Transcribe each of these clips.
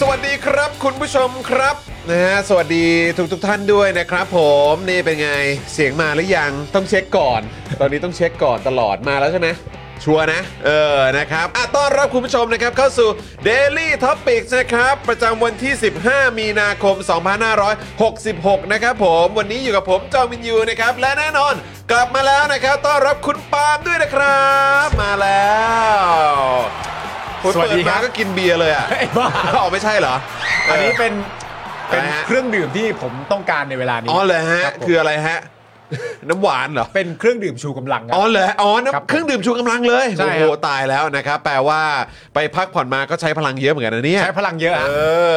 สวัสดีครับคุณผู้ชมครับนะฮะสวัสดีทุกทุกๆท่านด้วยนะครับผมนี่เป็นไงเสียงมาหรือยังต้องเช็คก่อน ตอนนี้ต้องเช็คก่อนตลอดมาแล้วใช่ไหมชัวร์นะเออนะครับอ่ะต้อนรับคุณผู้ชมนะครับเข้าสู่ Daily Topics นะครับ ประจำวันที่ 15 มีนาคม 2566 นะครับผมวันนี้อยู่กับผมจอมินยูนะครับ และแน่นอนกลับมาแล้วนะครับ ต้อนรับคุณปาล์มด้วยนะครับ มาแล้วคุณ สวัสดี เปิ ครับ มาก็กินเบียร์เลยอ่ะ ไอ้บ้า อ๋อไม่ใช่เหรอ อันนี้เป็นเป็น อะไรฮะ เครื่องดื่มที่ผมต้องการในเวลานี้ อ๋อเลยฮะ รับผม คืออะไรฮะ น้ำหวานเหรอ เป็นเครื่องดื่มชูกำลังค อ๋ รั อบ เลยอ๋อ ครับผม น้ำเครื่องดื่มชูกำลังเลย ใช่ โอ้ ครับ โหตายแล้วนะครับ แปลว่าไปพักผ่อนมาก็ใช้พลังเยอะเหมือนกันนะเนี่ย ใช้พลังเยอะ เอ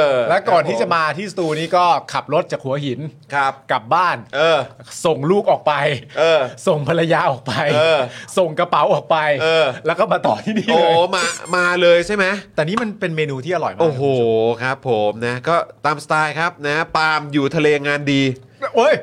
อะ อ และก่อนคที่รับ จะมาที่สตูนี้ก็ขับรถจากหัวหิน ครับ กลับบ้าน เออ ส่งลูกออกไป เออ ส่งภรรยาออกไป เออ ส่งกระเป๋าออกไป เออ แล้วก็มาต่อที่นี่ โอ้ เลย มามาเลยใช่ไหม แต่นี่มันเป็นเมนูที่อร่อยมาก โอ้โหครับผมนะ ก็ตามสไตล์ครับนะปาล์มอยู่ทะเลงานดี โอ้ย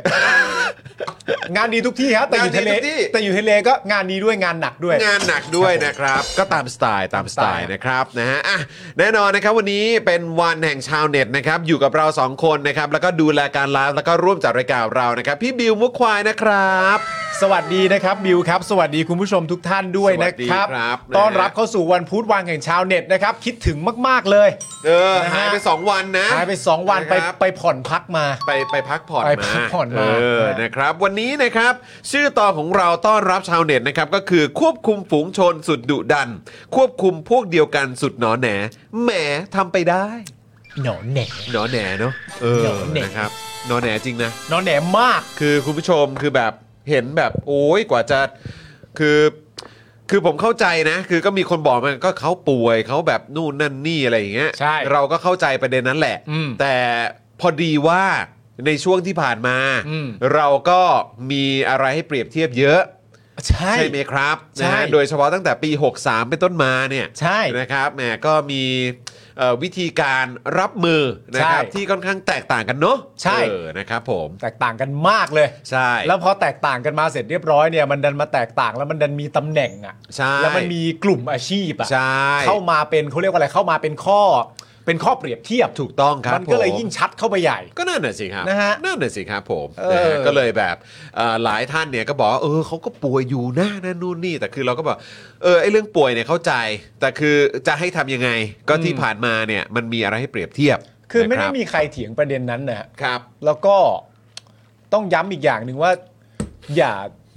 งานดีทุกที่ฮะแต่อยู่ทะเล งานดีทุกที่ แต่อยู่ทะเลก็งานดีด้วยงานหนักด้วย งานหนักด้วยนะครับ ก็ตามสไตล์ตามสไตล์นะครับนะฮะอ่ะแน่นอนนะครับวันนี้เป็นวันแห่งชาวเน็ตนะครับ อยู่กับเรา 2 คนนะครับ แล้วก็ดูแลการไลฟ์แล้วก็ร่วมจัดรายการเรานะครับ พี่บิวมุกควายนะครับ สวัสดีนะครับบิวครับ สวัสดีคุณผู้ชมทุกท่านด้วยนะครับ สวัสดีครับ ต้อนรับเข้าสู่วันพุธวันแห่งชาวเน็ตนะครับ คิดถึงมาก ๆ เลย เออ นะฮะ หายไป 2 วันนะ หายไป 2 วันะ ไป ครับ ไปผ่อนพักมา ไปไปพักผ่อน ไป มา พักผ่อนมา เออ นะ นะครับ วันนี้นะครับ ชื่อตอนของเราต้อนรับชาวเน็ตนะครับก็คือควบคุมฝูงชนสุดดุดัน ควบคุมพวกเดียวกันสุดหนอแหนแหมทำไปได้ หนอนแหน หนอแหนเนอะเออ หนอแหน่ นะครับหนอแหนจริงนะ หนอนแหนมาก คือคุณผู้ชมคือแบบเห็นแบบโอ้ยกว่าจะคือคือผมเข้าใจนะ คือก็มีคนบอกมันก็เขาป่วยเขาแบบนู่นนั่นนี่อะไรอย่างเงี้ย ใช่ เราก็เข้าใจประเด็นนั้นแหละ อืม แต่พอดีว่าในช่วงที่ผ่านมา อืม เราก็มีอะไรให้เปรียบเทียบเยอะ ใช่ ใช่ไหมครับ ใช่ นะฮะโดยเฉพาะตั้งแต่ปี 63 เป็นต้นมาเนี่ย ใช่ นะครับแหมก็มีเอ่อวิธีการรับมือนะครับ ใช่ ที่ค่อนข้างแตกต่างกันเนอะ ใช่ เออนะครับผม แตกต่างกันมากเลย ใช่ แล้วพอแตกต่างกันมาเสร็จเรียบร้อยเนี่ยมันดันมาแตกต่างแล้วมันดันมีตำแหน่งอะ ใช่ แล้วมันมีกลุ่มอาชีพอะ ใช่ เข้ามาเป็นเขาเรียกว่าอะไรเข้ามาเป็นข้อ เป็นข้อเปรียบเทียบ ถูกต้องครับ มันก็เลย ผม ยิ่งชัดเข้าไปใหญ่ ก็นั่นน่ะสิครับ นะฮะ นั่นน่ะสิครับผม เออ นะฮะก็เลยแบบเอ่อหลายท่านเนี่ยก็บอกว่าเออเขาก็ป่วยอยู่นะนั่นนู่นนี่แต่คือเราก็บอกเออไอ้เรื่องป่วยเนี่ยเข้าใจ แต่คือจะให้ทำยังไง ก็ที่ อืม ผ่านมาเนี่ยมันมีอะไรให้เปรียบเทียบ คือไม่นะได้รับ มีใครเถียงประเด็นนั้นนะฮะ ครับ แล้วก็ต้องย้ำอีกอย่างหนึ่งว่า อย่า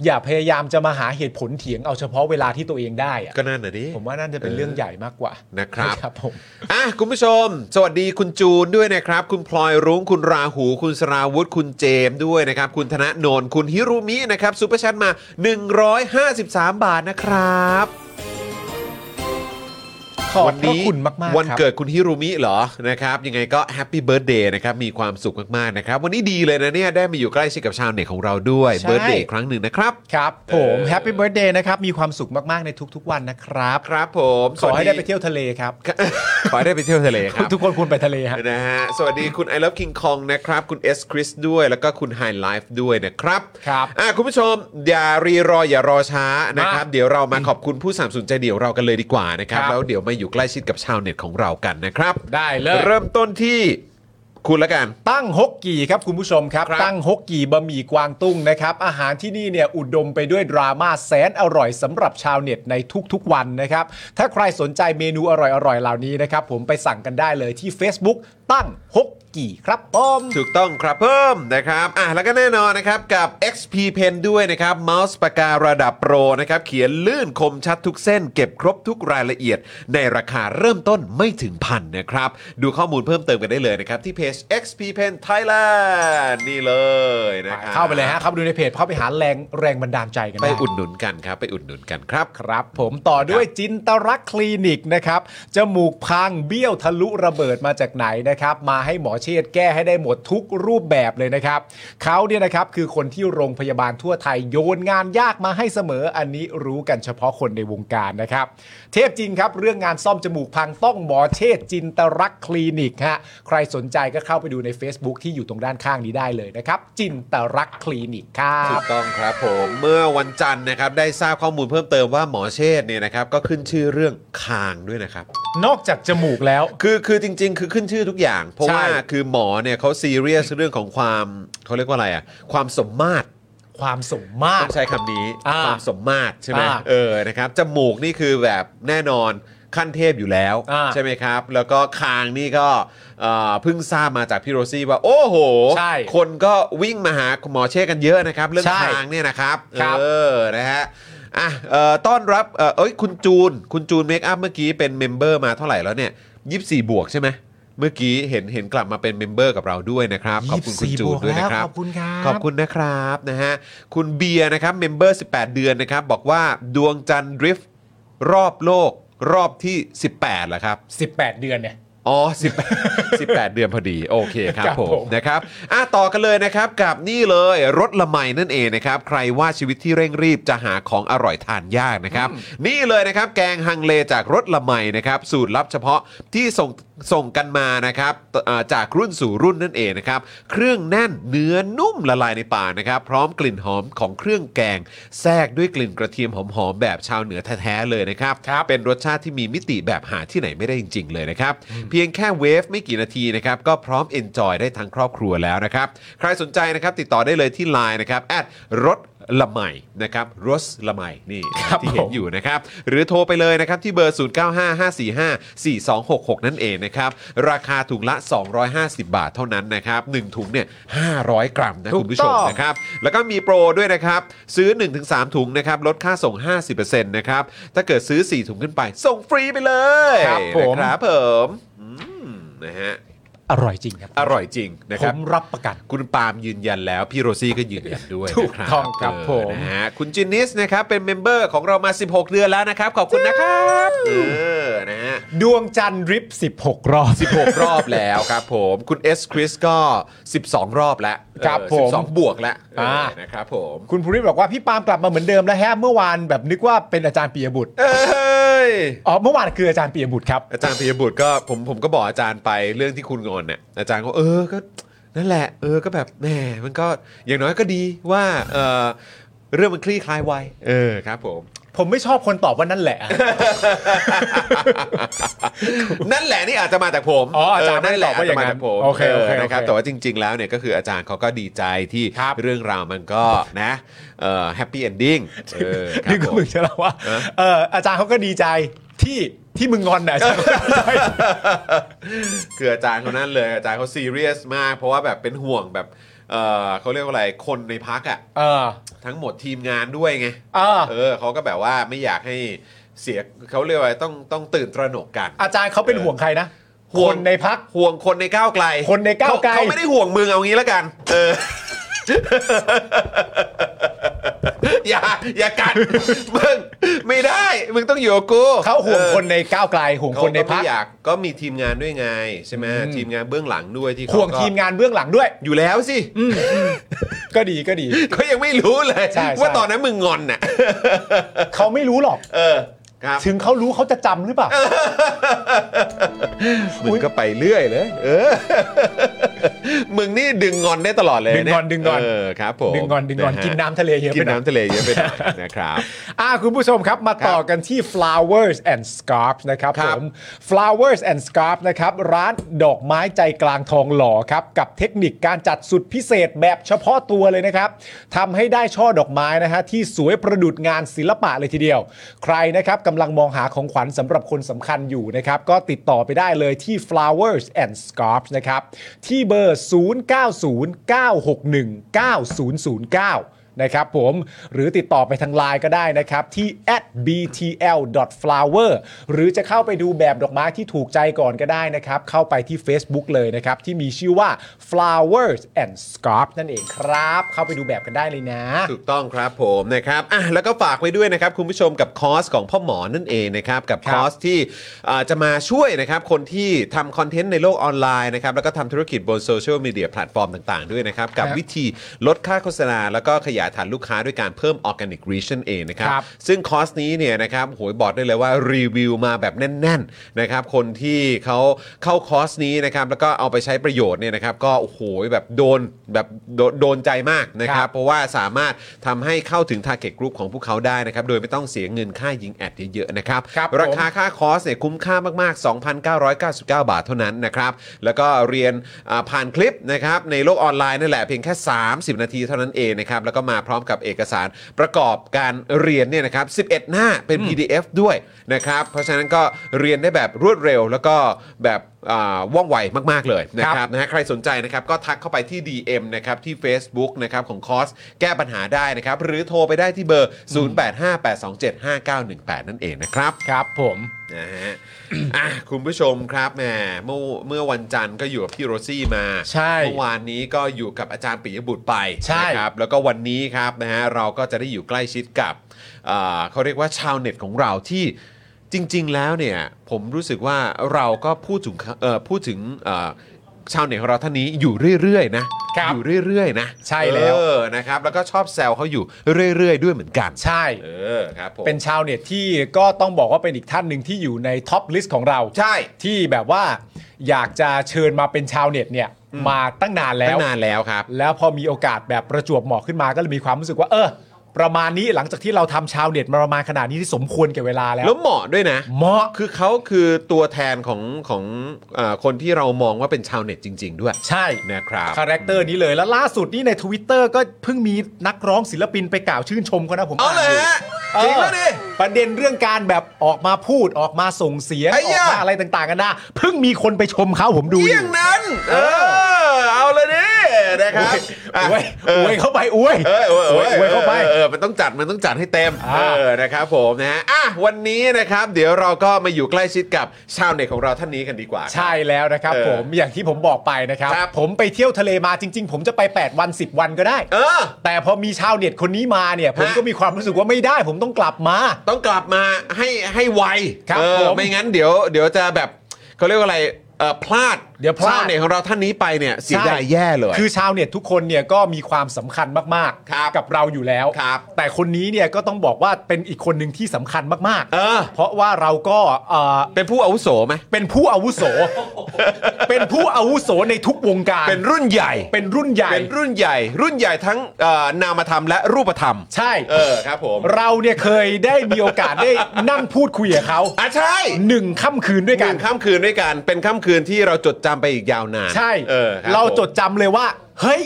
อย่าพยายามจะมาหาเหตุผลเถียงเอาเฉพาะเวลาที่ตัวเองได้อะ ก็นั่นน่ะดิ ผมว่านั่นจะเป็นเรื่องใหญ่มากกว่า นะครับ ครับผม อ่ะคุณผู้ชม สวัสดีคุณจูนด้วยนะครับ คุณพลอยรุ้งคุณราหู คุณสราวุธ คุณเจมส์ด้วยนะครับ คุณธนโนนคุณฮิรุมินะครับซูเปอร์แชทมา 153 บาทนะครับ ขอบ วัน พระ นี้ คุณมากๆ วัน ครับ เกิดคุณฮิรุมิเหรอนะครับยังไงก็แฮปปี้เบิร์ดเดย์นะครับมีความสุขมากๆนะครับวันนี้ดีเลยนะเนี่ยได้มาอยู่ใกล้ชิดกับชาวเน็ตของเราด้วย ใช่ เบิร์ดเดย์ครั้งหนึ่งนะครับ ครับผม เออ แฮปปี้เบิร์ดเดย์นะครับ มีความสุขมากๆในทุกๆวันนะครับ ครับผม ขอให้ได้ไป ยว เที่ยวทะเลครับ ขอให้ได้ไปเที่ยวทะเลครับ ทุกคนควรไปทะเลฮะ นะฮะสวัสดีคุณ I love King Kong นะครับ คุณ S Chris ด้วยแล้วก็คุณ High Life ด้วยนะครับ ครับ อ่ะคุณผู้ชม อย่ารีรออย่ารอช้านะครับ มา เดี๋ยวเรามาขอบคุณผู้สามสนุนใจเดี่ยวเรากันเลยดีกว่านะครับ ครับ แล้วเดี๋ยวมาอยู่ใกล้ชิดกับชาวเน็ตของเรากันนะครับ ได้เลย เริ่มต้นที่คุณละกัน ตั้งฮกกี่ครับคุณผู้ชมครับ ครับ ตั้งฮกกี่บะหมี่กวางตุ้งนะครับ อาหารที่นี่เนี่ยอุดมไปด้วยดราม่าแสนอร่อยสำหรับชาวเน็ตในทุกๆวันนะครับ ถ้าใครสนใจเมนูอร่อยๆเหล่านี้นะครับ ผมไปสั่งกันได้เลยที่ Facebook ตั้งฮกกี่ครับผม ถูกต้องครับเพิ่มนะครับอ่ะแล้วก็แน่นอนนะครับกับ XP Pen ด้วยนะครับเมาส์ปากการะดับโปรนะครับเขียนลื่นคมชัดทุกเส้น เก็บครบทุกรายละเอียด ในราคาเริ่มต้นไม่ถึงพันนะครับ ดูข้อมูลเพิ่มเติมกันได้เลยนะครับ ที่เพจ XP Pen Thailand นี่เลยนะครับ เข้าไปเลยฮะเข้าไปดูในเพจเข้าไปหาแรงแรงบันดาลใจกัน ไป ด้ อุดหนุนกันครับ ไปอุดหนุนกันครับ ครับผมต่อด้วยจินตรักษณ์คลินิกนะครับจมูกพังเบี้ยวทะลุระเบิดมาจากไหนนะครับ มาให้หมอเชษฐ์แก้ให้ได้หมดทุกรูปแบบเลยนะครับเขาเนี่ยนะครับคือคนที่โรงพยาบาลทั่วไทยโยนงานยากมาให้เสมออันนี้รู้กันเฉพาะคนในวงการนะครับ เทพจริงครับ เรื่องงานซ่อมจมูกพังต้องหมอเชษฐ์จินตรักษณ์คลินิกฮะใครสนใจก็เข้าไปดูใน Facebook ที่อยู่ตรงด้านข้างนี้ได้เลยนะครับ จินตรักษณ์คลินิกครั ถู บ กต้องครับผมเมื่อวันจันทร์นะครับได้ทราบข้อมูลเพิ่มเติมว่าหมอเชษฐ์เนี่ยนะครับก็ขึ้นชื่อเรื่องคางด้วยนะครับ นอกจากจมูกแล้ว คือคือจริง ๆ คือขึ้นชื่อทุกอย่าง เพราะ ใช่ ว่าคือหมอเนี่ยเขาซีเรียสเรื่องของความเขาเรียกว่าอะไรอ่ะความสมมาตร ความสมมา ต้ ต อ ร งใช้คำนี้ อ่า ความสมมาตรใช่ไหม อ่า เออนะครับจมูกนี่คือแบบแน่นอนขั้นเทพอยู่แล้ว อ่า ใช่ไหมครับ แล้วก็คางนี่ก็เอ่อเพิ่งทราบมาจากพี่โรซี่ว่า โอ้โห ใช่ คนก็วิ่งมาหาหมอเช่กันเยอะนะครับ เรื่อง ใช่ คางเนี่ยนะครับ ครับ เออนะฮะอ่ะเอ่อต้อนรับเอ่อเอ้ยคุณจูน คุณจูนเมคอัพเมื่อกี้เป็นเมมเบอร์มาเท่าไหร่แล้วเนี่ย24 บวกใช่ไหมเมื่อกี้เห็นเห็นกลับมาเป็นเมมเบอร์กับเราด้วยนะครับ ขอบคุณคุณจูนด้วยนะครับ ขอบคุณครับ ขอบคุณนะครับนะฮะคุณเบียร์นะครับเมมเบอร์ 18 เดือนนะครับบอกว่าดวงจันทร์ดริฟต์รอบโลกรอบที่ 18เหรอครับ 18 เดือนเนี่ย อ๋อ10 18 เดือนพอดี โอเคครับ ครับ ผ ผม ม นะครับอ่ะต่อกันเลยนะครับกับนี่เลยรถละไมนั่นเองนะครับ ใครว่าชีวิตที่เร่งรีบจะหาของอร่อยทานยากนะครับ นี่เลยนะครับ แกงฮังเลจากรถละไมนะครับ สูตรลับเฉพาะที่ส่งส่งกันมานะครับอ่าจากรุ่นสู่รุ่นนั่นเองนะครับ เครื่องแน่นเนื้อนุ่มละลายในปากนะครับ พร้อมกลิ่นหอมของเครื่องแกง แทรกด้วยกลิ่นกระเทียมหอมๆแบบชาวเหนือแท้ๆเลยนะครับ ครับ เป็นรสชาติที่มีมิติแบบหาที่ไหนไม่ได้จริง ๆ เลยนะครับ เพียงแค่เวฟไม่กี่นาทีนะครับ ก็พร้อมเอนจอยได้ทั้งครอบครัวแล้วนะครับ ใครสนใจนะครับติดต่อได้เลยที่ Line นะครับแอดรถละไมนะครับรสละไมนี่ ครับ ที่เห็น ผม อยู่นะครับ หรือโทรไปเลยนะครับ ที่เบอร์ 0955454266 นั่นเองนะครับ ราคาถุงละ 250 บาทเท่านั้นนะครับหนึ่งถุงเนี่ย500 กรัมนะคุณผู้ชมนะครับ ครับแล้วก็มีโปรด้วยนะครับ ซื้อ 1-3 ถุงนะครับ ลดค่าส่ง 50%นะครับ ถ้าเกิดซื้อ 4 ถุงขึ้นไป ส่งฟรีไปเลย ครับผม นะครับผมอืมนะฮะ อร่อยจริงครับ อร่อยจริงนะ ผ ครับ มรับประกัน คุณปาล์มยืนยันแล้ว พี่โรซี่ก็ยืนยันด้วย ถู นะคกรับ ต้องครับ เ ผม นะฮะคุณจินนิสนะครับ เป็นเมมเบอร์ของเรามา 16 เดือนแล้วนะครับ ขอบคุณนะครับเออนะฮะ ดวงจันทร์ริบ 16 รอบ 16 รอบแล้วครับผมคุณเอสคริสก็ 12 รอบแล้ว ครับ เออ ผม 12 บวกแล้วเออ อ่า นะครับผม คุณภูริบอกว่าพี่ปาล์มกลับมาเหมือนเดิมแล้วฮะ เมื่อวานแบบนึกว่าเป็นอาจารย์ปียบุตร เอ้ย อ๋อ เมื่อวานคืออาจารย์ปียบุตรครับ อาจารย์ปิยบุตรก็ผมผมก็บอกอาจารย์ไปเรื่องที่คุณงอนเนี่ยอาจารย์ก็เออก็นั่นแหละ เออก็แบบแหมมันก็อย่างน้อยก็ดีว่าเออเรื่องมันคลี่คลายไวเออครับผม ผมไม่ชอบคนตอบว่านั่นแหละ นั่นแหละนี่อาจจะมาจากผม อ๋ออาจารย์ เนั่นแหละ ไม่ได้ตอบว่าอย่าง จ นั้ จะ น มจากผม โอเคโอเค นะครับ โอเค แต่ว่าจริง ๆ แล้วเนี่ยก็คืออาจารย์เขาก็ดีใจที่ ครับ เรื่องราวมันก็นะเอ่อแฮปปี้เอนดิ้งเออครั นึ บผกว่าม มึงจะเล่าว่า เออ เอออาจารย์เขาก็ดีใจที่ที่มึงงอนน่ะอาจ ารย์ก็ดีใจ คืออาจารย์เขานั่นเลยอาจารย์เขาซีเรียสมาก เพราะว่าแบบเป็นห่วงแบบเออเขาเรียกว่าอะไรคนในพักอ่ะ เออ ทั้งหมดทีมงานด้วยไง เออ เออเขาก็แบบว่าไม่อยากให้เสียเขาเรียกว่าอะไรต้องต้องตื่นตระหนกกัน อาจารย์เขาเป็นห่วงใครนะ ห่วง คนในพัก ห่วงคนในก้าวไกล คนในก้าวไกล เขเขาไม่ได้ห่วงมึงเอางี้แล้วกัน เออ อย่าอย่ากัดมึงไม่ได้ มึงต้องอยู่กับกู เขาห่วง ออ คนในก้าวไกลห่วง เขา คนใน ก็ พัก ไม่อยากก็มีทีมงานด้วยไงใช่ไหม อืม ทีมงานเบื้องหลังด้วยที่เขา ห่วง ก็ ทีมงานเบื้องหลังด้วย อยู่แล้วสิ ก็ดีก็ดี ก็ยังไม่รู้เลย ใช่ใช่ ว่าตอนนั้นมึงงอนน่ะ เขาไม่รู้หรอก เออครับ ถึงเขารู้เขาจะจำหรือเปล่า มึงก็ไปเรื่อยเลย เออ มึงนี่ดึงงอนได้ตลอดเลย ดึงงอนดึงงอน เออครับผม ดึงงอนดึงงอนะ ฮะ กินน้ำทะเลเยอะ กิ ไป น หน่อย น้ำทะเลเยอะไปหน่อยนะครับ อ่าคุณผู้ชมครับมาต่อกันที่ flowers and scarfs นะครับ ค ผ รับ ม flowers and scarfs นะครับร้านดอกไม้ใจกลางทองหล่อครับ กับเทคนิคการจัดสุดพิเศษแบบเฉพาะตัวเลยนะครับทำให้ได้ช่อดอกไม้นะฮะที่สวยประดุจงานศิลปะเลยทีเดียว ใครนะครับกำลังมองหาของขวัญสำหรับคนสำคัญอยู่นะครับ ก็ติดต่อไปได้เลยที่ flowers and scarfs นะครับ ที่เบอร์ 0909619009 นะครับผมหรือติดต่อไปทางไลน์ก็ได้นะครับ ที่ @btl.flower หรือจะเข้าไปดูแบบดอกไม้ที่ถูกใจก่อนก็ได้นะครับ เข้าไปที่ Facebook เลยนะครับ ที่มีชื่อว่า flowers and scarf นั่นเองครับ เข้าไปดูแบบกันได้เลยนะ ถูกต้องครับผมนะครับอ่ะแล้วก็ฝากไว้ด้วยนะครับคุณผู้ชมกับคอร์สของพ่อหมอนั่นเองนะครับกับ ค ครับ อร์สที่อ่าจะมาช่วยนะครับคนที่ทำคอนเทนต์ในโลกออนไลน์นะครับแล้วก็ทำธุรกิจบนโซเชียลมีเดียแพลตฟอร์มต่างๆด้วยนะครับกับ ครับ วิธีลดค่าโฆษณา แล้วก็ขยายฐานลูกค้าด้วยการเพิ่มออร์แกนิกรีชนั่นเองนะครับ ครับ ซึ่งคอร์สนี้เนี่ยนะครับโหยบอกได้เลยว่ารีวิวมาแบบแน่นๆนะครับคนที่เขาเข้าคอร์สนี้นะครับแล้วก็เอาไปใช้ประโยชน์เนี่ยนะครับก็โอ้โหแบบโดนแบบโดนโดนใจมากนะค ครั รับ บ เพราะว่าสามารถทำให้เข้าถึง Target Group ของพวกเขาได้นะครับ โดยไม่ต้องเสียเงินค่ายิงแอดเยอะๆนะครับ ครับผม คาค่าคอร์สเนี่ยคุ้มค่ามาก ๆ 2,999 บาทเท่านั้นนะครับ แล้วก็เรียนอ่าผ่านคลิปนะครับในโลกออนไลน์นั่นแหละเพียงแค่ 30 นาทีเท่านั้นเองนะครับ แล้วก็มาพร้อมกับเอกสารประกอบการเรียนเนี่ยนะครับ 11 หน้าเป็น PDF ด้วยนะครับ เพราะฉะนั้นก็เรียนได้แบบรวดเร็ว แล้วก็แบบอ่าว่องไวมาก ๆ เลยนะค ครั รับ บ นะฮะใครสนใจนะครับก็ทักเข้าไปที่ DM นะครับที่ Facebook นะครับของคอสแก้ปัญหาได้นะครับ หรือโทรไปได้ที่เบอร์ 0858275918 นั่นเองนะครับ ครับผม นะฮะ อ่ะคุณผู้ชมครับแหมเมื่อเมื่อวันจันทร์ก็อยู่กับพี่โรซี่มา ใช่ เมื่อวานนี้ก็อยู่กับอาจารย์ปิยบุตรไป ใช่ นะครับแล้วก็วันนี้ครับนะฮะเราก็จะได้อยู่ใกล้ชิดกับอ่าเขาเรียกว่าชาวเน็ตของเราที่จริง ๆ แล้วเนี่ยผมรู้สึกว่าเราก็พูดถึงเอ่อพูดถึงเอ่อชาวเน็ตของเราท่านนี้อยู่เรื่อยๆนะครับ อยู่เรื่อยๆนะ ใช่แล้ว เออนะครับแล้วก็ชอบแซวเขาอยู่เรื่อย ๆ ด้วยเหมือนกัน ใช่ เออครับผม เป็นชาวเน็ตที่ก็ต้องบอกว่าเป็นอีกท่านหนึ่งที่อยู่ในท็อปลิสต์ของเรา ใช่ ที่แบบว่าอยากจะเชิญมาเป็นชาวเน็ตเนี่ยมาตั้งนานแล้ ตั้ ว งนานแล้วครับ แล้วพอมีโอกาสแบบประจวบเหมาะขึ้นมาก็เลยมีความรู้สึกว่า เออ ประมาณนี้หลังจากที่เราทำชาวเน็ตมาประมาณขนาดนี้ที่สมควรแก่เวลาแล้ว แล้วเหมาะด้วยนะ เหมาะ คือเขาคือตัวแทนของของเออคนที่เรามองว่าเป็นชาวเน็ตจริง ๆ ด้วย ใช่ นะครับ คาแรคเตอร์นี้เลยแล้วล่าสุดนี่ใน Twitter ก็เพิ่งมีนักร้องศิลปินไปกล่าวชื่นชมเขานะผม เอาเลย น ฮะ อ จ ยู่ ริงป่ะดิ เออประเด็นเรื่องการแบบออกมาพูดออกมาส่งเสียง ไอ้ ออย ะ กมาอะไรต่างๆกันนะเพิ่งมีคนไปชมเขาผมดูอ เยี่ย ยู่ งนั้น เออ เอาเลยดินะครับะ อวย เอ อ อ วยเข้าไปอวย เออเออเออ อวยเข้าไป ออออมันต้องจัดมันต้องจัดให้เต็ม อ่า เออนะครับผมนะฮะอ่ะวันนี้นะครับ เดี๋ยวเราก็มาอยู่ใกล้ชิดกับชาวเน็ตของเราท่านนี้กันดีกว่า ใช่แล้วนะครับ เออ ผมอย่างที่ผมบอกไปนะครับ ครับ ผมไปเที่ยวทะเลมาจริง ๆ ผมจะไป 8 วัน 10 วันก็ได้ เออ แต่พอมีชาวเน็ตคนนี้มาเนี่ย ผม ฮะ ก็มีความรู้สึกว่าไม่ได้ ผมต้องกลับมา ต้องกลับมาให้ให้ไว ครับ เออ ผม ไม่งั้นเดี๋ยวเดี๋ยวจะแบบเขาเรียกว่าอะไรเออพลาด เดี๋ยวพลาด ชเน็ตของเราท่านนี้ไปเนี่ยเสียดาย ใช่ แย่เลย คือชาวเน็ตทุกคนเนี่ยก็มีความสำคัญมาก ครับ ๆ กับเราอยู่แล้ว ครับ แต่คนนี้เนี่ยก็ต้องบอกว่าเป็นอีกคนหนึ่งที่สำคัญมาก เออ เพราะว่าเราก็เอ่อ เป็นผู้อาวุโสไหม เป็นผู้อา วุโส เป็นผู้อาวุโสในทุกวงการ เป็นรุ่นใหญ่ เป็นรุ่นใหญ่ เป็นรุ่นใหญ่ รุ่นใหญ่ทั้งเอ่อนามธรรมและรูปธรรม ใช่ เออครับผม เราเนี่ยเคยได้มีโอกาสได้นั่งพูดคุยกับเขา อ่ะใช่ หนึ่งค่ำคืนด้วย ห กั นึ่ น งค่ำคืนด้วยกัน เป็นค่ำคืนที่เราจดจำไปอีกยาวนาน ใช่ เออคบ เรา ผม จด จำเลยว่า เฮ้ย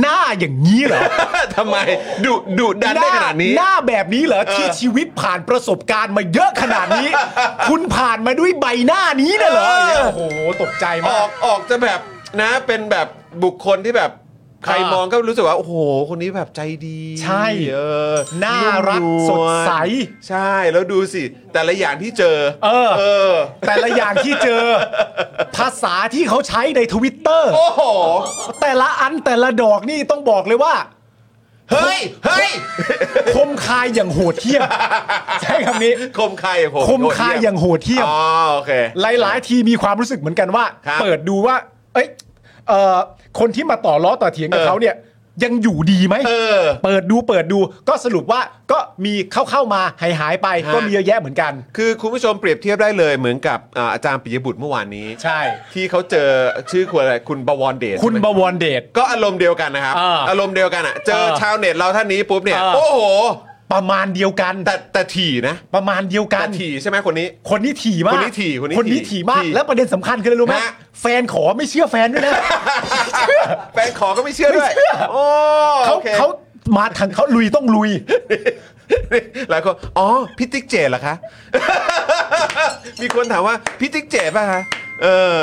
หน้าอย่างนี้เหรอ ทำไมดุดุ ดัน ห ได้ขนาดนี้ หน้าแบบนี้เหรอที่ชีวิตผ่านประสบการณ์มาเยอะขนาด นี้ คุณผ่านมาด้วยใบหน้านี้น่ะเหรอ เออ เนี่ยโอ้โห ตกใจ อ มา อก กออกจะแบบนะเป็นแบบบุคคลที่แบบใคร อ่าม มองก็รู้สึกว่า โอ้โห คนนี้แบบใจดี ใช่ เออ น่ารัก นุ่มนวล สดใส ใช่แล้วดูสิ แต่ละอย่างที่เจอ เออ เออ แต่ละอย่างที่เจอ ภาษาที่เขา ใช้ในทวิตเตอร์ โอ้โห แต่ละอันแต่ละดอกนี่ต้องบอกเลยว่า เฮ้ย เฮ้ย คมคายอย่างโหด เหี้ยม ใช้คำนี้ คมคายผม คมคายอย่างโหดเหี้ยม อ๋อโอเค หลาย ๆ ทีมีความรู้สึกเหมือนกันว่า ครับ เปิดดูว่า เอ้ยเอ่อคนที่มาต่อล้อต่อเถียงกับ เออ เขาเนี่ย ยังอยู่ดีไหม เออ เปิดดูเปิดดูก็สรุปว่าก็มีเข้าเข้าๆมาหายหายๆไป ฮะ ก็มีเยอะแยะเหมือนกัน คือคุณผู้ชมเปรียบเทียบได้เลยเหมือนกับอ่าอาจารย์ปิยบุตรเมื่อวานนี้ ใช่ ที่เขาเจอชื่อคุณอะไรคุณบวรเดช คุณ ใช่ไหม บวรเดช ก็อารมณ์เดียวกันนะครับ เอออ รมณ์เดียวกันอ่ะเจอ เออ ชาวเน็ตเราท่านนี้ปุ๊บเนี่ย เออ โอ้โห ประมาณเดียวกัน แต่แต่ถี่นะ ประมาณเดียวกั แต่ น ถี่ใช่ไหมคนนี้ คนนี้ถี่มาก คนนี้ถี่คนนี้ คนนี้ ถี่ ถี่มาก ถี่ แล้วประเด็นสำคัญคืออะไรรู้ไหม ฮะ แฟนขอไม่เชื่อแฟนด้วยนะ แฟนขอก็ไม่เชื่อด้วย ไม่เชื่อ โอ้ เขา โอค เขามาทางเขาลุยต้องลุย หลายคนอ๋อพี่ติ๊กเจดเหรอคะ มีคนถามว่าพี่ติ๊กเจดป่ะคะเออ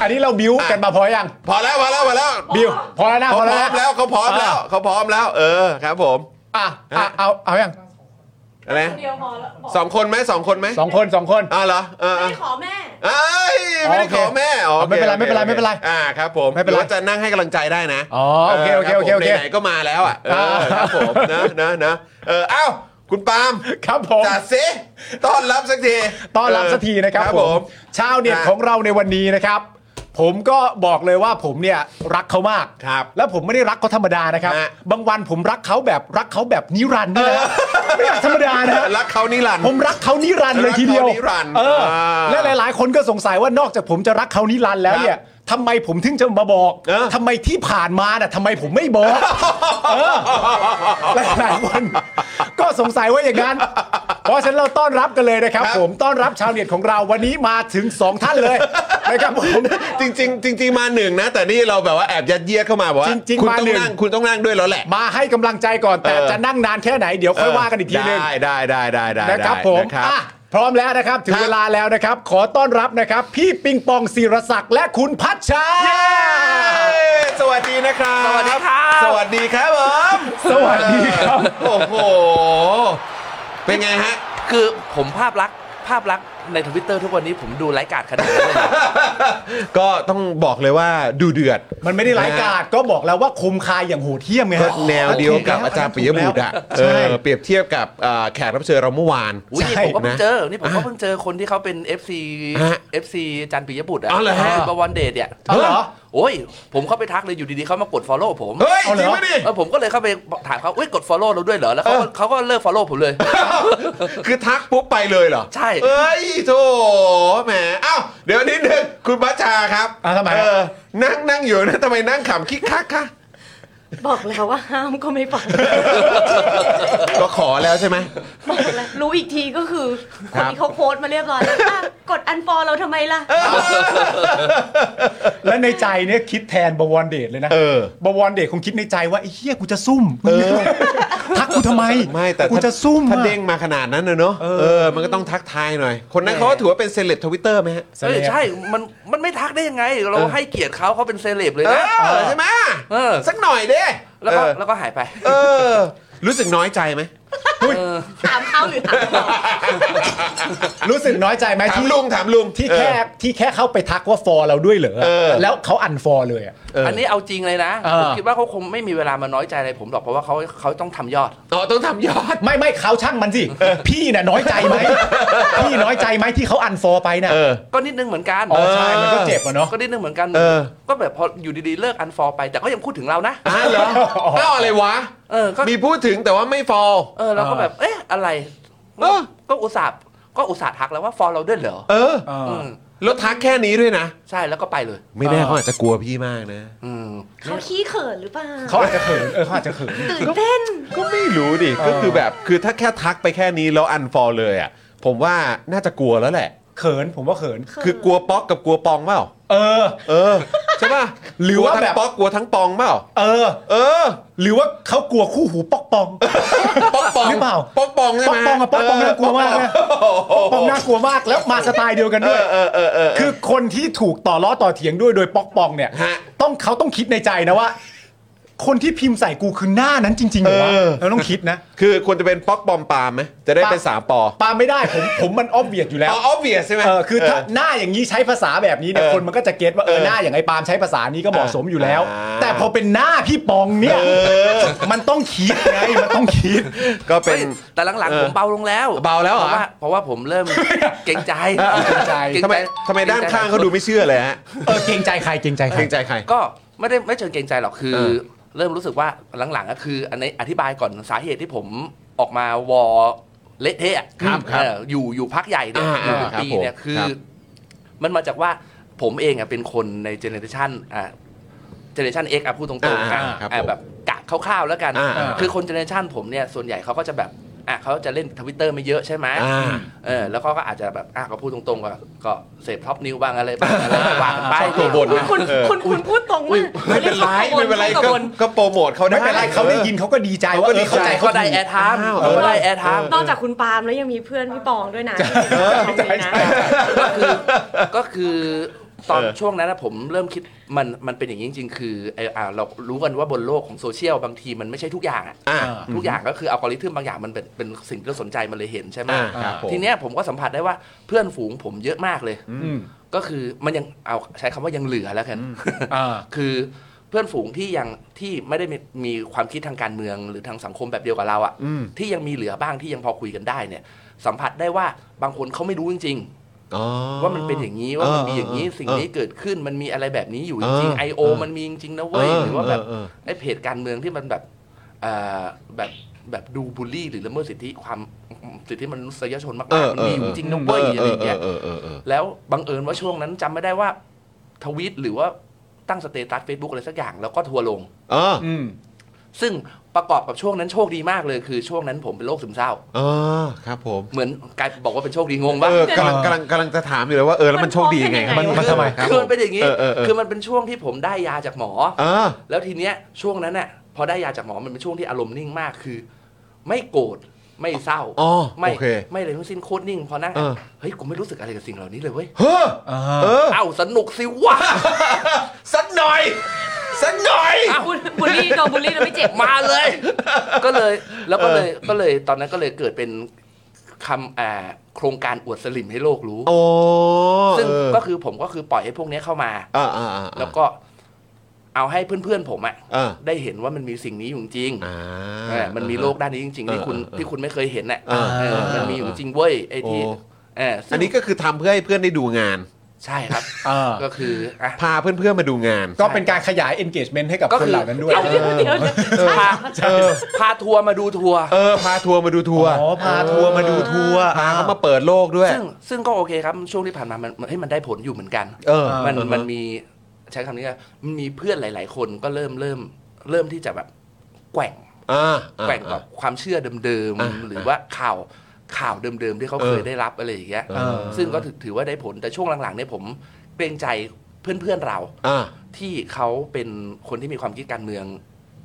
อันนี้เราบิ้วกันมาพอยัง พอแล้วพอแล้วพอแล้ว บิวพอแล้วนะ เขา พอ พร้อแล้ว ม นะ แล้วเขาพร้อมแล้ว อ่ะ เขาพร้อมแล้ว เออครับผม อ่ะอ่ะเอาเอายัง อะไรนะ เดียวพอแล้วบอก สองคนไหมสองคนไหม สองคนสองคน อ้าวเหรอเออเอ ไม่ อ ขอแม่ เอ้ยไม่ได้ขอ๋อโอเค อแม่อ๋อโอค ไม่เป็นไรไม่เป็นไร โอค ไม่เป็นไร อ่าครับผม ไม่เป็นไร หอว่าจะนั่งให้กำลังใจได้นะ อ๋อโอเคโอเคโอเค รั โอบ ผม เค ไหนๆก็มาแล้วอ่ะเออ อ่า ครับผมนะนะนะเออเอ้าคุณปาล์ม ครับผม จัดสิต้อนรับสักที ต้อนรับสักทีนะครับ ครับ ผ ผม ม ชาวเน็ต ฮะ ของเราในวันนี้นะครับ ผมก็บอกเลยว่าผมเนี่ยรักเขามาก ครับ แล้วผมไม่ได้รักเขาธรรมดานะครับ ฮะ บางวันผมรักเขาแบบรักเขาแบบนิรันดร์ด้วยนะไม่ใช่ธรรมดานะฮะ รักเขานิรันดร์ ผมรักเขานิรันดร์เลยทีเดียว รักเขานิรันดร์ เอออา และหลาย ๆ คนก็สงสัยว่านอกจากผมจะรักเขานิรันดร์แล้วเนี่ยทำไมผมถึงจะมาบอก เออ ทำไมที่ผ่านมาน่ะทำไมผมไม่ บอก เออ หลายๆคนก็สงสัยว่าอย่างนั้น เพราะฉะนั้นเราต้อนรับกันเลยนะครับ ครับ ผมต้อนรับชาวเน็ตของเราวันนี้มาถึง 2 ท่านเลย นะครับผม จริงๆจริงๆมาหนึ่งนะ แต่นี่เราแบบว่าแอบยัดเยียดเข้ามาบอกว่า จริงๆ คุณ มา ต้อง หนึ่ง นั่งคุณต้องนั่งด้วยแล้วแหละ มาให้กำลังใจก่อนแต่ เออ จะนั่งนานแค่ไหนเดี๋ยวค่อยว่ากันอีกทีนึง ได้ได้ได้ได้ได้ นะครับ ได้ ผม นะครับ อ่ะพร้อมแล้วนะครับถึง ครับ เวลาแล้วนะครับ ขอต้อนรับนะครับ พี่ปิงปองศิรศักดิ์และคุณพัชชา เย้สวัสดีนะครับ สวัสดีครับ สวัสดีครับผม สวัสดีครับ โอ้โห เป็นไงฮะ คือผมภาพลักษณ์ภาพลักษณ์ในทวิตเตอร์ทุกวันนี้ผมดูไร้กาดขนาดนั้นเลยนะ ก็ต้องบอกเลยว่าดูเดือด มันไม่ได้ไร้กาดก็บอกแล้วว่าคมคายอย่างโหดเหี้ยมไง ก็ ฮะ แนวเดียวกับอาจารย์ปิยบุตรอ่ะเอ ใช่ อเปรียบเทียบกับอ่าแขกรับเชิญเราเมื่อวาน อุ้ยนี่ผมก็เพิ่ง นะ เจอ นี่ผมก็เพิ่งเจอคนที่เขาเป็น FC ฮะ FC จันปิยบุตรอ่ะ อ๋อเหรอฮะ บวรเดชเนี่ย เอาเหรอ โอ้ย ผมเข้าไปทักเลยอยู่ดีๆเขามากด follow ผม เฮ้ย เอาเห จริรองปะดิ เออผมก็เลยเข้าไปถามเขาอุ้ยกด follow เราด้วยเหรอ แล้วเขาก็ เออ เขาก็เลิก follow ผมเลย คือทักปุ๊บไปเลยเหรอ ใช่ เอ้ยโถแหมอ้าวเดี๋ยวนิดนึงคุณบัชชาครับ อ่ะทำไม เออนั่งนั่งอยู่นะทำไมนั่งขำคิกคักคะ บอกแล้วว่าห้ามก็ไม่ฟัง ก็ขอแล้วใช่ไหม บอกแล้วรู้อีกทีก็คือ ค ค รั น บ ที่เขาโพสต์มาเรียบร้อยแล้วอ่ะกดอันฟอลเราทำไมล่ะ และในใจเนี่ยคิดแทนบวรเดชเลยนะ เออบ วรเดชคงคิดในใจว่าไอ้เหี้ยกูจะซุ่มทักกูทำไม ไม่แต่ถ้า กูจะซุ่ม ถ้า อะ เด้งมาขนาดนั้นนะเนอะ เออ เออ มันก็ต้องทักทายหน่อย คนนั้นเขาก็ถือว่าเป็นเซเลบทวิตเตอร์ไหมฮะ แส เอ ด อง ใช่ มันมันไม่ทักได้ยังไง เราให้เกียรติเขาเขาเป็นเซเลบเลย เอ นะ อใช่ไหม เออ สักหน่อยเด้ แล้วก็ เออ แล้วก็หายไป เออ รู้สึกน้อยใจไหม ถามเขาหรือถามเรา รู้สึกน้อยใจไหม ถาม ที่ ลุงถามลุง ที่แค่ เออ ที่แค่เข้าไปทักว่าฟอเราด้วยเหรอ เออ แล้วเขาอันฟอเลยอะ เอออั อันนี้เอาจริงเลยนะ เออ ผมคิดว่าเขาคงไม่มีเวลามาน้อยใจอะไรผมหรอก เพราะว่าเขาเขาต้องทำยอด อ๋อต้องทำยอด ไม่ไม่เขาช่างมันสิพี่น่ะน้อยใจไหม พี่น้อยใจไหมที่เขาอันฟอไปน่ะ เออ ก็นิดนึงเหมือนกัน อ๋อใช่มันก็เจ็บอะเนาะ ก็นิดนึงเหมือนกัน เออ ก็แบบพออยู่ดีๆเลิกอันฟอลไป แต่ก็ยังพูดถึงเรานะ อ่ะเหรอเอ้าอะไรวะ เออก็ มีพูดถึงแต่ว่าไม่ฟอล เออเราก็แบบเอ๊ะอะไร เออ ก็อุตส่าห์ก็อุตส่าห์ทักแล้วว่าฟอลเราด้วยเหรอ เออ เออ อืม แล้วทักแค่นี้ด้วยนะ ใช่แล้วก็ไปเลย ไม่แน่ เออ เขาอาจจะกลัวพี่มากนะ อืม เขาขี้เขินหรือเปล่า เขาอาจจะเขินเออเขาอาจจะเขิน ตื่นเต้น ก็ไม่รู้ดิ เออ ก็คือแบบ คือถ้าแค่ทักไปแค่นี้แล้วอันฟอลเลยอ่ะ ผมว่าน่าจะกลัวแล้วแหละ เขินผมว่าเขิน คือกลัวป๊อกกับกลัวปองเปล่า เออ เออ ใช่ป่ะ หรือว่า ทั้ง แบบ ป๊อกกลัวทั้งปองเปล่า เออ เออ หรือว่าเขากลัวคู่หูปอกปอง ป๊อกปอง หรือเปล่า ป๊อกปองใช่ ปอ ไหมกปองอะปอกปองน่ากลัวมากนะปอกปองน่ากลัวมากแล้วมาสไตล์เดียวกัน เอ ด้วย อเออเออเออ คือคนที่ถูกต่อล้อต่อเถียงด้วยโดยปอกปองเนี่ย ฮะ ต้องเขาต้องคิดในใจนะว่า คนที่พิมพ์ใส่กูคือหน้านั้นจริงๆเหรอวะ เออ เราต้องคิดนะ คือควรจะเป็นป๊อกปอมปามไหมจะได้เป็นสามปอ ปาไม่ได้ผมผมมันออบเวียดอยู่แล้ว เอาออบเวียใช่ไหม เออคือถ้าหน้าอย่างนี้ใช้ภาษาแบบนี้เนี่ย เออ คนมันก็จะเก็ตว่าเออ เออ หน้าอย่างไอ้ปาล์มใช้ภาษานี้ก็เหมาะสมอยู่แล้ว อ่า แต่พอเป็นหน้าพี่ปองเนี่ยมันต้องคิดไงมันต้องคิ ด ก็เป็ เฮ้ น ยแต่หลัง เอ ๆ อ ผมเบาลงแล้ว เบาแล้วเหรอ พระเพราะว่าผมเริ่มเกรงใจ เกรงใจ เกรง ทำไม ใจ ทำไมด้านข้างเขาดูไม่เชื่อเลยฮะ เออเกรงใจใครเกรงใจใค เก ร รงใจใคร ก็ไม่ได้ไม่เชิงเกรงใจหรอกคือ เออ เริ่มรู้สึกว่าหลังๆก็คืออันนี้อธิบายก่อนสาเหตุที่ผมออกมาวอเละเทะอะ ครับครับ เอออยู่อยู่พักใหญ่เนี่ย อ่า อยู่เป็น อ่าครับ ปีเนี่ย ผม คือ ครับ มันมาจากว่าผมเองอะเป็นคนในเจเนอเรชันอ่ะเจเนอเรชันเอ็กอะพูดตรงๆ อ่า อ่ะ อ่าครับ อ่ะ ผม แบบกะคร่าวๆแล้วกัน อ่าอ่า คือคนเจเนอเรชันผมเนี่ยส่วนใหญ่เขาก็จะแบบอ่ะเขาจะเล่นทวิตเตอร์ไม่เยอะใช่ไหม อ่า เออแล้วก็ก็อาจจะแบบอ่ะก็พูดตรงๆ ก็ก็เสพท็อปนิวบ้างอะไรบ้างอะไรก็ว่ากันไป ชอบตัวบนนะ คุณ เออ คุณคุณพูดตรงมาก ไม่เป็นไร ข้อกังวล ไม่เป็นไร ข้อ ก็ กังวล ก็โปรโมทเขาได้ ไม่เป็นไรเขาได้ยินเขาก็ดีใจว่า เขาก็ เอ ดี อเข้าใจ ใจ เขา ก็ได้ ดี แอร์ไทม์ อ้าว ก็ได้แอร์ไทม์ นอกจากคุณปาล์มแล้วยังมีเพื่อนพี่ปองด้วยนะที่อยู่ในช่องนี้นะ ก็คือก็คือตอน เออ ช่วงนั้นนะผมเริ่มคิดมันมันเป็นอย่างนี้จริงๆ คือไออ่าเรารู้กันว่าบนโลกของโซเชียลบางทีมันไม่ใช่ทุกอย่างอะ อ่า ทุกอย่างก็คืออัลกอริทึมบางอย่างมันเป็นเป็นสิ่งที่เราสนใจมันเลยเห็นใช่ไหม อ่าครับผม ทีเนี้ยผมก็สัมผัสได้ว่าเพื่อนฝูงผมเยอะมากเลย อืม ก็คือมันยังเอาใช้คำว่ายังเหลือแล้วกัน อ่า คือเพื่อนฝูงที่ยังที่ไม่ได้มีมีความคิดทางการเมืองหรือทางสังคมแบบเดียวกับเราอะ อืม ที่ยังมีเหลือบ้างที่ยังพอคุยกันได้เนี่ย สัมผัสได้ว่าบางคนเขาไม่รู้จริง อ๋อ ๆ ว่ามันเป็นอย่างนี้ว่ามันมีอย่างนี้ เออเออ สิ่งนี้เกิดขึ้นมันมีอะไรแบบนี้อยู่จริง เออ ไอโอ เออ มันมีจริงๆนะเว้ย เออ หรือว่าแบบ เออเออ ไอเพจการเมืองที่มันแบบเอ่อแบบแบบดูบูลลี่หรือละเมิดสิทธิความสิทธิมนุษยชนมาก เออ ๆมัน เออ มีอยู่จริงนะเว้ยอะไรอย่างเงี้ย เออเออเออ แล้วบังเอิญว่าช่วงนั้นจำไม่ได้ว่าทวีตหรือว่าตั้งสเตตัส Facebook อะไรสักอย่างแล้วก็ทัวร์ลง เออ อืม ซึ่งประกอบกับช่วงนั้นโชคดีมากเลย คือช่วงนั้นผมเป็นโรคซึมเศร้า เออครับผม เหมือนกลายบอกว่าเป็นโชคดีงง เอ ปะ อกำลังกำลังกำลังจะถามอยู่เลยว่าเออแล้วมันโชคดียังไงครับ มันมันทำไม คือคือมันเป็นอย่างนี้ เออเออเออ คือมันเป็นช่วงที่ผมได้ยาจากหมอ เออ แล้วทีเนี้ยช่วงนั้นน่ะพอได้ยาจากหมอมันเป็นช่วงที่อารมณ์นิ่งมากคือ ไม่โกรธไม่เศร้า อ๋อ ไม่ โอเค ไม่อะไรทั้งสิ้นโคตรนิ่งพอนั่ง เออ เฮ้ยกูไม่รู้สึกอะไรกับสิ่งเหล่านี้เลยเว้ย เฮ้อ อ่า เออ เอ้าสนุกสิวะ สักหน่อยสักหน่อย บุลบุลลี่โดนบุลลี่แล้วไม่เจ็บ มาเลย ก็เลยแล้วก็เลยก็เลยตอนนั้นก็เลยเกิดเป็นคำอ่าโครงการอวดสลิมให้โลกรู้ โอ้ ซึ่ง เออ ก็คือผมก็คือปล่อยให้พวกเนี้ยเข้ามา อ่าอ่าอ่าอ่า แล้วก็เอาให้เพื่อนๆผมอะ อ่า ได้เห็นว่ามันมีสิ่งนี้อยู่จริง อ่า เออมันมีโลกด้านนี้จริง ๆ ที่คุณ เออเออ ที่คุณไม่เคยเห็นน่ะ อ่า เออมันมีอยู่จริงเว้ยไอ้ที่ โอ้ เออซึ่ง อันนี้ก็คือทำเพื่อให้เพื่อนได้ดูงาน ใช่ครับ อ่า ก็คืออ่ะ พาเพื่อนๆมาดูงาน ก็เป็นการขยาย engagement ให้กับ ก็ คนคือ เหล่านั้นด้วย เดี๋ยวเดี๋ยวเดี๋ยวเดี๋ยว พาพาทัวร์มาดูทัวร์ เออ พาทัวร์มาดูทัวร์ อ๋อพาทัวร์มาดูทัวร์ พาเขามาเปิดโลกด้วย ซึ่งซึ่งก็โอเคครับ ช่วงที่ผ่านมามันมันเฮ้ยมันได้ผลอยู่เหมือนกัน เออ มันมันมีใช้คำนี้ว่ามันมีเพื่อนหลาย ๆ คนก็เริ่มเริ่มเริ่มที่จะแบบแกว่ง อ่า แกว่งกับความเชื่อเดิม อ่า ๆ หรือว่าข่าวข่าวเดิมๆ ที่เขาเคย เออ ได้รับอะไรอย่างเงี้ย เอ เอ อ อ ซึ่งก็ถือถือว่าได้ผลแต่ช่วงหลังๆเนี่ยผมเกรงใจเพื่อนๆเรา อ่า ที่เขาเป็นคนที่มีความคิดการเมือง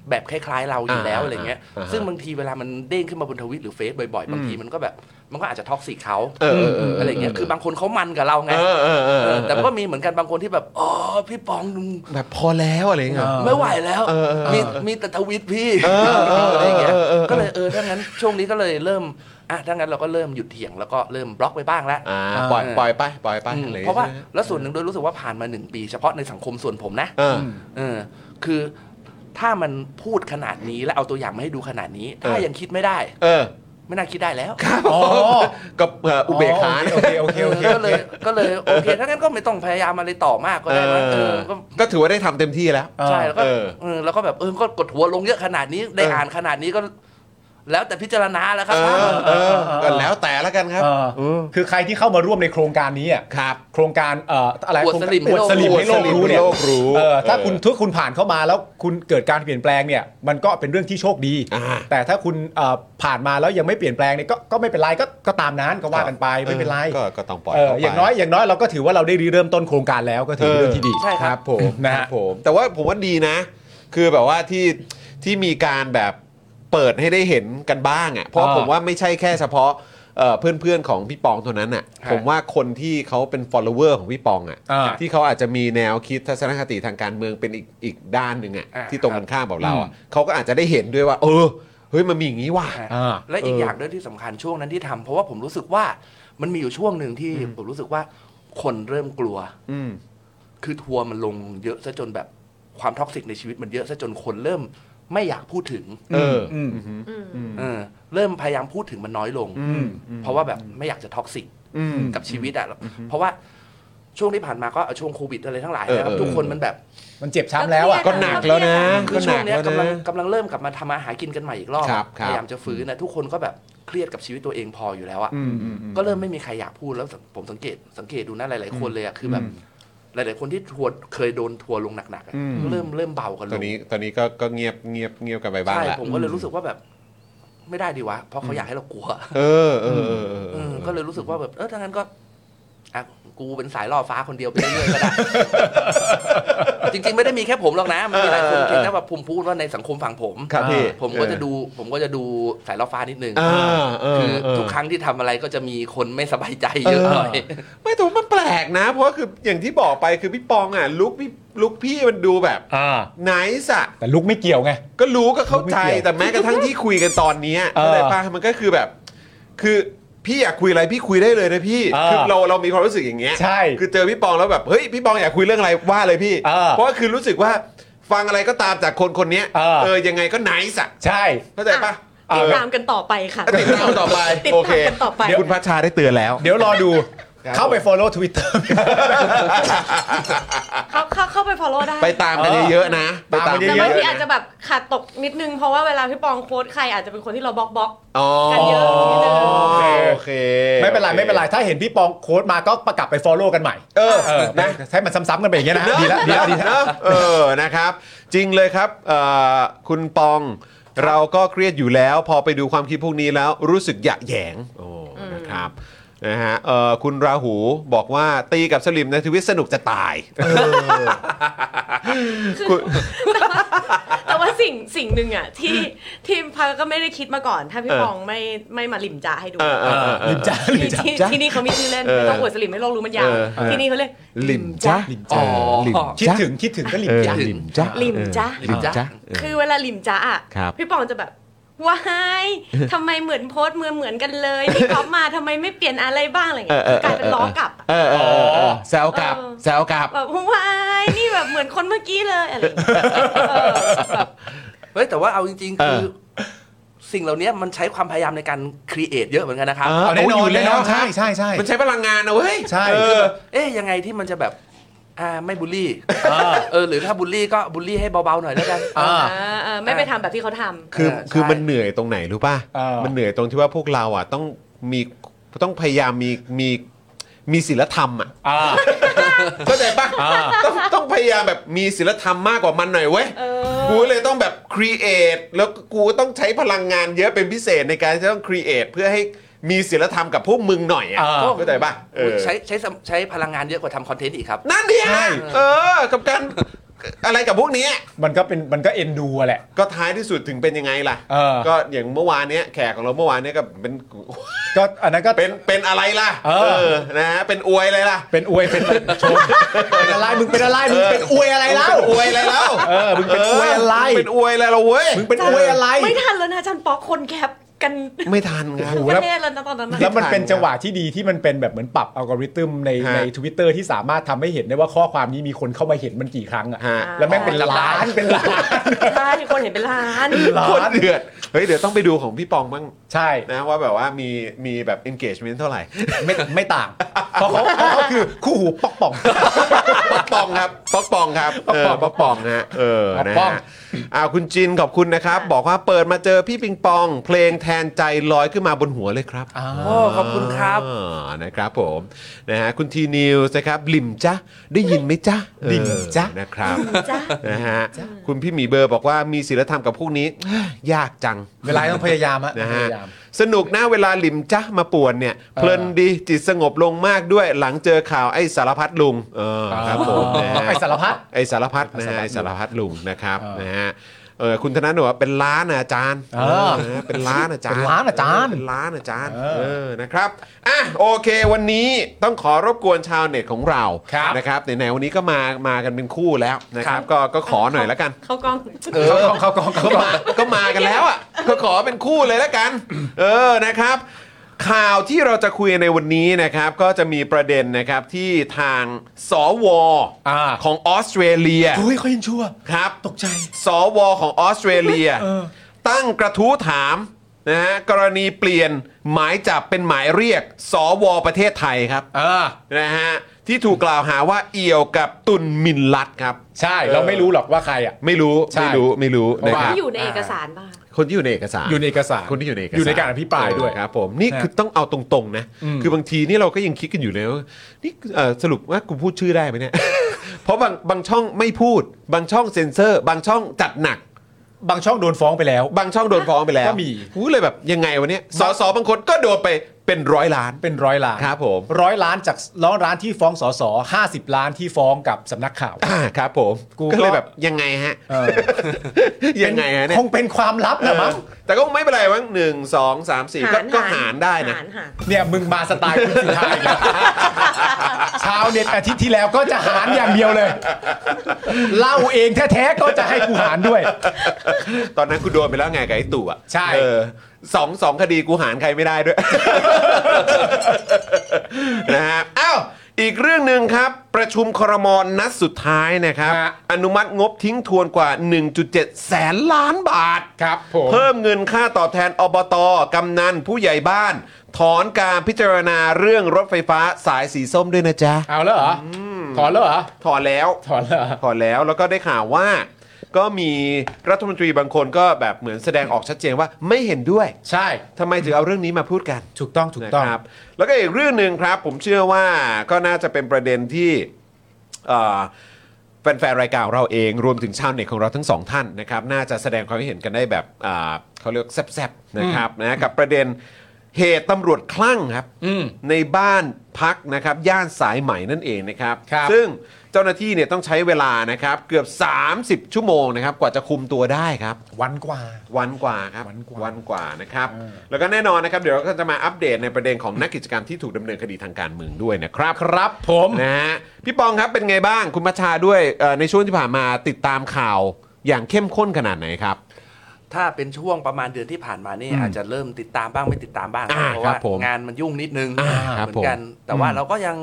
แบบคล้ายๆเราอยู่แล้ว อ่า อะไรเงี้ย อ่าฮะ ซึ่งบางทีเวลามันเด้งขึ้นมาบนทวิตหรือเฟซบ่อยๆ บางทีมันก็แบบมันก็อาจจะท็อกซิกเขา เออเออเอออ อะไรเงี้ย คือบางคนเขามันกับเราไง เออเออเออ เอ เอ อ อ แต่มันก็มีเหมือนกันบางคนที่แบบ อ๋อ พี่ปองมึง แบบพอแล้วอะไรอย่างเงี้ย เออ ไม่ไหวแล้ว เออเออเออ มีมีแต่ทวิตพี่ เออเออเออ อะไรเงี้ย เออเออ ก็เลยเออ ถ้างั้นช่วงนี้ก็เลยเริ่ม อ่ะ ถ้างั้นเราก็เริ่มหยุดเถียงแล้วก็เริ่มบล็อกไปบ้างแล้ว อ่าปล่อย เออ ปล่อยไปปล่อยไป อืม อไอย่งงี้ย เพราะว่าแล้วส่วนหนึ่งโดยรู้สึกว่าผ่านมาหนึ่งปี เฉพาะในสังคมส่วนผมนะ เออ เออคือถ้ามันพูดขนาดนี้แล้วเอาตัวอย่างมาให้ดูขนาดนี้ ถ้า เออ ยังคิดไม่ได้ เออ ไม่น่าคิดได้แล้ว อ๋อ ก็เอ่ออุเบกขานะ โอเคโอเคโอเค เออก็เลยก็เลยโอเคถ้างั้นก็ไม่ต้องพยายามอะไรต่อมากก็ เอ ได้มั้งเอ อ อก็ ก็ถือว่าได้ทำเต็มที่แล้ว ใช่แล้วก็ เออ เออแล้วก็แบบเออก็กดหัวลงเยอะขนาดนี้ได้ เอออ่ อ่านขนาดนี้ก็ แล้วแต่พิจารณาแล้วค เอ รับ อเออก็แล้วแต่แล้วกันครับ เออคือใครที่เข้ามาร่วมในโครงการนี้อ่ะ ครับ โครงการเอ่ออะไร อวด โครง ส การ ลิมให้ อวด โลก สลิมให้โลกรู้เนี่ย อวดสลิมให้โลกรู้ เออถ้า เออ คุณทุกคุณผ่านเข้ามาแล้วคุณเกิดการเปลี่ยนแปลงเนี่ยมันก็เป็นเรื่องที่โชคดี อ่า แต่ถ้าคุณเอ่อผ่านมาแล้วยังไม่เปลี่ยนแปลงเนี่ยก็ก็ไม่เป็นไรก็ก็ตามนั้นก็ว่ากันไปไม่เป็นไร ก็ก็ต้องปล่อย เ เขาไป อย่างน้อยอย่างน้อยเราก็ถือว่าเราได้ริเริ่มต้นโครงการแล้วก็ถือเป็นเรื่องที่ดี ใช่ครับ ผมนะ ค ฮะ รับผมแต่ว่าผมว่าดีนะ คือแบบว่าที่ที่มีการแบบเปิดให้ได้เห็นกันบ้างอะ่ะเพราะ อ่า ผมว่าไม่ใช่แค่เฉพาะ เอ่อเพื่อนๆของพี่ปองตัวนั้นน่ะ ฮะ ผมว่าคนที่เขาเป็น follower ของพี่ปองอ่ะ อ่า ที่เขาอาจจะมีแนวคิดทัศนคติทางการเมืองเป็นอีกอีกด้านหนึ่งอ่ะ อ่า ที่ตรงกันข้ามกับเราอ่ะเขาก็อาจจะได้เห็นด้วยว่า เออเฮ้ยมันมีอย่างนี้ว่ะ อ่ะ อ่า และอีก เออ อ อ ย่างด้วยที่สำคัญช่วงนั้นที่ทำเพราะว่าผมรู้สึกว่ามันมีอยู่ช่วงหนึ่งที่ผมรู้สึกว่าคนเริ่มกลัว อืม คือทัวร์มันลงเยอะซะจนแบบความท็อกซิกในชีวิตมันเยอะซะจนคนเริ่มไม่อยากพูดถึง เอออ ม อืม อืม อืม เออเริ่มพยายามพูดถึงมันน้อยลง อืมอืม เพราะว่าแบบไม่อยากจะท็อกซิก อืม กับชีวิตอะเพราะว่าช่วงที่ผ่านมาก็เอาช่วงโควิดอะไรทั้งหลาย เออ นะครับ เออ ทุกคนมันแบบ มันเจ็บช้ำแล้วอ่ะ ก็ ก็หนักแล้วนะ คื ก็ อ ห ช่ว นั ง ก เนี้ย แล้ว กำลัง นะ กำลังเริ่มกลับมาทำมาหากินกันใหม่อีกรอบ ครับครับ พยายามจะฟื้นนะทุกคนก็แบบเครียดกับชีวิตตัวเองพออยู่แล้วอะ อืมอืมอืม ก็เริ่มไม่มีใครอยากพูดแล้วผมสังเกตสังเกตดูนะหลายๆคนเลยอะคือแบบหลาย ๆ คนที่ทัวร์เคยโดนทัวร์ลงหนักๆอะ อืม เริ่มเริ่มเบากันล ตอน ง นี้ตอนนี้ก็ก็เงียบเงียบเงียบกันไปบ้าง ใช่ แหละ ผมก็เลยรู้สึกว่าแบบไม่ได้ดีวะ เพราะเขาอยากให้เรากลัว เออเออเออเออ เอ เอ อ อ ก็เลยรู้สึกว่าแบบเออถ้างั้นก็อ่ะกูเป็นสายล่อฟ้าคนเดียวไปเรื่อยๆก็ได้ จริงๆไม่ได้มีแค่ผมหรอกนะมันมีหลายคน เออเออ เพียงแต่ว่าผมพูดว่าในสังคมฝั่งผม ครับพี่ ผมก็จะดู ผมก็จะดูสายล่อฟ้านิดนึง เออเออ คือ เออ ทุกครั้งที่ทำอะไรก็จะมีคนไม่สบายใจเยอะหน่อย ไม่แต่ว่ามันแปลกนะ เพราะคืออย่างที่บอกไปคือพี่ปองอ่ะลุกพี่ลุกพี่มันดูแบบ อ่า ไนส์อ่ะ แต่ลุกไม่เกี่ยวไง ก็รู้ก็เข้าใจ ลุกไม่เกี่ยว แต่แม้กระทั่งที่คุยกันตอนเนี้ย เอเข้าอใจปะมันก็คือแบบ คือพี่อยากคุยอะไรพี่คุยได้เลยนะพี่ เออ คือเราเรามีความรู้สึกอย่างเงี้ย ใช่ คือเจอพี่ปองแล้วแบบเฮ้ยพี่ปองอยากคุยเรื่องอะไรว่าเลยพี่ เออ เพราะว่าคือรู้สึกว่าฟังอะไรก็ตามจากคนคนเนี้ย เออ เออยังไงก็ไนส์อ่ะ ใช่ เข้าใจปะ ติด เออ ตามกันต่อไปค่ะ ติดตามต่อไป ติด โอ ตาม เค กันต่อไป คุณพัชชาได้เตือนแล้ว เดี๋ยวรอดู ครับ เข้าไป follow Twitter เข้าเข้าเข้าไป follow ได้ ไปตามกันเยอะๆนะไปตามกัน แต่ เย บาง อะ ที ๆ อาจจะ นะ แบบขาดตกนิดนึงเพราะว่าเวลาพี่ปองโค้ดใครอาจจะเป็นคนที่เราบล็อกบล็อก อ๋อ กันเยอะนิดนึง โอเค ไม่เป็นไรไม่เป็นไร ถ้าเห็นพี่ปองโค้ดมาก็ประกลับไป follow กันใหม่ เออ เออนะ นะ ให้มันซ้ำๆกันไปอย่างเงี้ยนะ ดีแล้วดี เน แล้ว อะ ดีแล้ว เนอะเออนะครับ จริงเลยครับเอ่อคุณปองเราก็เครียดอยู่แล้ว พอไปดูความคิดพวกนี้แล้วรู้สึกหยะแหยงโอ้นะครับนะฮะเอ่อคุณราหูบอกว่าตีกับสลิมในทวิตสนุกจะตายคุณ แต่ว่าสิ่งสิ่งหนึ่งอ่ะที่ที่พักก็ไม่ได้คิดมาก่อน ถ้าพี่ เออ ปองไม่ไม่มาหลิมจ่าให้ดู เออเออเออเอ ลิ อ มจ้าลิม ที่ จ้า ที่ที่นี่เขามีชื่อเล่น เออ ไม่ต้องอวดสลิมให้โลกรู้มันยาว เออเออ ที่นี่เขาเรียก ลิมจ้า ลิม อ๋ จ้า อ คิดถึงคิดถึงก็ลิมจ้า เออ ลิมจ้า ลิมจ้ะ ลิมจ้า คือเวลาหลิมจ้าอ่ะ ครับ พี่ปองจะแบบว้ายทำไมเหมือนโพสต์เหมือนเหมือนกัน เลยที่เขามาทำไมไม่เปลี่ยนอะไรบ้างอะไรอย่างเงี้ย เออเออ กลายเป็นล้อกลับอะ เออเออเออเออแซวกลับ เออ แซวกลับ แบบว้ายนี่แบบเหมือนคนเมื่อกี้เลยอะไรอย่างเงี้ย เออแบบ เฮ้ยแต่ว่าเอาจริงๆ คือ เออ สิ่งเหล่านี้มันใช้ความพยายามในการครีเอทเยอะเหมือนกันนะครับ เอาแน่นอน โยยู่ แน่นอนใช่ใช่ใช่ มันใช้พลังงานนะเว้ย ใช่ เอ คือ อ แบบเอ๊ยยังไงที่มันจะแบบ อ่า ไม่บูลลี่ เออ หรือถ้าบูลลี่ก็บูลลี่ให้เบาๆหน่อยแล้วกัน อ่า เออเออไม่ไปทำแบบที่เขาทำ คือ เออใช่ คือมันเหนื่อยตรงไหนรู้ป่ะ เออ มันเหนื่อยตรงที่ว่าพวกเราอ่ะต้องมีต้องพยายามมีมีมีศีลธรรมอ่ะ อ่า เข้าใจป่ะ อ่า ต้องต้องพยายามแบบมีศีลธรรมมากกว่ามันหน่อยเว้ย เออ กูเลยต้องแบบครีเอทแล้วกูต้องใช้พลังงานเยอะเป็นพิเศษในการที่ต้องครีเอทเพื่อให้มีศีลธรรมกับพวกมึงหน่อยอ่ะ อ่า เข้าใจป่ะเออ ใช้ใช้สมใช้พลังงานเยอะกว่าทำคอนเทนต์อีกครับ นั่นเนี่ย ใช่ เออ กับการ อะไรกับพวกเนี้ย มันก็เป็นมันก็เอ็นดูอะแหละ ก็ท้ายที่สุดถึงเป็นยังไงล่ะ เออ ก็อย่างเมื่อวานเนี้ยแขกของเราเมื่อวานเนี้ยก็เป็น ก็อันนั้นก็ เป็นเป็นอะไรล่ะ เออ นะฮะเป็นอวยอะไรล่ะ เป็นอวยเป็นชมเป็นอะไรมึงเป็นอะไรมึงเป็นอวยอะไรแล้ว เป็นอวยอะไรแล้ว เออมึงเป็นอวยอะไร มึงเป็นอวยอะไรเราเว้ย มึงเป็นอวยอะไร ไม่ทันแล้วนะอาจันป๊อกคนแคปกัน ไม่ทันครับ ทั้งประเทศแล้วนะตอนนั้นนะ แล้วมันเป็นจังหวะที่ดีที่มันเป็นแบบเหมือนปรับอัลกอริทึมใน ฮะ ในทวิตเตอร์ที่สามารถทำให้เห็นได้ว่าข้อความนี้มีคนเข้ามาเห็นมันกี่ครั้งอะ ฮะ แล้วแม่งเป็นล้านเป็นล้าน ใช่คนเห็นเป็นล้าน ล้าน คนเดือดเฮ้ยเดี๋ยวต้องไปดูของพี่ปองบ้าง ใช่ นะว่าแบบว่ามีมีแบบ engagement เท่าไหร่ ไม่ไม่ต่างเพราะเขาเพราะเขาคือคู่หูปอกป่อง ป๊อกปองครับป๊อกปองครับเออป๊อกปองฮะเออนะ ป๊อกปอง ฮะอ่าคุณจินขอบคุณนะครับ บอกว่าเปิดมาเจอพี่ปิงปอง เพลงแทนใจลอยขึ้นมาบนหัวเลยครับ โอ้ขอบคุณครับ อ่านะครับผมนะฮะคุณทีนิวส์นะครับลิมจ้ะได้ยินไหมจ๊ะ ลิมจ๊ะ เออนะครับ จ้ะ นะฮะคุณพี่หมีเบอร์บอกว่ามีศิลธรรมกับพวกนี้ ยากจัง เวลาต้องพยายามอะ นะ พ ฮะ ยายาม สนุกนะเวลาหลิมจ้ะมาป่วนเนี่ยเพลินดีจิตสงบลงมากด้วยหลังเจอข่าวไอ้สารพัดลุงเออครับผมนะฮะ ไอ้สารพัด ไอ้สารพัดนะฮะ ไอ้ ไอ้สา สาร รพัด พัดลุงนะครับ เออ นะฮะ เออคุณธนาหนูว่าเป็นล้านนะอาจารย์ เออ เออเป็นล้านอาจารย์ เป็นล้านอาจารย์ เป็นล้านอาจารย์ เออ เออนะครับอ่ะโอเค วันนี้ต้องขอรบกวนชาวเน็ตของเรา ครับ นะครับไหนๆวันนี้ก็มามากันเป็นคู่แล้วนะค ครั รับบ ก็ก็ขอหน่อยละกัน เขากล้อง เออเขากองเขา ก็ กอง มาก็มากันแล้วอ่ะ ก็ขอเป็นคู่เลยแล้วกัน เออนะครับ ข่าวที่เราจะคุยในวันนี้นะครับ ก็จะมีประเด็นนะครับที่ทางสว อ่า ของออสเตรเลีย เฮ้ยเขายังชั่ว ครับ ตกใจ สวของออสเตรเลีย เออ ตั้งกระทู้ถามนะฮะกรณีเปลี่ยนหมายจับเป็นหมายเรียก สวประเทศไทยครับ เออ นะฮะที่ถูกกล่าวหาว่าเอี่ยวกับตุนมินลัดครับ ใช่ เราไม่รู้หรอกว่าใครอ่ะ ไม่รู้ ใช่ ไม่รู้ไม่รู้นะค เพราะ รับ ว่า อยู่ในเอกสารป่ะ คนที่อยู่ในเอกสาร อยู่ในเอกสาร คนที่อยู่ในเอกสาร อยู่ในการอภิปรายด้วย เออครับผมนี่ นะ คือต้องเอาตรงๆนะ อืม คือบางทีนี่เราก็ยังคิดกันอยู่เลยว่านี่เอ่อสรุปว่ากูพูดชื่อได้ไหมเนี่ย เพราะบางบางช่องไม่พูด บางช่องเซ็นเซอร์ บางช่องจัดหนัก บางช่องโดนฟ้องไปแล้ว บางช่องโดนฟ้องไปแล้ว ก็มี กูเลยแบบยังไงวะเนี่ยสสบางคนก็โดนไปเป็นร้อยล้าน เป็นร้อยล้าน ครับผม ร้อยล้านจากร้อยล้านที่ฟ้องสสห้าสิบล้านที่ฟ้องกับสำนักข่าว อ่าครับผม กู ก็เลย ก็ แบบยังไงฮะ เออ ยังไงฮะเนี่ย คงเป็นความลับนะมั้ง เออแต่ก็ไม่เป็นไรมั้งหนึ่งสองสามสี่ก็ก็หารได้นะ หารหาร เนี่ยมึงมาสไตล์คุณสุทาย นะชาวเน็ตอาทิตย์ที่แล้วก็จะหารอย่างเดียวเลย เล่าเองแท้ๆก็จะให้กูหารด้วย ตอนนั้นกูโดนไปแล้วไงกับไอ้ตู่อ่ะ ใช่ เออสองสองคดีกูหารใครไม่ได้ ด้วย นะฮะอ้าวอีกเรื่องหนึ่งครับ ประชุมครมอนนัดสุดท้ายนะครับ ฮะ อนุมัติงบทิ้งทวนกว่า 1.7 แสนล้านบาท ครับผม เพิ่มเงินค่าตอบแทนอบต กำนัน ผู้ใหญ่บ้าน ถอนการพิจารณาเรื่องรถไฟฟ้าสายสีส้มด้วยนะจ๊ะ เอาแล้วเหรอถอนแล้วเหรอ ถอนแล้ว ถอนแล้วเหรอ พอแล้วแล้วก็ได้ข่าวว่า ก็มีรัฐมนตรีบางคนก็แบบเหมือนแสดงออกชัดเจนว่าไม่เห็นด้วย ใช่ ทำไมถึงเอาเรื่องนี้มาพูดกัน ถูกต้องถูกต้อง นะครับแล้วก็อีกเรื่องหนึ่งครับ ผมเชื่อว่าก็น่าจะเป็นประเด็นที่เอ่อแฟนๆรายการของเราเองรวมถึงชาวเน็ตของเราทั้งสองท่านนะครับน่าจะแสดงความคิดเห็นกันได้แบบอ่าเขาเรียกแซบๆนะครับนะกับประเด็นเหตุตำรวจคลั่งครับ อืม ในบ้านพักนะครับย่านสายใหม่นั่นเองนะครับ ครับ ซึ่งเจ้าหน้าที่เนี่ยต้องใช้เวลานะครับเกือบ 30 ชั่วโมงนะครับกว่าจะคุมตัวได้ครับ วันกว่า วันกว่าครับ วันกว่า ว่านะครับ แล้วก็แน่นอนนะครับ เดี๋ยวเราก็จะมาอัปเดตในประเด็นของนักกิจกรรมที่ถูกดำเนินคดีทางการเมืองด้วยนะครับ ครับผม นะฮะพี่ปองครับเป็นไงบ้างคุณพัชชาด้วยเอ่อในช่วงที่ผ่านมาติดตามข่าวอย่างเข้มข้นขนาดไหนครับ ถ้าเป็นช่วงประมาณเดือนที่ผ่านมานี่อาจจะเริ่มติดตามบ้างไม่ติดตามบ้าง อ่า เพราะ ครับ ว่า ผม งานมันยุ่งนิดนึง อ่าครับ เหมือนกัน แต่ ผม ว่า อืม เราก็ยัง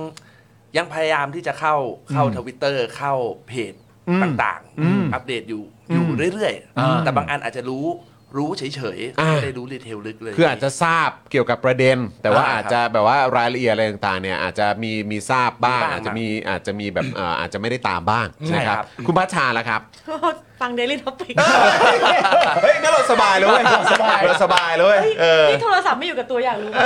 ยังพยายามที่จะเข้าเข้า อืม ทวิตเตอร์เข้าเพจ อืม ต่าง อืม ๆ อัปเดตอยู่อยู่เรื่อย อ่า ๆ แต่บางอันอาจจะรู้รู้เฉย อ่า ๆไม่ได้รู้ดีเทลลึกเลย คืออาจจะทราบเกี่ยวกับประเด็น แต่ว่า อ่า อาจจะแบบว่ารายละเอียดอะไรต่างๆเนี่ยอาจจะมีมีทราบบ้าง มีบ้าง อาจจะมีอาจจะมีแบบเอ่ออาจจะไม่ได้ตามบ้าง ใช่ นะครับ ครับ คุณพัชชาล่ะครับ ฟังเดลิทอปิก เฮ้ยงั้นเราสบายเลยเราสบายเราสบายเลยเออ นี่โทรศัพท์ไม่อยู่กับตัวอย่างรู้ไหม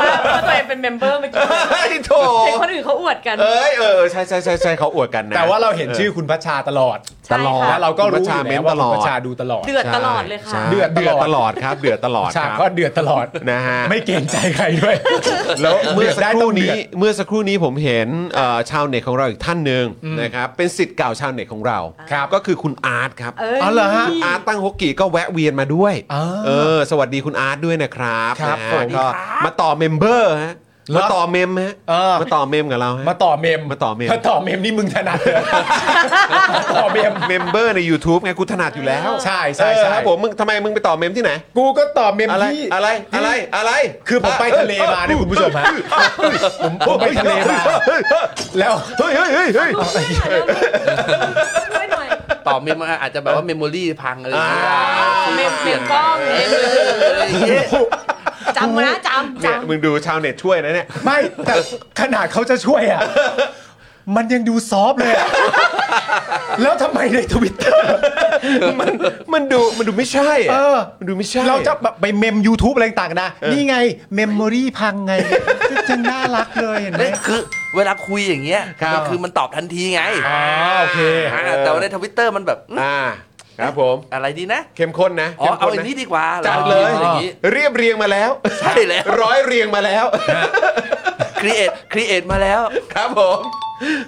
ว่าว่าตัวเองเป็นเมมเบอร์เมื่อกี้ เฮ้ยโถ เห็นคนอื่นเขาอวดกัน เอ้ยเออใช่ใช่ใช่ใช่เขาอวดกันนะ แต่ว่าเราเห็นชื่อคุณพัชชาตลอด ใช่ค่ะ แล้วเราก็รู้อยู่ คุณพัชชาเม้นตแล้วว่า ลอดคุณพัชชาดูตลอด เดือดตลอดเลยค่ะ ใช่ เดือดตลอด เดือดตลอดครับ เดือดตลอด ใช่ ครับ ก็เดือดตลอด นะฮะ ไม่เกรงใจใครด้วย แล้วเมื่อสักครู่นี้ เดือดได้ต้องเดือด เมื่อสักครู่นี้ผมเห็นเอ่อชาวเน็ตของเราอีกท่านหนึ่งนะครับเป็นสิทธิ์เก่าชาวเน็ตของเรา ครับ ก็คือคุณอาร์ตครับ เอ้ย อ๋อเหรอฮะ อาร์ตตั้งฮกกี้ก็แวะเวียนมาด้วย อ่า เออ สวัสดีคุณอาร์ตด้วยนะครับ ครับ นะฮะ ผม ก็มาต่อเมมเบอร์ฮะ เหรอ มาต่อเมมฮะ เออ มาต่อเมมกับเราฮะ มาต่อเมม มาต่อเมม มาต่อเมมนี่มึงถนัดเลยมาต่อเม ม เมมเบอร์ใน YouTube ไงกูถนัดอยู่แล้ว ใช่ใช่ใช่ เออครับผมมึงทำไมมึงไปต่อเมมที่ไหน กูก็ต่อเมม อะไร ที่ อะไรอะไรอะไร คือผมไปทะเลมาเนี่ยคุณผู้ชมฮะผมผมไปทะเลมาแล้ว เฮ้ยเฮ้ยเฮ้ยเฮ้ย ช่วยหน่อยช่วยหน่อย ต่อเมมมาอาจจะแบบว่าเมมโมรี่พังอะไรอย่างเงี้ย อ่า เมมเมมกล้องเมม อะไรอย่างเงี้ย จำนะจำ เนี่ย จำ มึงดูชาวเน็ตช่วยนะเนี่ย ไม่แต่ขนาดเขาจะช่วยอ่ะมันยังดูซอฟต์เลยอะแล้วทำไมในทวิตเตอร์ มันมันดูมันดูไม่ใช่อะ เออ มันดูไม่ใช่ เราจะแบบไปเมม YouTube อะไรต่างๆนะ นี่ไงเมมโมรี่พังไงจังน่ารักเลยเห็นไหม นี่ คือเวลาคุยอย่างเงี้ย ครับ มัคือมันตอบทันทีไง อ่าโอเค อ่าแต่ว่าในทวิตเตอร์มันแบบอืม อ่าครับผม อะไรดีนะ เข้มข้นนะ อ๋อ ข้ม เอา ข้ อัน นะ นี้ดีกว่า จัดเลย อย่างงี้ เรียบเรียงมาแล้ว ใช่แล้ว ร้อยเรียงมาแล้ว ครีเอทครีเอทมาแล้ว ครับผม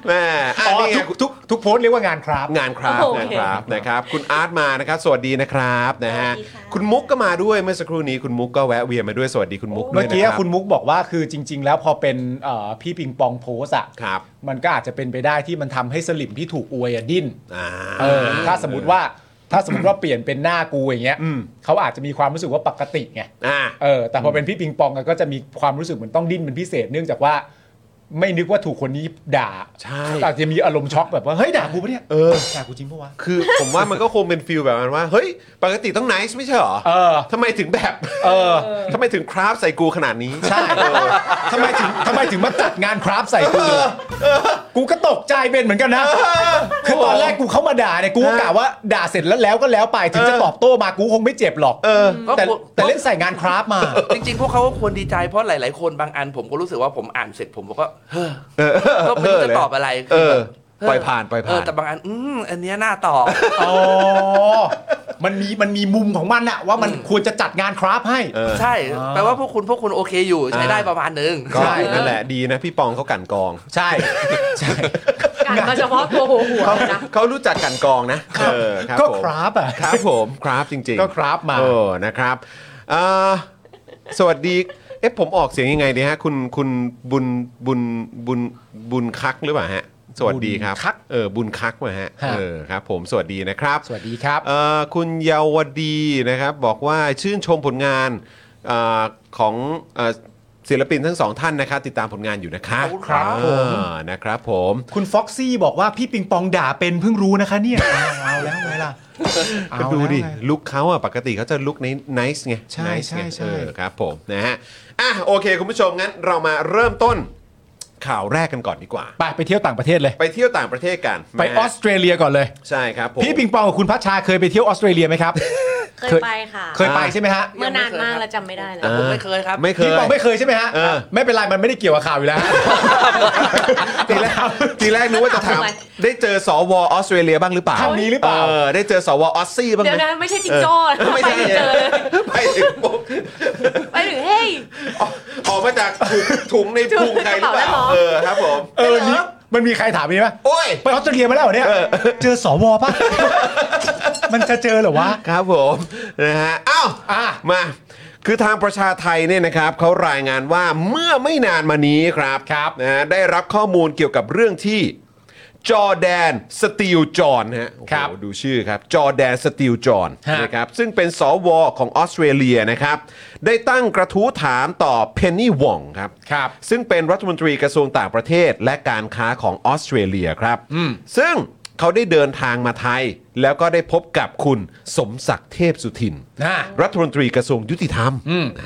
แม่อ่ะ อ๋อ นี่ไง ทุกทุกทุกโพสต์เรียกว่างานครับ งานครับ โอเค งานครับนะครับ คุณอาร์ตมานะครับ สวัสดีนะครับนะฮะ สวัสดีค่ะ คุณมุกก็มาด้วยเมื่อสักครู่นี้คุณมุกก็แวะเวียนมาด้วยสวัสดีคุณมุกด้ เมื่ ว อย นะ กี้ ครับ คุณมุกบอกว่าคือจริง ๆ แล้วพอเป็นเอ่อพี่ปิงปองโพสอะ ครับ มันก็อาจจะเป็นไปได้ที่มันทำให้สลิมที่ถูกอวยอะดิ้น อ่า เออถ้าสมมติว่าถ้าสมมติว่าเปลี่ยนเป็นหน้ากูอย่างเงี้ย อืม เขาอาจจะมีความรู้สึกว่าปกติไง อ่า เออแต่พอเป็นพี่ปิงปองอะก็จะมีความรู้สึกเหมือนต้องดิ้นเป็นพิเศษ เนื่องจากว่าไม่นึกว่าถูกคนนี้ด่า ใช่ อาจจะมีอารมณ์ช็อกแบบว่าเฮ้ยด่ากูปะเนี่ย เออ ด่ากูจริงปะวะ คือ ผมว่ามันก็คงเป็นฟิลแบบนั้นว่า เฮ้ย ปกติต้อง n น c e ไม่ใช่เหรอ เออ ทำไมถึงแบบ เออ ทำไมถึงคราฟใส่กูขนาดนี้ ใช่ทำไมถึงทำไมถึงมาจัดงานคราฟต์ใส่กูกูก็ตกใจเป็นเหมือนกันนะ คือตอนแรกกูเข้ามาด่าเนี่ย กูก็กะว่าด่าเสร็จแล้วแล้วก็แล้วไปถึงจะตอบโต้มากูคงไม่เจ็บหรอก เออ ก็ แต่ ควร แต่เล่นใส่งานคราฟต์มา จริงๆ พวกเขาก็ควรดีใจเพราะหลาย ๆ คนบางอันผมก็รู้สึกว่าผมอ่านเสร็จผมก็เฮ้อ ก็ไม่รู้จะตอบอะไร เอ คือ อ แบบเฮ้ ปล่อยผ่านปล่อยผ่าน เแต่บางอันอืมอันเนี้ยน่าตอบ อ๋อ มันมีมันมีมุมของมันอะว่ามันควรจะจัดงานคราฟต์ให้ เออ ใช่ อ่า แปลว่าพวกคุณพวกคุณโอเคอยู่ใช้ได้ประมาณหนึง ก็ ใช่ นั่นแหละดีนะ พี่ปองเขากันกอง ใช่ ใช่ การก็เฉพาะตัวหัวหัว เขา นะ เขารู้จักกันกองนะ เออครับ ก็ ผม คราฟต์อะ ครับผมครับจริงๆ ก็ครับมา โอ้นะครับเอ่อสวัสดี เอ๊ะผมออกเสียงยังไงดีฮะ คุณคุณบุญบุญบุญบุญคักหรือเปล่าฮะ สวัสดีครับคักเออบุญคักมาฮะเออครับผมสวัสดีนะครับ สวัสดีครับ เอ่อคุณเยาวดีนะครับบอกว่าชื่นชมผลงานเออของเอ่อศิลปินทั้งสองท่านนะครับ ติดตามผลงานอยู่นะคะ ขอบคุณครับผม อ่านะครับผม คุณฟ็อกซี่บอกว่าพี่ปิงปองด่าเป็นเพิ่งรู้นะคะเนี่ยเอาแล้วไงล่ะเอา ก็ แล้ว ดูดิ ไง ลุกเขาอะปกติเขาจะลุกในนิสไง ใช่ nice ไง ใช่ใช่ เออครับผมนะฮะอ่ะโอเค คุณผู้ชมงั้นเรามาเริ่มต้นข่าวแรกกันก่อนดีกว่า ไปไปเที่ยวต่างประเทศเลย ไปเที่ยวต่างประเทศกัน ไป นะ อ ฮะ อสเตรเลียก่อนเลย ใช่ครับผม พี่ปิงปองกับคุณพัชชาเคยไปเที่ยวออสเตรเลียไหมครับ เคยไปค่ะ เคยไปใช่ไหมฮะ เมื่อนานมากแล้วจำไม่ได้แล้ว ผมไม่เคยครับ ไม่เคย พี่ปองไม่เคยใช่ไหมฮะ เออ ไม่เป็นไรมันไม่ได้เกี่ยวกับข่าวอยู่แล้ว ทีแรกทีแรกนึกว่าจะถาม ทำไม ได้เจอสวออสเตรเลียบ้างหรือเปล่า ท่านนี้หรือเปล่า ออได้เจอสวออสซี่บ้าง เดี๋ยว ไหม นะไม่ใช่จิงโจ้ เออ นะ ไม่ ไป ใช่ ถึงเจอเลย ไปถึงปุ๊บ ไปถึงเฮ้ย ออก ออกมาจากถุงถุงในพุงใครหรือเปล่า ถุงในกระเป๋าเออแล้วเหรอครับผม เออนี่มันมีใครถามไหมว่า โอ้ย ไปออสเตรเลียมาแล้วเหรอเนี่ย เออ เจอสวป่ะ มันจะเจอเหรอวะ ครับผมนะฮะอ้าว อ่ะ มา คือทางประชาไทยเนี่ยนะครับเขารายงานว่าเมื่อไม่นานมานี้ครับครับนะฮะได้รับข้อมูลเกี่ยวกับเรื่องที่จอแดนสตีลจอนฮะโอ้โห ครับ ดูชื่อครับจอแดนสตีลจอน ฮะ นะครับซึ่งเป็นสวของออสเตรเลียนะครับ ได้ตั้งกระทู้ถามต่อเพนนีวองครับ ครับ ซึ่งเป็นรัฐมนตรีกระทรวงต่างประเทศและการค้าของออสเตรเลียครับ ซึ่งเขาได้เดินทางมาไทย แล้วก็ได้พบกับคุณสมศักดิ์เทพสุทิน น่ะ รัฐมนตรีกระทรวงยุติธรรม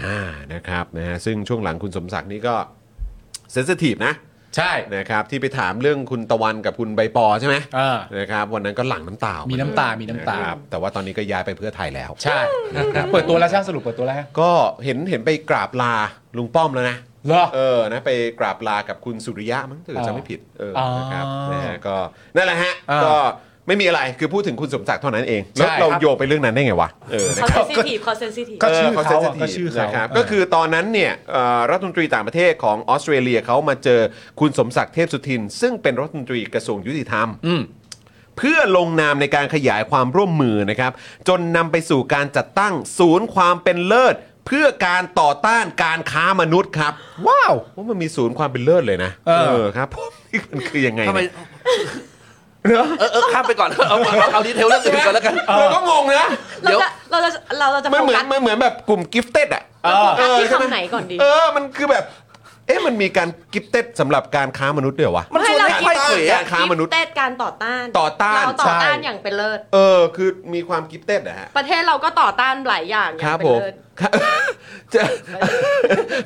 อ่านะครับนะฮะซึ่งช่วงหลังคุณสมศักดิ์นี่ก็เซน i ทีฟนะ ใช่ นะครับที่ไปถามเรื่องคุณตะวันกับคุณใบปอใช่ไหม อ่า นะครับวันนั้นก็หลั่งน้ำตาออก มีน้ำตา มีน้ำตา ครับแต่ว่าตอนนี้ก็ย้ายไปเพื่อไทยแล้ว ใช่เปิดตัวแล้วใช่ไหมสรุปเปิดตัวแล้วฮะ ก็เห็นเห็นไปกราบลาลุงป้อมแล้วนะ เหรอ เออ นะ ไปกราบลากับคุณสุริยะมั้งถ้าเกิดจำไม่ผิด เออ อ๋อ นะครับ นะฮะ ก็ นั่นแหละฮะ อ่า ก็ไม่มีอะไร คือพูดถึงคุณสมศักดิ์เท่านั้นเอง แล้ว ใช่ เรา ครับ โยงไปเรื่องนั้นได้ไงวะ เออ นะ เขา ค เซ รับ นซิทีฟเขาเซนซิทีฟ ก็ชื่อ ข เขาอะ sensitive ก็ชื่อเขา นะครับ เออ ก็คือตอนนั้นเนี่ยเอ่อรัฐมนตรีต่างประเทศของออสเตรเลียเขามาเจอคุณสมศักดิ์เทพสุทิน ซึ่งเป็นรัฐมนตรีกระทรวงยุติธรรม อืม เพื่อลงนามในการขยายความร่วมมือนะครับ จนนำไปสู่การจัดตั้งศูนย์ความเป็นเลิศ เพื่อการต่อต้านการค้ามนุษย์ครับ ว้าว ว่ามันมีศูนย์ความเป็นเลิศเลยนะ เออ ครับ ผมนี่มันคือยังไง ทำไม เนี่ยเนอะ เออเออข้ามไปก่อนเอาเอาเอาดีเทลเรื่องอื่นก่อนแล้วกัน เราก็งงนะ เรา เดี๋ยว จะเราจะเราเราจะ มัน โฟ เหมือ กัน ส มันเหมือนแบบกลุ่มกิฟเต็ดอ่ะ เออ โฟกัสที่ ใช่ม คำไหนก่อนดี เออ มันคือแบบ เอ๊ะมันมีการกิฟเต็ดสำหรับการค้ามนุษย์ด้วยเหรอวะ มันชวนให้ให้เรา ไขว้เขว ค้ามนุษย์ เต้การต่อต้าน ต่อต้าน เราต่อต้าน ใช่ อย่างเป็นเลิศ เออ คือมีความกิฟเต็ดอะฮะ ประเทศเราก็ต่อต้านหลายอย่างอ ค ย่าง รับ เป็น ผม เลิศ ครับ จะ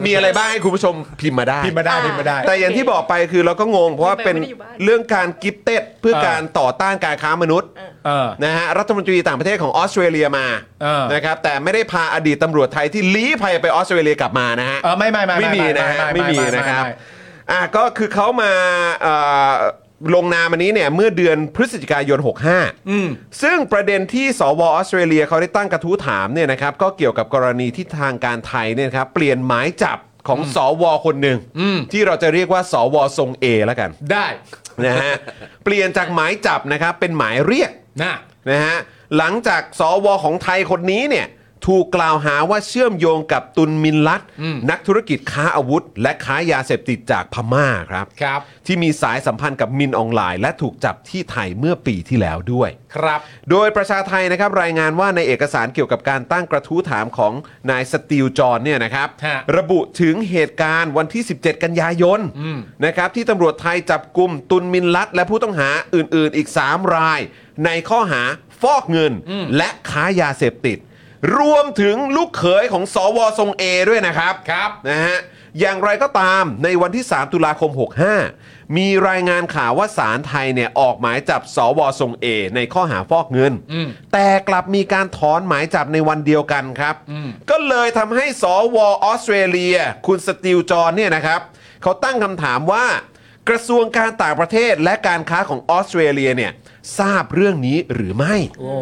มีอะไรบ้างให้คุณผู้ชมพิมพ์มาได้ พิมพ์มาได้ อ่า พิมพ์มาได้ แต่อย่างที่บอกไปคือเราก็งง เพราะว่าเป็น ไม่ได้อยู่บ้าน เรื่องการกิฟเต็ดเพื่อ เออ การต่อต้านการค้ามนุษย์ เออ นะฮะรัฐมนตรีต่างประเทศของออสเตรเลียมา เออ นะครับแต่ไม่ได้พาอดีตตำรวจไทยที่ลี้ภัยไปออสเตรเลียกลับมานะฮะ เออไม่ไม่ไม่ ไม่มีนะฮะไม่มีนะครับอ่ะก็คือเขามาเอ่อลงนามอันนี้เนี่ยเมื่อเดือนพฤศจิกายน 65 อืม ซึ่งประเด็นที่สวออสเตรเลียเขาได้ตั้งกระทู้ถามเนี่ยนะครับก็เกี่ยวกับกรณีที่ทางการไทยเนี่ยนะครับเปลี่ยนหมายจับ ของสวคนหนึ่งที่เราจะเรียกว่า สวทรงเอแล้วกัน ได้ นะฮะ เปลี่ยนจากหมายจับนะครับเป็นหมายเรียก นะ นะฮะหลังจากสวของไทยคนนี้เนี่ยถูกกล่าวหาว่าเชื่อมโยงกับตุนมินลัตนักธุรกิจค้าอาวุธ และค้ายาเสพติดจากพม่าครับ ครับ ที่มีสายสัมพันธ์กับมินออนไลน์ และถูกจับที่ไทยเมื่อปีที่แล้วด้วย ครับ โดยประชาไทยนะครับรายงานว่าในเอกสารเกี่ยวกับการตั้งกระทู้ถามของนายสตีลจอห์นเนี่ยนะครับ ฮะ ระบุถึงเหตุการณ์วันที่ 17 กันยายน อืม นะครับที่ตำรวจไทยจับกลุ่มตุนมินลัด และผู้ต้องหาอื่น ๆ อีก 3 ราย ในข้อหาฟอกเงินและค้ายาเสพติด รวมถึงลูกเขยของสวทรงเอด้วยนะครับ ครับ นะฮะอย่างไรก็ตามในวันที่ 3 ตุลาคม 65 มีรายงานข่าวว่าศาลไทยเนี่ยออกหมายจับสวทรงเอ ในข้อหาฟอกเงิน อืม แต่กลับมีการถอนหมายจับในวันเดียวกันครับ อืม ก็เลยทำให้สวออสเตรเลีย คุณสตีลจอห์นเนี่ยนะครับเขาตั้งคำถามว่า กระทรวงการต่างประเทศและการค้าของออสเตรเลียเนี่ยทราบเรื่องนี้หรือไม่ โอ้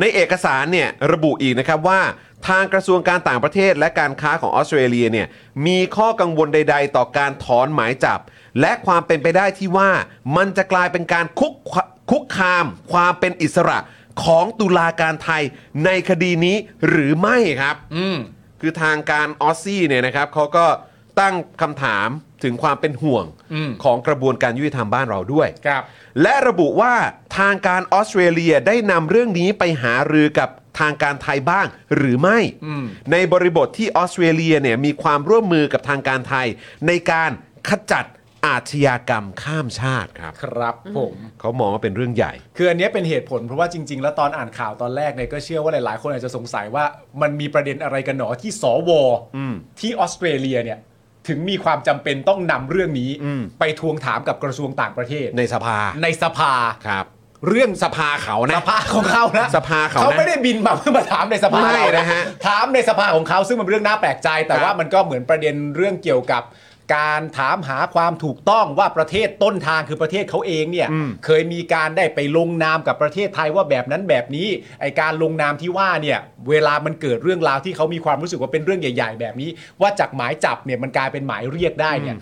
ในเอกสารเนี่ยระบุอีกนะครับว่า ทางกระทรวงการต่างประเทศและการค้าของออสเตรเลียเนี่ยมีข้อกังวลใด ๆ ต่อการถอนหมายจับ และความเป็นไปได้ที่ว่ามันจะกลายเป็นการคุกคุกคาม ความเป็นอิสระของตุลาการไทยในคดีนี้หรือไม่ครับ อืม คือทางการออสซี่เนี่ยนะครับเขาก็ตั้งคำถามถึงความเป็นห่วง อืม ของกระบวนการยุติธรรมบ้านเราด้วย ครับ และระบุว่าทางการออสเตรเลียได้นำเรื่องนี้ไปหารือกับทางการไทยบ้างหรือไม่ อืม ในบริบทที่ออสเตรเลียเนี่ยมีความร่วมมือกับทางการไทย ในการขจัดอาชญากรรมข้ามชาติครับ ครับผม เขามองว่าเป็นเรื่องใหญ่ คืออันเนี้ยเป็นเหตุผลเพราะว่าจริง ๆ แล้วตอนอ่านข่าวตอนแรกเนี่ยก็เชื่อว่าหลาย ๆ คนอาจจะสงสัยว่ามันมีประเด็นอะไรกันหนอที่สว อืม ที่ออสเตรเลียเนี่ยถึงมีความจำเป็นต้องนำเรื่องนี้ อืม ไปทวงถามกับกระทรวงต่างประเทศ ในสภา ในสภา ครับ เรื่อง สภาเขานะ สภาของเขานะ สภาเขานะ เขาไม่ได้บินมาเพื่ อมาถามในสภา ไม่ เรา นะฮะ ถามในสภาของเขาซึ่งมันเป็นเรื่องน่าแปลกใจ แต่ ครับ ว่ามันก็เหมือนประเด็นเรื่องเกี่ยวกับ การถามหาความถูกต้องว่าประเทศต้นทางคือประเทศเขาเองเนี่ย อืม เคยมีการได้ไปลงนามกับประเทศไทยว่าแบบนั้นแบบนี้ไอการลงนามที่ว่าเนี่ยเวลามันเกิดเรื่องราวที่เขามีความรู้สึกว่าเป็นเรื่องใหญ่ ๆ แบบนี้ ว่าจากหมายจับเนี่ยมันกลายเป็นหมายเรียกได้เนี่ย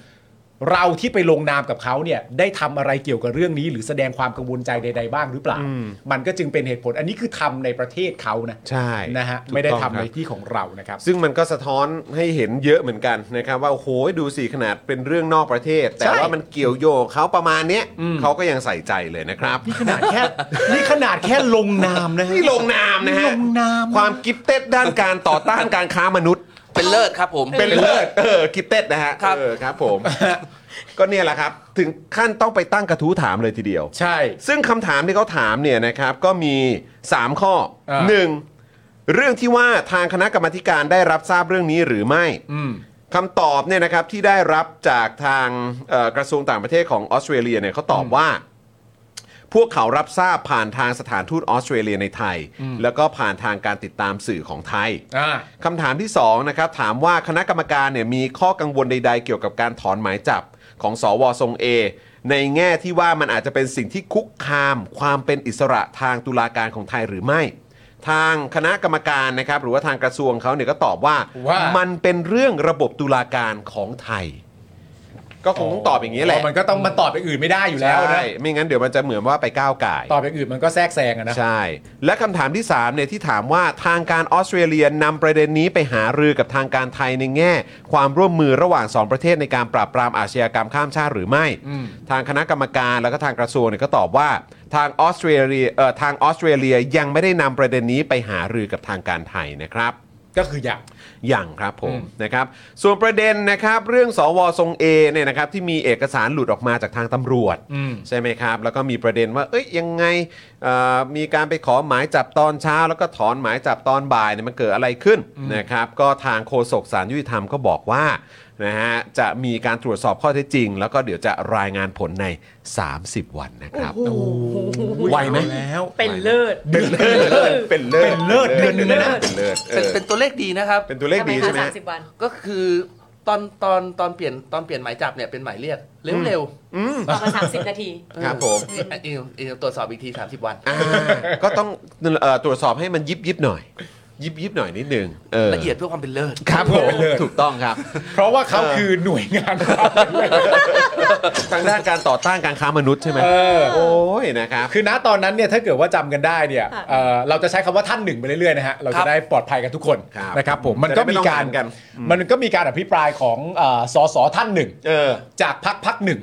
เราที่ไปลงนามกับเขาเนี่ยได้ทำอะไรเกี่ยวกับเรื่องนี้ หรือแสดงความกังวลใจใด ๆ บ้างหรือเปล่า อืม มันก็จึงเป็นเหตุผล อันนี้คือทำในประเทศเขานะ ใช่ นะฮะ ถูก ไม่ได้ ต้องคทำใน รับ ที่ของเรานะครับ ซึ่งมันก็สะท้อนให้เห็นเยอะเหมือนกันนะครับ ว่าโอ้โหดูสิขนาดเป็นเรื่องนอกประเทศ แต่ ใช่ ว่ามันเกี่ยวโยงเขาประมาณเนี้ย อืม เขาก็ยังใส่ใจเลยนะครับ นี่ขนาดแค่นี่ขนาดแค่ลงนามนะฮะ นี่ลงนามนะฮะ ลงนามนะ ความกิฟเต็ดด้านการต่อต้านการค้ามนุษย์ เป็นเลิศครับผม เป็นเลิศเออกิฟเต็ดนะฮะ ครับ เออครับผม ก็เนี่ยแหละครับ ถึงขั้นต้องไปตั้งกระทู้ถามเลยทีเดียว ใช่ ซึ่งคำถามที่เขาถามเนี่ยนะครับก็มี 3 ข้อ อ่า 1. เรื่องที่ว่าทางคณะกรรมาธิการได้รับทราบเรื่องนี้หรือไม่ อืม คำตอบเนี่ยนะครับที่ได้รับจากทางเอ่อกระทรวงต่างประเทศของออสเตรเลียเนี่ยเขาตอบว่า พวกเขารับทราบผ่านทางสถานทูตออสเตรเลียในไทย อืม แล้วก็ผ่านทางการติดตามสื่อของไทย อ่า คำถามที่ 2 นะครับ ถามว่าคณะกรรมการเนี่ยมีข้อกังวลใด ๆ เกี่ยวกับการถอนหมายจับของสวทรงเอ ในแง่ที่ว่ามันอาจจะเป็นสิ่งที่คุกคาม ความเป็นอิสระทางตุลาการของไทยหรือไม่ ทางคณะกรรมการนะครับหรือว่าทางกระทรวงเขาเนี่ยก็ตอบว่า ว่ามั นเป็นเรื่องระบบตุลาการของไทย ก็คงต้องตอบอย่างนี้แหละ มันก็ต้องมันตอบอย่างอื่นไม่ได้อยู่แล้ว ใช่ นะ ไม่งั้นเดี๋ยวมันจะเหมือนว่าไปก้าวไก่าย ตอบอย่างอื่นมันก็แทรกแซงอะนะ ใช่ และคำถามที่3เนี่ยที่ถามว่าทางการออสเตรเลียนำประเด็นนี้ไปหารือกับทางการไทยในแง่ ความร่วมมือระหว่าง 2 ประเทศในการปราบปรามอาชญากรรมข้ามชาติหรือไม่ อืม ทางคณะกรรมการแล้วก็ทางกระทรวงเนี่ยก็ตอบว่าทางออสเตรเลียเอ่อทางออสเตรเลียยังไม่ได้นำประเด็นนี้ไปหารือกับทางการไทยนะครับ ก็คืออย่าง อย่างครับผ อื ม ม นะครับ ส่วนประเด็นนะครับเรื่องสวทรงเอเนี่ยนะครับที่มีเอกสารหลุดออกมาจากทางตำรวจ อืม ใช่ไหมครับ แล้วก็มีประเด็นว่าเอ้ยยังไงเอ่อมีการไปขอหมายจับตอนเช้า แล้วก็ถอนหมายจับตอนบ่ายเนี่ยมันเกิดอะไรขึ้นนะครับ ก็ทางโฆษกสารยุติธรรมก็บอกว่านะฮะจะมีการตรวจสอบข้อเท็จจริง แล้วก็เดี๋ยวจะรายงานผลใน 30 วันนะครับ ไวไหม แล้ว เป็นเลิศ เป็นเลิศเป็นเลิศ เป็นเลิศเดือนหนึ่งเลยนะ เป็นเลิศเอ เป็น อ เป็นตัวเลขดีนะครับ เป็นตัวเลขดีใช่ไหม ทำ ฮะ สามสิบวัน ก็คือตอนตอนตอนเปลี่ยนตอนเปลี่ยนหมายจับเนี่ยเป็นหมายเรียกเร็ว ต่อมาสามสิบนาที ๆ ครับผม เออเออเออตรวจสอบอีกที 30 วัน อ่าก็ต้องเอ่อตรวจสอบให้มันยิบยิบหน่อย ยิบยิบหน่อยนิดนึงเออ ละเอียดเพื่อความเป็นเลิศ ครับผมถูกต้องครับ เพราะว่าเขาคือหน่วยงานเขา ทางด้านการต่อต้านการค้ามนุษย์ใช่ไหม เออ โอ้ยนะครับ คือณตอนนั้นเนี่ยถ้าเกิดว่าจำกันได้เนี่ย ค่ะ เอ่อเราจะใช้คำว่าท่านหนึ่งไปเรื่อยๆนะฮะเรา ครั จะ บ ได้ปลอดภัยกันทุกคน ครับ นะครับผมมัน จะ ก็ ได้ไม่ มี ต้อง การ หันกัน มันก็มีการอภิปรายของเอ่อสสท่านหนึ่ง เออ จากพักพัก หนึ่ง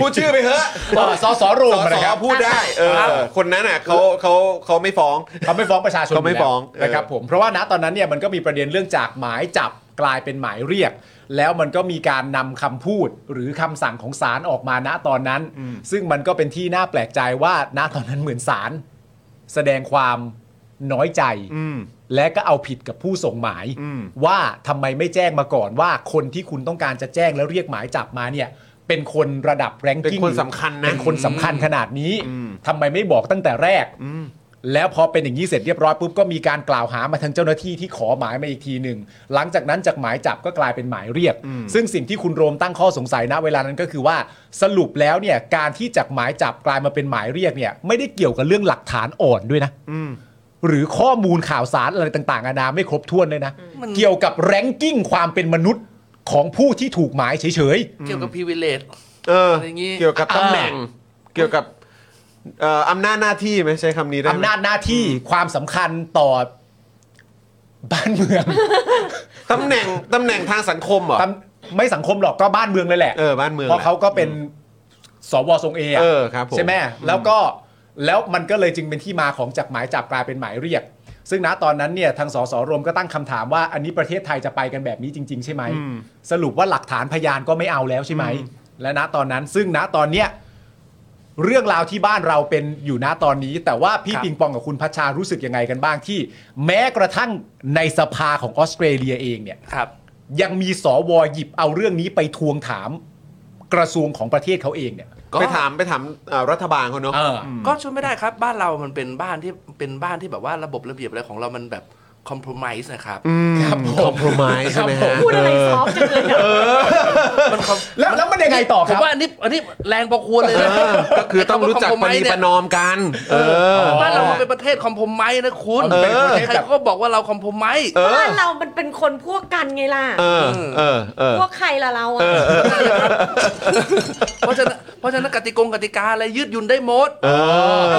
พูดชื่อไปเถอะ เอ่อสสโร ส ม ส นะครับ พูดได้เออคนนั้นอ่ะเขาเขาเขาไม่ฟ้อง เขาไม่ฟ้องประชาชน เขาไม่ ยู่แล้ว ฟ้องเออ นะครับผมเพราะว่าณตอนนั้นเนี่ยมันก็มีประเด็นเรื่องจากหมายจับกลายเป็นหมายเรียก แล้วมันก็มีการนำคำพูดหรือคำสั่งของศาลออกมาณตอนนั้น ซึ่งมันก็เป็นที่น่าแปลกใจว่าณตอนนั้นเหมือนศาลแสดงความน้อยใจ อืม และก็เอาผิดกับผู้ส่งหมาย อืม ว่าทำไมไม่แจ้งมาก่อนว่าคนที่คุณต้องการจะแจ้งแล้วเรียกหมายจับมาเนี่ย เป็นคนระดับแรง เป็น กิ้ง คนสำคัญนะ เป็นคนสำคัญขนาดนี้ทำไมไม่บอกตั้งแต่แรก แล้วพอเป็นอย่างนี้เสร็จเรียบร้อยปุ๊บก็มีการกล่าวหามาทางเจ้าหน้าที่ที่ขอหมายมาอีกทีหนึ่งหลังจากนั้นจากหมายจับก็กลายเป็นหมายเรียก ซึ่งสิ่งที่คุณโรมตั้งข้อสงสัยณเวลานั้นก็คือว่าสรุปแล้วเนี่ยการที่จากหมายจับกลายมาเป็นหมายเรียกเนี่ยไม่ได้เกี่ยวกับเรื่องหลักฐานอ่อนด้วยนะ หรือข้อมูลข่าวสารอะไรต่างๆนานาไม่ครบถ้วนเลยนะ เกี่ยวกับแรงกิ้งความเป็นมนุษย์ของผู้ที่ถูกหมายเฉย เกี่ยวกับพรีเวลเลต เออ อะไรอย่างงี้ เกี่ยวกับตำแหน่ง เกี่ยวกับเอ่ออำนาจหน้าที่ไหมใช้คำนี้ ๆ ได้ไหม อำนาจหน้าที่ความสำคัญต่อบ้านเมือง ตำแหน่งตำแหน่งทางสังคมเหรอ ตำไม่สังคมหรอกก็บ้านเมืองเลยแหละ เออบ้านเมือง เพราะเขาก็เป็นสวทรงเอะ เออครับผม ใช่ไหมแล้วก็แล้วมันก็เลยจึงเป็นที่มาของจากหมายจับกลายเป็นหมายเรียก ซึ่งณตอนนั้นเนี่ยทางสสรวมก็ตั้งคำถามว่าอันนี้ประเทศไทยจะไปกันแบบนี้จริง ๆ ใช่ไหมสรุปว่าหลักฐานพยานก็ไม่เอาแล้วใช่ไหมและณตอนนั้น ซึ่งณตอนเนี้ยเรื่องราวที่บ้านเราเป็นอยู่ณตอนนี้ แต่ว่าพี่ ครับ ปิงปองกับคุณพัชชารู้สึกยังไงกันบ้างที่ แม้กระทั่งในสภาของออสเตรเลียเองเนี่ย ครับ ยังมีสวหยิบเอาเรื่องนี้ไปทวงถามกระทรวงของประเทศเขาเองเนี่ย ไปถามไปถามเอ่อรัฐบาลเขาเนอะ เออ ก็ช่วยไม่ได้ครับ บ้านเรามันเป็นบ้านที่เป็นบ้านที่แบบว่าระบบระเบียบอะไรของเรามันแบบคอม p r o m i s e นะครับ ครับผม compromise ใช่ไหม ครับ ฮะ ผม พูดอะไรซอฟต์จังเลยอะ มันคอม แล้วแล้วมันยังไงต่อคผม รับ ว่าอันนี้อันนี้แรงประควรเลย เอ นะ อก็คือต้องรู้จักปณีไอ้คำ compromise ประนอมกัน เออ เนี่ยบ้านเรามันเป็นประเทศคอม p r o m i s e นะคุณ มันเป็นประเทศ ใคร แบบ ก็บอกว่าเราคอม p r o m i s e บ้านเรามันเป็นคนพวกกันไงล่ะ เออเออเออ พวกใครล่ะเราอะ เพราะฉะนั้นเพราะฉะนั้นกติกงกติกาอะไรยืดหยุ่นได้หมด เออ เอ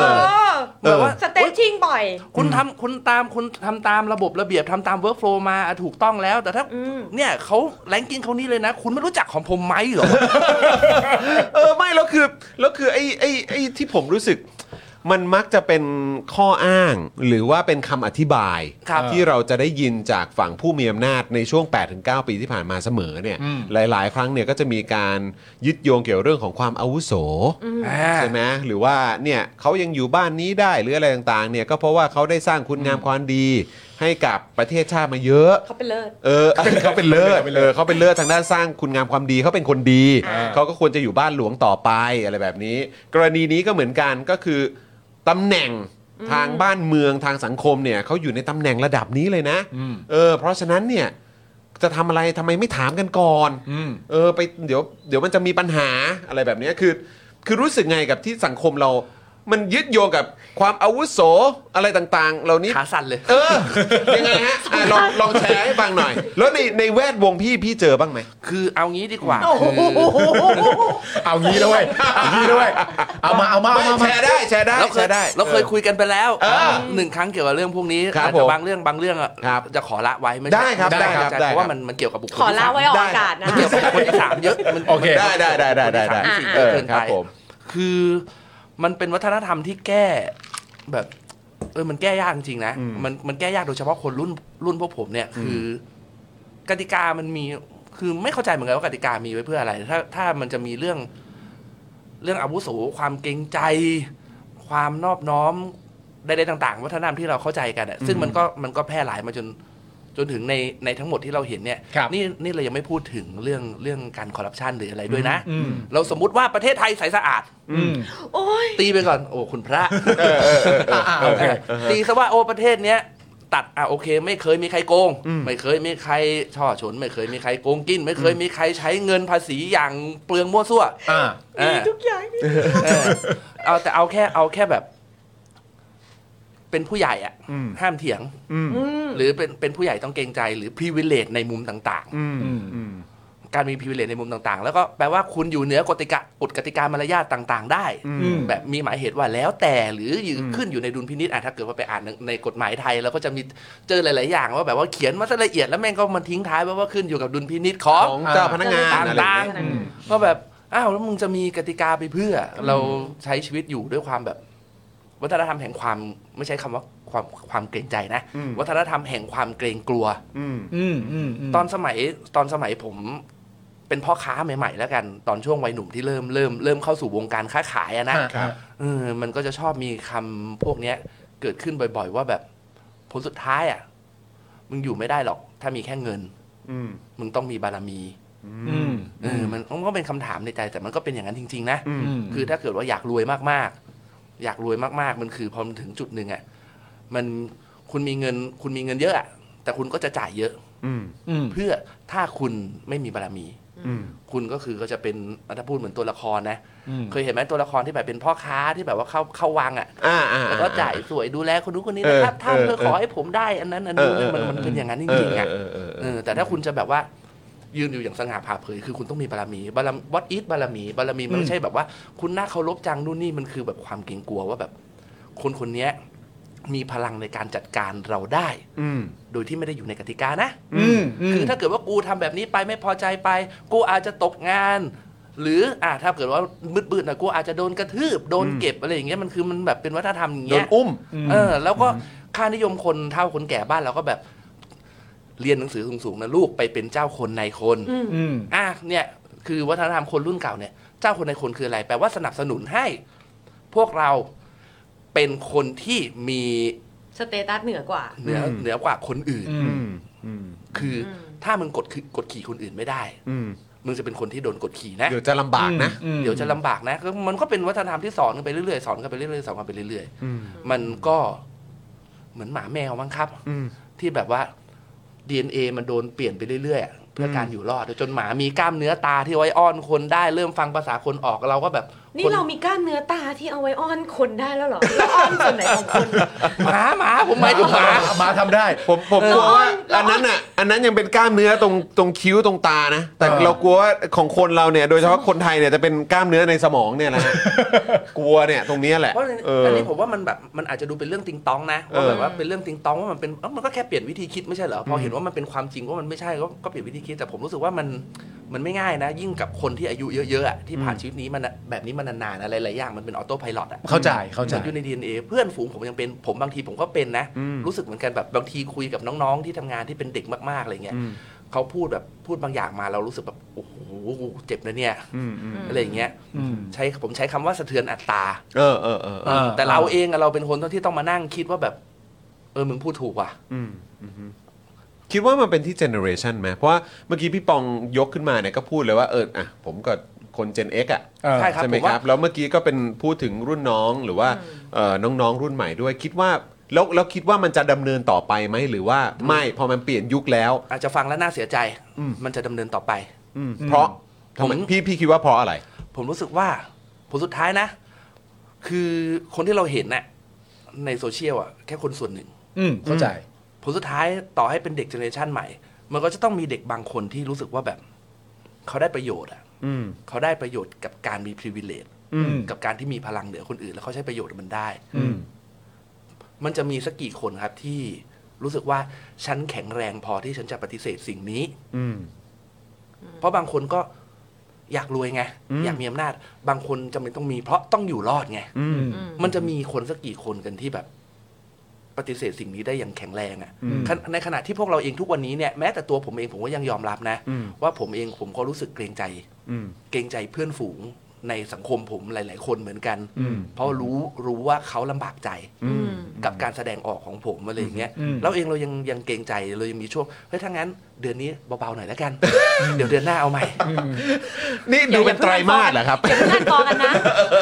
อ เออ สเตตชิ่งบ่อย คุณทำคุณตามคุณทำตามระบบระเบียบทำตามเวิร์กโฟลมาอ่ะถูกต้องแล้ว แต่ถ้า อืม เนี่ยเขาแรงกิ้งเขานี่เลยนะ คุณไม่รู้จักของผมไหมเหรอ เออไม่แล้วคือแล้วคือไอ้ไอ้ไอ้ที่ผมรู้สึก มันมักจะเป็นข้ออ้างหรือว่าเป็นคำอธิบาย ครับ ที่เราจะได้ยินจากฝั่งผู้มีอำนาจในช่วง 8-9 ปีที่ผ่านมาเสมอเนี่ยหลาย ๆ ครั้งเนี่ยก็จะมีการยึดโยงเกี่ยวเรื่องของความอาวุโส ใช่ไหมหรือว่าเนี่ยเขายังอยู่บ้านนี้ได้หรืออะไรต่างๆเนี่ยก็เพราะว่าเขาได้สร้างคุณงามความดีให้กับประเทศชาติมาเยอะ เขาเป็นเลิศ เออ เขาเป็นเลิศ เออเขาเป็นเลิศทางด้านสร้างคุณงามความดีเขาเป็นคนดี อ่า เขาก็ควรจะอยู่บ้านหลวงต่อไปอะไรแบบนี้ กรณีนี้ก็เหมือนกันก็คือตำแหน่งทางบ้านเมืองทางสังคมเนี่ยเขาอยู่ในตำแหน่งระดับนี้เลยนะเออ เพราะฉะนั้นเนี่ยจะทำอะไรทำไมไม่ถามกันก่อนเออไปเดี๋ยวเดี๋ยวมันจะมีปัญหาอะไรแบบเนี้ยคือ คือรู้สึกไงกับที่สังคมเรา มันยึดโยงกับความอาวุโสอะไรต่างๆ เหล่านี้ ขาสั่นเลย เออ ยังไงฮะอ่ะลองลองแชร์ให้ฟังหน่อย แล้วในในแวดวงพี่พี่เจอบ้างไหม คือเอางี้ดีกว่า โอ้โห เอางี้ด้วยเอางี้ด้วยเอามาเอามาเอามา แชร์ได้แชร์ได้ เราเค แช ย ร์ได้ เราเคยคุยกันไปแล้ว เออ หนึ่งครั้งเกี่ยวกับเรื่องพวกนี้ ครับผแต่ม บางเรื่องบางเรื่องอะ ครับ จะขอละไว้ไม่ ได้ครับได้ครับได้ครับ เพราะว่ามันมันเกี่ยวกับบุคคล ขอลาไว้ออกอากาศนะ มันเกี่ยวกับบุคคลที่สามเยอะมัน โอเค ได้ได้ได้ได้ได้ได้ มัน เอ เกี่อยวกับบุคคลที่สามที่สี่เกิน ครั ไป บผม คือมันเป็นวัฒนธรรมที่แก้แบบเออมันแก้ยากจริงๆนะมันมันแก้ยากโดยเฉพาะคนรุ่นรุ่นพวกผมเนี่ย คือ กติกามันมีคือไม่เข้าใจเหมือนกันว่ากติกามีไว้เพื่ออะไร ถ้าถ้ามันจะมีเรื่อง เรื่องอาวุโสความเกรงใจ ความนอบน้อมใดๆต่าง ๆ วัฒนธรรมที่เราเข้าใจกันอะซึ่งมันก็มันก็แพร่หลายมาจนจนถึงในในทั้งหมดที่เราเห็นเนี่ย ครับ นี่นี่เรายังไม่พูดถึงเรื่องเรื่องการคอร์รัปชันหรืออะไรด้วยนะ อืม เราสมมุติว่าประเทศไทยใสสะอาด อืม โอ้ย ตีไปก่อน โอ้คุณพระ อ่ะอ่ะโอเค เออตีซะว่าโอ้ประเทศเนี้ยตัดอ่ะโอเค ไม่เคยมีใครโกง ไม่เคยมีใครช่อฉนไม่เคยมีใครโกงกิน ไม่เคยมีใครใช้เงินภาษีอย่างเปลืองมั่วซั่ว อ่า เออ ทุกอย่าง เออเอาแต่เอาแค่เอาแค่แบบ เป็นผู้ใหญ่อะ อืม ห้ามเถียง อืม อืม หรือเป็นเป็นผู้ใหญ่ต้องเกรงใจหรือ privilege ในมุมต่าง อืมอืม ๆ การมี privilege ในมุมต่างๆ แล้วก็แปลว่าคุณอยู่เหนือกติกากฎกติกามารยาทต่าง ๆ ได้ อืม แบบมีหมายเหตุว่าแล้วแต่หรืออยู่ขึ้นอยู่ในดุลพินิจอ่ะถ้าเกิดว่าไปอ่านในในกฎหมายไทยเราก็จะมีเจอหลาย ๆ อย่างว่าแบบว่าเขียนมาซะละเอียดแล้วแม่งก็มาทิ้งท้ายไว้ว่าขึ้นอยู่กับดุลพินิจของ ของเจ้าพนักงานอะไรอย่าง ต่าง เงี้ย ๆก็แบบอ้าวแล้วมึงจะมีกติกาไปเพื่ออเราใช้ชีวิตอยู่ด้วยความแบบ วัฒนธรรมแห่งความไม่ใช่คำว่าความความเกรงใจนะ อืม วัฒนธรรมแห่งความเกรงกลัว อืมอืมอืม ตอนสมัยตอนสมัยผมเป็นพ่อค้าใหม่ๆ แล้วกันตอนช่วงวัยหนุ่มที่เริ่มเริ่มเริ่มเข้าสู่วงการค้าขายอะนะ ครับ เออมันก็จะชอบมีคำพวกเนี้ย เกิดขึ้นบ่อยๆ ว่าแบบผลสุดท้ายอ่ะ มึงอยู่ไม่ได้หรอก ถ้ามีแค่เงิน อืม มึงต้องมีบารมี อืม เออมันมันก็เป็นคำถามในใจ แต่มันก็เป็นอย่างนั้นจริงๆนะ อืม คือถ้าเกิดว่าอยากรวยมากๆ อยากรวยมากๆ มันคือพอมันถึงจุดหนึ่งอ่ะมันคุณมีเงินคุณมีเงินเยอะอะแต่คุณก็จะจ่ายเยอะ อืมอืม เพื่อถ้าคุณไม่มีบารมี อืม คุณก็คือก็จะเป็นถ้าพูดเหมือนตัวละครนะ อืม เคยเห็นไหมตัวละครที่แบบเป็นพ่อค้าที่แบบว่าเข้าเข้าวังอ่ะ อ่าอ่า แล้วก็จ่ายสวยดูแลคนนู้นคนนี้ เออ นะครับถ้า เออ เธอ เออ ขอให้ผมได้อันนั้นอันนู้นเนี่ยมันมันเป็นอย่างนั้นจริงๆอ่ะ เออเออเอ เอ อ อแต่ถ้าคุณจะแบบว่ายืนอยู่อย่างสง่าผ่าเผยคือคุณต้องมีบารมีบารมีวัดอีทบารมีบารมีมันไม่ใช่แบบว่า คุณน่าเคารพจังนู่นนี่มันคือแบบความเกรงกลัวว่าแบบ คนคนเนี้ยมีพลังในการจัดการเราได้ อืม โดยที่ไม่ได้อยู่ในกติกานะ อืมอืม คือถ้าเกิดว่ากูทำแบบนี้ไปไม่พอใจไป กูอาจจะตกงาน หรืออ่าถ้าเกิดว่ามืดๆหน่อยกูอาจจะโดนกระทืบโดนเก็บอะไรอย่างเงี้ยมันคือมันแบบเป็นวัฒนธรรมอย่าง โด เงี้ น ย อุ้ม เออแล้วก็ค่านิยมคนเท่าคนแก่บ้านเราก็แบบ เรียนหนังสือสูงๆนะลูกไปเป็นเจ้าคนในคน อืม อืม อ่ะเนี่ย คือวัฒนธรรมคนรุ่นเก่าเนี่ย เจ้าคนในคนคืออะไรแปลว่าสนับสนุนให้ พวกเราเป็นคนที่มี สเตตัสเหนือกว่า เหนือ อืม เหนือกว่าคนอื่น อืมอืม คืออ ม ถ้ามึงกดคือกดขี่คนอื่นไม่ได้ อืม มึงจะเป็นคนที่โดนกดขี่นะ เดี๋ยวจะลำบากนะ อืม เดี๋ยวจะลำบากนะก็มันก็เป็นวัฒนธรรมที่สอนกันไปเรื่อยๆสอนกันไปเรื่อยๆสอนกันไปเรื่อย อืม ๆมันก็เหมือนหมาแมวมั้งครับ อืม ที่แบบว่า DNA มันโดนเปลี่ยนไปเรื่อยๆอะเพื่อการอยู่รอดจนหมามีกล้ามเนื้อตาที่ไว้อ้อนคนได้เริ่มฟังภาษาคนออกเราก็แบบ นี่ คน เรามีก้านเนื้อตาที่เอาไว้อ้อนคนได้แล้วเหรอเราอ้อนส่วนไหนของคน หมาหมาผมหมายถึงหมา มาทำได้ ผมผมกลัวว่า ร้อน อันนั้นอ่ะอันนั้นยังเป็นกล้ามเนื้อตรงตรงคิ้วตรงตานะ แต่ เออ เรากลัวว่าของคนเราเนี่ย โดยเฉพาะคนไทยเนี่ยจะเป็นกล้ามเนื้อในสมองเนี่ยแห ละ กลัวเนี่ยตรงเนี้ยแหละ เพราะอัน เอออ นี้ผมว่ามันแบบมันอาจจะดูเป็นเรื่องติงตองนะว่าแบบว่าเป็นเรื่องติงตองว่ามันเป็นเอ้ามันก็แค่เปลี่ยนวิธีคิดไม่ใช่เหรอพอเห็นว่ามันเป็นความจริงว่ามันไม่ใช่ก็ก็เปลี่ยนวิธีคิดแต่ผมรู้สึกว่ามันมันไม่ง่ายนะ ยิ่งกับคนที่อายุเยอะๆอะที่ผ่านชีวิตนี้มันอะแบบนี้มานานๆอะไรหลายๆอย่างมันเป็นออโต้ไพลอตอะ เข้าใจเข้าใจ เหมือนอยู่ใน DNA เพื่อนฝูงผมยังเป็นผมบางทีผมก็เป็นนะ รู้สึกเหมือนกันแบบบางทีคุยกับน้องๆที่ทำงานที่เป็นเด็กมากๆอะไรเงี้ยเขาพูดแบบพูดบางอย่างมาเรารู้สึกแบบโอ้โหเจ็บนะเนี่ยอะไรอย่างเงี้ย อืม ใช้ผมใช้คำว่าสะเทือนอัตตรา เออเออเออเออ อ่า แต่เราเองอะเราเป็นคนที่ต้องมานั่งคิดว่าแบบ เออมึงพูดถูกว่ะ อืม คิดว่ามันเป็นที่เจเนอเรชันไหมเพราะว่าเมื่อกี้พี่ปองยกขึ้นมาเนี่ยก็พูดเลยว่าเอออ่ะผมก็คนเจน X อ่ะ เออ ใช่ครับ ใช่ไหม ผม ค ว่า รับแล้วเมื่อกี้ก็เป็นพูดถึงรุ่นน้องหรือว่าเอ่อน้องๆ รุ่นใหม่ด้วย คิดว่าแล้วแล้วคิดว่ามันจะดำเนินต่อไปไหมหรือว่าไม่พอมันเปลี่ยนยุคแล้ว อาจจะฟังแล้วน่าเสียใจ อืม มันจะดำเนินต่อไป อืม เพราะทำไม ผม พี่พี่คิดว่าเพราะอะไร ผมรู้สึกว่าผลสุดท้ายนะ คือคนที่เราเห็นน่ะในโซเชียลอะแค่คนส่วนหนึ่ง อืม เข้าใจ ผลสุดท้ายต่อให้เป็นเด็กเจเนอเรชันใหม่ มันก็จะต้องมีเด็กบางคนที่รู้สึกว่าแบบ เขาได้ประโยชน์อ่ะ อืม เขาได้ประโยชน์กับการมี privilege อืม กับการที่มีพลังเหนือคนอื่น แล้วเขาใช้ประโยชน์มันได้ อืม มันจะมีสักกี่คนครับที่รู้สึกว่าฉันแข็งแรงพอที่ฉันจะปฏิเสธสิ่งนี้ อืม เพราะบางคนก็อยากรวยไงอยากมีอำนาจ บางคนจำเป็นต้องมีเพราะต้องอยู่รอดไง อืม อืม มันจะมีคนสักกี่คนกันที่แบบ ปฏิเสธสิ่งนี้ได้อย่างแข็งแรง อืม อะ่ะขณะในขณะที่พวกเราเองทุกวันนี้เนี่ยแม้แต่ตัวผมเองผมก็ยังยอมรับนะ อืม ว่าผมเองผมก็รู้สึกเกรงใจ อืม เกรงใจเพื่อนฝูงในสังคมผมหลาย ๆ คนเหมือนกัน อืม เพราะรู้รู้ว่าเขาลำบากใจ อืม กับการแสดงออกของผมอะไรอย่างเงี้ย อืม เราเองเรายังยังเกรงใจเรายังมีช่วงเฮ้ยถ้างั้น เดือนนี้เบาๆหน่อยแล้วกัน เดี๋ยวเดือนหน้าเอาใหม่ นี่ดูเป็นไตรมาสเหรอครับ อย่าเพิ่งอัดฟองกันนะ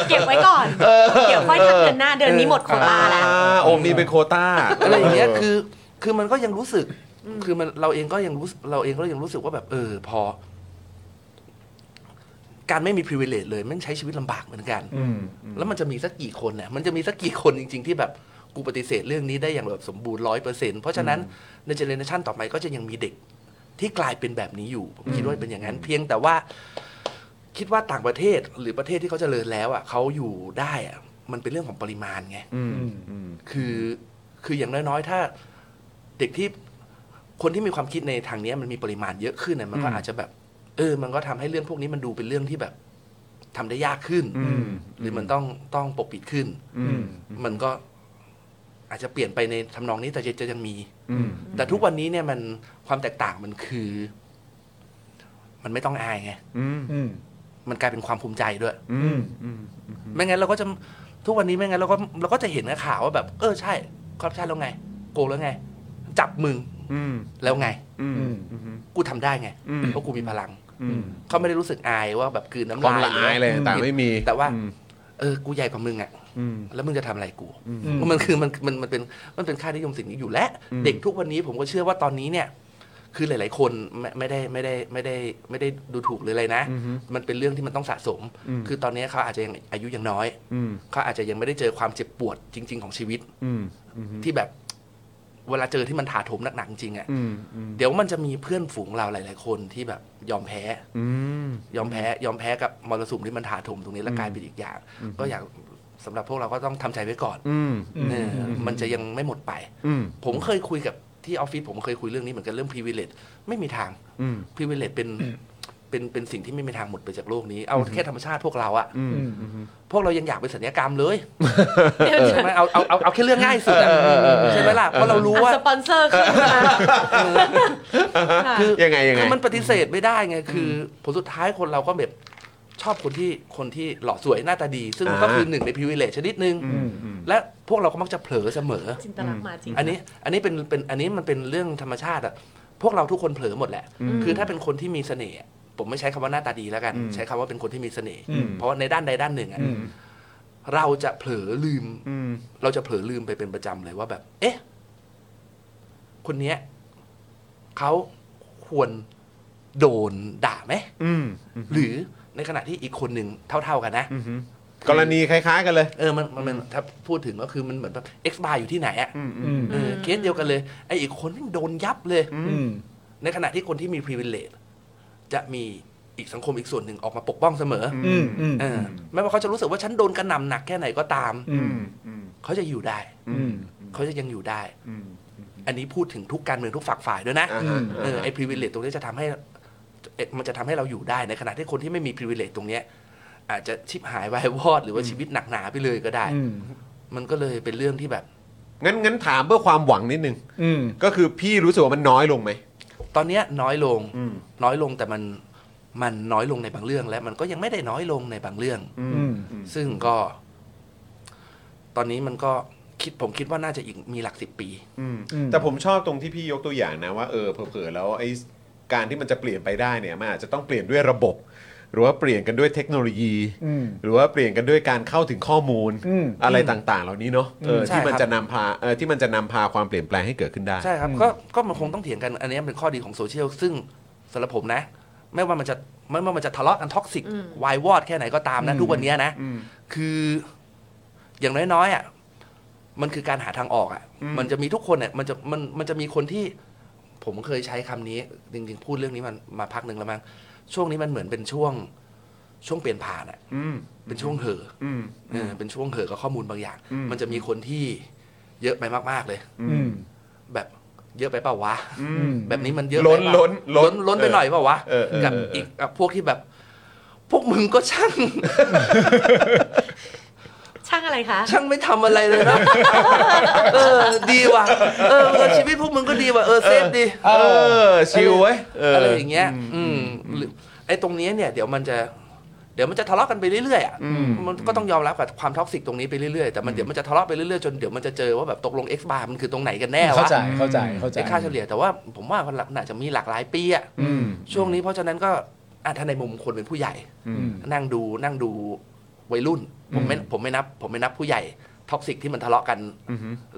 เก็บไว้ก่อน เดี๋ยวค่อยทำเดือนหน้าเดือนนี้หมดโควตาแล้ว อ่าโอมนี่เป็นโควต้า อะไรอย่างเงี้ยคือคือมันก็ยังรู้สึก คือมันเราเองก็ยังรู้สึกเราเองก็ยังรู้สึกว่าแบบ เออ พอ การไม่มี privilege เลยแมันใช้ชีวิตลำบากเหมือนกัน อืม แล้วมันจะมีสักกี่คนเนี่ยมันจะมีสักกี่คนจริง ๆ ที่แบบ กูปฏิเสธเรื่องนี้ได้อย่างแบบสมบูรณ์ร้อยเปอร์เซ็นต์เพราะฉะนั้นในเจเนเรชันต่อไปก็จะยังมีเด็กที่กลายเป็นแบบนี้อยู่ผมคิดว่าเป็นอย่างนั้น เพียงแต่ว่าคิดว่าต่างประเทศหรือประเทศที่เขาเจริญแล้วอ่ะเขาอยู่ได้อ่ะมันเป็นเรื่องของปริมาณไง อืมอืม คือคืออย่างน้อยๆ ถ้าเด็กที่คนที่มีความคิดในทางเนี้ยมันมีปริมาณเยอะขึ้นเนี่ยมันก็ อืม อาจจะแบบ เออ มันก็ทำให้เรื่องพวกนี้มันดูเป็นเรื่องที่แบบทำได้ยากขึ้น อืม หรือมันต้องต้องปกปิดขึ้น อืม มันก็อาจจะเปลี่ยนไปในทำนองนี้แต่จะจะยังมี อืม แต่ทุกวันนี้เนี่ยมันความแตกต่างมันคือ มันไม่ต้องอายไง อืม อืม มันกลายเป็นความภูมิใจด้วย อืมอืม ไม่งั้นเราก็จะทุกวันนี้ไม่งั้นเราก็เราก็จะเห็นข่าวว่าแบบ เออใช่คอร์รัปชันแล้วไง โกงแล้วไง จับมึง อืม แล้วไง อืมอืม กูทำได้ไง อืม เพราะกูมีพลัง อืม เขาไม่ได้รู้สึกอายว่าแบบกลืนน้ำ ความ ลาย ละอายอะไรต่างๆไม่มี แต่ว่า อืม เออกูใหญ่กว่ามึงอ่ะ อืม แล้วมึงจะทำอะไรกู อืม มันคือมันมันมันเป็นมันเป็นค่านิยมสิ่งนี้อยู่และ อืม เด็กทุกวันนี้ผมก็เชื่อว่าตอนนี้เนี่ย คือหลาย ๆ คนไม่ไม่ได้ไม่ได้ไม่ได้ไม่ได้ดูถูกหรืออะไรนะ อืม มันเป็นเรื่องที่มันต้องสะสม อืม คือตอนนี้เขาอาจจะยังอายุยังน้อย อืม เขาอาจจะยังไม่ได้เจอความเจ็บปวดจริง ๆ ของชีวิต อืมอืม ที่แบบเวลาเจอที่มันถาโถมหนักๆจริงๆอะ่ะ อืมอืม เดี๋ยวมันจะมีเพื่อนฝูงเราหลาย ๆ คนที่แบบยอมแพ้ อืม ยอมแพ้ยอมแพ้กับมรสุมที่มันถาโถมตรงนี้แล้วกลายเป็นอีกอย่าง ก็อยากสำหรับพวกเราก็ต้องทำใจไว้ก่อน อืม เอออมันจะยังไม่หมดไป อืม ผมเคยคุยกับที่ออฟฟิศผมเคยคุยเรื่องนี้เหมือนกันเรื่อง privilege ไม่มีทาง อืม privilege เป็นเป็นเป็นสิ่งที่ไม่มีทางหมดไปจากโลกนี้เอาแค่ธรรมชาติพวกเราอะ อืมอืม พวกเรายังอยากเป็นสัญญกรรมเลยใช่ไหมเอาเอาเอาเอาแค่เรื่องง่ายสุดอะ เออเออเออ ใช่ไหมล่ะเพราะเรารู้ อ่ะ ว่า สปอนเซอร์ขึ้นมาค่ะ ยังไงยังไง คือมันปฏิเสธไม่ได้ไงคือผลสุดท้ายคนเราก็แบบชอบคนที่คนที่หล่อสวยหน้าตาดี ซึ่งก็คือหนึ่งในพิเวเลชชนิดนึง อืมอืม และพวกเราก็มักจะเผลอเสมอ จินตลักษณ์มาจริง อันนี้อันนี้เป็นเป็นอันนี้มันเป็นเรื่องธรรมชาติอะพวกเราทุกคนเผลอหมดแหละ อืม คือถ้าเป็นคนที่มีเสน่ห์อะผมไม่ใช้คำว่าหน้าตาดีแล้วกัน อืม ใช้คำว่าเป็นคนที่มีเสน่ห์ อืม เพราะว่าในด้านใดด้านหนึ่งอะ อืม เราจะเผลอลืม อืม เราจะเผลอลืมไปเป็นประจำเลยว่าแบบ เอ๊ะ คนเนี้ยเขาควรโดนด่าไหม อืมอืม หรือในขณะที่อีกคนหนึ่งเท่า ๆกันนะ อืมกรณีคล้าย ๆ กันเลย เออมันมันมันถ้าพูดถึงก็คือมันเหมือนแบบ x bar อยู่ที่ไหนอะ อืมอื อื ม ม เออเคสเดียวกันเลย ไออีกคนแม่งโดนยับเลย อื อื ม ม ในขณะที่คนที่มี privilege จะมีอีกสังคมอีกส่วนหนึ่งออกมาปกป้องเสมอ อืมอืม เออไม่ว่าเขาจะรู้สึกว่าฉันโดนกระหน่ำหนักแค่ไหนก็ตาม อืม อืม เขาจะอยู่ได้ อืม เขาจะยังอยู่ได้ อืม อันนี้พูดถึงทุกการเมืองทุกฝักฝ่ายด้วยนะ อ่าฮะ เออไอ้ privilege ตรงนี้จะทำให้เอ่อมันจะทำให้เราอยู่ได้ในขณะที่คนที่ไม่มี privilege ตรงเนี้ยอาจจะชิบหายวา ยวอด หรือว่าชีวิตหนักหนาไปเลยก็ได้ อืม มันก็เลยเป็นเรื่องที่แบบ งั้นงั้นถามเพื่อความหวังนิดนึง อืม ก็คือพี่รู้สึกว่ามันน้อยลงไหม ตอนเนี้ยน้อยลง อืม น้อยลงแต่มันมันน้อยลงในบางเรื่อง และมันก็ยังไม่ได้น้อยลงในบางเรื่อง อื อืม ซึ่งก็ ตอนนี้มันก็คิดผมคิดว่าน่าจะอีกมีหลักสิบปี อืม อืม แต่ผมชอบตรงที่พี่ยกตัวอย่างนะว่าเออเผลอๆแล้วไอ้การที่มันจะเปลี่ยนไปได้เนี่ยมันอาจจะต้องเปลี่ยนด้วยระบบ หรือว่าเปลี่ยนกันด้วยเทคโนโลยี อืม หรือว่าเปลี่ยนกันด้วยการเข้าถึงข้อมูล อืม อะไรต่างๆ เหล่านี้เนาะเออ ใช่ ที่มัน ครับ จะนำพาเออที่มันจะนำพาความเปลี่ยนแปลงให้เกิดขึ้นได้ ใช่ครับ อืม ก็ก็มันคงต้องเถียงกัน อันนี้เป็นข้อดีของโซเชียล ซึ่งสำหรับผมนะ ไม่ว่ามันจะไม่ว่ามันจะทะเลาะกันท็อกซิก อืม วายวอดแค่ไหนก็ตามนะ ทุกวันเนี้ยนะ อืม คืออย่างน้อยๆอ่ะมันคือการหาทางออกอ่ะ อืม มันจะมีทุกคนเนี่ยมันจะมันมันจะมีคนที่ ผมเคยใช้คำนี้ จริงๆ พูดเรื่องนี้มันมาพักหนึ่งแล้วมั้งช่วงนี้มันเหมือนเป็นช่วง ช่วงเปลี่ยนผ่านอ่ะ อืม เป็นช่วงเหอะ อืม เออเป็นช่วงเหอะกับข้อมูลบางอย่าง อืม มันจะมีคนที่เยอะไปมากๆเลย อืม แบบเยอะไปเปล่าวะ อืม แบบนี้มันเยอะ ล้น ไปเปา ล้นล้ ล้ น นล้นไป เออ หน่อยเปล่าวะ เออเออ กับ เอออี อีกกับพวกที่แบบ พวกมึงก็ช่าง ช่างอะไรคะ ช่างไม่ทำอะไรเลย นะ เออ ดีว่ะเออเออชีวิตพวกมึงก็ดีว่ะเออเซฟดี เออชิลเว้ยเอออ อะไรอย่างเงี้ย อืมหรือไอ้ตรงเนี้ยเนี่ยเดี๋ยวมันจะ เดี๋ยวมันจะทะเลาะกันไปเรื่อยๆอ่ะมันก็ต้องยอมรับกับความท็อกซิกตรงนี้ไปเรื่อยๆแต่มันเดี๋ยวมันจะทะเลาะไปเรื่อยๆจนเดี๋ยวมันจะเจอว่าแบบตกลง x bar มันคือตรงไหนกันแน่ เข้าว ะ ใจเข้าใจเข้าใจ ไอ้ค่าเฉลี่ยแต่ว่าผมว่ามันน่าจะมีหลากหลายปีอะ อืม ช่วงนี้เพราะฉะนั้นก็อ่ะถ้าในมุมคนเป็นผู้ใหญ่ อืม นั่งดูนั่งดูวัยรุ่น ผมไม่ผมไม่นับ ผมไม่นับผู้ใหญ่ท็อกซิกที่มันทะเลาะกัน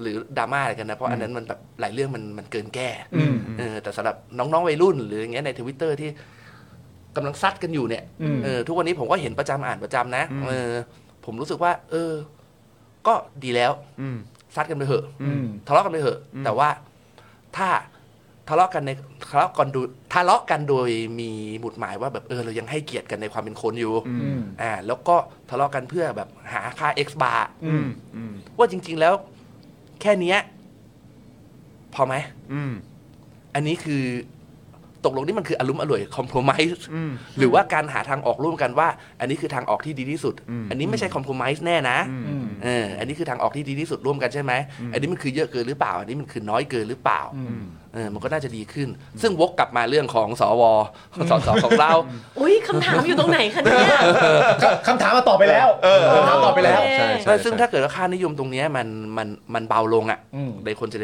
หรือดราม่าอะไรกันนะ เพราะอันนั้นมันแบบหลายเรื่องมันมันเกินแก้ อืม เออแต่สำหรับน้องๆวัยรุ่น หรืออย่างเงี้ยในทวิตเตอร์ที่กำลังซัดกันอยู่เนี่ย อืม เออทุกวันนี้ผมก็เห็นประจำอ่านประจำนะเออผมรู้สึกว่า เออ ก็ดีแล้ว อืม ซัดกันไปเถอะ อืม ทะเลาะกันไปเถอะแต่ว่าถ้าทะเลาะกันในทะเลาะกันดูทะเลาะกันโดยมีบุตรหมายว่าแบบเออเรายังให้เกียรติกันในความเป็นคนอยู่ อืม อ่าแล้วก็ทะเลาะกันเพื่อแบบหาค่า X bar อืม อืม ว่าจริง ๆ แล้ว แค่เนี้ยพอไหม อืม อันนี้คือตกลงนี่มันคืออารมณ์อร่วยคอมโพมิส อืม หรือว่าการหาทางออกร่วมกันว่า อันนี้คือทางออกที่ดีที่สุด อืม อันนี้ไม่ใช่คอมโพมิสแน่นะ อืม อืม เอออันนี้คือทางออกที่ดีที่สุดร่วมกันใช่ไหมอันนี้มันคือเยอะเกินหรือเปล่า อันนี้มันคือน้อยเกินหรือเปล่า อืม เออมันก็น่าจะดีขึ้น ซึ่งวกกลับมาเรื่องของสวสสของเรา อุ้ยคำถามอยู่ตรงไหนคะเนี่ย คำถามมาตอบไปแล้ว เออ คำถามตอบไปแล้ว โอเค ใช่ใช่ ซึ่งถ้าเกิดว่าค่านิยมตรงเนี้ยมันมันมันเบาลงอ่ะ อืม ในคนเจเ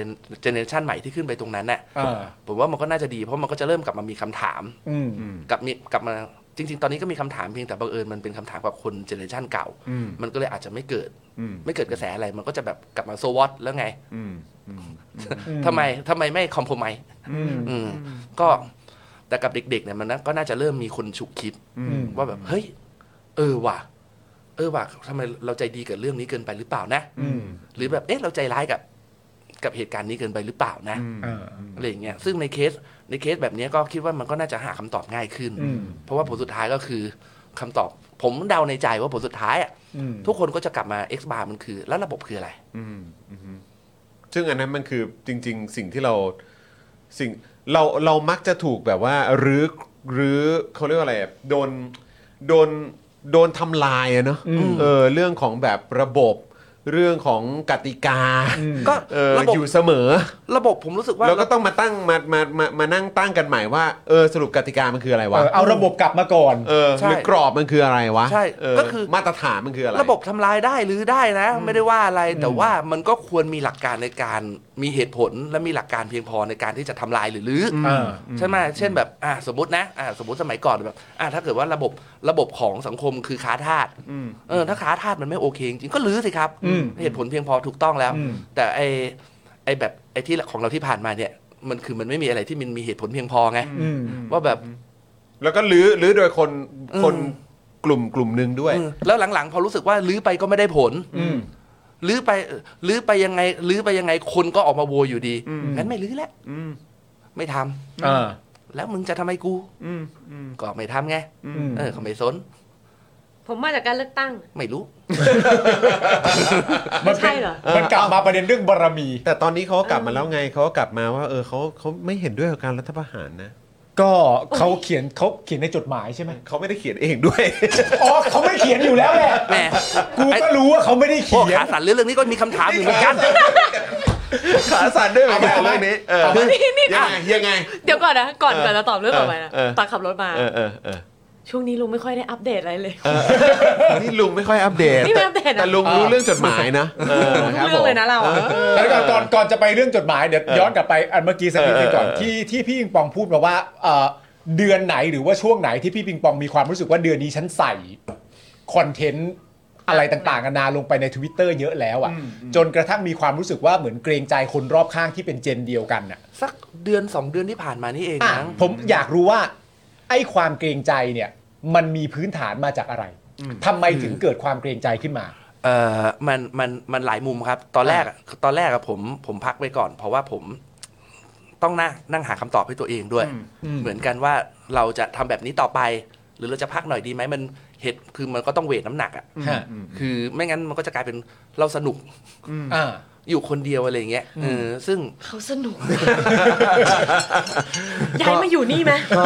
นอเรชันใหม่ที่ขึ้นไปตรงนั้นน่ะ เออ ผมว่ามันก็น่าจะดีเพราะมันก็จะเริ่มกลับมามีคำถาม อืม กลับมีกลับมาจริง ๆ ตอนนี้ก็มีคำถามเพียงแต่บังเอิญมันเป็นคำถามกับคนเจเนอเรชันเก่า อืม มันก็เลยอาจจะไม่เกิด อืม ไม่เกิดกระแสอะไร มันก็จะแบบกลับมาโซวอตแล้วไง อืมอืม ทำไมทำไมไม่คอมโพมไม อืม ก็แต่กับเด็กๆเนี่ยมันก็น่าจะเริ่มมีคนฉุกคิด อืม ว่าแบบเฮ้ยเออว่ะ เออว่ะทำไมเราใจดีกับเรื่องนี้เกินไปหรือเปล่านะ อืม หรือแบบเอ๊ะเราใจร้ายกับ กับเหตุการณ์นี้เกินไปหรือเปล่านะ เออ อะไรอย่างเงี้ยซึ่งในเคสในเคสแบบเนี้ยก็คิดว่ามันก็น่าจะหาคำตอบง่ายขึ้น อืม เพราะว่าผลสุดท้ายก็คือคำตอบ ผมเดาในใจว่าผลสุดท้ายอ่ะ อืม ทุกคนก็จะกลับมา X bar มันคือ แล้วระบบคืออะไร อืมอืมซึ่งอันนั้นมันคือจริง ๆ สิ่งที่เราสิ่งเราเรามักจะถูกแบบว่าหรือหรือเขาเรียกว่าอะไรอะโดนโดนโดนทำลายอะเนอะเออเรื่องของแบบระบบเรื่องของกติกา ก็ เออ ระบบ อยู่เสมอ ระบบผมรู้สึกว่า แล้วก็ต้องมาตั้งมามามามานั่งตั้งกันใหม่ว่าเออสรุปกติกามันคืออะไรวะ เออเอาระบบกลับมาก่อน เออหรือกรอบมันคืออะไรวะ ใช่ เ ก็คือ มาตรฐานมันคืออะไร ระบบทำลายได้หรือได้นะ ไม่ได้ว่าอะไรแต่ว่ามันก็ควรมีหลักการในการมีเหตุผลและมีหลักการเพียงพอในการที่จะทำลายหรือรื้ออ เออ ใช่ไหมเช่นแบบอ่ะสมมตินะอ่ะสมมติสมัยก่อนแบบอ่ะถ้าเกิดว่าระบบระบบของสังคมคือค้าทาสเออถ้าค้าทาสมันไม่โอเคจริงๆก็รื้อสิครับ อืม เหตุผลเพียงพอถูกต้องแล้ว อืม แต่ไอไอแบบไอที่ของเราที่ผ่านมาเนี่ย มันคือมันไม่มีอะไรที่มันมีเหตุผลเพียงพอไง อืม ว่าแบบ แล้วก็รื้อรื้อโดยคน อืม คนกลุ่มกลุ่มหนึ่งด้วย เออแล้วหลังๆ พอรู้สึกว่าลื้อไปก็ไม่ได้ผลลื้อไปลื้อไปยังไงลื้อไปยังไงคนก็ออกมาโวยอยู่ดีงั้นไม่ลื้อแล้วไม่ทำ เออ แล้วมึงจะทำไมกูก็ไม่ทำไงเออเขาไม่สน ผมมาจากการเลือกตั้ง ไม่รู้ ไม่ใช่เหรอ มันกลับมาประเด็นเรื่องบารมี แต่ตอนนี้เขาก็กลับมาแล้วไงเขาก็กลับมาว่า เออเขาเขาไม่เห็นด้วยกับการรัฐประหารนะ ก็เขาเขียนเขาเขียนในจดหมายใช่ไหม เขาไม่ได้เขียนเองด้วย อ๋อเขาไม่เขียนอยู่แล้วแหละ แหม กูก็รู้ว่าเขาไม่ได้ พวก เขียน ขาสันเรื่องนี้ก็มีคำถามอยู่เหมือนกัน ขาสั่นด้วยเหมือนกันเรื่องนี้เออ นี่นี่ ยังไงยังไง เดี๋ยวก่อนนะ ก่อน เออ ก่อนจะตอบเรื่องต่อไปนะ เออเออ ตอนขับรถมา เออเออเออ ช่วงนี้ลุงไม่ค่อยได้อัปเดตอะไรเลย เออนี่ลุงไม่ค่อยอัปเดต นี่ไม่อัปเดตนะ แต่ลุงรู้เรื่องจดหมายนะเออคบ เรื่องเลยนะเราอะ แล้วก่อนก่อนก่อนจะไปเรื่องจดหมายเดี๋ยวย้อนกลับไปอันเมื่อกี้สักนิดหนึงก่อนที่ที่พี่ปิงปองพูดมาว่าเอ่อเดือนไหนหรือว่าช่วงไหนที่พี่ปิงปองมีความรู้สึกว่าเดือนนี้ฉันใส่คอนเทนต์อะไรต่างๆนานาลงไปใน Twitter เยอะแล้วอ่ะ จนกระทั่งมีความรู้สึกว่าเหมือนเกรงใจคนรอบข้างที่เป็นเจนเดียวกันน่ะ สักเดือนสองเดือนที่ผ่านมานี่เอง อ่ะ นะ ผมอยากรู้ว่า ไอ้ความเกรงใจเนี่ย มันมีพื้นฐานมาจากอะไรทำไมถึงเกิดความเกรงใจขึ้นมา เออมันมันมันหลายมุมครับ ตอนแรกอะตอนแรกอะผมผมพักไว้ก่อน เพราะว่าผมต้องนั่งนั่งหาคำตอบให้ตัวเองด้วย เหมือนกันว่าเราจะทำแบบนี้ต่อไป หรือเราจะพักหน่อยดีไหมมันเหตุคือมันก็ต้องเวทน้ำหนักอ่ะ ฮะ คือไม่งั้นมันก็จะกลายเป็นเราสนุก อ่า อยู่คนเดียวอะไรอย่างเงี้ยเออซึ่ง เขาสนุกมากย้ายมาอยู่นี่ไหม ก็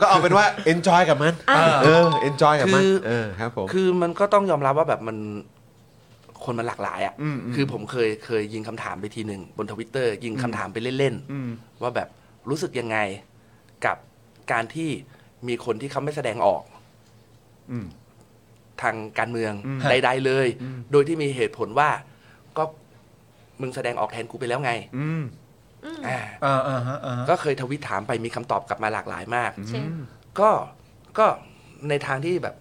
ก็เอาเป็นว่า enjoy กับมัน อ่ะ เออ enjoy กับมันเออครับผม คือมันก็ต้องยอมรับว่าแบบมันคนมันหลากหลายอ่ะ อืมอืม คือผมเคยเคยยิงคำถามไปทีหนึ่งบนทวิตเตอร์ยิงคำถามไปเล่น ม ๆว่าแบบรู้สึกยังไงกับการที่มีคนที่เขาไม่แสดงออก อืม ทางการเมือง อืม ใดๆเลย โดยที่มีเหตุผลว่าก็มึงแสดงออกแทนกูไปแล้วไงอ่า อ่าอ่าฮะอ่าฮะ ก็เคยทวิตถามไปมีคำตอบกลับมาหลากหลายมาก เช่น ก็ก็ในทางที่แบบ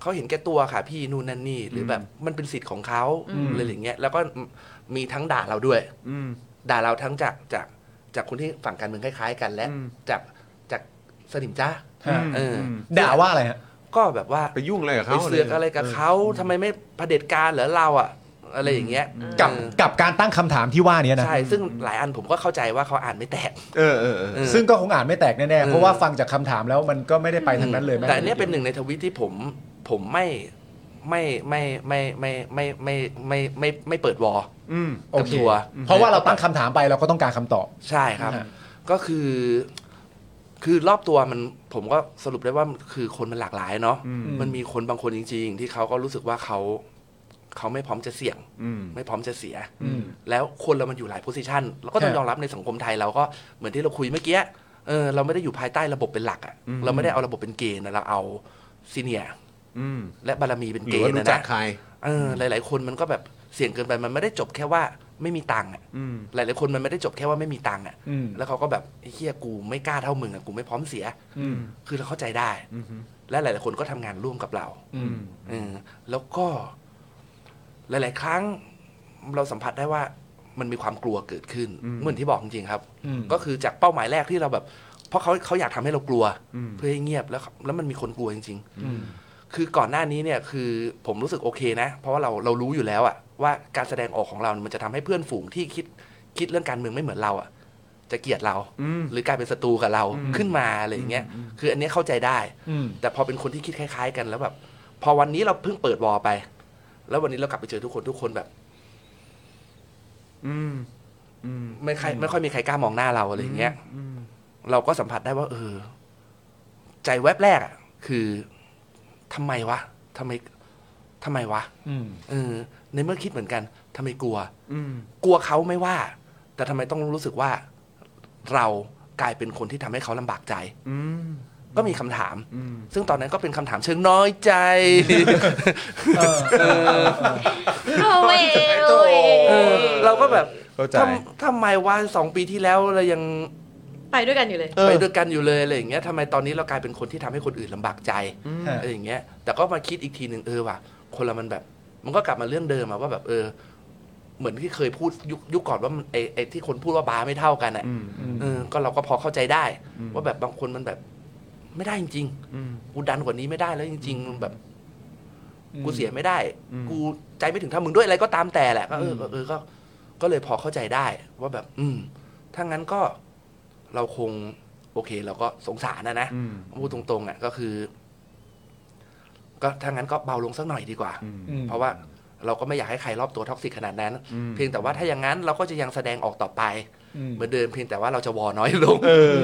เขาเห็นแก่ตัวค่ะพี่นู่นนั่นนี่ หรือแบบมันเป็นสิทธิ์ของเขาอะไรอย่างเงี้ยแล้วก็มีทั้งด่าเราด้วย อืม ด่าเราทั้งจากจากจากคนที่ฝั่งการเมืองคล้าย ๆ กันและ อืม จากจากสนิมจ้าเอออ ด่าว่าอะไรฮะ ก็แบบว่า ไปยุ่งอะไรกับ ไป เขา เสือกอะไรกับเขาทำไมไม่เผด็จการเหรอเราอ่ะ อะไรอย่างเงี้ย กับ เออ กับการตั้งคำถามที่ว่าเนี้ยนะ ใช่ซึ่งหลายอันผมก็เข้าใจว่าเขาอ่านไม่แตก เออเออเออ เออ ซึ่งก็คงอ่านไม่แตกแน่ๆ เพราะว่าฟังจากคำถามแล้วมันก็ไม่ได้ไปทางนั้นเลยม้ แต่อันเนี้ยเป็นหนึ่งในทวิตที่ผมผมไม่ไม่ไม่ไม่ไม่ไม่ไม่ไม่ไม่ไม่ไม่เปิดวอล อืมโอเค กับทัวร์ เพราะว่าเราตั้งคำถามไปเราก็ต้องการคำตอบ ใช่ครับ อ่า ก็คือ คือรอบตัวมันผมก็สรุปได้ว่าคือคนมันหลากหลายเนาะมันมีคนบางคนจริง ๆ ที่เขาก็รู้สึกว่าเขาเขาไม่พร้อมจะเสี่ยง ไม่พร้อมจะเสีย อืม แล้วคนเรามันอยู่หลายโพสิชันเราก็ต้อง ฮะ ยอมรับในสังคมไทยเราก็เหมือนที่เราคุยเมื่อกี้เออเราไม่ได้อยู่ภายใต้ระบบเป็นหลักอะเราไม่ได้เอาระบบเป็นเกณฑ์นะเราเอาซีเนียและบารมีเป็น ห เก รือ ณ ว่า ฑ์ รู้ นะ จั นะ กใคร เออหลาย ๆ คนมันก็แบบเสี่ยงเกินไปมันไม่ได้จบแค่ว่าไม่มีตังค์อะหลายๆคนมันไม่ได้จบแค่ว่าไม่มีตังค์อะ อืม แล้วเขาก็แบบไอ้เฮียกูไม่กล้าเท่ามึงอะกูไม่พร้อมเสีย อืม คือเราเข้าใจได้ และหลาย ๆ คนก็ทำงานร่วมกับเรา อืม เออแล้วก็หลาย ๆ ครั้งเราสัมผัสได้ว่ามันมีความกลัวเกิดขึ้น เหมือนที่บอกจริง ๆ ครับ อืม ก็คือจากเป้าหมายแรกที่เราแบบ เพราะเขาเขาอยากทำให้เรากลัว เพื่อให้เงียบแล้ว แล้วมันมีคนกลัวจริง อืม ๆ คือก่อนหน้านี้เนี่ยคือผมรู้สึกโอเคนะ เพราะว่าเราเรารู้อยู่แล้วอะว่าการแสดงออกของเรา มันจะทำให้เพื่อนฝูงที่คิดคิดเรื่องการเมืองไม่เหมือนเราอะจะเกลียดเรา หรือกลายเป็นศัตรูกับเราขึ้นมาอะไรอย่างเงี้ยคืออันเนี้ยเข้าใจได้ อืม แต่พอเป็นคนที่คิดคล้ายๆ กันแล้วแบบ พอวันนี้เราเพิ่งเปิดวอลไป แล้ววันนี้เรากลับไปเจอทุกคนทุกคนแบบ ไม่ใครไม่ค่อยมีใครกล้ามองหน้าเราอะไรอย่างเงี้ยเราก็สัมผัสได้ว่า เออ ใจแวบแรกอะคือทำไมวะทำไมทำไมวะ อืม เออ ในเมื่อคิดเหมือนกันทำไมกลัวกลัวเขาไม่ว่า แต่ทำไมต้องรู้สึกว่า เรากลายเป็นคนที่ทำให้เขาลำบากใจก็มีคำถาม ซึ่งตอนนั้นก็เป็นคำถามเชิงน้อยใจ โอ้เว้ยโอ้ เออ เว้ย เราก็แบบ เข้าใจ ทำทำไมว่าสองปีที่แล้วเรายัง ไปด้วยกันอยู่เลย ไปด้วยกันอยู่เลยอะไรอย่างเงี้ยทำไมตอนนี้เรากลายเป็นคนที่ทำให้คนอื่นลำบากใจ ฮะ อะไรอย่างเงี้ย แต่ก็มาคิดอีกทีหนึ่งเออว่ะคนเรามันแบบ มันก็กลับมาเรื่องเดิมอะว่าแบบเออ เหมือนที่เคยพูดยุคยุคก่อนว่ามันไอไอที่คนพูดว่าบาไม่เท่ากันอะเออ ก็เราก็พอเข้าใจได้ ว่าแบบบางคนมันแบบ ไม่ได้จริงๆกูดันกว่านี้ไม่ได้แล้วจริงๆมันแบบ กูเสียไม่ได้ กูใจไม่ถึงเท่ามึงด้วยอะไรก็ตามแต่แหละ ก็เออือม ก็เออก็ ก็เลยพอเข้าใจได้ ว่าแบบ อืม ถ้างั้นก็เราคง โอเค เราก็สงสารนะนะพูดตรงๆอ่ะก็คือ ก็ถ้างั้นก็เบาลงสักหน่อยดีกว่า อืม เพราะว่าเราก็ไม่อยากให้ใครรอบตัวท็อกซิกขนาดนั้น เพียงแต่ว่าถ้าอย่างนั้นเราก็จะยังแสดงออกต่อไป อืม เหมือนเดิมเพียงแต่ว่าเราจะวอน้อยลง เออ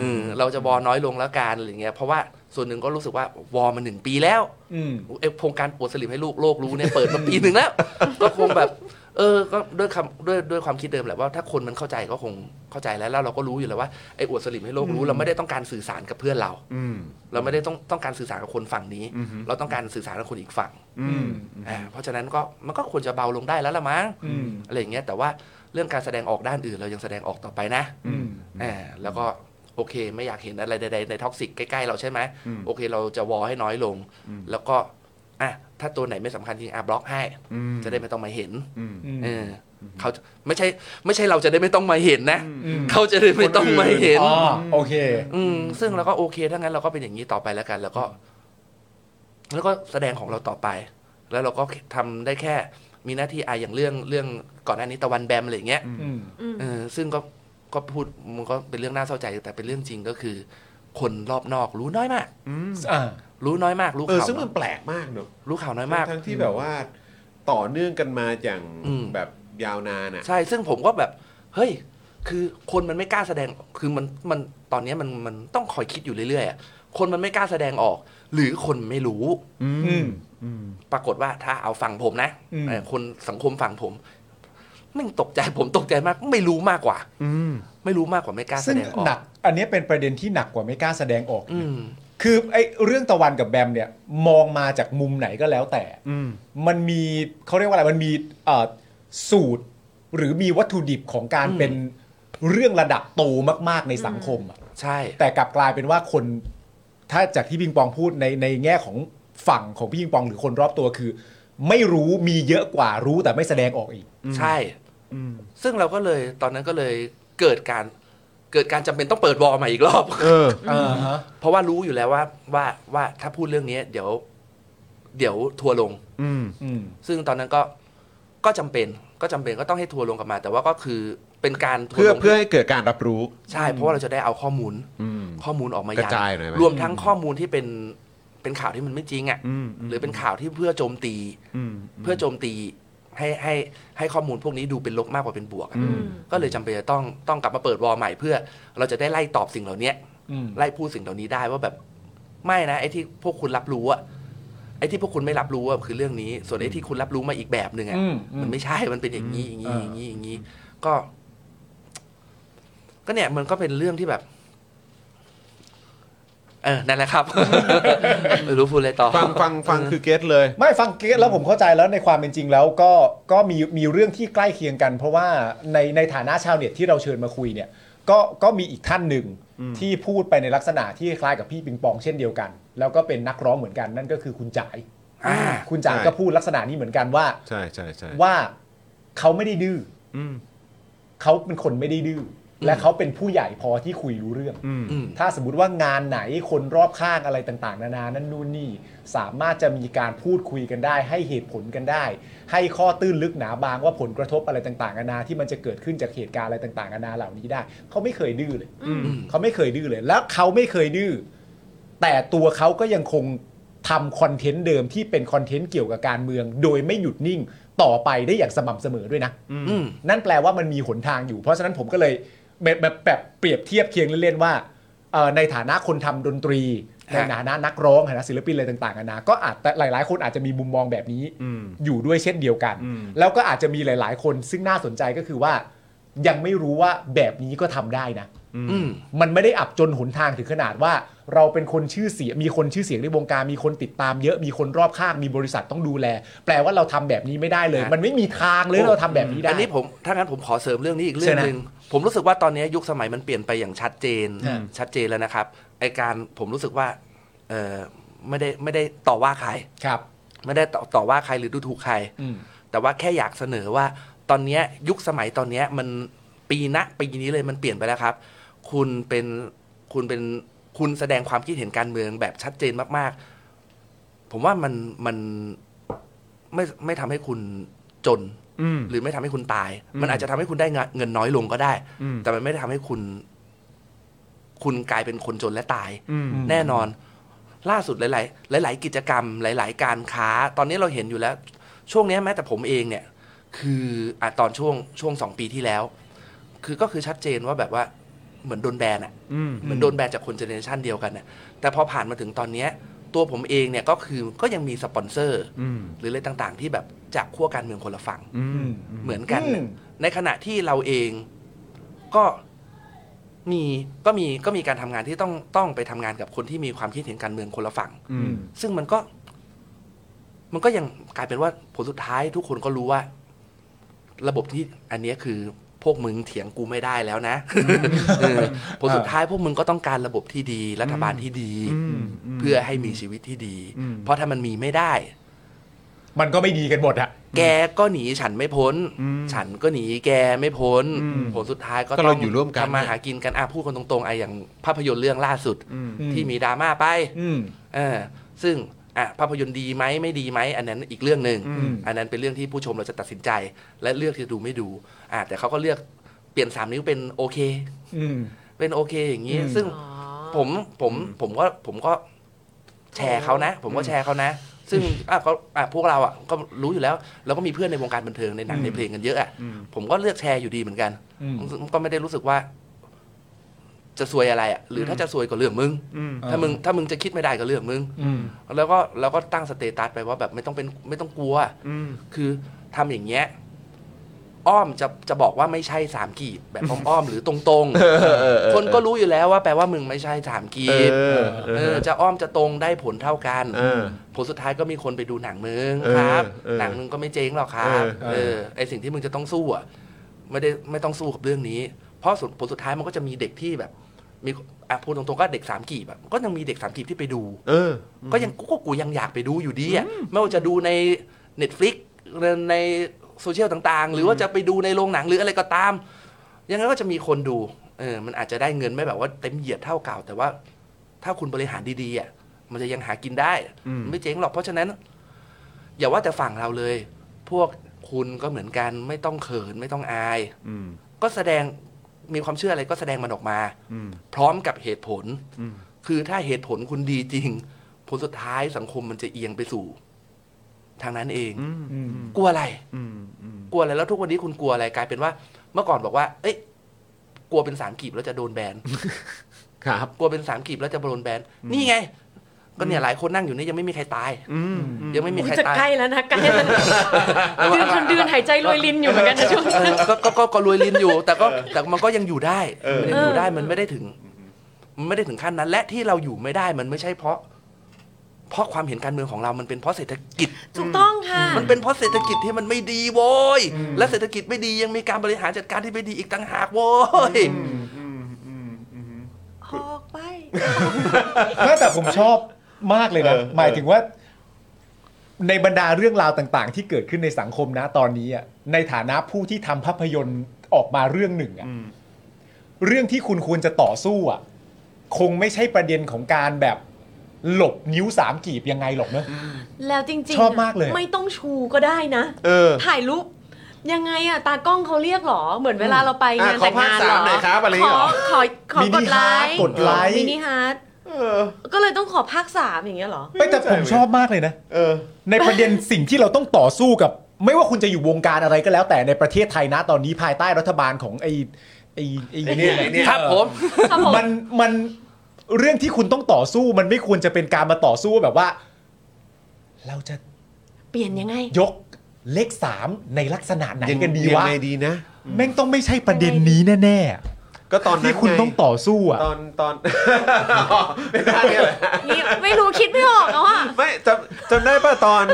อืมเราจะวอน้อยลงแล้วกันอะไรอย่างเงี้ยเพราะว่าส่วนหนึ่งก็รู้สึกว่าวอมาหนึ่งปีแล้ว อืม ไอ้โครงการปวดสลิปให้ลูกโลกรู้เนี่ยเปิดมาปีหนึ่งแล้ว ก็คงแบบ เออ ก็ด้วยคำด้วยด้วยความคิดเดิมแหละว่าถ้าคนมันเข้าใจก็คงเข้าใจแล้วแล้วเราก็รู้อยู่แล้วว่าไอ้อวดสลิปให้โลกรู้เราไม่ได้ต้องการสื่อสารกับเพื่อนเรา อืม เราไม่ได้ต้องต้องการสื่อสารกับคนฝั่งนี้ เราต้องการสื่อสารกับคนอีกฝั่ง อืม อ่าเพราะฉะนั้นก็มันก็ควรจะเบาลงได้แล้วละมั้ง อืม อะไรอย่างเงี้ยแต่ว่าเรื่องการแสดงออกด้านอื่นเรายังแสดงออกต่อไปนะ อืม อ่าแล้วก็โอเคไม่อยากเห็นอะไรใดๆในท็อกซิกใกล้ๆเราใช่ไหมโอเคเราจะวอลให้น้อยลง แล้วก็อ่ะถ้าตัวไหนไม่สำคัญจริงอ่ะบล็อกให้ จะได้ไม่ต้องมาเห็น อืม เออเขาไม่ใช่ไม่ใช่เราจะได้ไม่ต้องมาเห็นนะ อืม เขาจะได้ไม่ต้องมาเห็น อ๋อโอเค อืมซึ่งเราก็โอเคถ้างั้นเราก็เป็นอย่างนี้ต่อไปแล้วกัน แล้วก็ แล้วก็แสดงของเราต่อไป แล้วเราก็ทำได้แค่ มีหน้าที่อะอย่างเรื่องเรื่องก่อนหน้านี้ตะวันแบมอะไรอย่างเงี้ย อืม เออซึ่งก็ก็พูดมันก็เป็นเรื่องน่าเศร้าใจแต่เป็นเรื่องจริงก็คือ คนรอบนอกรู้น้อยมาก อ่า รู้น้อยมาก รู้ เออ ข่าว ซึ่งมันแปลกมากเนอะ รู้ข่าวน้อยมาก ทั้งที่แบบว่าต่อเนื่องกันมาอย่าง อืม แบบยาวนานอ่ะ ใช่ ซึ่งผมก็แบบ เฮ้ย คือคนมันไม่กล้าแสดง คือมัน มัน ตอนเนี้ยมัน มันต้องคอยคิดอยู่เรื่อยๆอะคนมันไม่กล้าแสดงออก หรือคนไม่รู้ อืม ปรากฏว่าถ้าเอาฝั่งผมนะ อืม เออคนสังคมฝั่งผมแม่งตกใจ ผมตกใจมาก ไม่รู้มากกว่า ไม่รู้มากกว่าไม่กล้าแส ซึ่ง ดงออก หนัก อันเนี้ยเป็นประเด็นที่หนักกว่าไม่กล้าแสดงออก อืม คือไอ้เรื่องตะวันกับแบมเนี่ยมองมาจากมุมไหนก็แล้วแต่มันมีเขาเรียกว่าอะไรมันมีเอ่อสูตร หรือมีวัตถุดิบของการ อืม เป็นเรื่องระดับโตมาก ๆ ในสังคมอะ ใช่ แต่กลับกลายเป็นว่าคนถ้าจากที่พิงปองพูดในในแง่ของฝั่งของพี่พิงปองหรือคนรอบตัวคือ ไม่รู้มีเยอะกว่ารู้แต่ไม่แสดงออกอีก ใช่ ซึ่งเราก็เลยตอนนั้นก็เลยเกิดการเกิดการจำเป็นต้องเปิดวอลใหม่อีกรอบ เออ อ่าฮะ เพราะว่ารู้อยู่แล้วว่าว่าว่าถ้าพูดเรื่องนี้เดี๋ยว เดี๋ยวทัวร์ลง อืม อืม ซึ่งตอนนั้นก็ ก็จำเป็นก็จำเป็นก็ต้องให้ทัวร์ลงกลับมา แต่ว่าก็คือเป็นการทัว เพื่อ ร์ลง เพื่อให้เกิดการรับรู้ ใช่เพราะว่าเราจะได้เอาข้อมูล อืม ข้อมูลออกมาก ระจายหน่อยไหม รวมทั้งข้อมูลที่เป็นเป็นข่าวที่มันไม่จริงอ่ะ อืม หรือเป็นข่าวที่เพื่อโจมตี อืม เพื่อโจมตีให้ให้ให้ข้อมูลพวกนี้ดูเป็นลบมากกว่าเป็นบวกอะก็เลยจำเป็นจะต้องต้องกลับมาเปิดวอลใหม่เพื่อเราจะได้ไล่ตอบสิ่งเหล่านี้ อืม ไล่พูดสิ่งเหล่านี้ได้ว่าแบบไม่นะไอ้ที่พวกคุณรับรู้อะไอ้ที่พวกคุณไม่รับรู้อะคือเรื่องนี้ ส่วนไอ้ที่คุณรับรู้มาอีกแบบหนึ่งอะ อืม มันไม่ใช่มันเป็นอย่างนี้อย่างนี้ อ่า อย่างนี้อย่างนี้ก็ ก็เนี่ยมันก็เป็นเรื่องที่แบบ เออนั่นแหละ ครับ ไม่รู้พูดอะไรต่อ ฟังฟังฟังคือเก็ตเลย ไม่ฟังเกตแล้วผมเข้าใจแล้วในความเป็นจริงแล้วก็ก็มีมีเรื่องที่ใกล้เคียงกัน เพราะว่าในในฐานะชาวเน็ตที่เราเชิญมาคุยเนี่ยก็ก็มีอีกท่านหนึ่งที่พูดไปในลักษณะที่คล้ายกับพี่ปิงปองเช่นเดียวกัน แล้วก็เป็นนักร้องเหมือนกันนั่นก็คือคุณจ๋าย อ่า คุณจ๋าย ใช่ ก็พูดลักษณะนี้เหมือนกันว่า ใช่ใช่ใช่ ว่าเขาไม่ได้ดื้ออเขาเป็นคนไม่ได้ดื้ออและเขาเป็นผู้ใหญ่พอที่คุยรู้เรื่อง อืม ถ้าสมมติว่างานไหนคนรอบข้างอะไรต่างๆ นานานั่นนู่นนี่ สามารถจะมีการพูดคุยกันได้ ให้เหตุผลกันได้ ให้ข้อตื้นลึกหนาบางว่าผลกระทบอะไรต่างๆนานาที่มันจะเกิดขึ้นจากเหตุการณ์อะไรต่างๆนานาเหล่านี้ได้ เขาไม่เคยดื้อเลยเขาไม่เคยดื้อเลย แล้วเขาไม่เคยดื้อแต่ตัวเขาก็ยังคงทำคอนเทนต์เดิมที่เป็นคอนเทนต์เกี่ยวกับการเมือง โดยไม่หยุดนิ่งต่อไปได้อย่างสม่ำเสมอด้วยนะ อืม นั่นแปลว่ามันมีหนทางอยู่ เพราะฉะนั้นผมก็เลยแบบแบบแบบเปรียบเทียบเคียงเล่นๆว่าเอ่อในฐานะคนทำดนตรี ใน ฮะ ฐานะนักร้องฐานะศิลปินอะไรต่างๆนานาก็อาจแต่หลาย ๆ คนอาจจะมีมุมมองแบบนี้อยู่ด้วยเช่นเดียวกัน แล้วก็อาจจะมีหลาย ๆ คนซึ่งน่าสนใจก็คือว่า ยังไม่รู้ว่าแบบนี้ก็ทำได้นะ อืม มันไม่ได้อับจนหนทางถึงขนาดว่า เราเป็นคนชื่อเสียงมีคนชื่อเสียงในวงการมีคนติดตามเยอะมีคนรอบข้างมีบริษัทต้องดูแล แปลว่าเราทำแบบนี้ไม่ได้เลย ฮะ มันไม่มีทางเลยเราทำแบบนี้ได้ อันนี้ผมถ้างั้นผมขอเสริมเรื่องนี้อีกเรื่อง เชิญนะ หนึ่งผมรู้สึกว่าตอนนี้ยุคสมัยมันเปลี่ยนไปอย่างชัดเจน อืม ชัดเจนแล้วนะครับไอการผมรู้สึกว่าเออไม่ได้ไม่ได้ต่อว่าใคร ครับ ไม่ได้ต่อต่อว่าใครหรือดูถูกใคร อืม แต่ว่าแค่อยากเสนอว่าตอนเนี้ยยุคสมัยตอนเนี้ยมันปีณปีนี้เลยมันเปลี่ยนไปแล้วครับ คุณเป็นคุณเป็นคุณแสดงความคิดเห็นการเมืองแบบชัดเจนมาก ๆ ผมว่ามันมันไม่ไม่ทำให้คุณจน หรือไม่ทำให้คุณตาย มันอาจจะทำให้คุณได้เงินเงินน้อยลงก็ได้ แต่มันไม่ได้ทำให้คุณ คุณกลายเป็นคนจนและตาย แน่นอน ล่าสุดหลาย ๆ หลาย ๆ กิจกรรม หลาย ๆ การค้า ตอนนี้เราเห็นอยู่แล้ว ช่วงเนี้ยแม้แต่ผมเองเนี่ย คืออะตอนช่วงช่วงสองปีที่แล้ว คือก็คือชัดเจนว่าแบบว่าเหมือนโดนแบนอะเหมือนโดนแบนจากคนเจเนอเรชันเดียวกันน่ะแต่พอผ่านมาถึงตอนเนี้ย ตัวผมเองเนี่ยก็คือก็ยังมีสปอนเซอร์ หรืออะไรต่าง ๆ ที่แบบจากขั้วการเมืองคนละฝั่ง เหมือนกันน่ะ อืม ในขณะที่เราเองก็มีก็มีก็มีการทำงานที่ต้องต้องไปทำงานกับคนที่มีความคิดเห็นการเมืองคนละฝั่ง ซึ่งมันก็ มันก็ยังกลายเป็นว่าผลสุดท้ายทุกคนก็รู้ว่า ระบบที่อันเนี้ยคือพวกมึงเถียงกูไม่ได้แล้ว นะเออผลสุดท้ายพวกมึงก็ต้องการระบบที่ดี รัฐบาลที่ดี เพื่อให้มีชีวิตที่ดี เพราะถ้ามันมีไม่ได้ มันก็ไม่ดีกันหมดอะ แกก็หนีฉันไม่พ้น ฉันก็หนีแกไม่พ้นผลสุดท้ายก็ ก็ ต้ เรา อง อยู่ร่วมกัน ทำมาหากินกันอ่ะพูดกันตรงๆไอ้อย่างภาพยนตร์เรื่องล่าสุด ที่มีดราม่าไป อืม เออซึ่งอ่ะภาพยนตร์ดีไหมไม่ดีไหมอันนั้นอีกเรื่องหนึ่งอันนั้นเป็นเรื่องที่ผู้ชมเราจะตัดสินใจ และเลือกที่จะดูไม่ดูอ่ะแต่เขาก็เลือกเปลี่ยนสามนิ้วเป็นโอเค อืม เป็นโอเคอย่างนี้ อืม ซึ่ง ผมผมผมก็ผมก็แชร์เขานะ ผมก็แชร์เขานะ ซึ่งอ่ะเขาอ่ะพวกเราอ่ะก็รู้อยู่แล้วเราก็มีเพื่อนในวงการบันเทิงในหนังในเพลงกันเยอะอ่ะผมก็เลือกแชร์อยู่ดีเหมือนกัน อืม ก็ไม่ได้รู้สึกว่า จะซวยอะไรอ่ะหรืออถ้าจะซวยก็เรื่องมึงถ้ามึงถ้ามึงจะคิดไม่ได้ก็เรื่องมึง อืม แล้วก็แล้วก็ตั้งสเตตัสไปว่าแบบไม่ต้องเป็นไม่ต้องกลัวคือทำอย่างเงี้ยอ้อมจะจะบอกว่าไม่ใช่สามกีบแบบอ้อมๆหรือตรงๆ เออเออเออ คนก็รู้อยู่แล้วว่าแปลว่ามึงไม่ใช่สามกี เอบ อ เอ เอ อ อ จะอ้อมจะตรงได้ผลเท่ากัน เออ ผลสุดท้ายก็มีคนไปดูหนังมึง เออ ครับ เออ หนังมึงก็ไม่เจ๊งหรอกครับ เออ เออไอสิ่งที่มึงจะต้องสู้อะไม่ได้ไม่ต้องสู้กับเรื่องนี้ เพราะสุดผลสุดท้ายมันก็จะมีเด็กที่แบบ มีอ่ะพูดตรงๆก็เด็กสามกีบอะก็ยังมีเด็กสามกีบที่ไปดู เออ ก็ยังกูก็กูยังอยากไปดูอยู่ดีอ่ะไม่ว่าจะดูใน Netflix หรือในโซเชียลต่างๆ หรือว่าจะไปดูในโรงหนังหรืออะไรก็ตาม ยังไงก็จะมีคนดูเออมันอาจจะได้เงินไม่แบบว่าเต็มเหยียดเท่าเก่า แต่ว่า ถ้าคุณบริหารดีๆอ่ะมันจะยังหากินได้ ไม่เจ๊งหรอกเพราะฉะนั้น อย่าว่าแต่ฝั่งเราเลย พวก คุณก็เหมือนกันไม่ต้องเขินไม่ต้องอาย อืม ก็แสดงมีความเชื่ออะไรก็แสดงมันออกมา อืม พร้อมกับเหตุผล อืม คือถ้าเหตุผลคุณดีจริง ผลสุดท้ายสังคมมันจะเอียงไปสู่ ทางนั้นเอง อืมอืม กลัวอะไร อืมอืม กลัวอะไรแล้วทุกวันนี้คุณกลัวอะไรกลายเป็นว่า เมื่อก่อนบอกว่า เอ้ย กลัวเป็นสามกีบแล้วจะโดนแบน ครับ กลัวเป็นสามกีบแล้วจะโดนแบน นี่ไง ก็เนี่ยหลายคนนั่งอยู่นี่ยังไม่มีใครตาย อืมอืม ยังไม่มี อุ๊ย ใคร จะ ตาย ใกล้แล้วนะใกล้แล้วนะเดือนทำเดือนหายใจรวยลินอยู่เหมือนกันนะช่วง เออก็ก็ก็ก็รวยลินอยู่ แต่ก็แต่มันก็ยังอยู่ได้ เออ มันยังอยู่ได้มันไม่ได้ถึง มันไม่ได้ถึงขั้นนั้น และที่เราอยู่ไม่ได้มันไม่ใช่เพราะ เพราะความเห็นการเมืองของเรามันเป็นเพราะเศรษฐกิจ ถูกต้องค่ะ มันเป็นเพราะเศรษฐกิจที่มันไม่ดีโว้ย และเศรษฐกิจไม่ดียังมีการบริหารจัดการที่ไม่ดีอีกต่างหากโว้ย ออกไป ไม่แต่ผมชอบมากเลยนะ เออ หมายถึงว่า ในบรรดาเรื่องราวต่าง ๆ ที่เกิดขึ้นในสังคมนะตอนนี้อะในฐานะผู้ที่ทำภาพยนตร์ออกมาเรื่องหนึ่งอะเรื่องที่คุณควรจะต่อสู้อะคงไม่ใช่ประเด็นของการแบบหลบนิ้วสามกีบยังไงหรอกเนอะ แล้วจริงๆ ชอบมากเลย ไม่ต้องชูก็ได้นะ เออ ถ่ายรูปยังไงอะตากล้องเขาเรียกหรอ เหมือนเวลาเราไป อ่ะ งานแต่งงาน ขอภาค หร สาม อ หน่อยครับอะไรอย่าง ข เงี้ยเหรออ ขอขอกดไล มินิค์ฮาร์ทกดไลค์ มินิฮาร์ด เออ ก็เลยต้องขอภาคสามอย่างเงี้ยเหรอ ไม่แต่ผมชอบมากเลยนะ เออ ในประเด็น สิ่งที่เราต้องต่อสู้กับ ไม่ว่าคุณจะอยู่วงการอะไรก็แล้ว แต่ในประเทศไทยนะตอนนี้ภายใต้รัฐบาลของไอ้ไอ้ไอ้ ไอ้เนี่ยไอ้เนี่ย ครับผม ครับผม มันมันเรื่องที่คุณต้องต่อสู้มันไม่ควรจะเป็นการมาต่อสู้แบบว่า เราจะ เปลี่ยนยังไง ยกเลขสามในลักษณะไหน ยัง กันดี ยัง วะ ไงดีนะ แม่งต้องไม่ใช่ประเด็นนี้แน่ ก็ตอน ๆ นั้ ที่ น คุณ ไ ต้องต่อสู้อ่ะ ตอนตอน อ๋อไม่ได้เนี่ยแหละ นี่ไม่รู้คิดไม่ออกแล้วอะ ไม่จำจำได้ป่ะตอน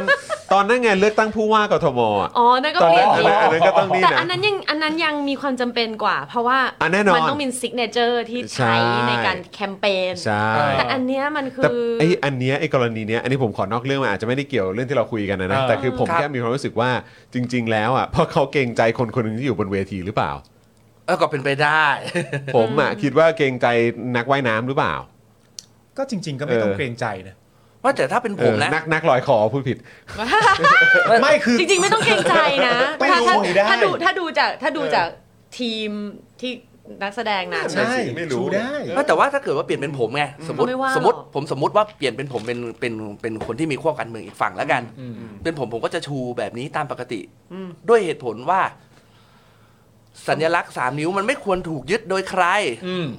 ตอนนั่นไงเลือกตั้งผู้ว่ากทมอ่ะ อ๋อนั่นก็ ตอน เปลี่ย นั้น น อี อันนั้นอันนั้นกก็ต้องนี่ แต่ นะ อันนั้นยังอันนั้นยังมีความจำเป็นกว่า เพราะว่า อ่ะแน่นอน มัต้องมีซิกเนเจอร์ที่ใช้ ใช่ ในการแคมเปญ ใช่ แต่อันเนี้ยมันคื แต่ อ ไออันเนี้ยไอกรณีเนี้ยอันนี้ผมขอนอกเรื่องมาอาจจะไม่ได้เกี่ยวเรื่องที่เราคุยกันนะนะ เออ แต่คือผม ครับ แค่มีความรู้สึกว่าจริง ๆ แล้วอ่ะเพราะเขาเกรงใจคนคนหนึ่งที่อยู่บนเวทีหรือเปล่า เออก็เป็นไปได้ ผมอ่ะคิดว่าเกรงใจนักว่ายน้ำหรือเปล่า ก็จริง ๆ ก็ไม่ต้อง เออ เกรงใจนะ ว่าแต่ถ้าเป็นผมนะ เออนักนักลอยคอพูดผิด ไม่คือ จริงๆ ไม่ต้องเกรงใจนะ ไม่ ถ้า รู้ได้ ถ้าถ้าดูถ้าดูจากถ้าดูจากทีมที่นักแสดงนะ ใช่ ใช่ ไม่รู้ ชูได้ ไม่แต่ว่าถ้าเกิดว่าเปลี่ยนเป็นผมไงสมมติ ไม่ว่าหรอก สมมติผมสมมติว่าเปลี่ยนเป็นผมเป็นเป็นเป็นคนที่มีขั้วการเมืองอีกฝั่งแล้วกัน เป็นผมผมก็จะชูแบบนี้ตามปกติด้วยเหตุผลว่า สัญลักษณ์สามนิ้วมันไม่ควรถูกยึดโดยใคร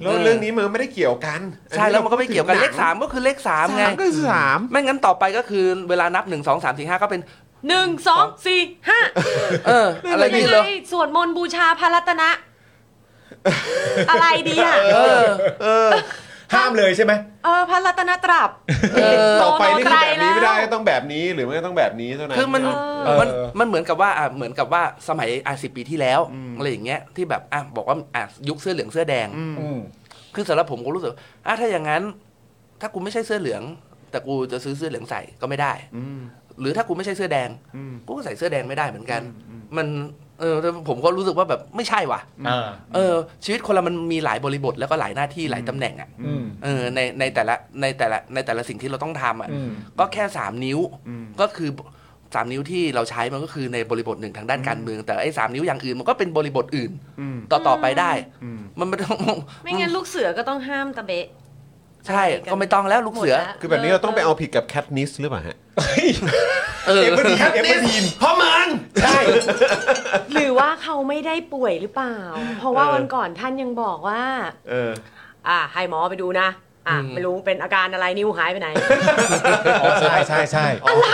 แล้วเรื่องนี้มันไม่ได้เกี่ยวกัน ใช่แล้วมันก็ไม่เกี่ยวกันเลขสามก็คือเลขสามไง สามก็คือสาม ไม่งั้นต่อไปก็คือเวลานับหนึ่งสองสามสี่ห้าก็เป็น หนึ่งสองสี่ห้า เออ อะไร ยั นี่ ง เหร ไง อ สวดมนต์บูชาพระรัตนะ อะไรดีอ่ะ เออ ห้ามเลยใช่ไหม เออพระรัตนตรับ ต่อไปนี่คือแบบนี้ไม่ได้ โตๆไกลแล้ว ก็ต้องแบบนี้หรือไม่ก็ต้องแบบนี้เท่านั้น คือมัน เออ มันมันเหมือนกับว่าอ่ะเหมือนกับว่าสมัยอ่ะสิปีที่แล้วอะไรอย่างเงี้ยที่แบบอ่ะบอกว่าอ่ะยุคเสื้อเหลืองเสื้อแดง อืม คือสำหรับผมก็รู้สึกว่าอ่ะถ้าอย่างนั้น ถ้ากูไม่ใช่เสื้อเหลือง แต่กูจะซื้อเสื้อเหลืองใส่ก็ไม่ได้ หรือถ้ากูไม่ใช่เสื้อแดงกูก็ใส่เสื้อแดงไม่ได้เหมือนกัน มันเออแต่ผมก็รู้สึกว่าแบบไม่ใช่ว่ะ อ่า เออ ชีวิตคนเรามันมีหลายบริบทแล้วก็หลายหน้าที่หลายตำแหน่งอ่ะ อืม เออในในแต่ละในแต่ละในแต่ละสิ่งที่เราต้องทำอ่ะ อืม ก็แค่สามนิ้วก็คือสามนิ้วที่เราใช้มันก็คือในบริบทหนึ่งทางด้านการเมือง แต่ไอ้สามนิ้วอย่างอื่นมันก็เป็นบริบทอื่นต่อต่อไปได้ มันไม่ต้อง ไม่งั้นลูกเสือก็ต้องห้ามตะเบะ ใช่ก็ไม่ต้องแล้วลูกเสือ หมดละ คือแบบนี้เราต้องไปเอาผิดกับแคทนิสหรือเปล่าฮะ เออ เอเวอร์ดีนเอเวอร์ดีน เพราะมัน ใช่ หรือว่าเขาไม่ได้ป่วยหรือเปล่า เพราะว่าวันก่อนท่านยังบอกว่า เออ อ่ะให้หมอไปดูนะ อ่ะไม่รู้เป็นอาการอะไรนิ้วหายไปไหน ใช่ใช่ใช่อะไร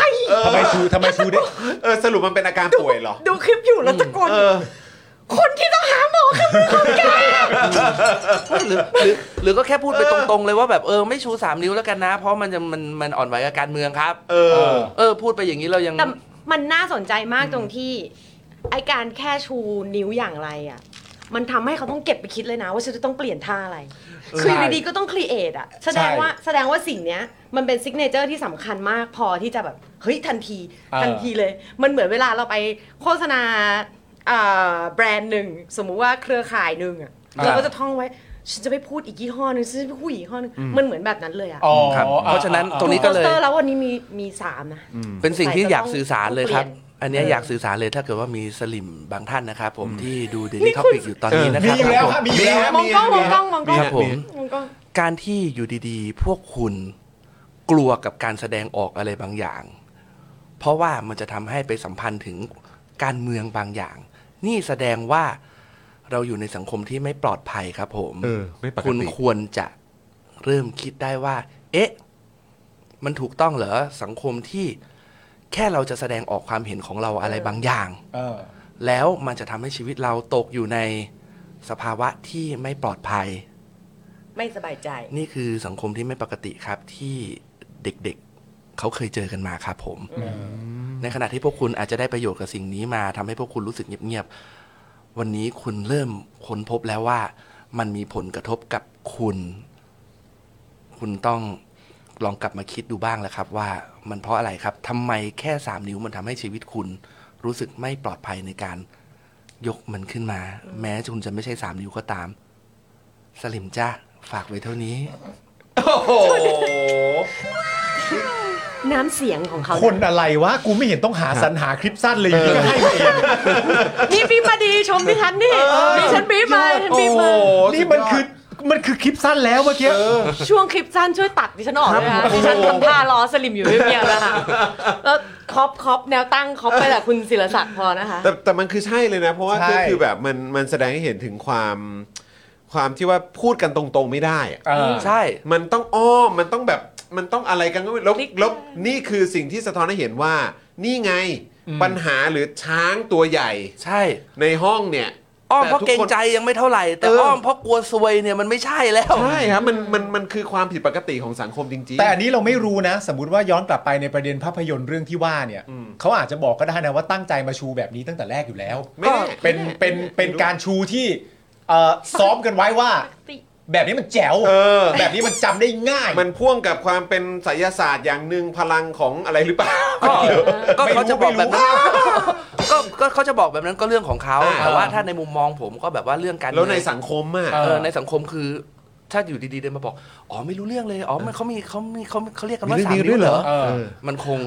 ทำไมชูทำไมชูได้ เออสรุปมันเป็นอาการป่วยเหรอ ดูคลิปอยู่แล้วตะโกน เออ คนที่ต้องหาหมอคือมึง หรือหรือหรือก็แค่พูดไปตรงๆเลยว่าแบบเออไม่ชูสามนิ้วแล้วกันนะ เพราะมันจะมันมันอ่อนไหวกับการเมืองครับ เอ เอ อ อ เออ พูดไปอย่างนี้เรายัง แต่มันน่าสนใจมากตรงที่ ไอการแค่ชูนิ้วอย่างไรอ่ะ มันทำให้เขาต้องเก็บไปคิดเลยนะว่าฉันจะต้องเปลี่ยนท่าอะไร คืออยู่ดีๆก็ต้องครีเอทอ่ะ แสดงว่าแสดงว่าสิ่งเนี้ย มันเป็นซิกเนเจอร์ที่สำคัญมากพอที่จะแบบ เฮ้ย ทันที เออ ทันทีเลย มันเหมือนเวลาเราไปโฆษณาเอ่อแบรนด์หนึ่ง สมมุติว่าเครือข่ายหนึ่งอ่ะเราก็จะท่องไว้ ฉันจะไม่พูดอีกยี่ห้อหนึงฉันจะไม่พูดอีกยี่ห้อหนึงมันเหมือนแบบนั้นเลยอ่ะ อ๋อ ครับ เพราะฉะนั้นตรงนี้ ดู ก็ โป เล ส ย เตอร์แล้ววันนี้มีมีสามนะ เป็นสิ่งที่อยากสื่อสารเลยครับ ปน อันเนี้ยอยากสื่อสารเลยถ้าเกิดว่ามีสลิมบางท่านนะครับผมที่ดูเดลิทอปิกอยู่ตอนนี้นะ มี ครับ อยู่แล้วครับมีอยู่ผมแล้ว มองกล้องมองกล้องมองกล้อง ครับผม มองกล้อง การที่อยู่ดีๆ พวกคุณกลัวกับการแสดงออกอะไรบางอย่าง เพราะว่ามันจะทำให้ไปสัมพันธ์ถึงการเมืองบางอย่าง นี่แสดงว่าเราอยู่ในสังคมที่ไม่ปลอดภัยครับผม เออไม่ปกติ คุณควรจะเริ่มคิดได้ว่า เอ๊ะ มันถูกต้องเหรอ สังคมที่แค่เราจะแสดงออกความเห็นของเราอะไรบางอย่าง เออ แล้วมันจะทำให้ชีวิตเราตกอยู่ในสภาวะที่ไม่ปลอดภัย ไม่สบายใจ นี่คือสังคมที่ไม่ปกติครับที่เด็กๆ เขาเคยเจอกันมาครับผม ในขณะที่พวกคุณอาจจะได้ประโยชน์กับสิ่งนี้มาทำให้พวกคุณรู้สึกเงียบๆ วันนี้คุณเริ่มค้นพบแล้วว่า มันมีผลกระทบกับคุณ คุณต้องลองกลับมาคิดดูบ้างแล้วครับ ว่ามันเพราะอะไรครับทำไมแค่สามนิ้วมันทำให้ชีวิตคุณรู้สึกไม่ปลอดภัยในการยกมันขึ้นมา แม้คุณจะไม่ใช่สามนิ้วก็ตาม สลิมจ้าฝากไว้เท่านี้ น้ำเสียงของเขา คนอะไรวะ กูไม่เห็นต้องหาสรรหาคลิปสั้นเลยอยู่ดีก็ให้มาเอง นี่บีบมาดีชมพี่ทันนี่ดิฉันบีบมาดิฉันบีบมา นี่มันคือมันคือคลิปสั้นแล้วเมื่อกี้ ช่วงคลิปสั้นช่วยตัดดิฉันออกเลยค่ะดิฉันทำท่าล้อสลิมอยู่เพียงๆแล้วค่ะแล้วครอปครอปแนวตั้งครอปไปแหละคุณศิลศักดิ์พอนะคะ แต่แต่มันคือใช่เลยนะ เพราะว่า ใช่ ก็คือแบบมันมันแสดงให้เห็นถึงความความที่ว่าพูดกันตรงๆไม่ได้อะ เออ ใช่ มันต้องอ้อมมันต้องแบบมันต้องอะไรกันก็ไม่แล้ว พลิก แล้วนี่คือสิ่งที่สะท้อนให้เห็นว่า นี่ไงปัญหาหรือช้างตัวใหญ่ ใช่ ในห้องเนี่ย อ้อมเพราะ แต่ทุ เกรง คน ใจยังไม่เท่าไหร่ แต่ เอออ้ อ้อมเพราะกลัวซวยเนี่ยมันไม่ใช่แล้ว ใช่ครับมันมันมันคือความผิดปกติของสังคมจริงๆ แต่อันนี้เราไม่รู้นะ สมมติว่าย้อนกลับไปในประเด็นภาพยนตร์เรื่องที่ว่าเนี่ยเขาอาจจะบอกก็ได้นะว่าตั้งใจมาชูแบบนี้ตั้งแต่แรกอยู่แล้ว ไม่แน่ เป็นเป็นเป็นการชูที่เอ่อซ้อมกันไว้ว่า แบบนี้มันแจ๋ว เออ แบบนี้มันจำได้ง่าย มันพ่วงกับความเป็นไสยศาสตร์อย่างหนึ่งพลังของอะไรหรือเปล่า ก็ก็ ไม่รู้ เขาจะบอก ไม่รู้ แบบนั้นก็ก็เขาจะบอกแบบนั้นก็เรื่องของเขา อ่า แต่ว่าถ้าในมุมมองผมก็แบบว่าเรื่องการ แล้วใน เมือง สังคมอ่ะ เอ เออในสังคมคือ ถ้าอยู่ดีๆเดินมาบอก อ๋อไม่รู้เรื่องเลยอ๋อมันเขามีเขามีเขาเขาเรียกกันว่าสามนิ้วเหรอ เออ มันคง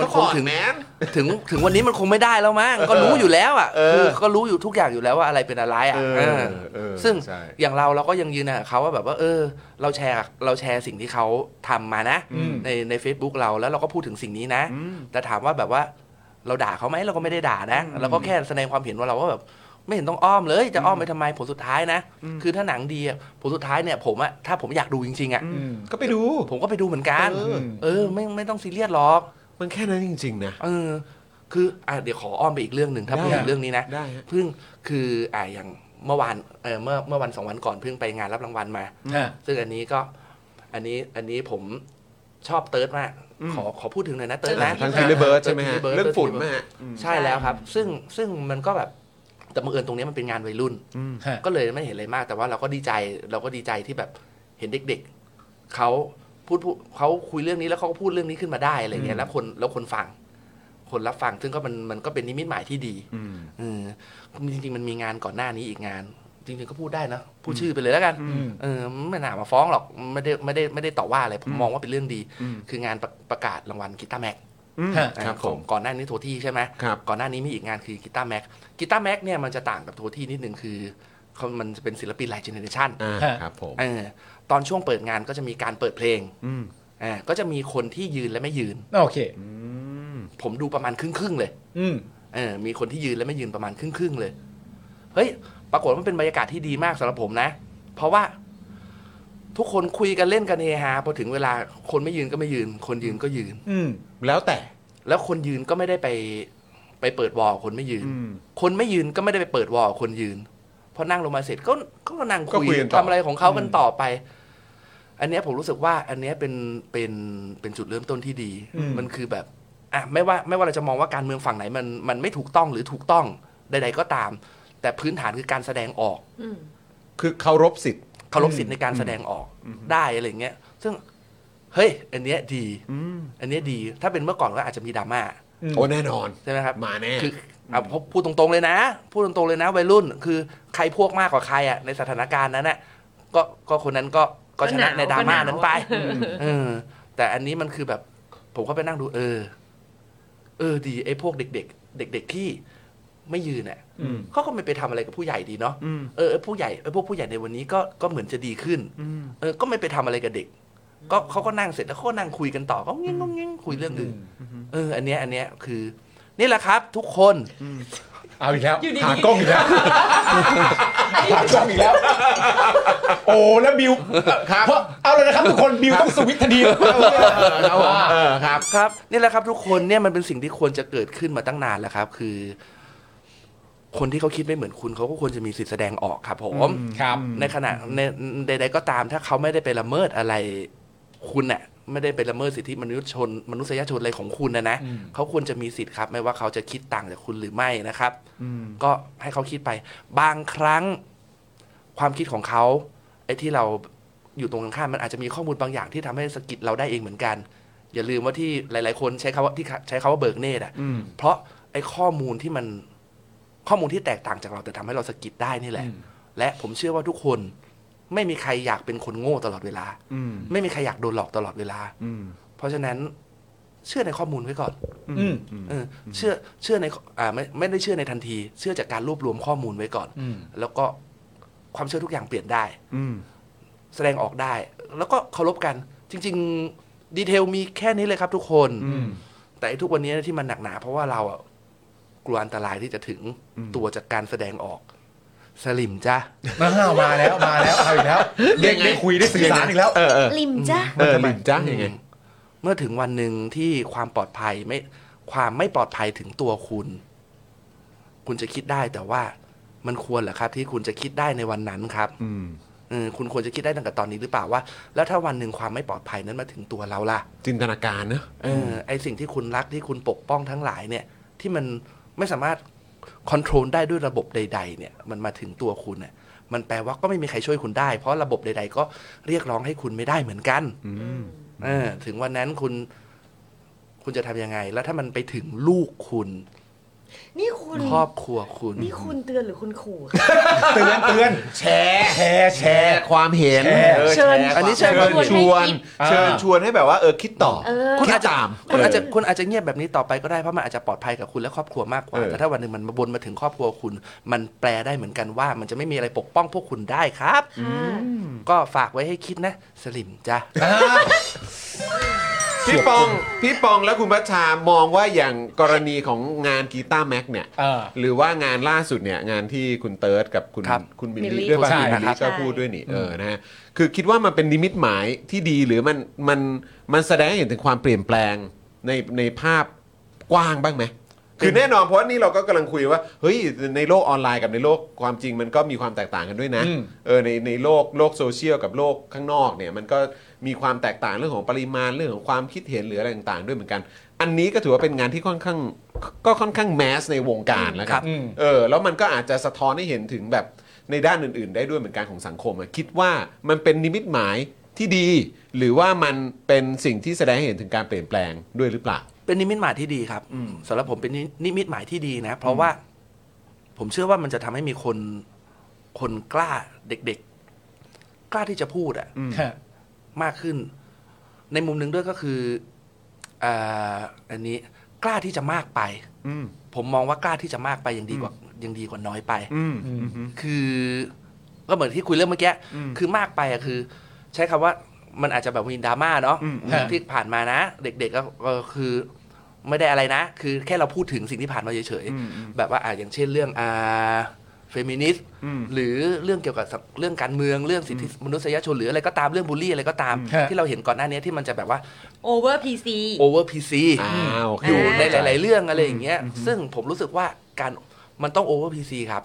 ก็ มันคง ก่อน ถึง แมน ถึงถึงวันนี้มันคงไม่ได้แล้วมั้งก็รู้อยู่แล้วอ่ะ เออ คือก็รู้อยู่ทุกอย่างอยู่แล้วว่าอะไรเป็นอะไรอ่ะ เออ เออ เออ ซึ่ง ใช่ อย่างเราเราก็ยังยืนอ่ะเขาว่าแบบว่า เออ เราแชร์เราแชร์สิ่งที่เขาทำมานะ อืม ในใน Facebook เราแล้วเราก็พูดถึงสิ่งนี้นะ แต่ถามว่าแบบว่าเราด่าเขาไหมเราก็ไม่ได้ด่านะเราก็แค่แสดงความเห็นว่าเราก็แบบไม่เห็นต้องอ้อมเลย จะอ้อมไปทำไมผลสุดท้ายนะ คือถ้าหนังดีอะผลสุดท้ายเนี่ยผมอะถ้าผมอยากดูจริงๆอะ อืม ก็ไปดู ผมก็ไปดูเหมือนกัน เออ เออไม่ไม่ต้องซีเรียสหรอก มันแค่นั้นจริง ๆ นะ เออคืออ่ะเดี๋ยวขออ้อมไปอีกเรื่องหนึ่งถ้า ได้ พูดถึงเรื่องนี้นะ ได้ฮะ เพิ่งคืออ่ะอย่างเมื่อวานเออเมื่อเมื่อวันสองวันก่อนเพิ่งไปงานรับรางวัลมา อ่ะ ซึ่งอันนี้ก็อันนี้อันนี้ผมชอบเติร์ดมาก ขอขอพูดถึงหน่อยนะเติร์ดนะ ทางทีเลเบิร์ดใช่ไหมฮะ ติด Thunderbird เรื่องฝุ่นไหม ติด ฮะ Thunderbird ใช่แล้วครับ ซึ่งซึ่งมันก็แบบแต่บังเอิญตรงเนี้ยมันเป็นงานวัยรุ่น ฮะ ก็เลยไม่เห็นอะไรมาก แต่ว่าเราก็ดีใจเราก็ดีใจที่แบบเห็นเด็กๆเขาพูดพูดเขาคุยเรื่องนี้แล้วเขาก็พูดเรื่องนี้ขึ้นมาได้อะไรเงี้ยแล้วคนแล้วคนฟัง คนรับฟังซึ่งก็มันมันก็เป็นนิมิตหมายที่ดีเออจริงๆมันมีงานก่อนหน้านี้อีกงาน จริงๆก็พูดได้นะพูดชื่อไปเลยแล้วกัน เออไม่น่ามาฟ้องหรอกไม่ได้ไม่ได้ไม่ได้ต่อว่าอะไรผมมองว่าเป็นเรื่องดี คืองานประประกาศรางวัลกีตาร์แม็ก ฮะ ครับผม ก่อนหน้านี้โทที่ใช่ไหม ครับ ก่อนหน้านี้มีอีกงานคือกีตาร์แม็กกีตาร์แม็กเนี่ยมันจะต่างกับโทที่นิดนึงคือเขามันจะเป็นศิลปินหลายเจเนอเรชัน อ่า ฮะ ครับผม เออตอนช่วงเปิดงานก็จะมีการเปิดเพลง อืม อ่าก็จะมีคนที่ยืนและไม่ยืน โอเค ผมดูประมาณครึ่งครึ่งๆเลย อืม เออมีคนที่ยืนและไม่ยืนประมาณครึ่งครึ่งๆเลยเฮ้ยปรากฏว่ามันเป็นบรรยากาศที่ดีมากสำหรับผมนะ เพราะว่าทุกคนคุยกันเล่นกันเฮฮาพอถึงเวลาคนไม่ยืนก็ไม่ยืน คนยืนก็ยืน อืม แล้วแต่ แล้วคนยืนก็ไม่ได้ไปไปเปิดวอลกับคนไม่ยืน คนไม่ยืนก็ไม่ได้ไปเปิดวอลกับคนยืน พอนั่งลงมาเสร็จก็ก็นั่ง ก็ คุย คุยกันต่อ ทำอะไรของเขากันต่อไป อันเนี้ยผมรู้สึกว่า อันเนี้ยเป็นเป็นเป็นจุดเริ่มต้นที่ดี อืม มันคือแบบอ่ะไม่ว่าไม่ว่าเราจะมองว่าการเมืองฝั่งไหนมันมันไม่ถูกต้องหรือถูกต้องใด ๆ ก็ตาม แต่พื้นฐานคือการแสดงออก คือเคารพสิทธิ์ เคารพสิทธิ์ในการแสดงออกได้อะไรอย่างเงี้ย ซึ่งเฮ้ย อันเนี้ยดีอันเนี้ยดี ถ้าเป็นเมื่อก่อนก็อาจจะมีดราม่า โอ้แน่นอน ใช่ไหมครับ มาแน่ คือเอาพูดตรงๆเลยนะ พูดตรงๆเลยนะวัยรุ่น คือใครพวกมากกว่าใครอ่ะในสถานการณ์นั้นน่ะก็ก็คนนั้นก็ก็ชนะ ก็หนาว ในดราม่า ก็หนาว นั้นไปเออแต่อันนี้มันคือแบบ ผมก็ไปนั่งดูเออ เออดีไอ้พวกเด็ก ๆ เด็ก ๆที่ไม่ยืนเนี่ย อืม เขาก็ไม่ไปทำอะไรกับผู้ใหญ่ดีเนาะ อืม เออไอ้ผู้ใหญ่ไอ้พวกผู้ใหญ่ในวันนี้ก็ก็เหมือนจะดีขึ้น อืม เออ ก็ไม่ไปทำอะไรกับเด็ก ก็เขาก็นั่งเสร็จแล้วเขาก็นั่งคุยกันต่อ ก็งิ้งก็งิ้งคุยเรื่องอื่น เออ อันเนี้ย อันเนี้ยคือ นี่แหละครับ ทุกคน เอาอีกแล้วหากล้องอีก แล้วหากล้องอีกแล้ว โอ้แล้วบิวเพราะเอาเลยนะครับทุกคนบิวต้องสวิตช์ทันที ครับผมเออครับ ครับนี่แหละครับทุกคนเนี่ยมันเป็นสิ่งที่ควรจะเกิดขึ้นมาตั้งนานแล้วครับ คือ คนที่เขาคิดไม่เหมือนคุณเขาก็ควรจะมีสิทธิแสดงออกครับผม ครับ ในขณะในใด ๆ ก็ตาม ถ้าเขาไม่ได้ไปละเมิดอะไรคุณน่ะไม่ได้ไปละเมิดสิทธิมนุษยชน มนุษยชนอะไรของคุณนะนะ อืม เขาควรจะมีสิทธิ์ครับ ไม่ว่าเขาจะคิดต่างจากคุณหรือไม่นะครับ ก็ให้เขาคิดไป บางครั้งความคิดของเขาไอ้ที่เราอยู่ตรงกันข้ามมันอาจจะมีข้อมูลบางอย่างที่ทำให้สะกิดเราได้เองเหมือนกัน อย่าลืมว่าที่หลาย ๆ คนใช้คำว่าที่ใช้คำว่าเบิกเนตรอ่ะเพราะไอ้ข้อมูลที่มันข้อมูลที่แตกต่างจากเราแต่ทำให้เราสะกิดได้นี่แหละ และผมเชื่อว่าทุกคนไม่มีใครอยากเป็นคนโง่ตลอดเวลา ไม่มีใครอยากโดนหลอกตลอดเวลา เพราะฉะนั้นเชื่อในข้อมูลไว้ก่อน อืม เออเชื่อเชื่อในอ่าไม่ไม่ได้เชื่อในทันที เชื่อจากการรวบรวมข้อมูลไว้ก่อน อืม แล้วก็ความเชื่อทุกอย่างเปลี่ยนได้ แสดงออกได้ แล้วก็เคารพกัน จริง ๆ ดีเทลมีแค่นี้เลยครับทุกคน แต่ไอ้ทุกวันนี้ที่มันหนักหนา เพราะว่าเราอะกลัวอันตรายที่จะถึงตัวจากการแสดงออก สลิมจ้ะ มาแล้วมาแล้วมาแล้วเอาอีกแล้วเด็กได้คุยได้สื่อสารอีกแล้ว เออเออ ลิมจ้ะ เออลินจ้ายังไง อืมเมื่อถึงวันหนึ่งที่ความปลอดภัยไม่ความไม่ปลอดภัยถึงตัวคุณ คุณจะคิดได้แต่ว่ามันควรเหรอครับ ที่คุณจะคิดได้ในวันนั้นครับเออคุณควรจะคิดได้ตั้งแต่ตอนนี้หรือเปล่าว่า แล้วถ้าวันหนึ่งความไม่ปลอดภัยนั้นมาถึงตัวเราล่ะ จินตนาการเนอะ เออไอสิ่งที่คุณรักที่คุณปกป้องทั้งหลายเนี่ย ที่มันไม่สามารถค o n t r o l ได้ด้วยระบบใด ๆ เนี่ย มันมาถึงตัวคุณเนี่ยมันแปลว่าก็ไม่มีใครช่วยคุณได้ เพราะระบบใด ๆ ก็เรียกร้องให้คุณไม่ได้เหมือนกัน เออถึงวันนั้นคุณคุณจะทำยังไง แล้วถ้ามันไปถึงลูกคุณ นี่คุณ ครอบครัวคุณ นี่คุณเตือนหรือคุณขู่ เตือนเตือนแชร์แชร์แช แช ร์ ร์ความเห็น แชร์ ออ เชิญ แร์ อันนี้เชิญ ความ ชวนให้ ชวน คิด เชิญชวนให้แบบว่าเออคิดต่อ เออ คุณอาจจะตาม คุณอาจจะคุณอาจจะเงียบแบบนี้ต่อไปก็ได้เพราะมันอาจจะปลอดภัยกับคุณและครอบครัวมากกว่า เออ แต่ถ้าวันหนึ่งมันมาบนมาถึงครอบครัวคุณ มันแปลได้เหมือนกันว่า มันจะไม่มีอะไรปกป้องพวกคุณได้ครับ ค่ะ ก็ฝากไว้ให้คิดนะ สลิมจ้ะ พี่ปองพี่ปองและคุณพัชชามองว่าอย่างกรณีของงานกีตาร์แม็กเนี่ย เออ หรือว่างานล่าสุดเนี่ยงานที่คุณเติร์ดกับคุณ ครับ คุณมิล มิลลี่ ลี่ด้วยป่ะ ใช่ คุณมิล ครั ลี่ บ ก็พูดด้วยนี่เออนะฮะคือคิดว่ามันเป็นนิมิตหมายที่ดีหรือมันมันมันแสดงให้เห็นถึงความเปลี่ยนแปลงในในภาพกว้างบ้างไหมคือแน่นอนเพราะว่านี่เราก็กำลังคุยว่าเฮ้ยในโลกออนไลน์กับในโลกความจริงมันก็มีความแตกต่างกันด้วยนะ อืม เออในในโลกโลกโซเชียลกับโลกข้างนอกเนี่ยมันก็มีความแตกต่างเรื่องของปริมาณเรื่องของความคิดเห็นหรืออะไรต่างๆ ด้วยเหมือนกัน อันนี้ก็ถือว่าเป็นงานที่ค่อนข้างก็ค่อนข้างแมสในวงการแล้วกัน อืม เออแล้วมันก็อาจจะสะท้อนให้เห็นถึงแบบในด้านอื่น ๆ ได้ด้วยเหมือนกันของสังคมอะคิดว่ามันเป็นนิมิตหมายที่ดี หรือว่ามันเป็นสิ่งที่แสดงให้เห็นถึงการเปลี่ยนแปลงด้วยหรือเปล่า เป็นนิมิตหมายที่ดีครับสำหรับผมเป็นนินิมิตหมายที่ดีนะ เพราะว่าผมเชื่อว่ามันจะทำให้มีคนคนกล้าเด็ก ๆ กล้าที่จะพูดอะ ฮะ มากขึ้น ในมุมหนึ่งด้วยก็คืออ่าอันนี้กล้าที่จะมากไปผมมองว่ากล้าที่จะมากไปยังดีกว่ายังดีกว่าน้อยไปคือก็เหมือนที่คุยเรื่องเมื่อกี้คือมากไปอะคือ ใช้คำว่ามันอาจจะแบบมีดราม่าเนาะที่ผ่านมานะ เด็ก ๆ ก็ก็คือ ไม่ได้อะไรนะ คือแค่เราพูดถึงสิ่งที่ผ่านมาเฉยๆแบบว่าอ่ะอย่างเช่นเรื่องอ่าเฟมินิสต์หรือเรื่องเกี่ยวกับสังเรื่องการเมืองเรื่องสิทธิมนุษยชนหรืออะไรก็ตามเรื่องบูลลี่อะไรก็ตาม ฮะ ที่เราเห็นก่อนหน้านี้ที่มันจะแบบว่า โอเวอร์พีซี โอเวอร์พีซี อ้าวโเค อยู่ในหลาย ๆ ๆ เรื่องอะไรอย่างเงี้ยซึ่งผมรู้สึกว่าการมันต้องโอเวอร์พีซีครับ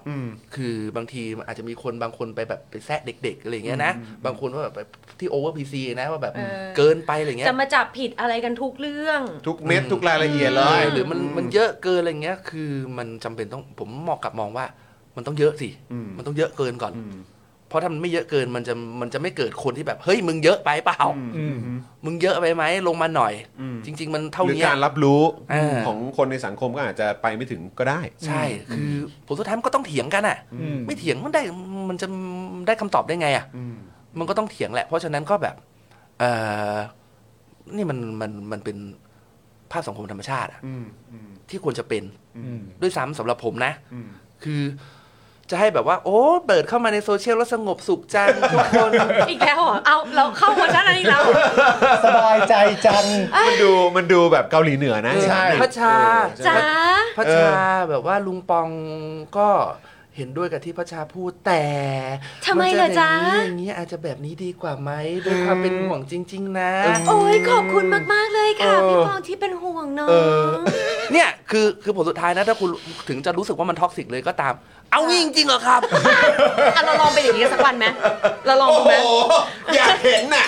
คือบางทีมันอาจจะมีคนบางคนไปแบบไปแซะเด็ก ๆ อะไรอย่างเงี้ยนะ บางคนว่าแบบที่โอเวอร์พีซีนะว่าแบบ เออ เกินไปอะไรอย่างเงี้ย จะมาจับผิดอะไรกันทุกเรื่อง ทุกเม็ดทุกรายละเอียดเล ใช่ ย หรือมันมันเยอะเกินอะไรเงี้ย คือมันจำเป็นต้องผมมองกลับมองว่า มันต้องเยอะสิ มันต้องเยอะเกินก่อน เพราะถ้ามันไม่เยอะเกินมันจะมันจะไม่เกิดคนที่แบบเฮ้ยมึงเยอะไปเปล่า อืม มึงเยอะไปไหมลงมาหน่อย จริง ๆ มันเท่า หรือ เนี้ย การรับรู้ เออ ของคนในสังคมก็อาจจะไปไม่ถึงก็ได้ ใช่ คือผลสุดท้ายมันก็ต้องเถียงกันอ่ะ อืม ไม่เถียงมันได้มันจะได้คำตอบได้ไงอ่ะมันก็ต้องเถียงแหละ เพราะฉะนั้นก็แบบ เออนี่มันมันมันเป็น ภาพสังคมธรรมชาติอะ อืมอืม ที่ควรจะเป็น อืม ด้วยซ้ำสำหรับผมนะ อืม คือจะให้แบบว่า โอ้เปิดเข้ามาในโซเชียลแล้วสงบสุขจังทุกคน อีกแล้วเหรอเอาเราเข้าเวอร์ชันนั้นอีกแล้วเหรอ สบายใจจัง มันดูมันดูแบบเกาหลีเหนือนะ ใช่ พระชา จ้า พระชาแบบว่าลุงปองก็เห็นด้วยกับที่พระชาพูดแต่ ทำไมเหรอจ๊ะ มันจอย่างนี้อย่างนี้อาจจะแบบนี้ดีกว่าไหมด้วยความเป็นห่วงจริง ๆ นะ โอ้ยขอบคุณมาก ๆ เลยค่ะ เออ พี่ปองที่เป็นห่วงน้อง เนี่ยคือคือผลสุดท้ายนะถ้าคุณถึงจะรู้สึกว่ามันท็อกซิกเลยก็ตาม เอางี้จริงๆเหรอครับ อ่ะเราลองเป็นอย่างนี้กันสักวันไหมเราลองดูไหม อยากเห็นน่ะ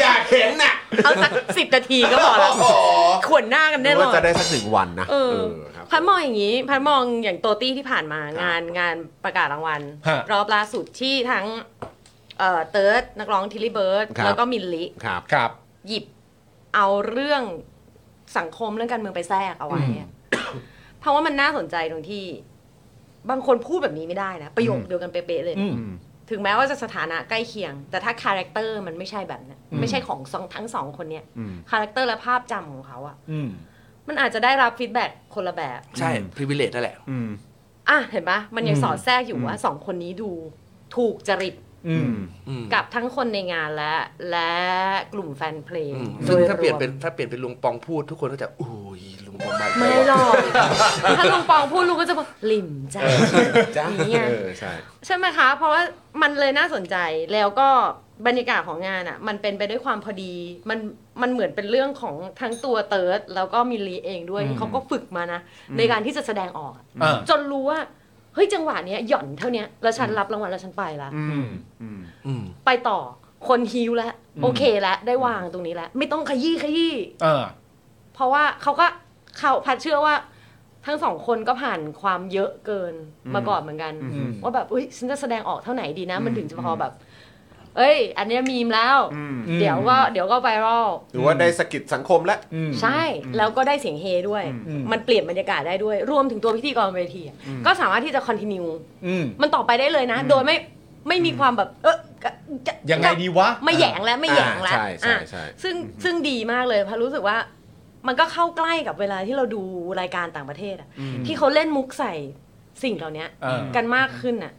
อยากเห็นน่ะ เอาสักสิบนาทีก็พอละขวนหน้ากันแน่น ว่า อน จะได้สักหนึ่งวันนะ เออ ครับ พัดมองอย่างนี้พัดมองอย่างโตตี้ที่ผ่านมางานงานประกาศรางวัล ฮะ รอบล่าสุดที่ทั้งเอ่อเติร์ดนักร้องทิลลี่เบิร์ด ครับ แล้วก็มินลิ ครับ ครับ หยิบเอาเรื่องสังคมเรื่องการเมืองไปแทรกเอาไว้อะเพราะว่ามันน่าสนใจตรงที่ บางคนพูดแบบนี้ไม่ได้นะ ประโยคเดียวกันเป๊ะๆเลย อืม ถึงแม้ว่าจะสถานะใกล้เคียง แต่ถ้าคาแรคเตอร์มันไม่ใช่แบบนั้นไม่ใช่ของสองทั้งสองคนเนี่ย อืม คาแรคเตอร์และภาพจำของเขาอะ อืม มันอาจจะได้รับฟีดแบ็กคนละแบบ ใช่ privilege นั่นแหละ อืม อ่ะเห็นปะมันยัง อืม สอดแทรกอยู่ว่าสองคนนี้ดูถูกจริต อืม อืม กับทั้งคนในงานและและกลุ่มแฟนเพลง อืม โด ซึ่ง ย ถ้าเปลี่ยนเป็น รวม ถ้าเปลี่ยนเป็นลุงปองพูดทุกคนก็จะอุ้ยลุงปองมา ไม่หรอก ถ้าลุงปองพูดลุงก็จะบอกลิมจ้ะ จ้า อย่างเงี้ย เออใช่ ใช่ไหมคะ เพราะว่ามันเลยน่าสนใจแล้วก็บรรยากาศของงานอ่ะ มันเป็นไปด้วยความพอดี มันมันเหมือนเป็นเรื่องของทั้งตัวเติร์ดแล้วก็มิลลีเองด้วย อืม เขาก็ฝึกมานะ ในการที่จะแสดงออกอะ อ่า จนรู้ว่า เฮ้ยจังหวะเนี้ยหย่อนเท่าเนี้ยแล้วฉันรับรางวัลแล้วฉันไปละ อืม อืม ไปต่อคนฮิวแล้ว อืม โอเคแล้วได้วางตรงนี้แล้วไม่ต้องขยี้ขยี้ อ่า เพราะว่าเขาก็เขาพัดเชื่อว่าทั้งสองคนก็ผ่านความเยอะเกินมาก่อนเหมือนกัน อืม ว่าแบบอุ้ยฉันจะแสดงออกเท่าไหนดีนะ มันถึงจะพอแบบ เอ้ย อันเนี้ยมีมแล้ว เดี๋ยวก็เดี๋ยวก็ไวรัล หรือว่าได้สกิดสังคมแล้ว อืม ใช่ แล้วก็ได้เสียงเฮด้วย อืม มันเปลี่ยนบรรยากาศได้ด้วย รวมถึงตัวพิธีกรเวทีอะก็สามารถที่จะคอนติเนีย อืม มันต่อไปได้เลยนะ โดยไม่ไม่มีความแบบ เออจะ ยังไงดีวะ ไม่แหยงแล้วไม่แหยงแล้ว อ่าใช่ อ่ะ ใช่ใช่ ซึ่งซึ่งดีมากเลยเพราะรู้สึกว่า มันก็เข้าใกล้กับเวลาที่เราดูรายการต่างประเทศอะที่เขาเล่นมุกใส่สิ่งเหล่านี้ อ่ากั กันมากขึ้นอ่ะ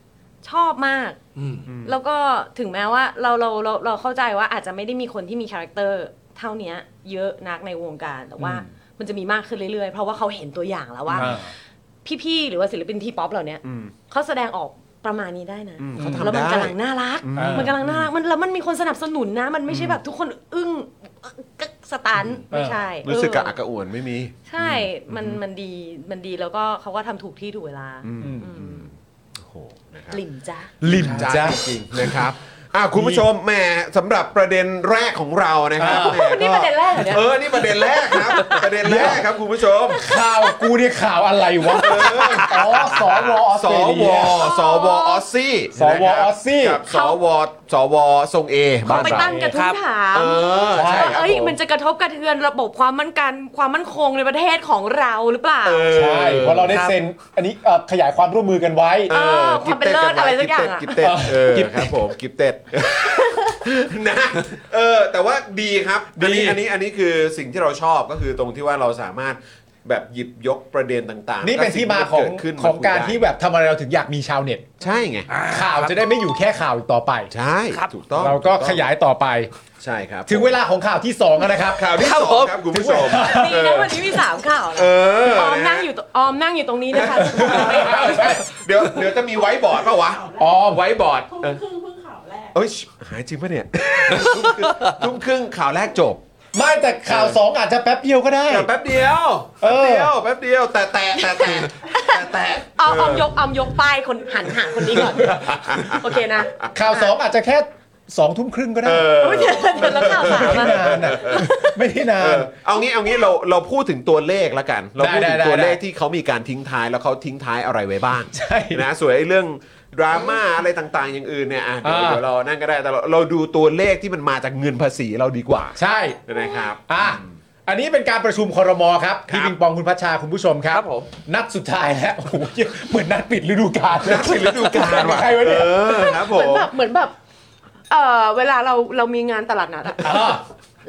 ชอบมาก อืม แล้วก็ถึงแม้ว่าเราเราเราเราเข้าใจว่าอาจจะไม่ได้มีคนที่มีคาแรคเตอร์เท่าเนี้ย เยอะนักในวงการแต่ว่า มันจะมีมากขึ้นเรื่อยๆ เพราะว่าเขาเห็นตัวอย่างแล้วว่า อ่า พี่ๆหรือว่าศิลปินทีป๊อปเหล่าเนี้ย อืม เขาแสดงออกประมาณนี้ได้นะ อืมเขาทำ แล้วมัน ได้ กำลังน่ารัก อ่ามั มันกำลังน่ารัก มันแล้วมันมีคนสนับสนุนนะ มันไม่ใช่แบบทุกคนอึ้งกึกสตัน เออ ไม่ใช่ รู้สึกกระอัก เออก ระอ่วนไม่มี ใช่ มัน มันดี มันดี แล้วก็เขาก็ทำถูกที่ถูกเวลา อืม อืม โอ้โหนะครับ หลิมจ้ะ ลิมจ้า จริงๆนะครับอ่ะคุณผู้ชมแหมสำหรับประเด็นแรกของเรานะครับ อ่า แหม่ก็ นี่ประเด็นแรกเหรอเนี่ย เออ นี่ประเด็นแรกครับ ประเด็นแรกครับคุณผู้ชม ข่าวกูเนี่ยข่าวอะไรวะ อ๋อสวออสสเตร ว เลีย สวออสซี่ สว นะครับ ออสซี่ กับสวสวทรงเอ เขา บ้าน ไป เรา ตั้งกระทู้ถาม เออใช่ ว่า ครับ เอ้ย ผม มันจะกระทบกระเทือนระบบความมั่นการความมั่นคงในประเทศของเราหรือเปล่า ใช่เพราะเราได้เซ็น อันนี้เอ่อขยายความร่วมมือกันไว้ เออความเป็นเลิศอะไรสักอย่างอะ กิฟเต็ดเออ กิฟคเต็ดรับผมกิฟเต็ดนะเออแต่ว่าดีครับอันนี้ ดี อันนี้อันนี้คือสิ่งที่เราชอบก็คือตรงที่ว่าเราสามารถแบบหยิบยกประเด็นต่างๆ นี่เป็นที่มาของ และสิ่ที่มันเดขึ้น ของกามรคุยได้ ที่แบบทำอะไรเราถึงอยากมีชาวเน็ต ใช่ไง ข่าวจะได้ไม่อยู่แค่ข่าวอีกต่อไป ใช่ ครับ ถูกต้อง เราก็ขยายต่อไป ใช่ครับ ถึงเวลาของข่าวที่สองแล้วนะครับ ข่าวที่ ครับ สอ ผ ง ม ครับคุณผู้ชม ดีนะวันนี้มีสามข่าวนะ เออ ออม นะ นั่งอยู่ตรงออมนั่งอยู่ตรงนี้นะคะ เดี๋ยวเดี๋ยวจะมีไว้บอร์ดป่าวะ อ๋อ ไว้บอร์ดเพิ่งข่าวแรกเอ้ยหายจริงปะเนี่ยทุ่มครึ่งข่าวแรกจบ ไม่แต่ข่าวสองอาจจะแป๊บเดียวก็ได้ แต่แป๊บเดียว เอ แป๊บเดียอวแป๊บเดียวแต่แต่แต่แต่แต่แต่ เอาเอายกเอายกป้ายคนหันหาคน นี้ก่อน โอเคนะ ข่าวสองอาจจะแค่สองทุ่มครึ่งก็ได้ ไม่ใช่เดี๋ยวเราข่าวสาม ไม่ อะ ได้นานอะไม่ได้นา เอน อเอางี้เอางี้เราเราพูดถึงตัวเลขแล้วกัน เราพูดถึง ได้ได้ ตัวเลข ได้ ที่เขามีการทิ้งท้ายแล้วเขาทิ้งท้ายอะไรไว้บ้าง ใช่ นะส่วนไอ้เรื่องดราม่าอะไรต่างๆ อย่างอื่นเนี่ยอ่ะเดี๋ยว อ่า เดี๋ยวเรานั่นก็ได้แต่เราเราดูตัวเลขที่มันมาจากเงินภาษีเราดีกว่า ใช่ นะครับ อ่ะ อันนี้เป็นการประชุมคอรมอครับ ครับ พี่ปิงปองคุณพัชชาคุณผู้ชมครับ ครับผม นัดสุดท้ายแล้วโอ้โห เหมือนนัดปิดฤดูกาลนัดปิดฤดูกาลใครวะ เอ เนี่ย อครับผ เหมือน ม แบบเหมือนแบบเออเวลาเราเรามีงานตลาดนัดอะ อ่ะ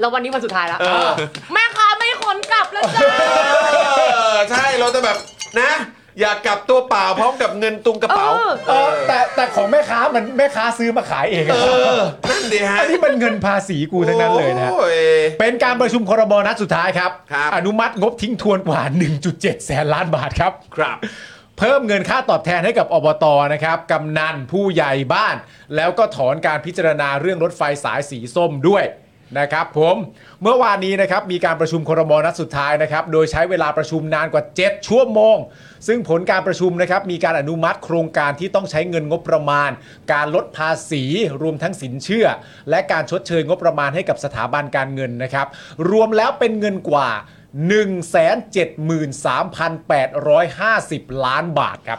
เราวันนี้วันสุดท้ายแล้ว เออ แม่ค้าไม่ขนกลับ แล้ว จ้า เออใช่เราจะแบบนะ อยากกลับตัวเปล่าพร้อมกับเงินตุงกระเป๋า เออ เออแต่แต่ของแม่ค้ามันแม่ค้าซื้อมาขายเองอะ เออนั่นดีฮะ อันนี้มันเงินภาษีกูทั้งนั้นเลยนะ โอ้ย เป็นการประชุมครมนัดสุดท้ายครับ ครับ อนุมัติงบทิ้งทวนกว่า 1.7 แสนล้านบาทครับ ครับ เพิ่มเงินค่าตอบแทนให้กับอบตนะครับกำนันผู้ใหญ่บ้าน แล้วก็ถอนการพิจารณาเรื่องรถไฟสายสีส้มด้วยนะครับผมเมื่อวานนี้นะครับมีการประชุมครมนัดสุดท้ายนะครับโดยใช้เวลาประชุมนานกว่า 7 ชั่วโมง ซึ่งผลการประชุมนะครับมีการอนุมัติโครงการที่ต้องใช้เงินงบประมาณ การลดภาษีรวมทั้งสินเชื่อ และการชดเชยงบประมาณให้กับสถาบันการเงินนะครับรวมแล้วเป็นเงินกว่า 173,850 ล้านบาทครับ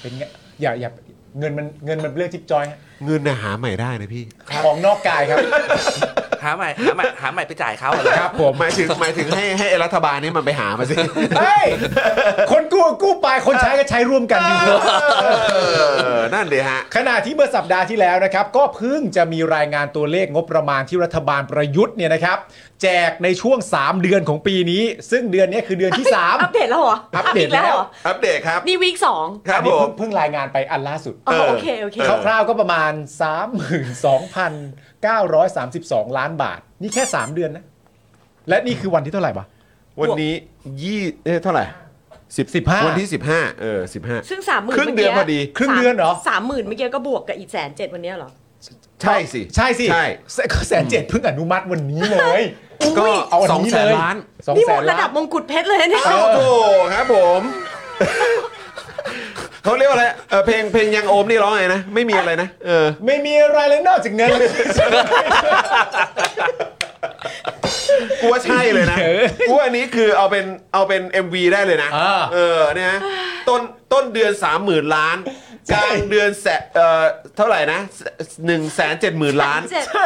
เป็นไงอย่าอย่าเงินมันเงินมันเป็นเรื่องจิ๊บจอยฮะ เงินน่ะหาใหม่ได้นะพี่ ของนอกกายครับ หาใหม่หาใหม่หาใหม่ไปจ่ายเขาเหรอ ครับผม หมายถึงหมายถึงให้ให้รัฐบาลนี่มันไปหามาสิ เฮ้ยคนกู้กู้ไปคนใช้ก็ใช้ร่วมกันอยู่เถอะ เออนั่นดีฮะ ขณะที่เมื่อสัปดาห์ที่แล้วนะครับ ก็เพิ่งจะมีรายงานตัวเลขงบประมาณที่รัฐบาลประยุทธ์เนี่ยนะครับ แจกในช่วง 3 เดือนของปีนี้ ซึ่งเดือนนี้คือเดือนที่ อัปเดตแล้วเหรอ อั อั ปเดตแล้ว หรอ อัปเดตครับ นี่วีคสอง 3 ครับ อันนี้ ผ เพิ่ ม งเพิ่งรายงานไปอันล่าสุด อ๋เอออ โอเคโอเค คร่าวๆก็ประมาณ 32,932 ล้านบาท นี่แค่ 3 เดือนนะ และนี่คือวันที่เท่าไหร่วะ วันนี้ยี่เอ๊ะเท่าไหร่ สิบห้า วันที่สิบห้าเออสิบห้า ซึ่งสามหมื่น ครึ่งเดือนพอดี ครึ่งเดือนเหรอ สามหมื่นเมื่อกี้ก็บวกกับอีกแสนเจ็ดวันเนี้ยเหรอ ใช่สิ ใช่สิ ใช่ ก็แสนเจ็ดเพิ่งอนุมัติวันนี้เลย ก็ เอา สองแสนล้าน สอง นี่ แส หม น ดระ ล้า ดับนมงกุฎเพชรเลยนะเนี่ย โอ้โหครับผม เขาเรียกว่าอะไรเออเพลงเพลงยังโอมนี่ร้องไงนะ ไม่มีอะไรนะ เออ ไม่มีอะไรเลยนอกจากเงินเลย กูว่าใช่เลยนะ กูว่าอันนี้คือเอาเป็นเอาเป็น MV ได้เลยนะ า เออเนี่ยนะต้นต้นเดือน 30,000 ล้าน กลางเดือนแสนเอ่อเท่าไหร่นะ1 7 0 0 0 0 ล้าน 170,000 ใช่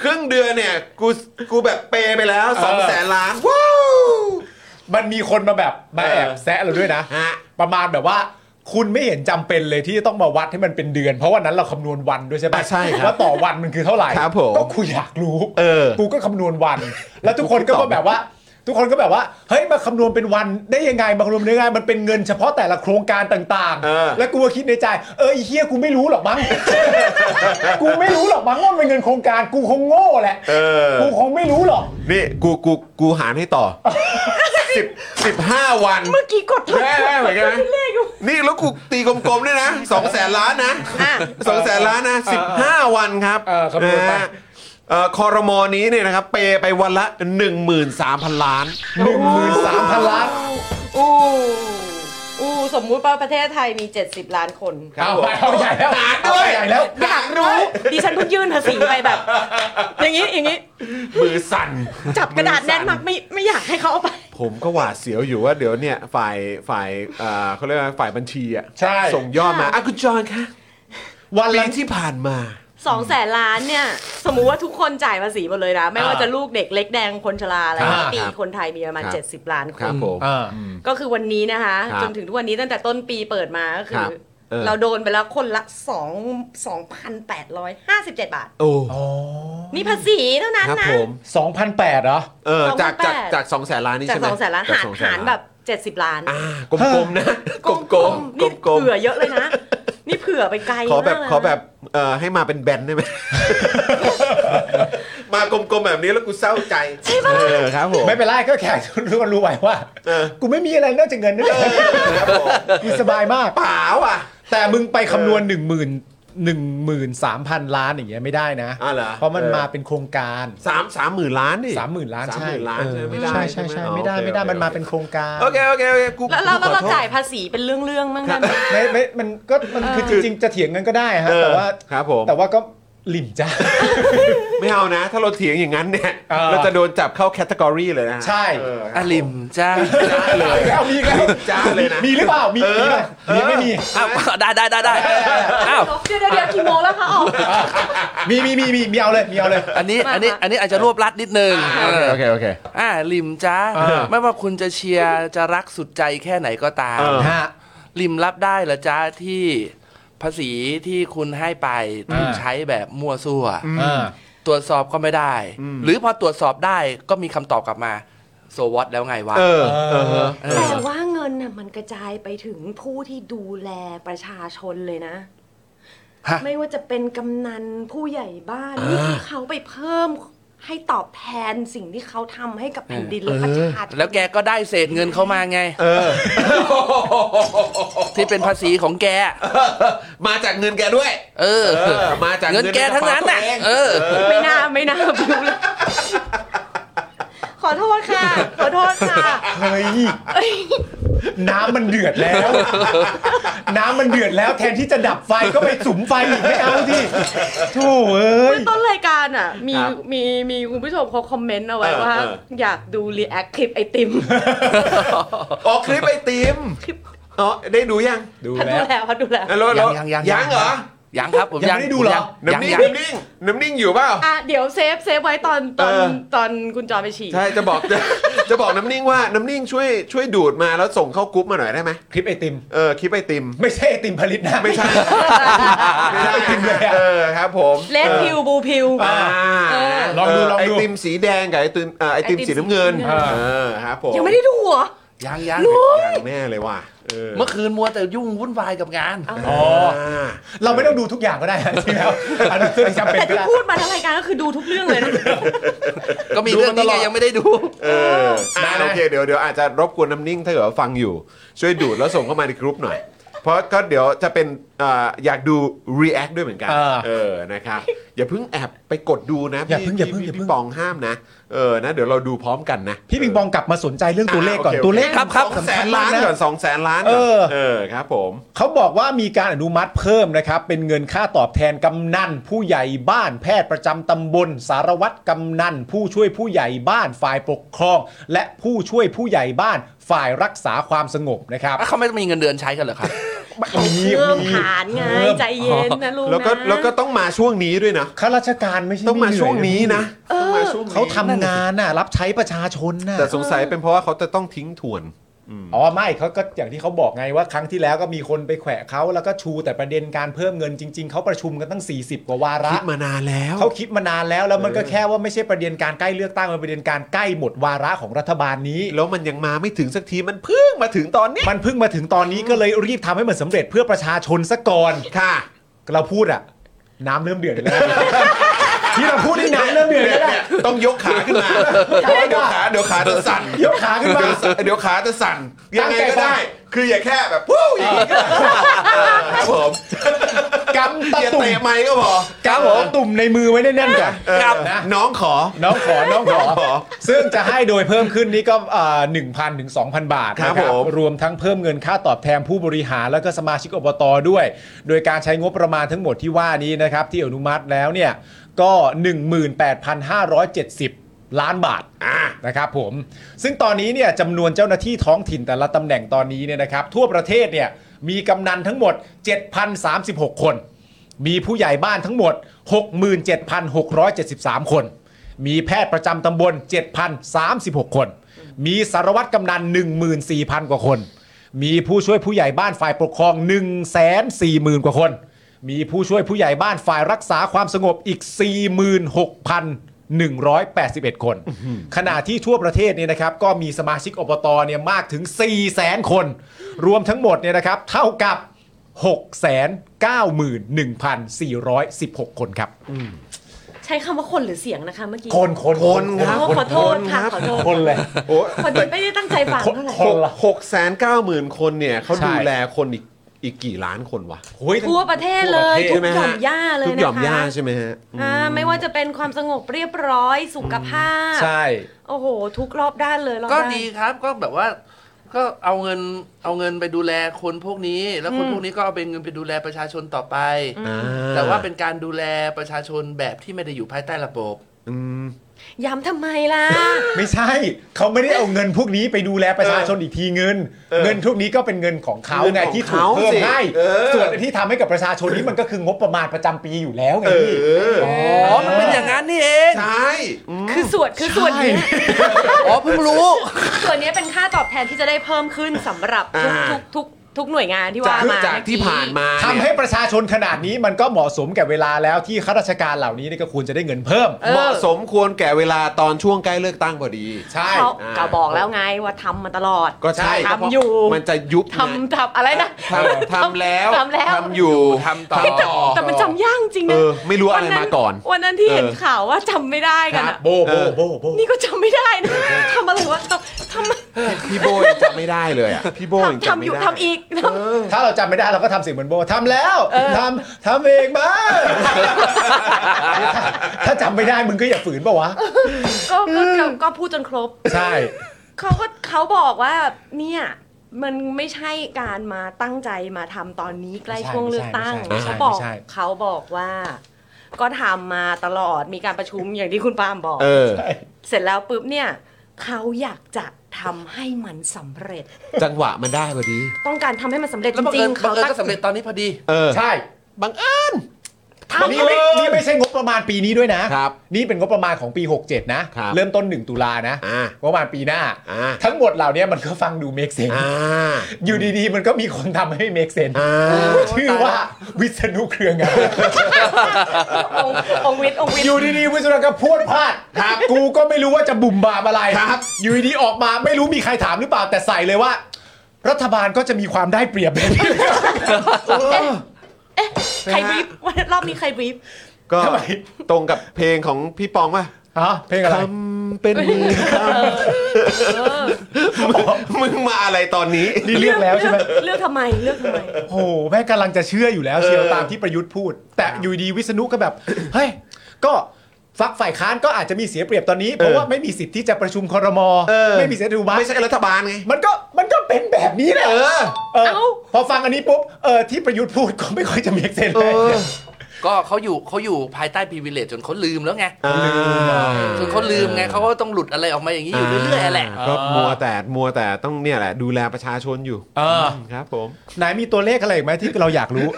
ครึ่งเดือนเนี่ย กูกูแบบเปย์ไปแล้ว เออ 2 0 0 0 0ล้านว้าว มันมีคนมาแบบมาแอบ เออ แซะเราด้วยนะ ฮะ ประมาณแบบว่า คุณไม่เห็นจำเป็นเลยที่จะต้องมาวัดให้มันเป็นเดือน เพราะวันนั้นเราคำนวณวันด้วยใช่ไหม อ่ะใช่ครับ ว่าต่อวันมันคือเท่าไหร่ ครับผม ก็กูอยากรู้ เออ กูก็คำนวณวัน แล้วทุกคนก็มาแบบว่า ทุกคนก็แบบว่าเฮ้ยมาคำนวณเป็นวันได้ยังไงมาคำนวณได้ยังไงมันเป็นเงินเฉพาะแต่ละโครงการต่าง เออ แล้วกูก็คิดในใจเออไอ้เฮียกูไม่รู้หรอกมั้ง กูไม่รู้หรอกมั้งว่ามันเป็นเงินโครงการกูคงโง่แหละ เออ กูคงไม่รู้หรอก นี่กูกูกูหารให้ ต่อ สิบสิบห้าวัน เมื่อกี้กดถูก แม่แม่เหมือนกันไหม เลขอยู่ นี่แล้วกูตีกลมๆด้วยนะสองแสนล้านนะ อ่ะ สองแสนล้านนะสิบห้าวันครับ เออคำนวณไป นะฮะเอ่อคอรมอนี้เนี่ยนะครับ เปย์ไปวันละ 13,000 ล้าน หนึ่งหมื่นสามพันล้าน อู้อู้สมมุติว่าประเทศไทยมี 70 ล้านคน ครับ เอา ผม ไปเอาใหญ่แล้ว หาด้วย เอใหญ่แล้ว อยากรู้ ดิฉันเพิ่งยื่นภาษีไปแบบ อย่างนี้อย่างนี้ มือสั่น จับกระดาษแน่นมากไม่ไม่อยากให้เขาเอาไป ผมก็หวาดเสียวอยู่ว่าเดี๋ยวเนี่ยฝ่ายฝ่ายเอ่อเขาเรียกว่าฝ่ายบัญชีอ่ะ ใช่ ส่งยอดมาอ่ะคุณจอห์นคะ วัน ปี ละ ที่ผ่านมา สองแสนล้านเนี่ย สมมุติว่าทุกคนจ่ายภาษีหมดเลยนะ ไม่ว่าจะลูกเด็กเล็กแดงคนชราอะไร อ่า ปี ครับ คนไทยมีประมาณ ครับ 70 ล้านค ครับ น ผม อ่า ก็คือวันนี้นะคะ ครับ จนถึงทุกวันนี้ตั้งแต่ต้นปีเปิดมาก็คื ครั อ บเออ เราโดนไปแล้วคนละ2 2,857 บาท โอ้ อ๋อ นี่ภาษีเท่านั้น ครับ นะ ผม สองพันแปดเหรอ เออจาก 2,800 จากจากสองแสนล้านนี่ จาก ใช่ไหม สองแสนล้านหาร 200,000 หารแบบ 70 ล้าน อ่ากลมๆนะกลมๆ นี่ กลม เผื่อเยอะเลยนะ นี่เผื่อไปไกล ๆขอแบบ มากเลยนะ ขอแบบเอ่อให้มาเป็นแบนได้ไหม มากลมๆแบบนี้แล้วกูเศร้าใจใช่ป่ะเออครับผม ไม่เป็นไรก็แขกทุกคน รู้ไว้ว่า เออ กูไม่มีอะไรนอกจากเงินนั่นเอง ครับผม กูสบายมาก เปล่าอ่ะ แต่มึงไปคำนวณหนึ่งหมื่นหนึ่งหมื่นสามพันล้านอย่างเงี้ยไม่ได้นะ อ้าวเหรอ เพราะมันมาเป็นโครงการ สามสามหมื่นล้านดิ สามหมื่นล้าน สาม ใช่ หมื่นล้าน เออ ใช่ไหมไม่ได้ ใช่ใช่ใช่ ห ไม่ได้ โอค ไม่ได้ โอค มันมาเป็นโครงการ โอเคโอเคโอเคกู แล้วเรา กูขอ เรา โทษ จ่ายภาษีเป็นเรื่องเรื่องๆบ้าง ครั นะ บ ไม่ไม่มันก็มันคือจริงๆจะเถียงกันก็ได้ฮะ เออ แต่ว่า ครับผม แต่ว่าก็หลิ่ม จ้า ไม่เอานะ ถ้าเราเถียงอย่างนั้นเนี่ย เออ เราจะโดนจับเข้าแคตตากรีเลยนะ ใช่ เออค รัอะบ ลิมจ้า เลย เอามีอีกแล้ว จ้าเลยนะ มีหรือเปล่ามีมีไหม เออ มีไม่มี อ้าว ได้ได้ได้ได้อ้าว เดี๋ยวเดี๋ยวเดี๋ยวกี่โมงแล้วคะออก มีมีมีมีมีเอาเลยมีเอาเลย อันนี้ มา อันนี้อันนี้อาจจะรวบรัดนิดนึง อ่าโอเคโอเคโอเค อ่าลิมจ้า อ่า ไม่ว่าคุณจะเชียร์จะรักสุดใจแค่ไหนก็ตาม เออ ฮะ ริมรับได้เหรอจ้าที่ภาษีที่คุณให้ไปถูก อ่า ใช้แบบมั่วซั่ว อ่า ตรวจสอบก็ไม่ได้ หรือพอตรวจสอบได้ก็มีคำตอบกลับมา โซวอตแล้วไงวะ เออเออฮะ เออ แต่ว่าเงินน่ะมันกระจายไปถึงผู้ที่ดูแลประชาชนเลยนะ ฮะ ไม่ว่าจะเป็นกำนันผู้ใหญ่บ้านนี่คือเขาไปเพิ่มให้ตอบแทนสิ่งที่เขาทำให้กับแผ่นดินและประชาชน แล้วแกก็ได้เศษเงินเข้ามาไง เออ ที่เป็นภาษีของแก มาจากเงินแกด้วย เออ เออมาจาก เงินแกทั้งนั้นน่ะ เงินในกระเป๋าตัวเอง เออ ไม่น่าไม่น่าพิวเลย ขอโทษค่ะ ขอโทษค่ะ เฮ้ยน้ำมันเดือดแล้ว น้ำมันเดือดแล้วแทนที่จะดับไฟก็ไปสุมไฟอีกไม่เอาที่โธ่เอ้ย ต้นรายการอ่ะ มี ครับ มีมีคุณผู้ชมเขาคอมเมนต์เอาไว้ เออ ว่า เออ อยากดูรีแอคคลิปไอติม ออกคลิปไอติมอ๋อได้ดูยัง ดู พัดดู แล้ว แล้วพัดดูแล้ว แล้วแล้ว ยังยังยัยังงเหรอ ยังครับผม ยังไม่ได้ดูเหรอ ผมยัง น้ำนิ่ง ยัง น้ำนิ่งน้ำนิ่งอยู่เปล่า อ่ะเดี๋ยวเซฟเซฟไว้ตอนตอน เออ ตอนคุณจอไปฉี่ ใช่จะบอกจะจะบอกน้ำนิ่งว่าน้ำนิ่งช่วยช่วยดูดมาแล้วส่งเข้ากรุ๊ปมาหน่อยได้ไหม คลิปไอติม เออคลิปไอติม ไม่ใช่ไอติมผลิตนะ ไม่ใช่ ไม่ได้ ไอติมเลยอะ เออครับผม เลดพิวบูพิว อ่า เออ ลองดูลองดู ไอติมสีแดงกับไอติมเอ่อไอติม ไอติม สีน้ำเงิน สี เอ น้ำเงิน อครับผม ยังไม่ได้ดูเหรอ ยังยัง ยังแน่เลยว่ะเออ เมื่อคืนมัวแต่ยุ่งวุ่นวายกับงาน อ๋อ า เราไม่ต้องดูทุกอย่างก็ได้จริงๆแล้วอันนั้นคือจำเป็น แต่ ก็ ที่ ได้ พูดมาทั้งรายการก็คือดูทุกเรื่องเลยนะ ก็มีเรื่องนี้ไงยังไม่ได้ดู เอออ่าโอเคเดี๋ยวเดี๋ยวอาจจะรบกวนน้ำนิ่งถ้าเกิดว่าฟังอยู่ ช่วยดูดแล้วส่งเข้ามาในกรุ๊ปหน่อย เพราะก็เดี๋ยวจะเป็นอ่าอยากดู react ด้วยเหมือนกัน เออ เออ นะครับ อย่าเพิ่งแอบไปกดดูนะ อย่าเพิ่งอย่า พี่ เพิ่งอย่าเพิ่ง พี่ปองห้ามนะ เออ นะ เดี๋ยวเราดูพร้อมกันนะ พี่ปิงปองกลับมาสนใจเรื่องตัวเลขก่อน โค ตัวเลข โอ ครับครับ สอง สำ แส คัญ น มา ล้าก น นะ ก่อนสองแสนล้านก่น เออ เออ ครับผม เขาบอกว่ามีการอนุมัติเพิ่มนะครับ เป็นเงินค่าตอบแทนกำนัน ผู้ใหญ่บ้านแพทย์ประจำตำบล สารวัตรกำนัน ผู้ช่วยผู้ใหญ่บ้านฝ่ายปกครอง และผู้ช่วยผู้ใหญ่บ้านฝ่ายรักษาความสงบนะครับ อ่ะเขาไม่มีเงินเดือนใช้กันเหรอครับ เขาเพิ่มฐานไง ใจเย็นนะลูกนะ แล้วก็ แล้วก็ต้องมาช่วงนี้ด้วยนะ ข้าราชการไม่ใช่ ต้องมาช่วงนี้นะ ต้องมาช่วงนี้ เขาทำงานน่ะรับใช้ประชาชนน่ะ แต่สงสัยเป็นเพราะว่าเขาจะต้องทิ้งทวน อ๋อไม่เขาก็อย่างที่เขาบอกไงว่า ครั้งที่แล้วก็มีคนไปแขวะเขาแล้วก็ชูแต่ประเด็นการเพิ่มเงินจริง ๆเขาประชุมกันตั้ง 40 กว่าวาระ คิดมานานแล้ว เขาคิดมานานแล้วแล้วมันก็แค่ว่าไม่ใช่ประเด็นการใกล้เลือกตั้งมันเป็นประเด็นการใกล้หมดวาระของรัฐบาลนี้ แล้วมันยังมาไม่ถึงสักที มันเพิ่งมาถึงตอนนี้ มันเพิ่งมาถึงตอนนี้ก็เลยรีบทำให้มันสำเร็จเพื่อประชาชนซะก่อน ค่ะ เราพูดอะน้ำเริ่มเดือดอีกแล้ว ที่เราพูดนี่น้ำเริ่มเดือด เนี่ยวแล้นะ เนี่ยต้องยกขาขึ้นมา เดี๋ยวขา เดี๋ยวขาจะสั่น ยกขาขึ้นมา เดี๋ยวขาจะสั่น ตั้ ยัง ง ไง ใจ ก็ ฟัง ได้ คืออย่าแค่แบบวู้วอย่างนี้ก็ได้เออครับผม กำตะ อย่า ตุ่ม เตะไม้ก็พอก ำหัวตุ่มในมือไว้แน่นๆก่อน เออ ครับ นะ น้องขอ น้องขอน้องขอ ขอ ซึ่งจะให้โดยเพิ่มขึ้นนี้ก็หนึ่งพันถึงสองพันบาท ครับ นะ ผม รวมทั้งเพิ่มเงินค่าตอบแทนผู้บริหารแล้วก็สมาชิกอบตด้วย โดยการใช้งบประมาณทั้งหมดที่ว่านี้นะครับ ที่อนุมัติแล้วเนี่ย ก็ 18,570 ล้านบาท อ่ะ นะครับผม ซึ่งตอนนี้เนี่ยจำนวนเจ้าหน้าที่ท้องถิ่นแต่ละตำแหน่งตอนนี้เนี่ยนะครับ ทั่วประเทศเนี่ยมีกำนันทั้งหมด 7,036 คน มีผู้ใหญ่บ้านทั้งหมด 67,673 คน มีแพทย์ประจำตำบล 7,036 คน มีสารวัตรกำนัน 14,000 กว่าคน มีผู้ช่วยผู้ใหญ่บ้านฝ่ายปกครอง 140,000 กว่าคน มีผู้ช่วยผู้ใหญ่บ้านฝ่ายรักษาความสงบอีก 46,181 คน ขณะที่ทั่วประเทศเนี่ยนะครับ ก็มีสมาชิกอบตเนี่ยมากถึง 400,000 คน รวมทั้งหมดเนี่ยนะครับ เท่ากับ 691,416 คนครับ ใช้คำว่าคนหรือเสียงนะคะเมื่อกี้ คนคน คนครับ อ๋อขอโทษค่ะ ขอโทษ คนเลย โอ้ พอดีไม่ได้ตั้งใจฟังเท่าไหร่ คนละ หกแสนเก้าหมื่นคนเนี่ยเขา ใช่ ดูแลคนอีกอีกกี่ล้านคนวะ โอ้ย ทั่วประเทศเลย ใช่ไหม ทุกหฮะย่อมย่าเลย ทุกหย่อม นะคะ ย่าใช่ไหมฮะ อ่าไม่ว่าจะเป็นความสงบเรียบร้อยสุขภาพ ใช่ โอ้โห ทุกรอบด้านเลยรอบ ก็ ด้าน ดีครับก็แบบว่า ก็เอาเงินเอาเงินไปดูแลคนพวกนี้ แล้วคนพวกนี้ก็เอาเป็นเงินไปดูแลประชาชนต่อไป อ่ แต่ว่าเป็นการดูแลประชาชนแบบที่ไม่ได้อยู่ภายใต้ระบบ อืม ย้ำทำไมล่ะ ไม่ใช่ เขาไม่ได้เอาเงินพวกนี้ไปดูแลประชาชนอีกทีเงิน เออ เงินทุกนี้ก็เป็นเงินของเขา เงินของ ไงที่ถูกเพิ่ม เขาสิ ให้ เออ ส่วนที่ทำให้กับประชาชนนี้มันก็คืองบประมาณประจำปีอยู่แล้วไง เอ พี่ อ อ๋อ มันเป็นอย่างนั้นนี่เอง ใช่ คือส่วนคือส่วนเนี้ย อ๋อเพิ่งรู้ ส่วนเนี้ยเป็นค่าตอบแทนที่จะได้เพิ่มขึ้นสำหรับทุกทุกทุก ทุกหน่วยงานที่ว่ามา จากที่ผ่านมา ทำ เนี่ย ให้ประชาชนขนาดนี้มันก็เหมาะสมแก่เวลาแล้วที่ข้าราชการเหล่านี้เนี่ยก็ควรจะได้เงินเพิ่ม เอ เห อ มาะสมควรแก่เวลาตอนช่วงใกล้เลือกตั้งพอดี ใช่ เขา อ่า ก็บอกแล้วไงว่าทำมาตลอด ก็ใช่ ทำอยู่ มันจะยุบไง ทำทำอะไรนะ ทำทำแล้ว ทำแล้ว อยู่ ทำต่อ ทำต่อ แต่มันจำยากจริง เอ นะ อไม่รู้อะไร วันนั้น มาก่อน วันนั้นที่ เออ เห็นข่าวว่าจำไม่ได้กัน ครับ อะ โบโบโบโบ นี่ก็จำไม่ได้นะทำอะไรวะทำทำ พี่โบยังจำไม่ได้เลยอ่ะพี่โบยังจำทำทำอ ไม่ ยู่ ได้ ทำอีกทำ ถ้าเราจำไม่ได้เราก็ทำเสียงเหมือนโบทำแล้วทำทำเองมา ถ้าจำไม่ได้มึงก็อย่าฝืนปะวะ ก็ก็ก็ก็พูดจนครบ ใช่ เขาก็เขาบอกว่าเนี่ยมันไม่ใช่การมาตั้งใจมาทำตอนนี้ใกล้ ไม่ใช่ ช่วงเลือกตั้ง ไม่ใช่ เขาบอก ไม่ใช่ เขาบอกว่า ก็ทำมาตลอดมีการประชุมอย่างที่คุณปาล์มบอก เออ เสร็จแล้วปุ๊บเนี่ยเขาอยากจะทำให้มันสำเร็จ จังหวะมันได้พอดี ต้องการทำให้มันสำเร็จ แล้ว จ บัง ริ เอิ ง ญ ๆ บัง เขา เอิญ ตั้ง ก็สำเร็จตอนนี้พอดี เออ ใช่ บังเอิญ ทำ นี่ไม่นี่ไม่ใช่งบประมาณปีนี้ด้วยนะ ครับ นี่เป็นงบประมาณของปี 67 นะ ครับ เริ่มต้น 1 ตุลานะ อ่าง บประมาณปีหน้า อ่า ทั้งหมดเหล่านี้มันก็ฟังดูเมกเซน อ่า อยู่ดีๆ มันก็มีคนทำให้เมกเซน อ่า ชื่อว่าวิษณุเครืองาม องค์องค์วิทย์องค์วิท อ ย์ ยู่ดีๆวิศวกรรมพูดพลาดครับกูก็ไม่รู้ว่าจะบุ่มบามอะไรครับอยู่ดีๆออกมาไม่รู้มีใครถามหรือเปล่าแต่ใส่เลยว่า รัฐบาลก็จะมีความได้เปรียบแบบนี้ ใครบรีฟวันรอบนี้ใครบรีฟ ก็ ทำไม ตรงกับเพลงของพี่ปองป่ะ ฮะเพลงอะไร ทำเป็นมือครับ มึงมาอะไรตอนนี้ นี่เลือกแล้วใช่ไหม เลือกทำไมเลือกทำไม โอ้โหแม่งกำลังจะเชื่ออยู่แล้วเชียว เออ ตามที่ประยุทธ์พูด แต่อยู่ดีวิษณุก็แบบเฮ้ยก็ฝักฝ่ายค้านก็อาจจะมีเสียเปรียบตอนนี้เพราะว่าไม่มีสิทธิ์ที่จะประชุมครมไม่มีเสียดูบ้า ไม่ใช่รัฐบาลไง มันก็มันก็เป็นแบบนี้แหละ เออ เออ เอ้า พอฟังอันนี้ปุ๊บเออที่ประยุทธ์พูดก็ไม่ค่อยจะมีเซน เอ เลย อ ก็เขาอยู่เขาอยู่ภายใต้พ i วิเล e จนเขาลืมแล้วไง อ่า จนเขาลืมไงเขาก็ต้องหลุดอะไรออกมาอย่างนี้อยู่เรื่อยๆแหละ ก็มัวแต่มัวแต่ต้องเนี่ยแหละ ดูแลประชาชนอยู่ เออ ครับผม ไหนมีตัวเลขอะไรอีกไหมที่เราอยากรู้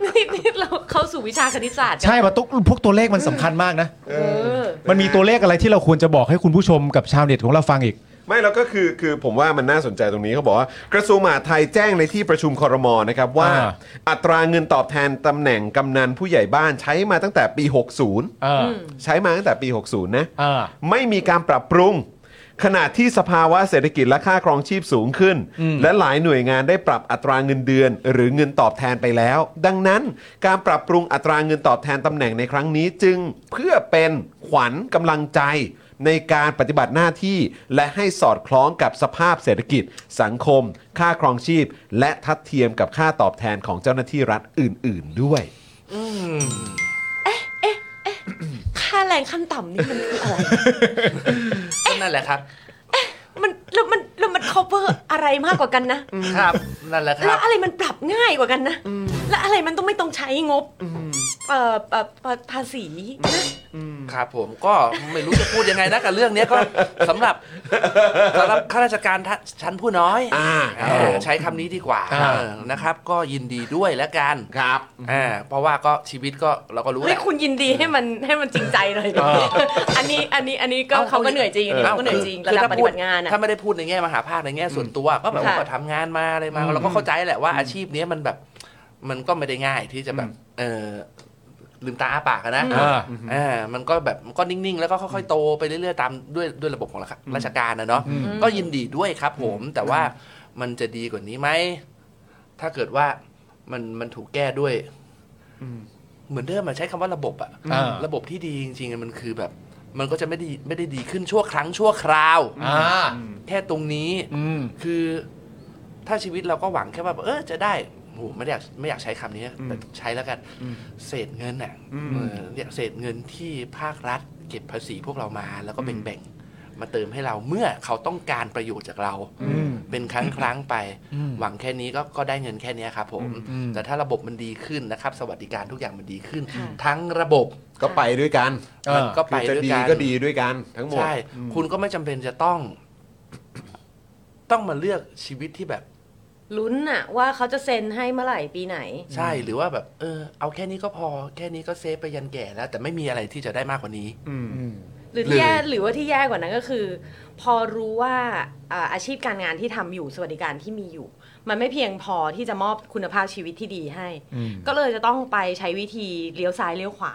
นี่นี่เราเข้าสู่วิชาคณิตศาสตร์กัน ใช่ป่ะตุ๊กพวกตัวเลขมันสำคัญมาก นะ เออ มันมีตัวเลขอะไรที่เราควรจะบอกให้คุณผู้ชมกับชาวเน็ตของเราฟังอีก ไม่แล้วก็คือคือผมว่ามันน่าสนใจตรงนี้เขาบอกว่ากระทรวงมหาดไทยแจ้งในที่ประชุมคอรมอนะครับว่า อ่า อัตราเงินตอบแทนตำแหน่งกำนันผู้ใหญ่บ้านใช้มาตั้งแต่ปี เออ 60 ใช้มาตั้งแต่ปี 60 นะ เออ ไม่มีการปรับปรุง ขณะที่สภาวะเศรษฐกิจและค่าครองชีพสูงขึ้น และหลายหน่วยงานได้ปรับอัตราเงินเดือน หรือเงินตอบแทนไปแล้ว ดังนั้นการปรับปรุงอัตราเงินตอบแทนตำแหน่งในครั้งนี้จึงเพื่อเป็นขวัญกำลังใจ ในการปฏิบัติหน้าที่ และให้สอดคล้องกับสภาพเศรษฐกิจ สังคม ค่าครองชีพ และทัดเทียมกับค่าตอบแทนของเจ้าหน้าที่รัฐอื่น ๆ ด้วย ค่าแรงขั้นต่ำนี่มันคืออะไร นั่นแหละครับ มันแล้วมันแล้วมัน cover อะไรมากกว่ากันนะ ครับ นั่นแหละค แล้ รั ว บ อะไรมันปรับง่ายกว่ากันนะ แล้วอะไรมันต้องไม่ต้องใช้งบเอ่อเอ่อเอ่อภาษีนะ ครับผมก็ไม่รู้จะพูดยังไงนะกับเรื่องเนี้ยก็สำหรับสำหรับข้าราชการท่านชั้นผู้น้อย อ่าครับผม ใช้คำนี้ดีกว่า อ่า เออนะครับ ก็ยินดีด้วยแล้วกัน ครับ อ่าเพราะว่าก็ชีวิตก็เราก็รู้แห เฮ้ย ละ คุณยินดีให้มันให้มันจริงใจหน่อยอันนี้อันนี้อันนี้ก็ เอ้า เขาก็ เอา เหนื่อยจริงเขาก็เหนื่อยจริงระดับปฏิบัติงานอ่ะ ถ้าไม่ได้พูดในแง่มหาภาคในแง่ส่วนตัวก็แบบว่า ค่ะ ก็ทำงานมาอะไรมาเราก็เข้าใจแหละว่าอาชีพเนี้ยมันแบบมันก็ไม่ได้ง่ายที่จะแบบเออลืมตาอ้าปากอะนะ อ่า อ่ามันก็แบบมันก็นิ่งๆ แล้วก็ค่อยๆโตไปเรื่อยๆตามด้วยด้วยระบบของราชราชการนะเนาะก็ยินดีด้วยครับผม แต่ว่ามันจะดีกว่านี้ไหมถ้าเกิดว่ามันมันถูกแก้ด้วยเหมือนเดิมมันใช้คำว่าระบบอะ อ่า ระบบที่ดีจริงๆอะมันคือแบบ มันก็จะไม่ได้ไม่ได้ดีขึ้นชั่วครั้งชั่วคราว อ่า แค่ตรงนี้ อืม คือถ้าชีวิตเราก็หวังแค่ว่า เออจะได้โหไม่ได้อยากไม่อยากใช้คำนี้นะแต่ใช้แล้วกันเศษเงินอ่ะเออเนี่ยเศษเงินที่ภาครัฐ เก็บภาษีพวกเรามา แล้วก็แบ่งๆมาเติมให้เราเมื่อเขาต้องการประโยชน์จากเรา เป็นครั้งครั้งๆไป หวังแค่นี้ก็ก็ได้เงินแค่เนี้ยครับผม อืม แต่ถ้าระบบมันดีขึ้นนะครับ สวัสดิการทุกอย่างมันดีขึ้น ค่ะ ทั้งระบบ ก็ไปด้วยกัน เออ มันก็ไป คือจะ ด้วย ดี กัน ก็ดีด้วยกันทั้งหมด ใช่ คุณก็ไม่จำเป็นจะต้อง ต้องมาเลือกชีวิตที่แบบ ลุ้นอ่ะว่าเขาจะเซ็นให้เมื่อไหร่ปีไหน ใช่หรือว่าแบบ เออ เอาแค่นี้ก็พอ แค่นี้ก็เซฟไปยันแก่แล้ว แต่ไม่มีอะไรที่จะได้มากกว่านี้ หรือที่แย่หรือว่าที่แย่กว่านั้นก็คือ พอรู้ว่าอ่าอาชีพการงานที่ทำอยู่สวัสดิการที่มีอยู่ มันไม่เพียงพอที่จะมอบคุณภาพชีวิตที่ดีให้ ก็เลยจะต้องไปใช้วิธีเลี้ยวซ้ายเลี้ยวขวา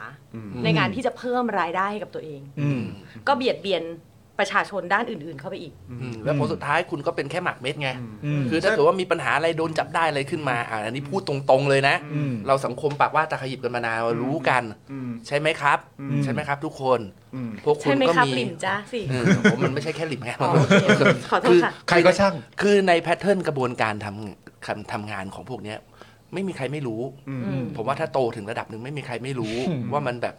ในการที่จะเพิ่มรายได้ให้กับตัวเอง อืม ก็เบียดเบียนประชาชนด้านอื่น ๆ เข้าไปอีก อืมแล้วผลสุดท้ายคุณก็เป็นแค่หมากเม็ดไง อืม คือถ้าเกิดว่ามีปัญหาอะไรโดนจับได้อะไรขึ้นมาอ่าอันนี้พูดตรงๆเลยนะ อืม เราสังคมปากว่าตะขยิบกันมานานรู้กัน ใช่ไหมครับ ใช่ไหมครับ ทุกคน พวกคุ ใช่ ณ ไหม ก็ ครับ มี ลิมจ้าสิ เออผมมันไม่ใช่แค่หลิมไง อ๋อโอเคขอโทษค่ะ ใครก็ช่าง คือในแพทเทิร์นกระบวนการทำทำทำงานของพวกเนี้ย ไม่มีใครไม่รู้ อืม ผมว่าถ้าโตถึงระดับหนึ่งไม่มีใครไม่รู้ อืม ว่ามันแบบ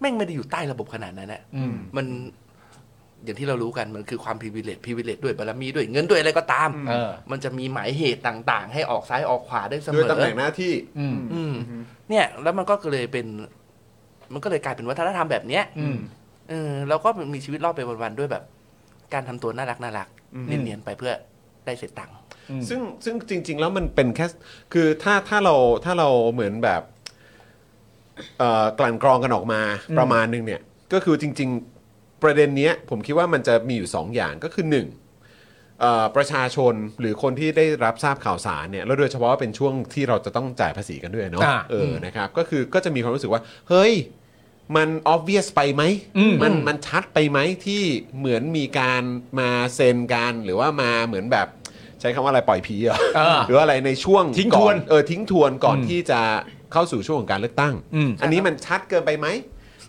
แม่งไม่ได้อยู่ใต้ระบบขนาดนั้นนะ อืม มันอย่างที่เรารู้กันมันคือความพิเวเลตพิเวเลตด้วยบารมีด้วยเงินด้วยอะไรก็ตาม เออ มันจะมีหมายเหตุต่าง ๆ ให้ออกซ้ายออกขวาได้เสมอ ด้วยตำแหน่งหน้าที่ อืม อืมเนี่ย แล้วมันก็เลยเป็น มันก็เลยกลายเป็นวัฒนธรรมแบบเนี้ย อืม เออเราก็มีชีวิตรอดไปวันๆด้วยแบบ การทำตัวน่ารักน่ารักเนียนๆไปเพื่อได้เสร็จตังค์ อืม ซึ่งซึ่งจริง ๆ แล้วมันเป็นแค่คือถ้าถ้าเราถ้าเราเหมือนแบบเอ่อกลั่นกรองกันออกมา อืม ประมาณนึงเนี่ย ก็คือจริง ๆ ประเด็นเนี้ยผมคิดว่ามันจะมีอยู่สองอย่างก็คือหนึ่งเอ่อประชาชนหรือคนที่ได้รับทราบข่าวสารเนี่ยแล้วโดยเฉพาะเป็นช่วงที่เราจะต้องจ่ายภาษีกันด้วยเนาะ อ่า เออนะครับก็คือก็จะมีความรู้สึกว่า เฮ้ย มัน obvious ไปไหม มันมันชัดไปไหมที่เหมือนมีการมาเซ็นกันหรือว่ามาเหมือนแบบใช้คำว่าอะไรปล่อยผีเหรอ เออ หรือว่าอะไรในช่วง ทิ้งทวน ก่อเออทิ้งทวนก่อน อืม ที่จะเข้าสู่ช่วงของการเลือกตั้ง อืม อันนี้มันชัดเกินไปไหม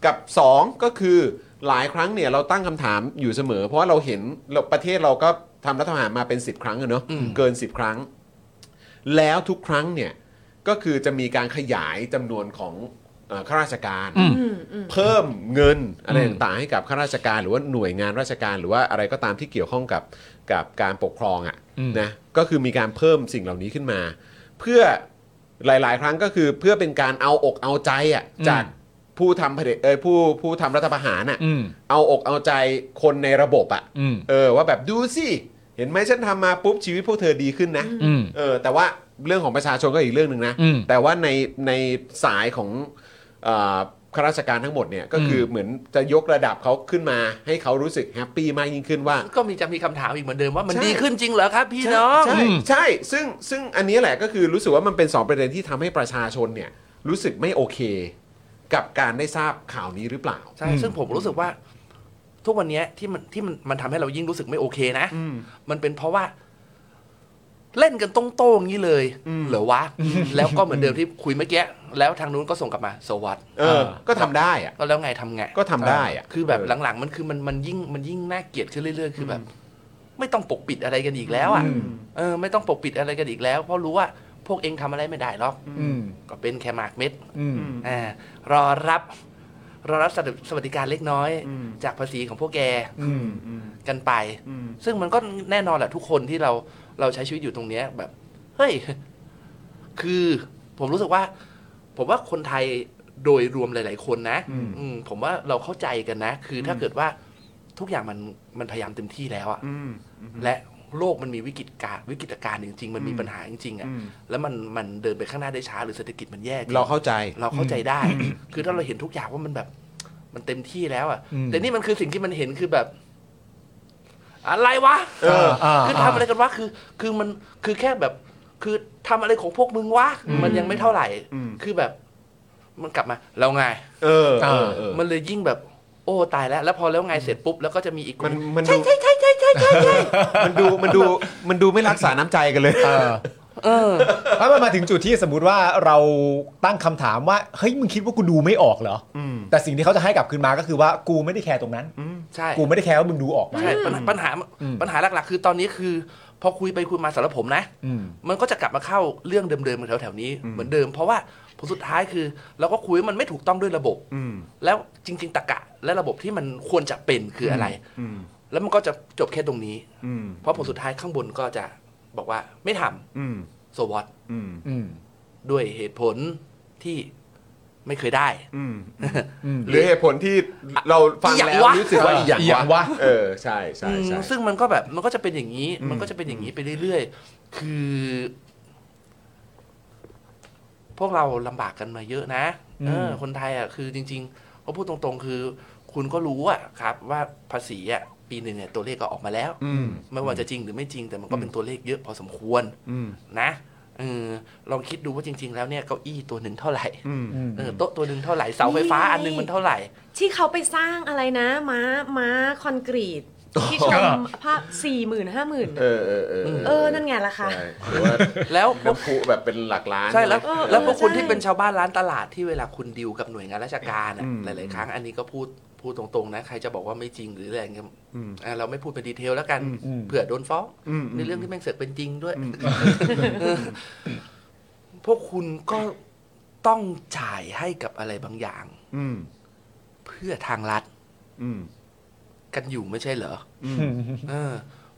กับ 2 ก็คือหลายครั้งเนี่ยเราตั้งคำถามอยู่เสมอ เพราะว่าเราเห็นเราประเทศเราก็ทำรัฐประหารมาเป็น 10 ครั้งอะเนาะ อืม เกิน 10 ครั้ง แล้วทุกครั้งเนี่ยก็คือจะมีการขยายจำนวนของเอ่อข้าราชการ อืมอืม เพิ่มเงินอะไร อืม ต่างๆให้กับข้าราชการหรือว่าหน่วยงานราชการหรือว่าอะไรก็ตามที่เกี่ยวข้องกับกับการปกครองอะ่ะนะก็คือมีการเพิ่มสิ่งเหล่านี้ขึ้นมา เพื่อหลาย ๆ ครั้งก็คือเพื่อเป็นการเอาอกเอาใจอะ่ะจากผู้ทำเผด็จเอยผู้ผู้ทำรัฐประหารอ่ะ อืม เอาอกเอาใจคนในระบบอ่ะ อืม เออว่าแบบดูสิเห็นไหมฉันทำมาปุ๊บชีวิตพวกเธอดีขึ้นนะ อืม เออแต่ว่าเรื่องของประชาชนก็อีกเรื่องหนึ่งนะ อืม แต่ว่าในในสายของเอ่อข้าราชการทั้งหมดเนี่ยก็คือเหมือนจะยกระดับเขาขึ้นมา ให้เขารู้สึกแฮปปี้มากยิ่งขึ้นว่า ก็มีจะมีคำถามอีกเหมือนเดิมว่ามัน ใช่ ดีขึ้นจริงเหรอครับ พี่น้อง ใช่ อืม ใช่ซึ่งซึ่งอันนี้แหละก็คือรู้สึกว่ามันเป็น 2 ประเด็นที่ทำให้ประชาชนเนี่ยรู้สึกไม่โอเค กับการได้ทราบข่าวนี้หรือเปล่า ใช่ซึ่งผมรู้สึกว่า ทุกวันเนี้ยที่มันที่มันมันทำให้เรายิ่งรู้สึกไม่โอเคนะมันเป็นเพราะว่า เล่นกันตรงโต้งๆงี้เลยเหรอวะแล้วก็เหมือนเดิมที่คุยเมื่อกี้แล้วทางนู้นก็ส่งกลับมาสวัสด เออ ก็ทำได้อะ ก็แล้วไงทำไง ก็ทำได้อะ คือแบบ เ หลังๆ มันคือมันมันยิ่งมันยิ่งน่าเกลียดขึ้นเรื่อยๆ คือแบบ ไม่ต้องปกปิดอะไรกันอีกแล้วอ่ะ อืม เออไม่ต้องปกปิดอะไรกันอีกแล้ว เพราะรู้ว่าพวกเองทำอะไรไม่ได้หรอก อืม ก็เป็นแค่หมากเม็ด อืม อ่ารอรับ รอรับสวัสดิสวัสดิการเล็กน้อย จากภาษีของพวกแก อืม กันไป ซึ่งมันก็แน่นอนแหละทุกคนที่เราเราใช้ชีวิตอยู่ตรงเนี้ยแบบ เฮ้ย คือผมรู้สึกว่า ผมว่าคนไทยโดยรวมหลาย ๆ คนนะอืมผมว่าเราเข้าใจกันนะ คือถ้าเกิดว่าทุกอย่างมันมันพยายามเต็มที่แล้วอะและโลกมันมีวิกฤตการณ์วิกฤตการณ์จริง ๆ มันมีปัญหาจริง ๆอะแล้วมันมันเดินไปข้างหน้าได้ช้าหรือเศรษฐกิจมันแย่จง เราเข้าใจ เราเข้าใจได้ คือถ้าเราเห็นทุกอย่างว่ามันแบบ มันเต็มที่แล้วอ่ะ อืม แต่นี่มันคือสิ่งที่มันเห็นคือแบบ อะไรวะ เออ คือทำอะไรกันวะ คือ คือมัน คือแค่แบบ คือทำอะไรของพวกมึงวะ มันยังไม่เท่าไหร่ คือแบบ มันกลับมา เราไง เออเออเออ มันเลยยิ่งแบบ โอ้ตายแล้ว แล้วพอแล้วไงเสร็จปุ๊บ แล้วก็จะมีอีกก มั ลุ่ น ม มันดูมันดูมันดูมันดูไม่รักษาน้ำใจกันเลย เออถ้ามันมาถึงจุดที่สมมติว่าเราตั้งคำถามว่าเฮ้ยมึงคิดว่ากูดูไม่ออกเหรออแต่สิ่งที่เขาจะให้กลับคืนมาก็คือว่ากูไม่ได้แคร์ตรงนั้น ใช่ กูไม่ได้แคร์ว่ามึงดูออกไหม ใช่ปัญหาปัญหาปัญหาหลักๆ คือตอนนี้คือ พอคุยไปคุยมาสำหรับผมนะ อืม มันก็จะกลับมาเข้าเรื่องเดิมๆแถวๆนี้เหมือนเดิม เพราะว่าผลสุดท้ายคือ เราก็คุยว่ามันไม่ถูกต้องด้วยระบบ แล้วจริง ๆตะกะ และระบบที่มันควรจะเป็นคืออะไร แล้วมันก็จะจบแค่ตรงนี้ เพราะผลสุดท้ายข้างบนก็จะบอกว่าไม่ทำโซวอต อืม ด้วยเหตุผลที่ไม่เคยได้ หรือเหตุผลที่เราฟัง อีหยัง แล้ว วะ รู้สึกว่าอีห อีหยั ยัง ง วะ วะ เออ ใช่ใช่ใช่ อืมซึ่งมันก็แบบมันก็จะเป็นอย่างนี้ มันก็จะเป็นอย่างนี้ไปเรื่อยๆ คือ พวกเราลำบากกันมาเยอะนะเออ คนไทยอ่ะคือจริงๆก็พูดตรงๆ คือ คุณก็รู้อะครับว่าภาษีอะปีหนึ่งเนี่ยตัวเลขก็ออกมาแล้ว อืม ไม่ว่าจะจริงหรือไม่จริงแต่มันก็เป็นตัวเลขเยอะพอสมควร อืม นะเออลองคิดดูว่าจริง ๆ แล้วเนี่ยเก้าอี้ตัวหนึ่งเท่าไหร่ อืมอืม เออโต๊ะตัวหนึ่งเท่าไหร่เสาไฟฟ้าอันหนึงมันเท่าไหร่ ที่เขาไปสร้างอะไรนะ ม้าม้าคอนกรีต ที่ชมภาพสี่หมื่นห้าหมื่น เออเออเออ เออ นั่นไงล่ะค่ะ ใช่หรือว่า แล้วพวก น้ำพุแบบเป็นหลักล้าน ใช่แล้ว ไหม แล้วพวกคุณ ใช่ ที่เป็นชาวบ้านร้านตลาดที่เวลาคุณดิวกับหน่วยงานราชการอะ อืม หลาย ๆ ครั้งอันนี้ก็พูดพูดตรง ๆ นะ ใครจะบอกว่าไม่จริงหรืออะไรเงี้ย อืม อ่ะเราไม่พูดเป็นดีเทลแล้วกัน อืมอืม เผื่อโดนฟ้อง อืมอืม ในเรื่องที่แม่งเสือกเป็นจริงด้วยเออ พวกคุณก็ต้องจ่ายให้กับอะไรบางอย่าง อืม เพื่อทางรัฐ อืม กันอยู่ไม่ใช่เหรอ อืม เออ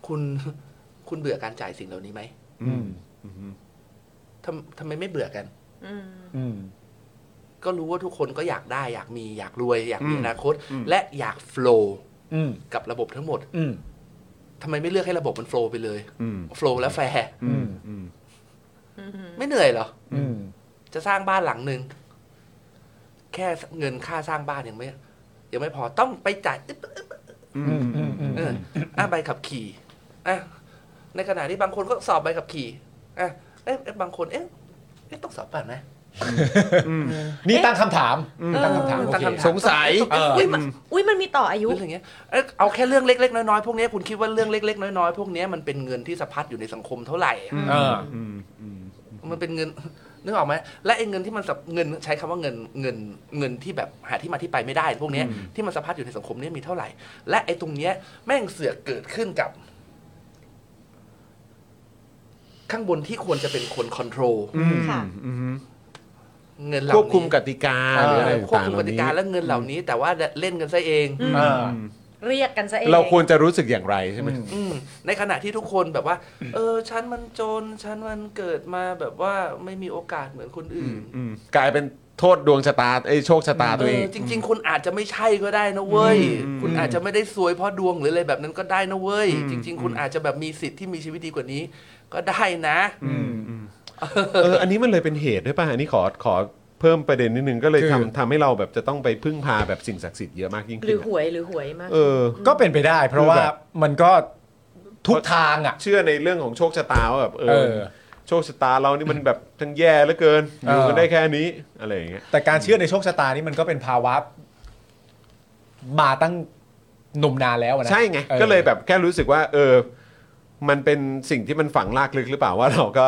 คุณคุณเบื่อการจ่ายสิ่งเหล่านี้ไหม อืม ทำทำไมไม่เบื่อกัน อืม อืม ก็รู้ว่าทุกคนก็อยากได้อยากมีอยากรวย อยากมี อืม อนาคต อืม และอยากโฟล w อืม กับระบบทั้งหมด อืม ทำไมไม่เลือกให้ระบบมันโฟล w ไปเลย อืม โฟล w และแฟร์ อืมอืม ไม่เหนื่อยเหรอ อืม จะสร้างบ้านหลังหนึ่งแค่เงินค่าสร้างบ้านยังไม่ยังไม่พอต้องไปจ่ายอึ๊บอึ๊บเอออ่ะใบขับขี่อ่ะในขณะที่บางคนก็สอบใบขับขี่อ่ะเอ๊ะเอ๊ะบางคนเอ๊ะเอ๊ะต้องสอบป่ะนะ นี่ตั้งคำถาม ตั้งคำถาม เออตั้งคำถาม โอเ สงสัย เออ อุ้ยมันอุ้ยมันมีต่ออายุ เรื่องอย่างเงี้ยเอ้ยเอาแค่เรื่องเล็กๆ น้อยๆ พวกเนี้ยคุณคิดว่าเรื่องเล็กๆ น้อยๆ พวกเนี้ยมันเป็นเงินที่สะพัดอยู่ในสังคมเท่าไหร่ เออ มันเป็นเงิน นึกออกไหมและไอ้เงินที่มันสะเงินใช้คำว่าเงินเงินเงินที่แบบหาที่มาที่ไปไม่ได้ พวกเนี้ย อืม ที่มันสะพัดอยู่ในสังคมเนี้ยมีเท่าไหร่ และไอ้ตรงเนี้ยแม่งเสือกเกิดขึ้นกับ ข้างบนที่ควรจะเป็นคนคอนโทรล ค่ะ อืม เงินเหล่า คว นี้ บคุมกติกา เออ หรืออะไร ควบ ต่าง คุม ๆ กติกา เหล่ และเงินเหล่านี้ แต่ว่าเล่นกันซะเอง เออ เรียกกันซะเอง นี้เราควรจะรู้สึกอย่างไรใช่ไหม อืมในขณะที่ทุกคนแบบว่า เออฉันมันจนฉันมันเกิดมาแบบว่าไม่มีโอกาสเหมือนคนอื่น กลายเป็นโทษดวงชะตาไอ้ยโชคชะตาตัวเอง เออจริง ๆ คุณอาจจะไม่ใช่ก็ได้นะเว้ย อืม คุณอาจจะไม่ได้สวยเพราะดวงหรืออะไรแบบนั้นก็ได้นะเว้ย จริง ๆ คุณอาจจะแบบมีสิทธิ์ที่มีชีวิตดีกว่านี้ ก็ได้นะ เอออันนี้มันเลยเป็นเหตุด้วยป่ะ อันนี้ขอขอเพิ่มประเด็นนิดนึง ก็เลย คือ ทำทำให้เราแบบจะต้องไปพึ่งพาแบบสิ่งศักดิ์สิทธิ์เยอะมากยิ่ง หขึ้รือน หวยหรือหวยมาก เออ ก็เป็นไปได้ เพราะว่ามันก็ทุกทางอ่ะ เชื่อในเรื่องของโชคชะตาว่าแบบเอ เอ อ อ โชคชะตาเรานี่มันแบบทั้งแย่เหลือเกินอยู่กันได้แค่นี้อะไรอย่างเงี้ย แต่การเชื่อในโชคชะตานี่มันก็เป็นภาวะ มาตั้งนมนานแล้วอะนะ ใช่ไง ออ ก็เลยแบบแค่รู้สึกว่า เออ มันเป็นสิ่งที่มันฝังลากลึกหรือเปล่าว่าเราก็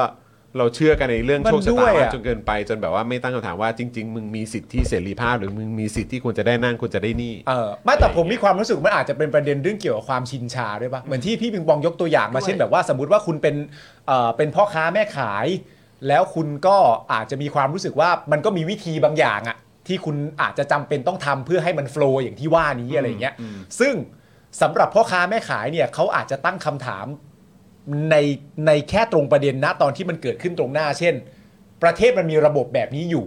เราเชื่อกันในเรื่อง มัน โชคชะ ด้ ตา วยอะ มากจนเกินไปจนแบบว่าไม่ตั้งคำถามว่าจริง ๆ มึงมีสิทธิเสรีภาพหรือมึงมีสิทธิที่ควรจะได้นั่งควรจะได้นี่ เออไม่แต่ผมมีความรู้สึกมันอาจจะเป็นประเด็นเรื่องเกี่ยวกับความชินชาด้วยปะเหมือนที่พี่ปิงปองยกตัวอย่างมา ด้วย เช่นแบบว่าสมมติว่าคุณเป็นเอ่อเป็นพ่อค้าแม่ขาย แล้วคุณก็อาจจะมีความรู้สึกว่ามันก็มีวิธีบางอย่างอะที่คุณอาจจะจำเป็นต้องทำเพื่อให้มันโฟล์อย่างที่ว่านี้อะไรอย่างเงี้ยซึ่งสำหรับพ่อค้าแม่ขายเนี่ยเขาอาจจะตั้งคำถาม ในในแค่ตรงประเด็นนะตอนที่มันเกิดขึ้นตรงหน้า เช่น ประเทศมันมีระบบแบบนี้อยู่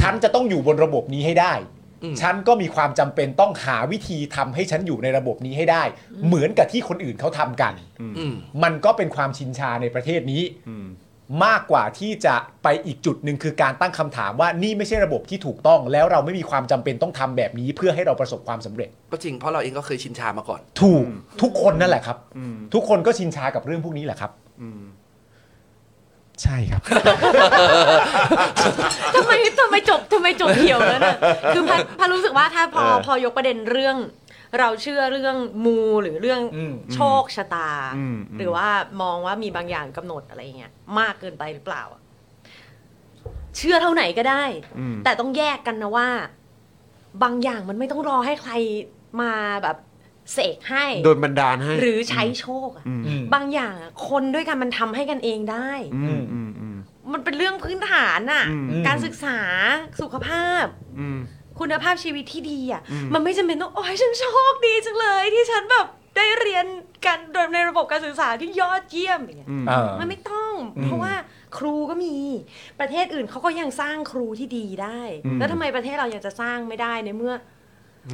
ฉันจะต้องอยู่บนระบบนี้ให้ได้ อืม ฉันก็มีความจำเป็นต้องหาวิธีทำให้ฉันอยู่ในระบบนี้ให้ได้ เหมือนกับที่คนอื่นเขาทำกัน อืม มันก็เป็นความชินชาในประเทศนี้มากกว่าที่จะไปอีกจุดหนึ่งคือการตั้งคำถามว่านี่ไม่ใช่ระบบที่ถูกต้อง แล้วเราไม่มีความจำเป็นต้องทำแบบนี้ เพื่อให้เราประสบความสำเร็จ ก็จริงเพราะเราเองก็เคยชินชามาก่อน ถูกทุกคนนั่นแหละครับ ทุกคนก็ชินชากับเรื่องพวกนี้แหละครับใช่ครับ ทำไมทำไมจบทำไมจบเหี่ยวแล้วน่ะคือพันพันรู้สึกว่าถ้าพอ เออ พอยกประเด็นเรื่อง เราเชื่อเรื่องมูหรือเรื่อง อืม โชคชะตา หรือว่ามองว่ามีบางอย่างกำหนดอะไรอย่างเงี้ยมากเกินไปหรือเปล่าอะเชื่อเท่าไหนก็ได้ แต่ต้องแยกกันนะว่า บางอย่างมันไม่ต้องรอให้ใครมาแบบเสกให้ โดนบันดาลให้ หรือใช้โชคอะ อืม บางอย่างอะคนด้วยกันมันทำให้กันเองได้ มันเป็นเรื่องพื้นฐานน่ะ อืม การศึกษาสุขภาพ คุณภาพชีวิตที่ดีอ่ะ มันไม่จำเป็นต้อง โอ้ยฉันโชคดีจังเลย ที่ฉันแบบได้เรียนกันโดยในระบบการศึกษาที่ยอดเยี่ยมอย่างเงี้ย เออ มันไม่ต้อง เพราะว่าครูก็มี ประเทศอื่นเขาก็ยังสร้างครูที่ดีได้ แล้วทำไมประเทศเรายังจะสร้างไม่ได้ในเมื่อ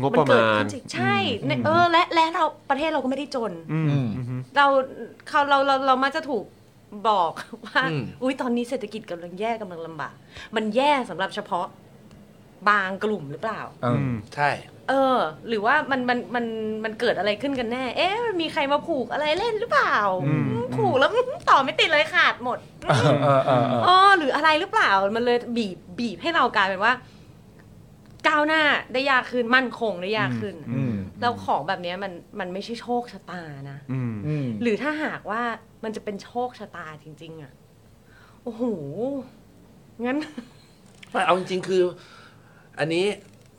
ง บ มั ประ เกิด มาณ ขึ้นจริงใช่ในเออและและเราประเทศเราก็ไม่ได้จน อืม เราเขาเราเราเรามักจะถูกบอก ว่า อืม อุ้ยตอนนี้เศรษฐกิจกำลังแย่กำลังลำบาก มันแย่สำหรับเฉพาะบางกลุ่มหรือเปล่า เออ ใช่ เ เออ หรือว่ามันมันมันมันเกิดอะไรขึ้นกันแน่ เอ๊ะมันมีใครมาผูกอะไรเล่นหรือเปล่า อืม อืมผูกแล้ว ต่อไม่ติดเลยขาด หมด เออเออเออ เออหรืออะไรหรือเปล่ามันเลยบีบบีบให้เรากลายเป็นว่า ก้าวหน้าได้ยากขึ้นมั่นคงได้ยากขึ้น อืม แล้วของแบบเนี้ยมันมันไม่ใช่โชคชะตานะ อืม หรือถ้าหากว่ามันจะเป็นโชคชะตาจริง ๆ อ่ะ โอ้โห งั้น ไม่เอาจริงๆคือ อันนี้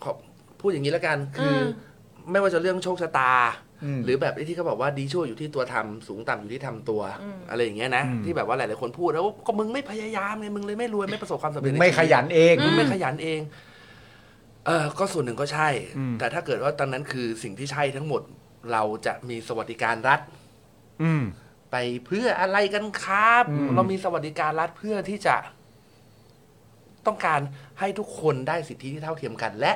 ขอพูดอย่างนี้แล้วกัน คืออ ม ไม่ว่าจะเรื่องโชคชะตา อืม หรือแบบไอ้ที่เขาบอกว่าดีชั่วอยู่ที่ตัวทำสูงต่ำอยู่ที่ทำตัว อะไรอย่างเงี้ยนะ อืม ที่แบบว่าหลายๆคนพูดแล้วก็มึงไม่พยายามไงมึงเลยไม่รวยไม่ประสบความสำเร็จใ ไม่ขยันเอง มึงไม่ขยันเอง เออก็ส่วนหนึ่งก็ใช่ อืม แต่ถ้าเกิดว่าตอนนั้นคือสิ่งที่ใช่ทั้งหมด เราจะมีสวัสดิการรัฐ อืม ไปเพื่ออะไรกันครับ อืม เรามีสวัสดิการรัฐเพื่อที่จะ ต้องการให้ทุกคนได้สิทธิที่เท่าเทียมกัน และ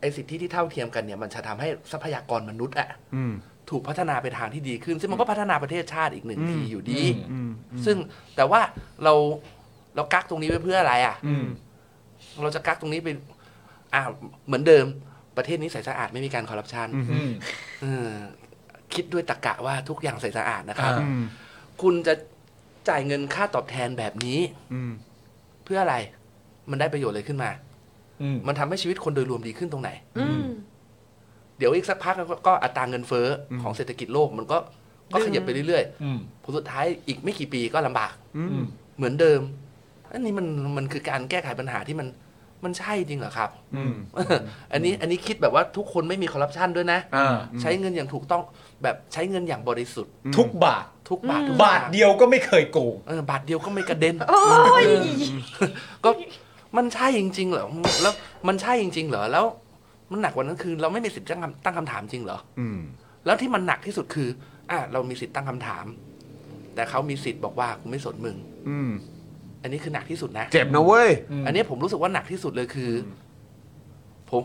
ไอสิทธิที่เท่าเทียมกันเนี่ย มันจะทำให้ทรัพยากรมนุษย์อะ อืม ถูกพัฒนาไปทางที่ดีขึ้น ซึ่งมันก็พัฒนาประเทศชาติอีกหนึ่ง อืม ทีอยู่ดี อืม ซึ่งแต่ว่าเราเรากักตรงนี้ไว้เพื่ออะไรอะ อืม เราจะกักตรงนี้ไปอ่าเหมือนเดิม ประเทศนี้ใสสะอาดไม่มีการคอร์รัปชัน อืม เออคิดด้วยตรรกะว่าทุกอย่างใสสะอาดนะครับ อ่า คุณจะจ่ายเงินค่าตอบแทนแบบนี้ อืม เพื่ออะไร มันได้ประโยชน์อะไรขึ้นมา อืม มันทำให้ชีวิตคนโดยรวมดีขึ้นตรงไหน อืม เดี๋ยวอีกสักพักก็ก็อัตราเงินเฟ้ออของเศรษฐกิจโลกมันก็ก็ขยับไปเรื่อย อืม ๆผลสุดท้ายอีกไม่กี่ปีก็ลำบาก อืม เหมือนเดิม อันนี้มันมันคือการแก้ไขปัญหาที่มันมันใช่จริงเหรอครับ อืม อันนี้อันนี้คิดแบบว่าทุกคนไม่มีคอร์รัปชันด้วยนะ อ่า ใช้เงินอย่างถูกต้องแบบใช้เงินอย่างบริสุทธิ์ ทุกบาท ทุกบาททุก บาทเดียวก็ไม่เคยโกง เออบาทเดียวก็ไม่กระเด็น โอ้ย ก็มันใช่จริง ๆ เหรอ แล้วมันใช่จริง ๆ เหรอ แล้ว มันหนักกว่านั้นคือ เราไม่มีสิทธิ์ตั้งคำตั้งคำถามจริงเหรอ อืม แล้วที่มันหนักที่สุดคือ อ่ะเรามีสิทธิ์ตั้งคำถาม แต่เขามีสิทธิ์บอกว่ากูไม่สนมึง อืม อันนี้คือหนักที่สุดนะ เจ็บนะเว้ย อืม อันนี้ผมรู้สึกว่าหนักที่สุดเลยคืออผม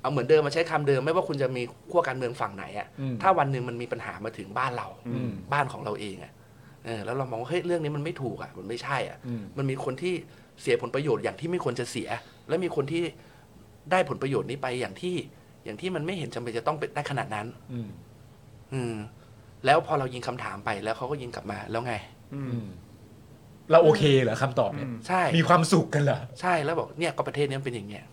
เอาเหมือนเดิมมาใช้คำเดิม ไม่ว่าคุณจะมีขั้วการเมืองฝั่งไหนอะ อืม ถ้าวันหนึ่งมันมีปัญหามาถึงบ้านเรา อืม บ้านของเราเองอะเออแล้วเรามองว่าเฮ้ยเรื่องนี้มันไม่ถูกอะมันไม่ใช่อะ อืม มันมีคนที่เสียผลประโยชน์อย่างที่ไม่ควรจะเสีย และมีคนที่ได้ผลประโยชน์นี้ไปอย่างที่ อย่างที่มันไม่เห็นจำเป็นจะต้องเป็นได้ขนาดนั้น อืม อืม แล้วพอเรายิงคำถามไปแล้วเขาก็ยิงกลับมาแล้วไง เราโอเคเหรอคำตอบเนี่ย ใช่ มีความสุขกันเหรอ ใช่แล้วบอกเนี่ยก็ประเทศนี้มันเป็นอย่างเงี้ย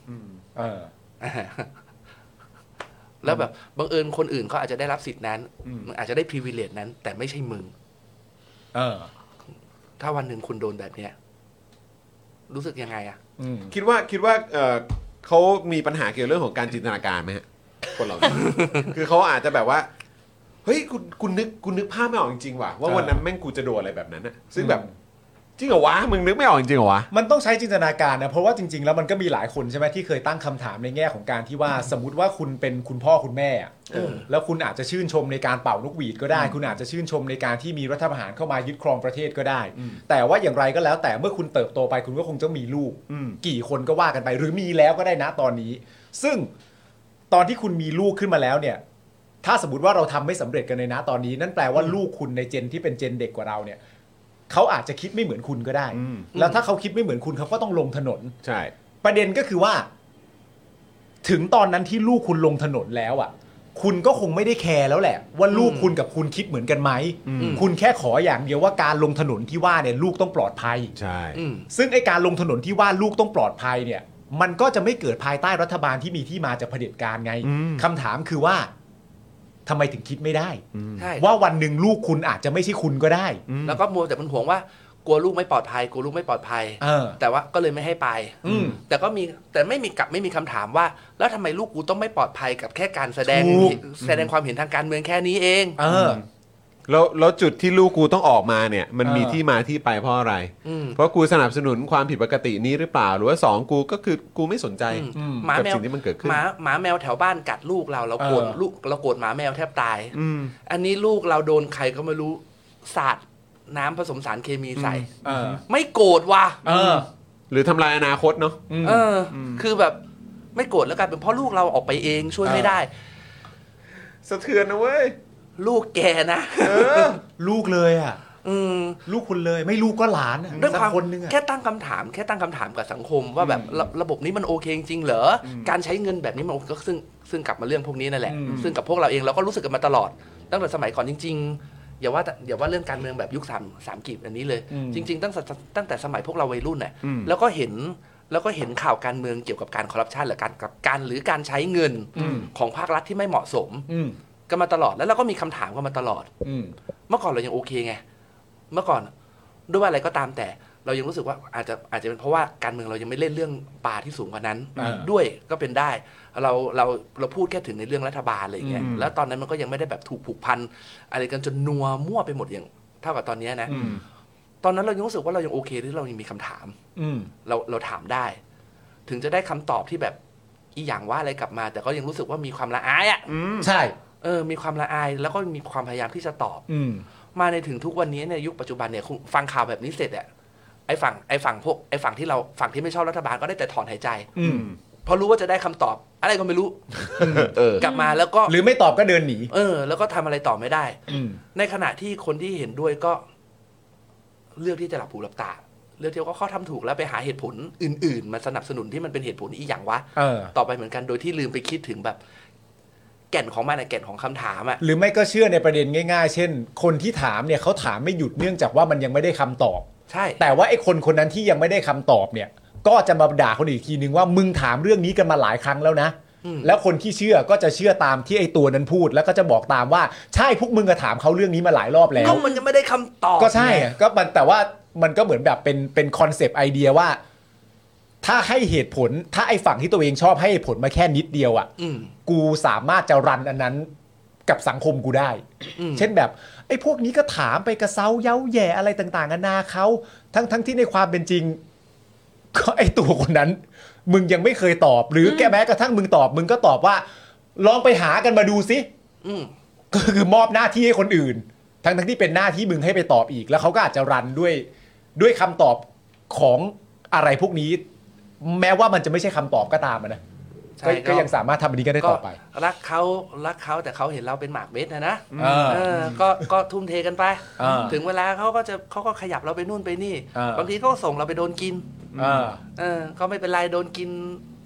เออ อ่า แล้วแบบบังเอิญคนอื่นเขาอาจจะได้รับสิทธินั้นมึงอาจจะได้พรีเวลเลตนั้น แต่ไม่ใช่มึง เออ ถ้าวันหนึ่งคุณโดนแบบเนี้ย รู้สึกยังไงอะ อืม คิดว่าคิดว่าเอ่อเขามีปัญหาเกี่ยวเรื่องของการจินตนาการไหมฮะคนเราเนี่ย คือเขาอาจจะแบบว่า เฮ้ยกูกูนึกกูนึกภาพไม่ออกจริงๆว่ะว่าวันนั้นแม่งกูจะโดนอะไรแบบนั้นอะซึ่งแบบ อืม จริงเหรอวะมึงนึกไม่ออกจริงเหรอวะ มันต้องใช้จินตนาการนะ เพราะว่าจริง ๆ แล้วมันก็มีหลายคนใช่ไหมที่เคยตั้งคำถามในแง่ของการที่ว่า สมมติว่าคุณเป็นคุณพ่อคุณแม่อะแล้วคุณอาจจะชื่นชมในการเป่านกหวีดก็ได้ คุณอาจจะชื่นชมในการที่มีรัฐประหารเข้ามายึดครองประเทศก็ได้ แต่ว่าอย่างไรก็แล้ว แต่เมื่อคุณเติบโตไปคุณก็คงต้องมีลูก กี่คนก็ว่ากันไป หรือมีแล้วก็ได้นะตอนนี้ ซึ่งตอนที่คุณมีลูกขึ้นมาแล้วเนี่ย ถ้าสมมติว่าเราทำไม่สำเร็จกันในนะตอนนี้ นั่นแปลว่าลูกคุณในเจนที่เป็นเจนเด็กกว่าเราเนี่ยเขาอาจจะคิดไม่เหมือนคุณก็ได้ อืม แล้วถ้าเขาคิดไม่เหมือนคุณเขาก็ต้องลงถนน ใช่ ประเด็นก็คือว่า ถึงตอนนั้นที่ลูกคุณลงถนนแล้วอ่ะ คุณก็คงไม่ได้แคร์แล้วแหละ ว่าลูกคุณกับคุณคิดเหมือนกันไหมคุณแค่ขออย่างเดียวว่าการลงถนนที่ว่าเนี่ยลูกต้องปลอดภัย ใช่ อืม ซึ่งไอการลงถนนที่ว่าลูกต้องปลอดภัยเนี่ย มันก็จะไม่เกิดภายใต้รัฐบาลที่มีที่มาจากเผด็จการไง อืม คำถามคือว่าทำไมถึงคิดไม่ได้ ใช่ ว่าวันหนึ่งลูกคุณอาจจะไม่ใช่คุณก็ได้ แล้วก็มัวแต่เป็นห่วงว่ากลัวลูกไม่ปลอดภัยกลัวลูกไม่ปลอดภัย เออ แต่ว่าก็เลยไม่ให้ไป อืม แต่ก็มีแต่ไม่มีกลับไม่มีคำถามว่า แล้วทำไมลูกกูต้องไม่ปลอดภัยกับแค่การแสดง ถูก แสดงความเห็นทางการเมืองแค่นี้เอง เออ แล้วแล้วจุดที่ลูกกูต้องออกมาเนี่ย มัน เออ มีที่มาที่ไปเพราะอะไร อืม เพราะกูสนับสนุนความผิดปกตินี้หรือเปล่า หรือว่าสองกูก็คือกูไม่สนใจ อืมหมา กับ แมว สิ่งที่มันเกิดขึ้น หมาหมาแมวแถวบ้านกัดลูกเราเราโกรธ เออ ลูกเราโกรธหมาแมวแทบตาย อันนี้ลูกเราโดนใครก็ไม่รู้สาดน้ำผสมสารเคมีใส่ เออ ไม่โกรธว่ะ เออ หรือทำลายอนาคตเนาะ เอออ คือแบบไม่โกรธแล้วกันเป็นเพราะลูกเราออกไปเองช่วยไม่ เออ ได้ สะเทือนนะเว้ย ลูกแกนะ เออ ลูกเลยอ่ะ อืม ลูกคุณเลยไม่ลูกก็หลานอะ ด้วยความ สักคนนึงอะ แค่ตั้งคำถามแค่ตั้งคำถามกับสังคมว่าแบบระระบบนี้มันโอเคจริงๆเหรออการใช้เงินแบบนี้มันโอเคก็ซึ่งซึ่งกลับมาเรื่องพวกนี้นั่นแหละ อืม ซึ่งกับพวกเราเองเราก็รู้สึกกันมาตลอด ตั้งแต่สมัยก่อนจริง ๆ อย่าว่าแต่อย่าว่าเรื่องการเมืองแบบยุคสามสามกีบอันนี้เลย จริง ๆ ตั้งแต่ตั้งแต่สมัยพวกเราวัยรุ่นน่ะแล้วก็เห็นแล้วก็เห็นข่าวการเมืองเกี่ยวกับการคอร์รัปชันหรือการกับการหรือการใช้เงินของภาครัฐที่ไม่เหมาะสม อืม กันมาตลอดแล้วเราก็มีคำถามกันมาตลอด อืม เมื่อก่อนเรายังโอเคไง เมื่อก่อนด้วยว่าอะไรก็ตามแต่เรายังรู้สึกว่าอาจจะอาจจะเป็นเพราะว่าการเมืองเรายังไม่เล่นเรื่องปลาที่สูงกว่านั้น อ่า ด้วยก็เป็นได้ เราเราเราพูดแค่ถึงในเรื่องรัฐบาลอะไรอย่างเงี้ย อืม แล้วตอนนั้นมันก็ยังไม่ได้แบบถูกผูกพันอะไรกันจนนัวมั่วไปหมดอย่างเท่ากับตอนเนี้ยนะ อืม ตอนนั้นเรายังรู้สึกว่าเรายังโอเคที่เรายังมีคำถาม อืม เราเราถามได้ ถึงจะได้คำตอบที่แบบอีหยังว่าอะไรกลับมา แต่ก็ยังรู้สึกว่ามีความละอายอ่ะ ใช่ เออมีความละอายแล้วก็มีความพยายามที่จะตอบ อืม มาในถึงทุกวันนี้ในยยุคปัจจุบันเนี่ยคุณฟังข่าวแบบนี้เสร็จอะไอ้ฝั่งไอ้ฝั่งพวกไอ้ฝั่งที่เราฝั่งที่ไม่ชอบรัฐบาลก็ได้แต่ถอนหายใจ อืม เพราะรู้ว่าจะได้คำตอบ อะไรก็ไม่รู้กลับมาแล้วก็ หรือไม่ตอบก็เดินหนี เออ แล้วก็ทำอะไรต่อไม่ได้ อืม ในขณะที่คนที่เห็นด้วยก็ เลือกที่จะหลับหูหลับตาเลือกที่ว่าเขาทำถูกแล้วไปหาเหตุผลอื่น ๆ มาสนับสนุนที่มันเป็นเหตุผลอีกอย่างวะ เออ ต่อไปเหมือนกันโดยที่ลืมไปคิดถึงแบบ แก่นของมันอะแก่นของคำถามอะ หรือไม่ก็เชื่อในประเด็นง่าย ๆ เช่น คนที่ถามเนี่ยเขาถามไม่หยุดเนื่องจากว่ามันยังไม่ได้คำตอบ ใช่ แต่ว่าไอ้คนคนนั้นที่ยังไม่ได้คำตอบเนี่ย ก็จะมาด่าคนอื่นอีกทีนึงว่ามึงถามเรื่องนี้กันมาหลายครั้งแล้วนะ อืม แล้วคนที่เชื่อก็จะเชื่อตามที่ไอ้ตัวนั้นพูด แล้วก็จะบอกตามว่าใช่พวกมึงก็ถามเขาเรื่องนี้มาหลายรอบแล้ว ก็มันยังไม่ได้คำตอบ ก็ใช่ ไง อะก็มันแต่ว่ามันก็เหมือนแบบเป็นเป็นคอนเซปต์ไอเดียว่า ถ้าให้เหตุผลถ้าไอ้ฝั่งที่ตัวเองชอบให้เหตุผลมาแค่นิดเดียวอ่ะ อืม กูสามารถจะรันอันนั้นกับสังคมกูได้ อืม เช่นแบบไอ้พวกนี้ก็ถามไปกระเซาเย้าแย่อะไรต่างๆนานาเขาทั้งทั้งที่ในความเป็นจริง ก็ไอ้ตัวคนนั้น มึงยังไม่เคยตอบ หรืออแกแม้กระทั่งมึงตอบ มึงก็ตอบว่า ลองไปหากันมาดูสิ อืม ก็คือมอบหน้าที่ให้คนอื่น ทั้งทั้งที่เป็นหน้าที่มึงให้ไปตอบอีก แล้วเขาก็อาจจะรันด้วยด้วยคำตอบของอะไรพวกนี้ แม้ว่ามันจะไม่ใช่คำตอบก็ตามอะนะ ใช่ ก็ ก็ ก็ยังสามารถทำอันนี้ก็ได้ต่อไป ก็รักเขารักเขาแต่เขาเห็นเราเป็นหมากเม็ดนะนะ เออ เออก็ก็ทุ่มเทกันไป เออ ถึงเวลาเขาก็จะเขาก็ขยับเราไปนู่นไปนี่ เออ บางทีเขาก็ส่งเราไปโดนกิน เออ เออ ก็ไม่เป็นไรโดนกิน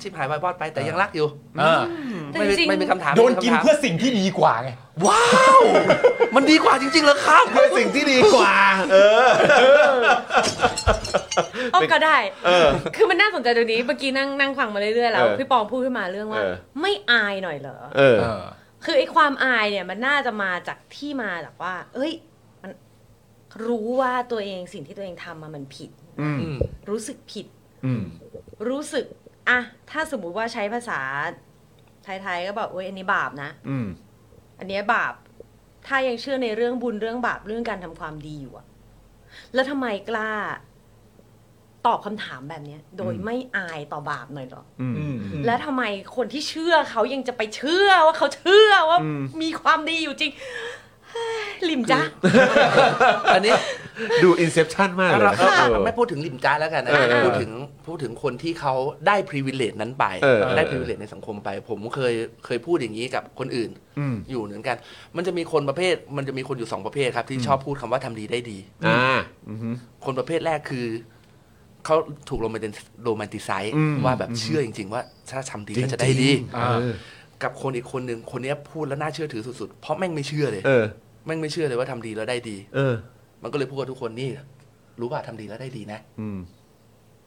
ชิบหายวายบอดไปแต่ยังรักอยู่ เออ ไม่มี จริงๆ ไม่มีคำถาม โดนกิน ไม่มีคำถาม เพื่อสิ่งที่ดีกว่าไง ว้าว มันดีกว่าจริงๆเหรอครับ เพื่อสิ่งที่ดีกว่า เออ เอาก็ได้ เออ คือมันน่าสนใจตรงนี้ เมื่อกี้นั่งนั่งฟังมาเรื่อยๆแล้ว เออ พี่ปองพูดขึ้นมาเรื่องว่า เออ ไม่อายหน่อยเหรอ เออ เออ คือไอ้ความอายเนี่ยมันน่าจะมาจากที่มาจากว่า เอ้ย มันรู้ว่าตัวเองสิ่งที่ตัวเองทำมามันผิด อืม รู้สึกผิด อืม รู้สึกอะถ้าสมมุติว่าใช้ภาษาไทยๆก็บอกเอ้ยอันนี้บาปนะ อืม อันเนี้ยบาป ถ้ายังเชื่อในเรื่องบุญเรื่องบาปเรื่องการทำความดีอยู่อะแล้วทำไมกล้า ตอบคำถามแบบเนี้ย โดยไม่อายต่อบาปหน่อยเหรอ อืม อืมอืม แล้วทำไมคนที่เชื่อเขายังจะไปเชื่อว่าเขาเชื่อว่า อืม มีความดีอยู่จริงเฮ้ยลิมจ้ะ อันนี้ ดู Inception มากเลย เรา นะ เรา เอ เรา อ ไม่พูดถึงลิมจ้าแล้วกันนะ เออเออ พูดถึงพูดถึงคนที่เขาได้ privilege นั้นไป เออเออ ได้ privilege ในสังคมไป ผมเคยเคยพูดอย่างนี้กับคนอื่น อืม อยู่เหมือนกัน มันจะมีคนประเภท มันจะมีคนอยู่สองประเภทครับที่ชอบพูดคำว่าทำดีได้ดี อ่า คนประเภทแรกคือ เขาถูกโรแมนติโรแมนติไซส์ อืม ว่าแบบเชื่อจริง ๆ ว่าถ้าทำดีก็จะได้ดี เออ กับคนอีกคนหนึ่งคนเนี้ยพูดแล้วน่าเชื่อถือสุดๆ เพราะแม่งไม่เชื่อเลย เออ แม่งไม่เชื่อเลยว่าทำดีแล้วได้ดี เออ มันก็เลยพูดกับทุกคนนี่ รู้ป่ะทำดีแล้วได้ดีนะ อืม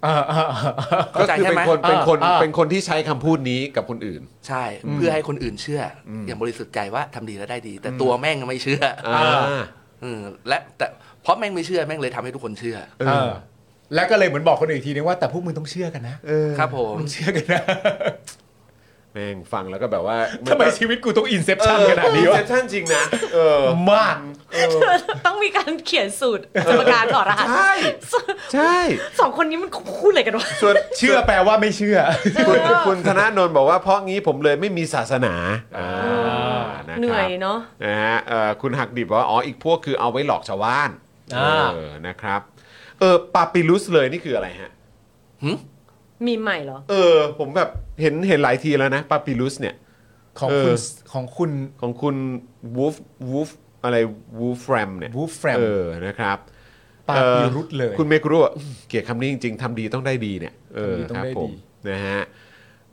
เออเออเออ ก็ เข้าใจ คือ ใช่ เป็น ไหม คน เป็นคน อ่า เป็นคนที่ใช้คำพูดนี้กับคนอื่น ใช่ เพื่อให้คนอื่นเชื่อออย่างบริสุทธิ์ใจว่าทำดีแล้วได้ดี แต่ตัวแม่งไม่เชื่ออ อ่า อืมและแต่เพราะแม่งไม่เชื่อแม่งเลยทำให้ทุกคนเชื่อ เออ แล้วก็เลยเหมือนบอกคนอื่นอีกทีนึงว่าแต่พวกมึงต้องเชื่อกันนะครับ ผม มึงเชื่อกันนะ แม่งฟังแล้วก็แบบว่า ทำไมชีวิตกูต้องอินเซปชั่นขนาดนี้ เออ วะ Inception จริงนะ เออ มาก ต้องมีการเขียนสูตรสมการถอดรหัส ใช่ ใช่ สองคนนี้มันพูดอะไรกันวะ ส่วน เชื่อแปลว่าไม่เชื่อ คุณคุณธนาโนนบอกว่าเพราะงี้ผมเลยไม่มีศาสนาอ่าะครับ เหนื่อยเนอะ นะฮะเอ่อคุณหักดิบบอกว่าอ๋ออีกพวกคือเอาไว้หลอกชาวบ้าน อ่า เออนะครับเออปาปิลุสเลยนี่คืออะไรฮะ มีใหม่เหรอ เออ ผมแบบเห็นเห็นหลายทีแล้วนะปาปิลุสเนี่ย ของคุณ เออ ของคุณ ของคุณวูฟวูฟ อะไรวูฟแรมเนี่ย Wolfram เออนะครับ ปา เอ่อ ปีรุษเลย คุณเมกุรุอะเกลียดคำนี้จริงๆทำดีต้องได้ดีเนี่ยเออ ทำครับดีต้องได้ ผ ดี มนะฮะ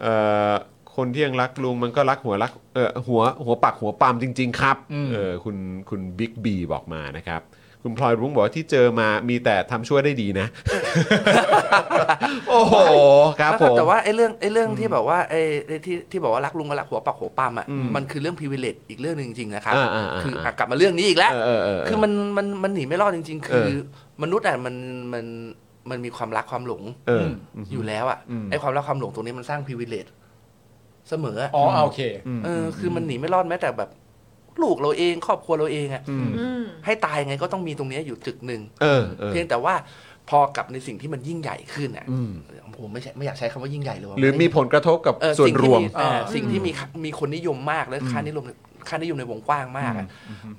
เอ่อคนที่ยังรักลุงมันก็รักหัวรักเออหัวหัวปักหัวปามจริง ๆ ครับเออคุณคุณบิ๊กบีบอกมานะครับ คุณพลอยรุ้งบอกว่าที่เจอมามีแต่ทำชั่วได้ดีนะ โอ้โหครับ แล้ว ผ ก็ ม แต่ว่าไอ้เรื่องไอ้เรื่องที่แบบว่าไอ้ไอ้ที่ที่บอกว่ารักลุงกับรักหัวปักหัวปั๊มอ่ะ อืม มันคือเรื่องพิเวเลตอีกเรื่องหนึ่งจริงๆนะครับ อ่าอ่าอ่า คืออ่ะกลับมาเรื่องนี้อีกแล้ว เออเออเออเออ คือมันมันมันหนีไม่รอดจริง ๆ คือ เออ มนุษย์อ่ะมันมันมันมีความรักความหลง เออ อยู่แล้วอ่ะ อืม ไอ้ความรักความหลงตรงนี้มันสร้างพิเวเลตเสมออะ อ๋อโอเค เออคือมันหนีไม่รอดแม้แต่แบบ ลูกเราเองครอบครัวเราเองอ่ะ อืม ให้ตายไงก็ต้องมีตรงเนี้ยอยู่จุดหนึ่ง เออเออ เพียงแต่ว่าพอกลับในสิ่งที่มันยิ่งใหญ่ขึ้นอ่ะ อืม ผมไม่ใช่ไม่อยากใช้คำว่ายิ่งใหญ่เลยว่ะ หรือมีผลกระทบกับ เออ ส่วน ง ร ที่ วม มีเออสิ่งที่มีค่ะมีคนนิยมมากและค่านิยมค่านิยมในวงกว้างมากอะ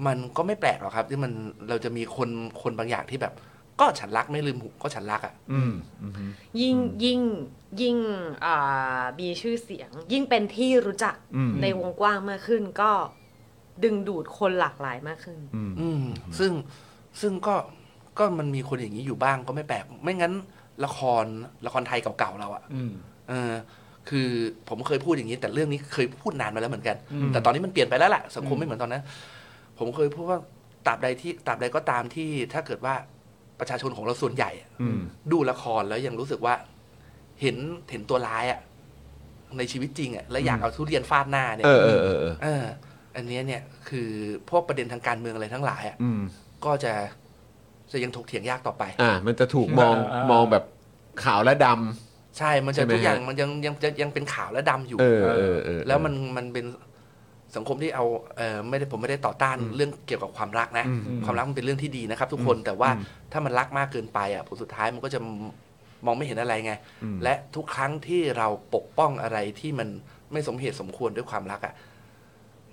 มันก็ไม่แปลกหรอกครับ ที่มันเราจะมีคนคนบางอย่างที่แบบ ก็ฉันรักไม่ลืมหูก็ฉันรักอ่ะ ยิ่งยิ่งยิ่งอ่ามีชื่อเสียง ยิ่งเป็นที่รู้จักในวงกว้างมากขึ้นก็ดึงดูดคนหลากหลายมากขึ้น อืมซึ่งซึ่งก็ก็มันมีคนอย่างนี้อยู่บ้างก็ไม่แปลก ไม่งั้นละครละครไทยเก่าๆเราอะเออ คือผมเคยพูดอย่างนี้ แต่เรื่องนี้เคยพูดนานมาแล้วเหมือนกัน แต่ตอนนี้มันเปลี่ยนไปแล้วล่ะสังคมไม่เหมือนตอนนั้น ผมเคยพูดว่าตราบใดที่ตราบใดก็ตามที่ถ้าเกิดว่าประชาชนของเราส่วนใหญ่อะดูละครแล้วยังรู้สึกว่า เห็นเห็นตัวร้ายอะในชีวิตจริงอะแล้วอยากเอาทุเรียนฟาดหน้าเนี่ย เออเออเออเออ เอออันเนี้ยเนี่ยคือพวกประเด็นทางการเมืองอะไรทั้งหลายอ่ะ อืม ก็จะจะยังถกเถียงยากต่อไป อ่า มันจะถูกมอง อ่าอ่าม ม องแบบขาวและด ใช่มัน ใช่ จะ ไหม ทุกอย่าง ฮะ มันยังยังยังยังเป็นขาวและดำอยู่ ำเออเออเออ แล้วมันมันเป็นสังคมที่เอาเออไม่ได้ผมไม่ได้ต่อต้านเรื่องเกี่ยวกับความรักนะ ความรักมันเป็นเรื่องที่ดีนะครับ ทุกคนแต่ว่าถ้ามันรักมากเกินไปอ่ะผลสุดท้ายมันก็จะมองไม่เห็นอะไรไง และทุกครั้งที่เราปกป้องอะไรที่มันไม่สมเหตุสมควรด้วยความรักอ่ะ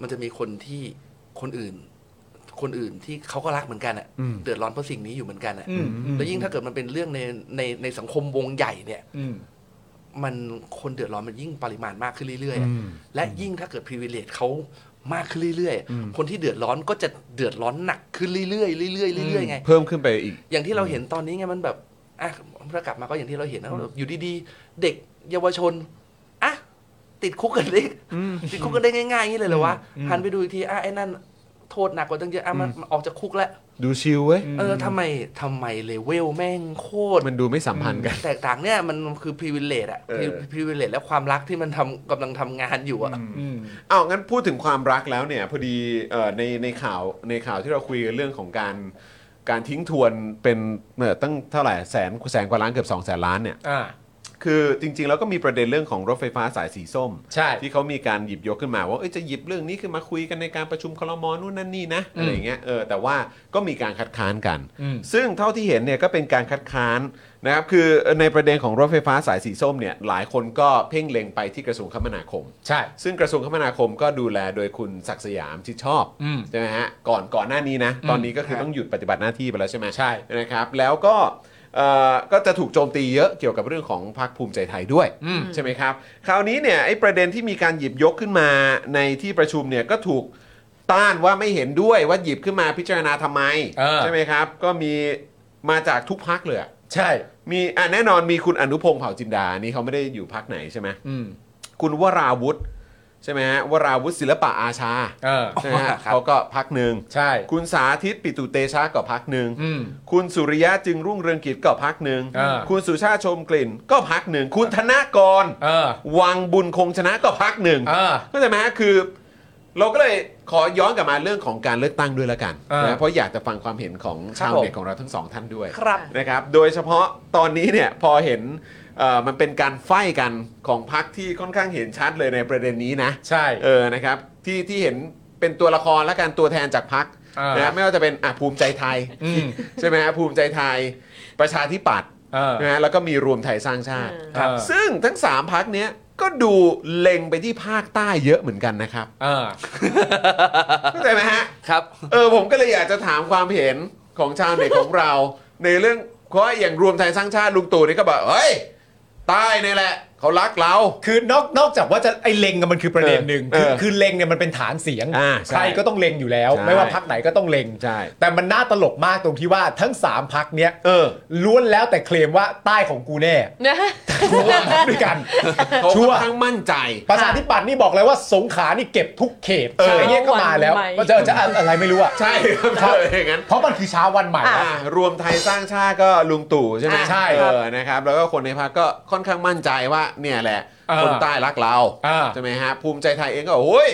มันจะมีคนที่คนอื่น คนอื่นที่เขาก็รักเหมือนกันอ่ะเดือดร้อนเพราะสิ่งนี้อยู่เหมือนกันอ่ะ อืมอืม แล้วยิ่งถ้าเกิดมันเป็นเรื่องในในในสังคมวงใหญ่เนี่ย อืม มันคนเดือดร้อนมันยิ่งปริมาณมากขึ้นเรื่อยๆอะและยิ่งถ้าเกิด privilege เขามากขึ้นเรื่อยๆ คนที่เดือดร้อนก็จะเดือดร้อนหนักขึ้นเรื่อยๆเรื่อยๆเรื่อยๆไง เพิ่มขึ้นไปอีก อย่างที่เราเห็นตอนนี้ไงมันแบบอ่ะเรกลับมาก็อย่างที่เราเห็นนะอยู่ดีๆ เด็กเยาวชนอ่ะติดคุกกันได้ติดคุกกันได้ง่ายๆอย่างนี้เลยเหรอวะหันไปดูอีกทีอ่ะไอ้นั่นโทษหนักกว่าตั้งเยอะอ่ะมันออกจากคุกแล้ว ดูชิลเว้ย เออทำไมทำไมเลเวลแม่งโคตร มันดูไม่สัมพันธ์กัน แตกต่างเนี่ยมันคือ privilege อะ เออ privilege และความรักที่มันทำกำลังทำงานอยู่อะ อืม เอางั้นพูดถึงความรักแล้วเนี่ย พอดีเอ่อในในข่าวในข่าวที่เราคุยกันเรื่องของการการทิ้งทวนเป็นเอ่อตั้งเท่าไหร่แสนแสนกว่าล้านเกือบ2องแสนล้านเนี่ย อ่า คือจริง ๆ แล้วก็มีประเด็นเรื่องของรถไฟฟ้าสายสีส้ม ใช่ ที่เขามีการหยิบยกขึ้นมาว่าเอ้ยจะหยิบเรื่องนี้ขึ้นมาคุยกันในการประชุมคลมนู่นนั่นนี่นะอะไรอย่างเงี้ยเออแต่ว่าก็มีการคัดค้านกัน อืม ซึ่งเท่าที่เห็นเนี่ยก็เป็นการคัดค้านนะครับคือในประเด็นของรถไฟฟ้าสายสีส้มเนี่ยหลายคนก็เพ่งเล็งไปที่กระทรวงคมนาคม ใช่ ซึ่งกระทรวงคมนาคมก็ดูแลโดยคุณศักดิ์สยามชิดชอบ อืม ใช่ไหมฮะก่อนก่อนหน้านี้นะ ตอนนี้ก็คือ ครับ ต้องหยุดปฏิบัติหน้าที่ไปแล้วใช่ไหม ใช่ นะครับแล้วก็เอ่อก็จะถูกโจมตีเยอะเกี่ยวกับเรื่องของพรรคภูมิใจไทยด้วย ใช่ไหมครับ คราวนี้เนี่ยไอ้ประเด็นที่มีการหยิบยกขึ้นมาในที่ประชุมเนี่ยก็ถูกต้านว่าไม่เห็นด้วยว่าหยิบขึ้นมาพิจารณาทำไม เออ ใช่ไหมครับก็มีมาจากทุกพักเลยอะ ใช่ มีอ่ะแน่นอนมีคุณอนุพงศ์เผ่าจินดาอันนี่เขาไม่ได้อยู่พักไหนใช่ไหม อืม คุณวราวุธใช่ไหมฮะวราวุธศิลปะอาชา เออ ใช่ไหมฮะ ครับ เขาก็พักหนึ่ง ใช่ คุณสาธิตปิตุเตชะก็พักหนึ่ง อืม คุณสุริยะจึงรุ่งเรืองกิจก็พักหนึ่ง อ่า คุณสุชาติชมกลิ่นก็พักหนึ่งคุณธนากร เออ วังบุญคงชนะก็พักหนึ่ง เออ เข้าใจไหมฮะคือ เราก็เลยขอย้อนกลับมาเรื่องของการเลือกตั้งด้วยละกัน อ่าน นะเพราะอยากจะฟังความเห็นของชาวเน็ตของเราทั้งสองท่านด้วย ครับ นะครับ โดยเฉพาะตอนนี้เนี่ยพอเห็นเอ่อมันเป็นการไฟกันของพักที่ค่อนข้างเห็นชัดเลยในประเด็นนี้นะ ใช่ เออนะครับที่ที่เห็นเป็นตัวละครและการตัวแทนจากพัก อ่าน นะไม่ว่าจะเป็นอ่ะภูมิใจไทย อืม ใช่ไหมฮะภูมิใจไทยประชาธิปัตย์ เออ นะฮะแล้วก็มีรวมไทยสร้างชาติ อ่า ซึ่งทั้ง 3พักเนี้ยก็ดูเล็งไปที่ภาคใต้เยอะเหมือนกันนะครับ เออ เข้าใจไหมฮะ ครับ เออผมก็เลยอยากจะถามความเห็นของชาวเน็ต ของเรา ในเรื่องเพราะอย่างรวมไทยสร้างชาติลุงตู่นี่ก็บอกเฮ้ยใต้นี่แหละ เขารักเรา คือนอกนอกจากว่าจะไอเล็งอะมันคือประเด็นหนึ่ง เออ คือ เออ คือเล็งเนี่ยมันเป็นฐานเสียง อ่าใช่ ใครก็ต้องเล็งอยู่แล้ว ใช่ ไม่ว่าพักไหนก็ต้องเล็ง ใช่ แต่มันน่าตลกมากตรงที่ว่าทั้ง 3พักเนี้ย เออ ล้วนแล้วแต่เคลมว่าใต้ของกูแน่ นะ กูว่าพักด้วยกัน เขา ชั ค่ ว อ ร์ นข้างมั่นใจ ประชาธิปัตย์นี่บอกเลยว่าสงขลานี่เก็บทุกเขตไอ้เนี้ยก็มาแล้วก็จะจะอะไรไม่รู้อะ ใช่ครับเจออย่างนั้น เพราะมันคือเช้าวันใหม่ อ่ารวมไทยสร้างชาติก็ลุงตู่ใช่ไหม อ่าใช่ เออนะครับ แล้วก็คนในพรรคก็ค่อนข้างมั่นใจว่าเนี่ยแหละ เออ คนใต้รักเรา อ่า ใช่ไหมฮะภูมิใจไทยเองก็โอ้ย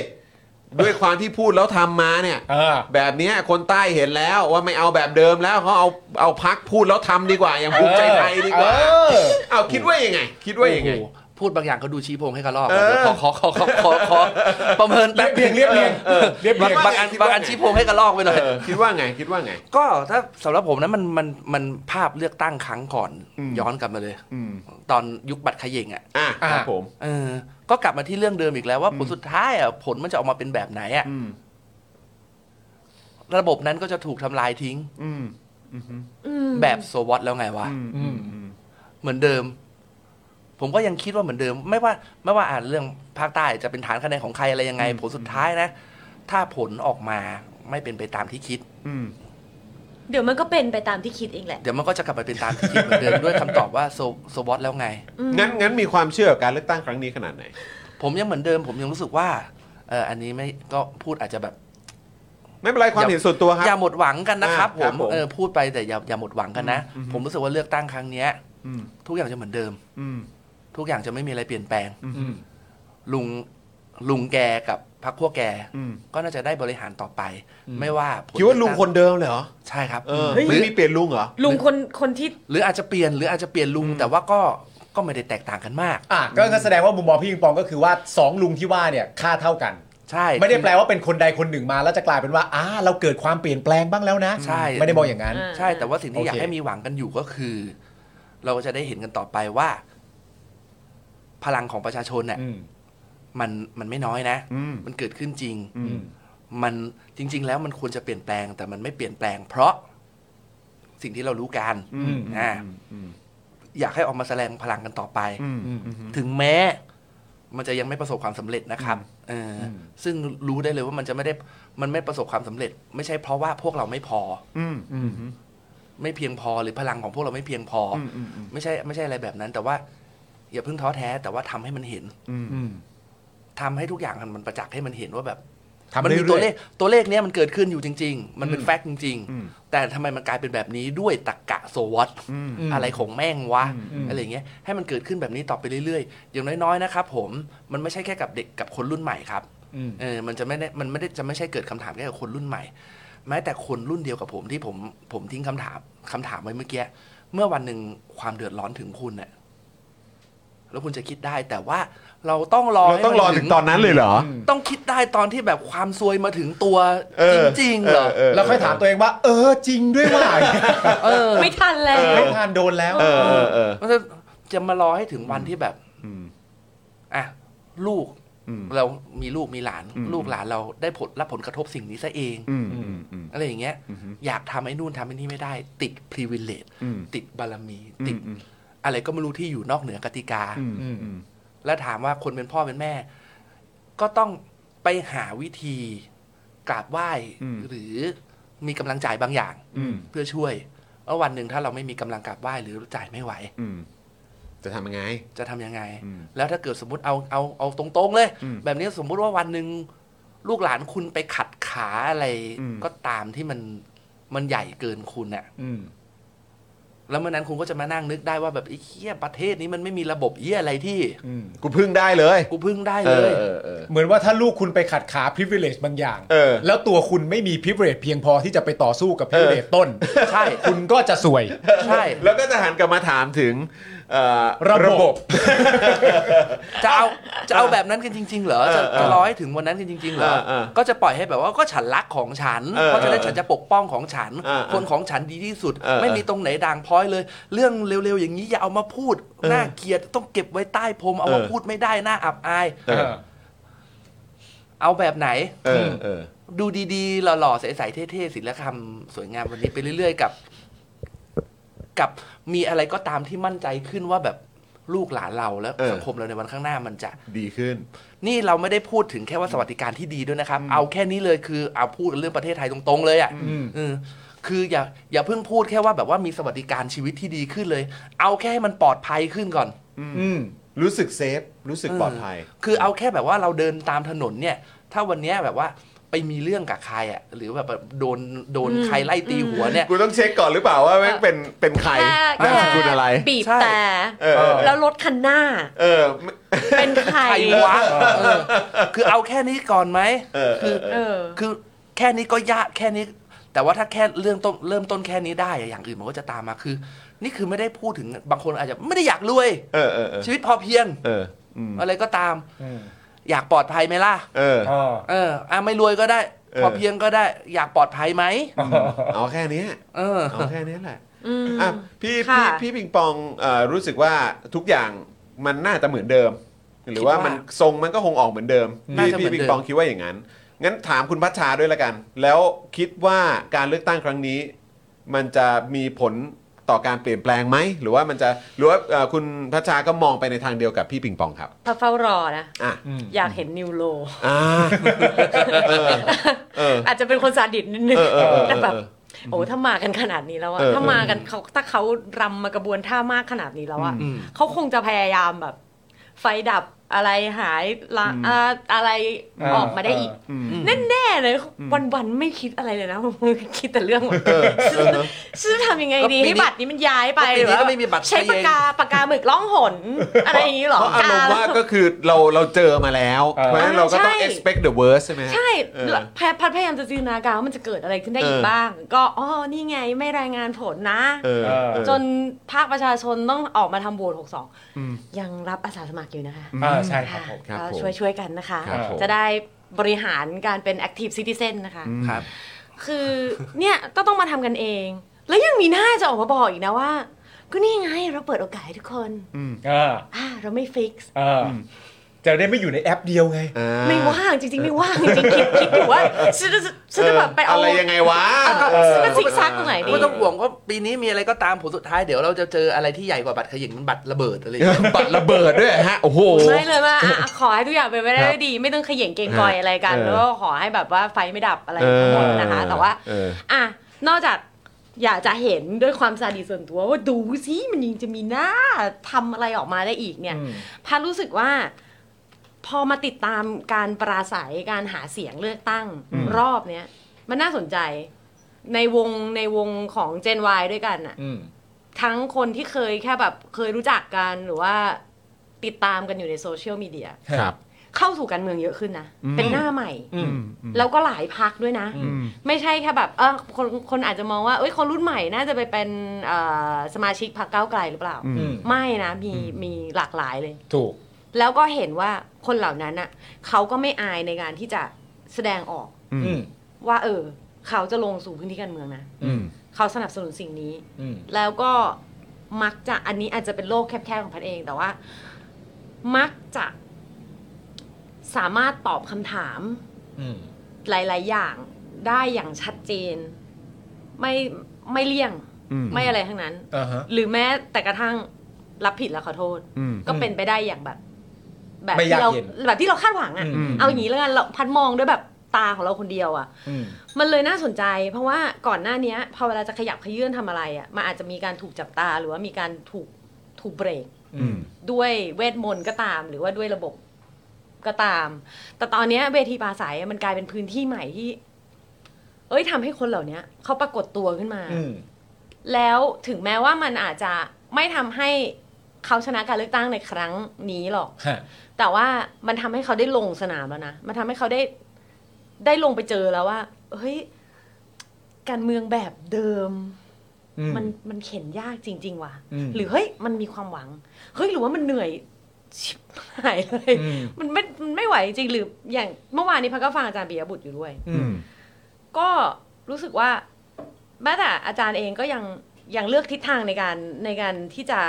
ด้วยความที่พูดแล้วทำมาเนี่ย เออ แบบเนี้ยคนใต้เห็นแล้วว่าไม่เอาแบบเดิมแล้วเขาเอาเอาพักพูดแล้วทำดีกว่า อย่างภูมิใจไทยดีกว่า เออ เอาคิดว่ายังไง คิดว่ายังไง โอ้โหพูดบางอย่างเขาดูชี้โพงให้กระรอก เออ เดี๋ยวขอขอขอขอขอขอประเมินแป๊บ เรียบเรียบเรียง ออ เรียบเรียง บางอัน คิด บา ว่าง ไง อันชี้โพงให้กระรอกไปหน่อย เออคิดว่าไงคิดว่าไง ก็ถ้าสำหรับผมนะมันมันมันภาพเลือกตั้งครั้งก่อนย้อนกลับมาเลยตอนยุคบัตรเขย่งอ่ะ อ่ะ อ่ะ ครับผม เออ ก็กลับมาที่เรื่องเดิมอีกแล้วว่าผลสุดท้ายอ่ะผลมันจะออกมาเป็นแบบไหนอ่ะระบบนั้นก็จะถูกทำลายทิ้ง แบบโซวอตแล้วไงวะเหมือนเดิม ผมก็ยังคิดว่าเหมือนเดิม ไม่ว่า ไม่ว่าอ่านเรื่องภาคใต้จะเป็นฐานคะแนนของใครอะไรยังไง ผลสุดท้ายนะ ถ้าผลออกมาไม่เป็นไปตามที่คิด เดี๋ยวมันก็เป็นไปตามที่คิดเองแหละ เดี๋ยวมันก็จะกลับไปเป็นตามที่คิดเหมือนเดิม ด้วยคำตอบว่าโซวอตแล้วไง งั้นงั้นมีความเชื่อกับการเลือกตั้งครั้งนี้ขนาดไหน ผมยังเหมือนเดิม ผมยังรู้สึกว่าเอออันนี้ไม่ก็พูดอาจจะแบบ ไม่เป็นไรความเห็นส่วนตัวครับ อย่าหมดหวังกันนะครับ ผ อ่าครับ ม ผม เออพูดไปแต่อย่าอย่าหมดหวังกันนะ ผมรู้สึกว่าเลือกตั้งครั้งเนี้ยทุกอย่างจะเหมือนเดิมทุกอย่างจะไม่มีอะไรเปลี่ยนแปลงลุงลุงแกกับพรรคพวกแกก็น่าจะได้บริหารต่อไป ไม่ว่าผ คิดว่าลุงคนเดิมเลยเหรอ ใช่ครับ เออ หรือ ไม่มีเปลี่ยนลุงเหรอ ลุงคนคนที่ หรืออาจจะเปลี่ยนหรืออาจจะเปลี่ยนลุง แต่ว่าก็ก็ไม่ได้แตกต่างกันมาก อ่ะก็ก็แสดงว่ามุมมองพี่ปิงปองก็คือว่าสองลุงที่ว่าเนี่ยค่าเท่ากัน ใช่ ไม่ได้แปลว่าเป็นคนใดคนหนึ่งมาแล้วจะกลายเป็นว่าอ่าเราเกิดความเปลี่ยนแปลงบ้างแล้วนะ ใช่ ไม่ได้มองอย่างนั้น อ่า ใช่ แต่ว่าสิ่งที่อยาก โอเค ให้มีหวังกันอยู่ก็คือ เราก็จะได้เห็นกันต่อไปว่า พลังของประชาชนเนี่ย อืม มันมันไม่น้อยนะ มันเกิดขึ้นจริง มันจริง ๆ แล้วมันควรจะเปลี่ยนแปลง แต่มันไม่เปลี่ยนแปลง เพราะสิ่งที่เรารู้กัน ม อ่าอยากให้ออกมาแสดงพลังกันต่อไป ถึงแม้ มันจะยังไม่ประสบความสำเร็จนะครับเอออซึ่งรู้ได้เลยว่ามันจะไม่ได้ มันไม่ประสบความสำเร็จ ไม่ใช่เพราะว่าพวกเราไม่พออไม่เพียงพอหรือพลังของพวกเราไม่เพียงพออไม่ใช่ไม่ใช่อะไรแบบนั้น แต่ว่า อย่าเพิ่งท้อแท้ แต่ว่าทำให้มันเห็น ทำให้ทุกอย่างมันประจักษ์ให้มันเห็นว่าแบบ ทำ มั เรื่ มีตัว อย เลขตัวเลขเนี้ยมันเกิดขึ้นอยู่จริง ๆ มันเป็น อืม แฟกต์จริง ๆ แต่ทำไมมันกลายเป็นแบบนี้ด้วยตรกกะโซวอตอะไรของแม่งวะ อืม อะไรอย่างเงี้ยให้มันเกิดขึ้นแบบนี้ต่อไปเรื่อยๆ อย่างน้อยๆนะครับผมมันไม่ใช่แค่กับเด็กกับคนรุ่นใหม่ครับ อืม เออมันจะไม่ได้มันไม่ได้จะไม่ใช่เกิดคำถามแค่กับคนรุ่นใหม่ แม้แต่คนรุ่นเดียวกับผมที่ผมผมทิ้งคำถามคำถามไว้เมื่อกี้เมื่อวันหนึ่งความเดือดร้อนถึงคุณเนี่ยแล้วคุณจะคิดได้แต่ว่าเราต้องรอ เรา ให้ ต้อง มัน รอถึงตอนนั้นเลยเหรอ ต้องคิดได้ตอนที่แบบความซวยมาถึงตัว เอ จ อ ริงๆเหรอ เออ แล้วค่อยถามตัวเองว่า เออจริงด้วยว่า เออ ไม่ทันแล้ว ไม่ทานโดนแล้ว เออเออเออ มันจะจะมารอให้ถึงวันที่แบบอ่ะลูกเรามีลูกมีหลาน ลูกหลานเราได้ผลรับผลกระทบสิ่งนี้ซะเองอะไรอย่างเงี้ย อยากทำไอ้นู่นทำไอ้นี่ไม่ได้ ติด privilege ติดบารมี ติด อะไรก็ไม่รู้ที่อยู่นอกเหนือกติกา แล้วถามว่าคนเป็นพ่อเป็นแม่ ก็ต้องไปหาวิธีกราบไหว้หรือมีกำลังใจบางอย่างเพื่อช่วยว่าวันหนึ่งถ้าเราไม่มีกำลังกราบไหว้หรือจ่ายไม่ไหว จะทำยังไง จะทำยังไง แล้วถ้าเกิดสมมติเอาเอาเอาตรงๆเลย แบบนี้สมมุติว่าวันหนึ่งลูกหลานคุณไปขัดขาอะไร ก็ตามที่มันมันใหญ่เกินคุณน่ะ แล้วเมื่อนั้นคุณก็จะมานั่งนึกได้ว่าแบบไอ้เคียประเทศนี้มันไม่มีระบบเยี่ยอะไรที่ กูพึ่งได้เลย กูพึ่งได้ เอ เล อย เออเออ เหมือนว่าถ้าลูกคุณไปขัดขา privilege บางอย่าง เออ แล้วตัวคุณไม่มี privilege เพียงพอที่จะไปต่อสู้กับ privilege ต้น ใช่ คุณก็จะสวย ใช่ แล้วก็จะหันกลับมาถามถึงเอ่อ ระบบ จะเอาจะเอาแบบนั้นกันจริง ๆ เหรอ จะจะร้อยถึงวันนั้นกันจริง ๆ เหรอ าอ่า ก็จะปล่อยให้แบบว่าก็ฉันรักของฉัน เออ เพราะฉะนั้นฉันจะปกป้องของฉัน อ่า คนของฉันดีที่สุด เออ ไม่มีตรงไหนด่างพร้อยเลย เรื่องเร็วๆอย่างนี้อย่าเอามาพูด น่าเกลียดต้องเก็บไว้ใต้พรมเอามา เออ พูดไม่ได้น่าอับอาย เออ เอาแบบไหน เออเออ ดูดีๆ หล่อๆ ใสๆ เท่ๆศิลปกรรมสวยงามวันนี้ไปเรื่อยๆ กับ กับมีอะไรก็ตามที่มั่นใจขึ้นว่าแบบ ลูกหลานเราแล้ว เออ สังคมเราในวันข้างหน้ามันจะ ดีขึ้น นี่เราไม่ได้พูดถึงแค่ว่าสวัสดิการที่ดีด้วยนะครับ เอาแค่นี้เลยคือเอาพูดกันเรื่องประเทศไทยตรงๆเลยอ่ะเออคืออย่าอย่าเพิ่งพูดแค่ว่าแบบว่ามีสวัสดิการชีวิตที่ดีขึ้นเลย เอาแค่ให้มันปลอดภัยขึ้นก่อน อืม รู้สึกเซฟ รู้สึกปลอดภัย คือเอาแค่แบบว่าเราเดินตามถนนเนี่ย ถ้าวันเนี้ยแบบว่าไปมีเรื่องกับใครอ่ะหรือแบบโดนโดนใครไล่ตีหัวเนี่ย กูต้องเช็คก่อนหรือเปล่าว่าแม่งเป็นเป็นใคร แค่ นามสกุลอะไร บีบ ใช่ แต่ เออเออ แล้วรถคันหน้า เออไม่ เป็นใคร ใครวะเออคือเอาแค่นี้ก่อนไหม เออเอ คือ อเอ เอ อ อ คือแค่นี้ก็ยากแค่นี้ แต่ว่าถ้าแค่เรื่องต้นเริ่มต้นแค่นี้ได้อะอย่างอื่นมันก็จะตามมาคือ นี่คือไม่ได้พูดถึงบางคนอาจจะไม่ได้อยากรวย เออเออเออ ชีวิตพอเพียง เอออืม อะไรก็ตาม อืม อยากปลอดภัยไหมล่ะ เออ อ่า เอออ่ะไม่รวยก็ได้ เออ พอเพียงก็ได้ อยากปลอดภัยไหม เอาแค่เนี้ย เออ เอาแค่เนี้ยแหละ อืม อ่ะพี่ ค่ะ พี่พี่ปิงปองเอ่อรู้สึกว่าทุกอย่างมันน่าจะเหมือนเดิม หรือว่า คิดว่ามั มันทรงมันก็คงออกเหมือนเดิม น่า พี่ จะเหมื พี่ อนเดิม ปิงปองคิดว่าอย่างนั้น งั้นถามคุณพัชชาด้วยละกัน แล้วคิดว่าการเลือกตั้งครั้งนี้ มันจะมีผลต่อการเปลี่ยนแปลงไหมหรือว่ามันจะหรือว่าเอ่อคุณพัชชาก็มองไปในทางเดียวกับพี่ปิงปองครับ พอเฝ้ารอนะ อ่ะ อยากเห็นนิวโล อ่าเออเออ อาจจะเป็นคนซาดิสนิดนึง เออเออเออ แต่แบบ เออ โอ้ถ้ามากันขนาดนี้แล้วอะ เออเออ ถ้ามากันเขาถ้าเขารำมากระบวนท่ามากขนาดนี้แล้วอะ อืม เขาคงจะพยายามแบบ ไฟดับอะไรหายละอ่าอะไรออกมาได้อีก แน่ๆเลยวันวันๆไม่คิดอะไรเลยนะ คิดแต่เรื่องว่าซื้อซื้อทำยังไงดี ก็ปีนี้ ให้บัตรนี้มันย้ายไป ก็ปีนี้ก็ไม่มีบัตร ใช้ปากกาปากกาหมึกล่องหน อะไรอย่างนี้หรอ เพราะอารมณ์ว่า แล้ว ก็คือเราเราเจอมาแล้ว เออ เพราะฉะนั้นเราก็ต้อง ใช่ expect the worst ใช่ไหมฮะ ใช่ เออ แล้วแพพัดพยายามจะจินตนาการว่ามันจะเกิดอะไรขึ้นได้อีก เออ บ้าง ก็อ๋อนี่ไงไม่รายงานผลนะ เออเออ จนภาคประชาชนต้องออกมาทำโหวต62 ยังรับอาสาสมัครอยู่นะคะ อ่าใช่ครับผม ครับ ก็ ผม ช่วยช่วยๆกันนะคะ ครับผม จะได้บริหารการเป็น active citizen นะคะ ครับ คือเนี่ยต้องต้องมาทำกันเอง แล้วยังมีหน้าจะออกมาบอกอีกนะว่า ก็นี่ไงเราเปิดโอกาสให้ทุกคน อ่า อ่าเราไม่ฟิกซ์ อ่าจะได้ไม่อยู่ในแอปเดียวไง อ่ ไม่ว่างจริงๆ ไม่ว่างจริงๆคิดคิดอยู่ว่าฉันจะฉันจะแบบไปเอา อะไรยังไงวะ ฉันจะซิกซักตรงไหนดี ไม่ต้องห่วงว่าปีนี้มีอะไรก็ตามผลสุดท้ายเดี๋ยวเราจะเจออะไรที่ใหญ่กว่าบัตรเขย่งมันบัตรระเบิดอะไรอย่างเงี้ย ปัดระเบิดด้วยฮะ โอ้โห ไม่เลยว่าอ่ะอ่ะขอให้ทุกอย่างเป็นไปได้ ครับ ด้วยดี ไม่ต้องเขย่งเกรงกอยอะไรกัน เออ แล้วก็ขอให้แบบว่าไฟไม่ดับอะไรทั้งหมดนะคะ เออ แต่ว่า เออ อ่ะนอกจากอยากจะเห็นด้วยความซาดิสส่วนตัวว่าดูสิมันยังจะมีหน้าทำอะไรออกมาได้อีกเนี่ยพันรู้สึกว่า พอมาติดตามการปราศัยการหาเสียงเลือกตั้งรอบเนี้ยมันน่าสนใจในวงในวงของเจน Y ด้วยกันอะ อืม ทั้งคนที่เคยแค่แบบเคยรู้จักกันหรือว่าติดตามกันอยู่ในโซเชียลมีเดีย ครับ เข้าสู่การเมืองเยอะขึ้นนะ เป็นหน้าใหม่ อืม แล้วก็หลายพักด้วยนะ ไม่ใช่แค่แบบเออคนคนอาจจะมองว่าเอ้ยคนรุ่นใหม่น่าจะไปเป็นเอ่อสมาชิกพรรคก้าวไกลหรือเปล่า อืม ไม่นะมีมีหลากหลายเลย ถูก แล้วก็เห็นว่าคนเหล่านั้นอ่ะเขาก็ไม่อายในการที่จะแสดงออก อืม ว่าเออ เขาจะลงสู่พื้นที่การเมืองนะ อืม เขาสนับสนุนสิ่งนี้ อืม แล้วก็มักจะอันนี้อาจจะเป็นโลกแคบๆของพัดเอง แต่ว่า มักจะสามารถตอบคำถาม อืม หลาย ๆ อย่างได้อย่างชัดเจน ไม่ไม่เลี่ยง ไม่อะไรทั้งนั้น อ่าฮะ หรือแม้แต่กระทั่งรับผิดแล้วขอโทษ ก็เป็นไปได้อย่างแบบ แบบ ไม่ยาก ที่เรา เย็น แบบที่เราคาดหวังอะ อืม เอาอย่างนี้แล้วกันเราพัดมองด้วยแบบตาของเราคนเดียวอะ อืม มันเลยน่าสนใจ เพราะว่าก่อนหน้าเนี้ยพอเวลาจะขยับขยื่นทำอะไรอ่ะมันอาจจะมีการถูกจับตาหรือว่ามีการถูกถูกเบรก อืม ด้วยเวทมนต์ก็ตาม หรือว่าด้วยระบบก็ตาม แต่ตอนเนี้ยเวทีปราศัยมันกลายเป็นพื้นที่ใหม่ที่ เอ้ยทำให้คนเหล่าเนี้ยเขาปรากฏตัวขึ้นมา อืม แล้วถึงแม้ว่ามันอาจจะไม่ทำให้เขาชนะการเลือกตั้งในครั้งนี้หรอก ฮะ แต่ว่ามันทำให้เขาได้ลงสนามแล้วนะ มันทำให้เขาได้ได้ลงไปเจอแล้วว่า เฮ้ย การเมืองแบบเดิม อืม มันมันเข็นยากจริง ๆ ว่ะ อืม หรือเฮ้ย มันมีความหวัง เฮ้ย หรือว่ามันเหนื่อย ชิบหายเลย อืม มันไม่มันไม่ไหวจริงหรืออย่างเมื่อวานนี้พักก็ฟังอาจารย์ปิยบุตรอยู่ด้วย อืม ก็รู้สึกว่าแม้แต่อาจารย์เองก็ยังยังเลือกทิศทางในการในการที่จะ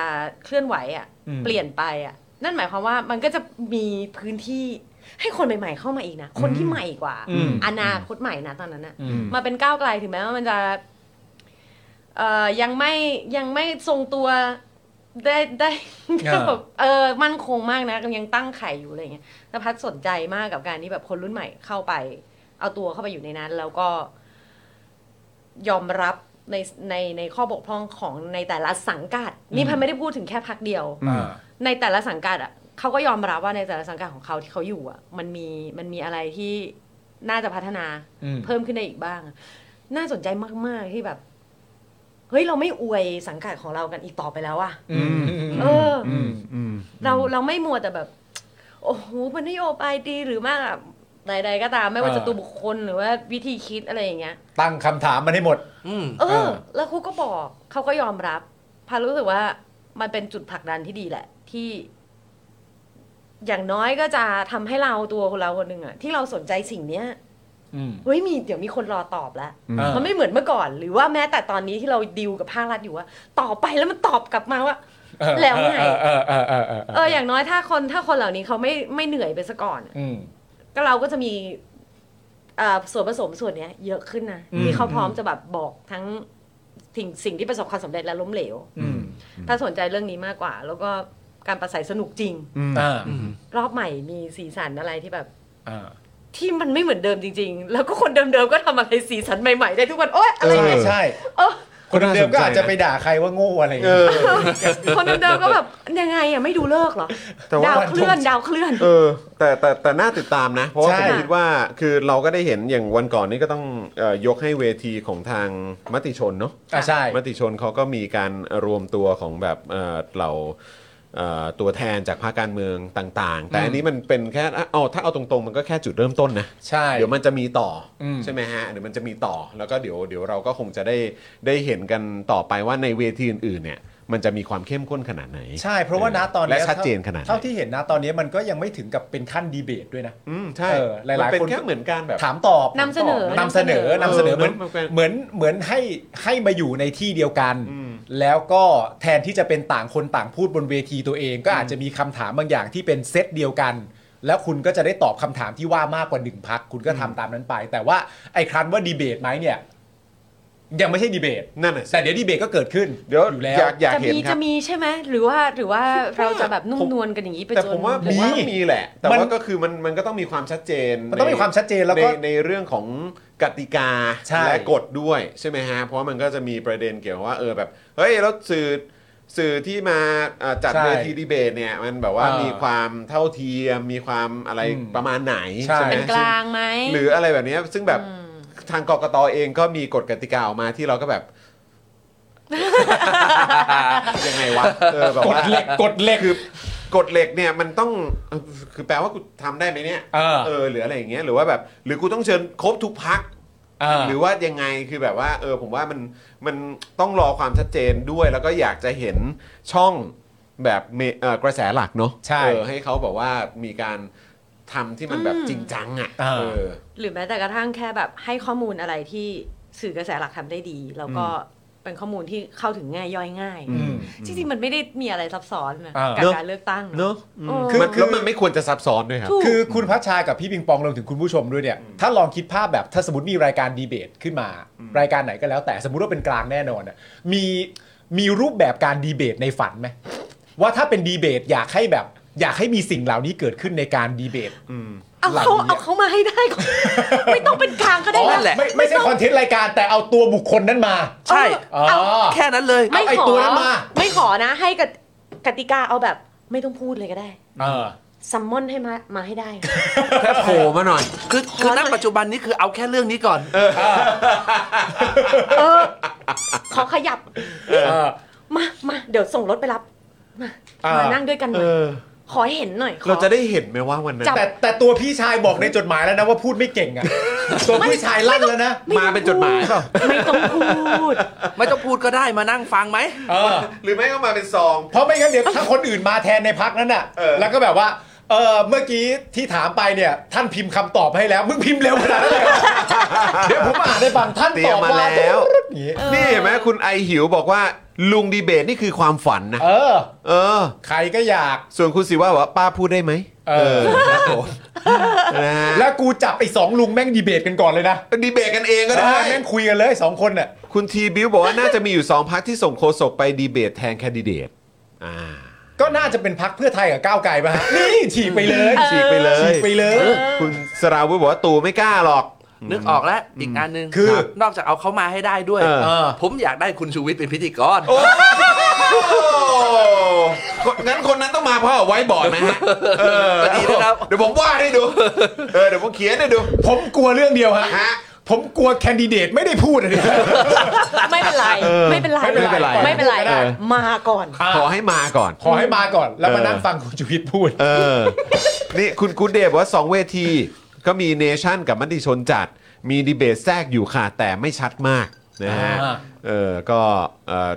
เคลื่อนไหวอะ่ะ อืม เปลี่ยนไปอะ่ะ นั่นหมายความว่ามันก็จะมีพื้นที่ให้คนใหม่ๆเข้ามาอีกนะ คนที่ใหม่กว่า อืม อนาคตใหม่นะตอนนั้นอะ อืม มาเป็นก้าวไกลถึงแม้ว่ามันจะเอ่อยังไม่ยังไม่ทรงตัว ได้ได้ อ่า ก็แบบเออมั่นคงมากนะยังตั้งไข่อยู่อะไรอย่างเงี้ยนภัสสนใจมากกับการที่แบบคนรุ่นใหม่เข้าไป เอาตัวเข้าไปอยู่ในนั้น แล้วก็ ยอมรับในในในข้อบกพร่องของในแต่ละสังกัด นี่พันไม่ได้พูดถึงแค่พักเดียว อ่า ในแต่ละสังกัดอ่ะเขาก็ยอมรับว่าในแต่ละสังกัดของเขาที่เขาอยู่อ่ะ มันมีมันมีอะไรที่น่าจะพัฒนา อืม เพิ่มขึ้นได้อีกบ้าง น่าสนใจมาก ๆ ที่แบบ เฮ้ย เราไม่อวยสังกัดของเรากันอีกต่อไปแล้วอ่ะ อืม เอออ ม เราเราไม่มัวแต่แบบ โอ้โหมันนโยบายดีหรือมากอะใดๆก็ตามไม่ว่า เออ จะตัวบุคคลหรือว่าวิธีคิดอะไรอย่างเงี้ย ตั้งคำถามมันให้หมด อืม เอ เอ อ อ แล้วครูก็บอกเขาก็ยอมรับพารู้สึกว่ามันเป็นจุดผลักดันที่ดีแหละ ที่ อย่างน้อยก็จะทำให้เราตัวคนเราคนหนึ่งอะที่เราสนใจสิ่งเนี้ย อืม เฮ้ยมีเดี๋ยวมีคนรอตอบแล้ว เออ มันไม่เหมือนเมื่อก่อน หรือว่าแม้แต่ตอนนี้ที่เราดิวกับภาครัฐอยู่ว่าต่อไปแล้วมันตอบกลับมาว่า เออ แล้วไง เออเออเออเออ เอออย่างน้อยถ้าคนถ้าคนเหล่านี้เขาไม่ไม่เหนื่อยไปซะก่อน อืม ก็เราก็จะมีเอ่อส่วนผสมส่วนเนี้ย เยอะขึ้นนะ อืม ที่เขาพร้อมจะแบบบอกทั้งสิ่งสิ่งที่ประสบความสำเร็จและล้มเหลว อืม ถ้าสนใจเรื่องนี้มากกว่า แล้วก็การประสัยสนุกจริง อ่า รอบใหม่มีสีสันอะไรที่แบบ อ่า ที่มันไม่เหมือนเดิมจริง ๆ แล้วก็คนเดิมๆก็ทำอะไรสีสันใหม่ๆได้ทุกวันโอ๊ยอะไร ใช่ เนี่ย ใช่ เออ คนเดิมก็อาจจะไปด่าใครว่าโง่อะไรอย่าง เอ เงี้ย อ คนเดิมๆก็แบบยังไงอ่ะไม่ดูเลิกเหรอ แต่ว่า ดาวเคลื่อนดาวเคลื่อน เออแต่แต่แต่น่าติดตามนะ เพราะว่า ใช่ ผมคิดว่าคือเราก็ได้เห็นอย่างวันก่อนนี่ก็ต้องเอ่อยกให้เวทีของทางมติชนเนาะ อ่าใช่ มติชนเขาก็มีการรวมตัวของแบบเอ่อเหล่าเอ่อตัวแทนจากภาคการเมืองต่าง ๆ แต่อันนี้มันเป็นแค่เอาถ้าเอาตรงๆ มันก็แค่จุดเริ่มต้นนะ ใช่ เดี๋ยวมันจะมีต่ออ ม ใช่ไหมฮะเดี๋ยวมันจะมีต่อแล้วก็เดี๋ยวเดี๋ยวเราก็คงจะได้ได้เห็นกันต่อไปว่าในเวทีอื่นๆเนี่ย มันจะมีความเข้มข้นขนาดไหน ใช่เพราะว่าณตอนนี้ และชัดเจนขนาดไหน เท่าที่เห็นนะตอนนี้มันก็ยังไม่ถึงกับเป็นขั้นดีเบตด้วยนะ อืมใช่ เออหลายๆ มัเป็น คนก็ แค่เหมือนการแบบ ถามตอบ นำเสนอ นำเสนอนำเสนอ เออ เหมือน เนอะมันเป็น เหมือนเหมือนให้ให้มาอยู่ในที่เดียวกัน แล้วก็แทนที่จะเป็นต่างคนต่างพูดบนเวทีตัวเอง ก็อาจจะมีคำถามบางอย่างที่เป็นเซตเดียวกัน แล้วคุณก็จะได้ตอบคำถามที่ว่ามากกว่าหนึ่งพักคุณก็ทำตามนั้นไป แต่ว่าไอ้ครั้นว่าดีเบตไหมเนี่ย ยังไม่ใช่ดีเบต นั่นน่ะสิ แต่เดี๋ยวดีเบตก็เกิดขึ้น เดี๋ยว อยู่แล้ว อยากอยาก จะ เห็น มี ครั จะ บ มีใช่ไหมหรือว่าหรือว่าเราจะแบบนุ่ม ผม นวลกันอย่างนี้ไป แต่ จน ผมว่า หรือ มี ว่า มีแหละ แต่ มั ว่าน ก็คือมันมันก็ต้องมีความชัดเจน มันต้องมีความชัดเจนแล้วก็ ใในเรื่องของกติกา ใช่ และกฎด้วยใช่ไหมฮะ เพราะว่ามันก็จะมีประเด็นเกี่ยวกับว่าเออแบบเฮ้ยแล้วสื่อสื่อที่มาอ่าจัด ใช่ เวทีดีเบตเนี่ย มันแบบว่า เออ มีความเท่าเทียมมีความอะไร อืม ประมาณไหน ใช่ ไหม เป็นกลางไหม หรืออะไรแบบเนี้ยซึ่งแบบทางกกตเองก็มีกฎกติกาออกมาที่เราก็แบบ ยังไงวะเออแบบ กด ว่า เหล็กกดเหล็ก คือกฎเหล็กเนี่ยมันต้องเอ่อคือแปลว่ากูทำได้ไหมเนี่ย เออ หรืออะไรอย่างเงี้ยหรือว่าแบบหรือกูต้องเชิญครบทุกพัก อ่า หรือว่ายังไงคือแบบว่าเออผมว่ามันมันต้องรอความชัดเจนด้วย แล้วก็อยากจะเห็นช่องแบบเมเอ่อกระแสหลักเนาะ ใช่ เออให้เขาบอกว่ามีการทำที่มันแบบจริงจังอ่ะ อ่า เออ หรือแม้แต่กระทั่งแค่แบบให้ข้อมูลอะไรที่สื่อกระแสหลักทำได้ดี แล้วก็เป็นข้อมูลที่เข้าถึงง่ายย่อยง่าย อืม จริงๆมันไม่ได้มีอะไรซับซ้อนนะ อ่ากั กับ เนอะ การเลือกตั้ง เนอะ เออ คือ มัน คือ แล้วมันไม่ควรจะซับซ้อนด้วยครับ ถูก คือคุณพัชชากับพี่ปิงปองรวมถึงคุณผู้ชมด้วยเนี่ย ถ้าลองคิดภาพแบบถ้าสมมติมีรายการดีเบตขึ้นมา รายการไหนก็แล้ว แต่สมมติว่าเป็นกลางแน่นอนอะมีมีรูปแบบการดีเบตในฝันไหมว่าถ้าเป็นดีเบตอยากให้แบบ อยากให้มีสิ่งเหล่านี้เกิดขึ้นในการดีเบต เอาเขาเอาเขามาให้ได้ก่อน ไม่ต้องเป็นกลางก็ได้ นั่นแหละ ไม่ไม่ใช่คอนเทนต์รายการแต่เอาตัวบุคคลนั้นมา ใช่ อ๋อ เอา แค่นั้นเลย ไม่ เอาไอ้ ขอ ตัวนั้นมา ไม่ขอนะ ให้กติกติกาเอาแบบไม่ต้องพูดเลยก็ได้ เออ ซัมมอนให้มามาให้ได้ แค่โผล่มาหน่อย คือคือณปัจจุบันนี้คือเอาแค่เรื่องนี้ก่อน เออ ขอขยับมามาเดี๋ยวส่งรถไปรับมา อ่าม มานั่งด้วยกันห เอ น่อย อ ขอให้เห็นหน่อยขอ เราจะได้เห็นไหมว่าวันนั้น จับ แต่แต่ตัวพี่ชายบอกในจดหมายแล้วนะว่าพูดไม่เก่งอะตัวพี่ชายลั่นแล้วนะ มาเป็นจดหมายเปล่า ไม่ต้องพูด ไม่ต้องพูดก็ได้มานั่งฟังไหม เออ หรือไม่ก็มาเป็นซอง เพราะไม่งั้นเดี๋ยวถ้าคนอื่นมาแทนในพักนั้นน่ะ เออ แล้วก็แบบว่า เออเมื่อกี้ที่ถามไปเนี่ย ท่านพิมพ์คำตอบให้แล้ว มึงพิมพ์เร็วขนาดนั้นเลย เหรอ เดี๋ยวผมอ่านให้ฟังท่าน เตรี ต ย อ ม บ มา ว่า แล้ว อย่างงี้ นี่เห็นไหมคุณไอหิวบอกว่าลุงดีเบตนี่คือความฝันนะ เออ เออ ใครก็อยาก ส่วนคุณสิว่าบอกว่าป้าพูดได้ไหม เออ ครับผมนะฮะ แล้วกูจับไอ้สองลุงแม่งดีเบตกันก่อนเลยนะ ดีเบตกันเองก็ได้ เออแม่งคุยกันเลยสองคนน่ะ คุณทีบิวบอกว่าน่าจะมีอยู่ 2พักที่ส่งโคศกไปดีเบตแทนแคนดิเดต อ่า ก็น่าจะเป็นพักเพื่อไทยกับก้าวไกลป่ะฮะนี่ฉีกไปเลย ฉีกไปเลย ฉีกไปเลย คุณสราวุธบอกว่าตูไม่กล้าหรอก นึกออกแล้วอีกอันหนึง คือ รับนอกจากเอาเขามาให้ได้ด้วย เออ เออ ผมอยากได้คุณชูวิทย์เป็นพิธีกร โอ้งั้นคนนั้นต้องมาเพราะไว้บอร์ดไหมฮะเออ ดีนะครับ เดี๋ยวผมวาดให้ดู เออเดี๋ยวผมเขียนให้ดู ผมกลัวเรื่องเดียวฮะ ฮะ ผมกลัวแคนดิเดตไม่ได้พูดอะดิ ไม่เป็นไร ไม่เป็นไร ไม่เป็นไร ไม่เป็นไร เออ มาก่อน ขอให้มาก่อน ขอให้มาก่อนแล้วมา เออ นั่งฟังคุณชูวิทย์พูด เออ นี่คุณกูดเดย์บอกว่า 2 เวที ก็มีเนชั่นกับมติชนจัด มีดีเบตแทรกอยู่ค่ะ แต่ไม่ชัดมากนะฮะ อ่า เออ ก็เออ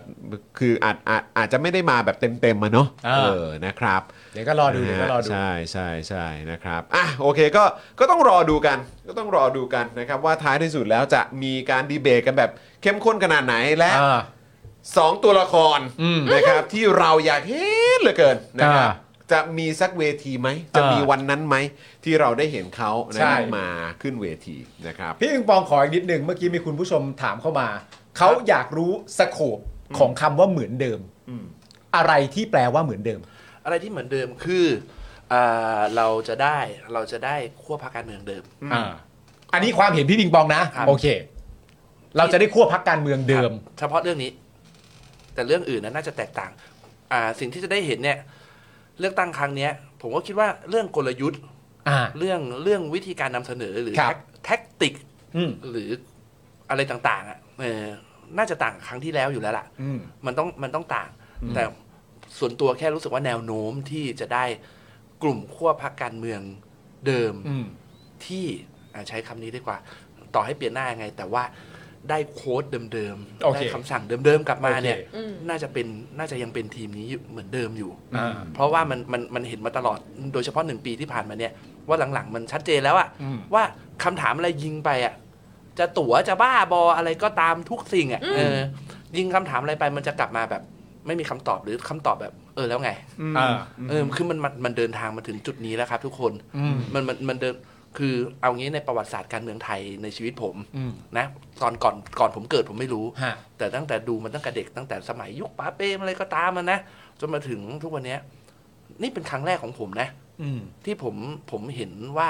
คืออาจอาจอาจจะไม่ได้มาแบบเต็มๆมาเนาะ อ่า เออ นะครับ เดี๋ยวก็รอดูเดี๋ยวก็รอดู ใช่ใช่ใช่นะครับอ่ะโอเคก็ก็ต้องรอดูกันก็ต้องรอดูกันนะครับว่าท้ายที่สุดแล้วจะมีการดีเบตกันแบบเข้มข้นขนาดไหนและ อ่า สองตัวละครนะครับที่เราอยากเห็นเหลือเกินนะครับ อ่า จะมีสักเวทีไหม จะมี อ่า วันนั้นไหมที่เราได้เห็นเขานะ ใช่ ครับมาขึ้นเวทีนะครับ พี่ปิงปองขออีกนิดนึงเมื่อกี้มีคุณผู้ชมถามเข้ามา เขาอยากรู้สโคปของคำว่าเหมือนเดิมอะไรที่แปลว่าเหมือนเดิม อะไรที่เหมือนเดิมคืออ่าเราจะได้เราจะได้ขั้วพรรคการเมืองเดิม อ่า อันนี้ความเห็นพี่ปิงปองนะ ครับ โอเค เราจะได้ขั้วพักการเมืองเดิม เฉพาะเรื่องนี้ แต่เรื่องอื่นนั้นน่าจะแตกต่าง อ่า สิ่งที่จะได้เห็นเนี่ย เลือกตั้งครั้งเนี้ย ผมก็คิดว่าเรื่องกลยุทธ์ อ่า เรื่องเรื่องวิธีการนำเสนอหรือ ครับ แท็กแท็กติก อืม หรืออะไรต่างๆอ่ะเออน่าจะต่างกับครั้งที่แล้วอยู่แล้วล่ะ อืม มันต้องมันต้องต่าง แต่ส่วนตัวแค่รู้สึกว่าแนวโน้มที่จะได้กลุ่มขั้วพรรคการเมืองเดิม อืม ที่อ่ะใช้คำนี้ดีกว่า ต่อให้เปลี่ยนหน้ายังไง แต่ว่าได้โค้ดเดิม โอ ๆ เค ได้คำสั่งเดิมๆ กลับมา โอเค เนี่ย อืม น่าจะเป็นน่าจะยังเป็นทีมนี้อยู่เหมือนเดิมอยู่ อ่า เพราะว่ามันมันมันเห็นมาตลอดโดยเฉพาะหนึ่งปีที่ผ่านมาเนี่ย ว่าหลังๆ มันชัดเจนแล้วอะ อืม ว่าคำถามอะไรยิงไปอะจะตั๋วจะบ้าบออะไรก็ตามทุกสิ่งอะเออ ยิงคำถามอะไรไปมันจะกลับมาแบบ ไม่มีคำตอบหรือคำตอบแบบ เออแล้วไง อ่า เออคือมันมันมันเดินทางมาถึงจุดนี้แล้วครับทุกคน อืม มันมันมันเดินคือเอางี้ในประวัติศาสตร์การเมืองไทยในชีวิตผม อืม นะตอนก่อนก่อนผมเกิดผมไม่รู้ ฮะ แต่ตั้งแต่ดูมันตั้งแต่เด็กตั้งแต่สมัยยุคป๋าเปรมอะไรก็ตามมันนะจนมาถึงทุกวันเนี้ยนี่เป็นครั้งแรกของผมนะ อืม ที่ผมผมเห็นว่า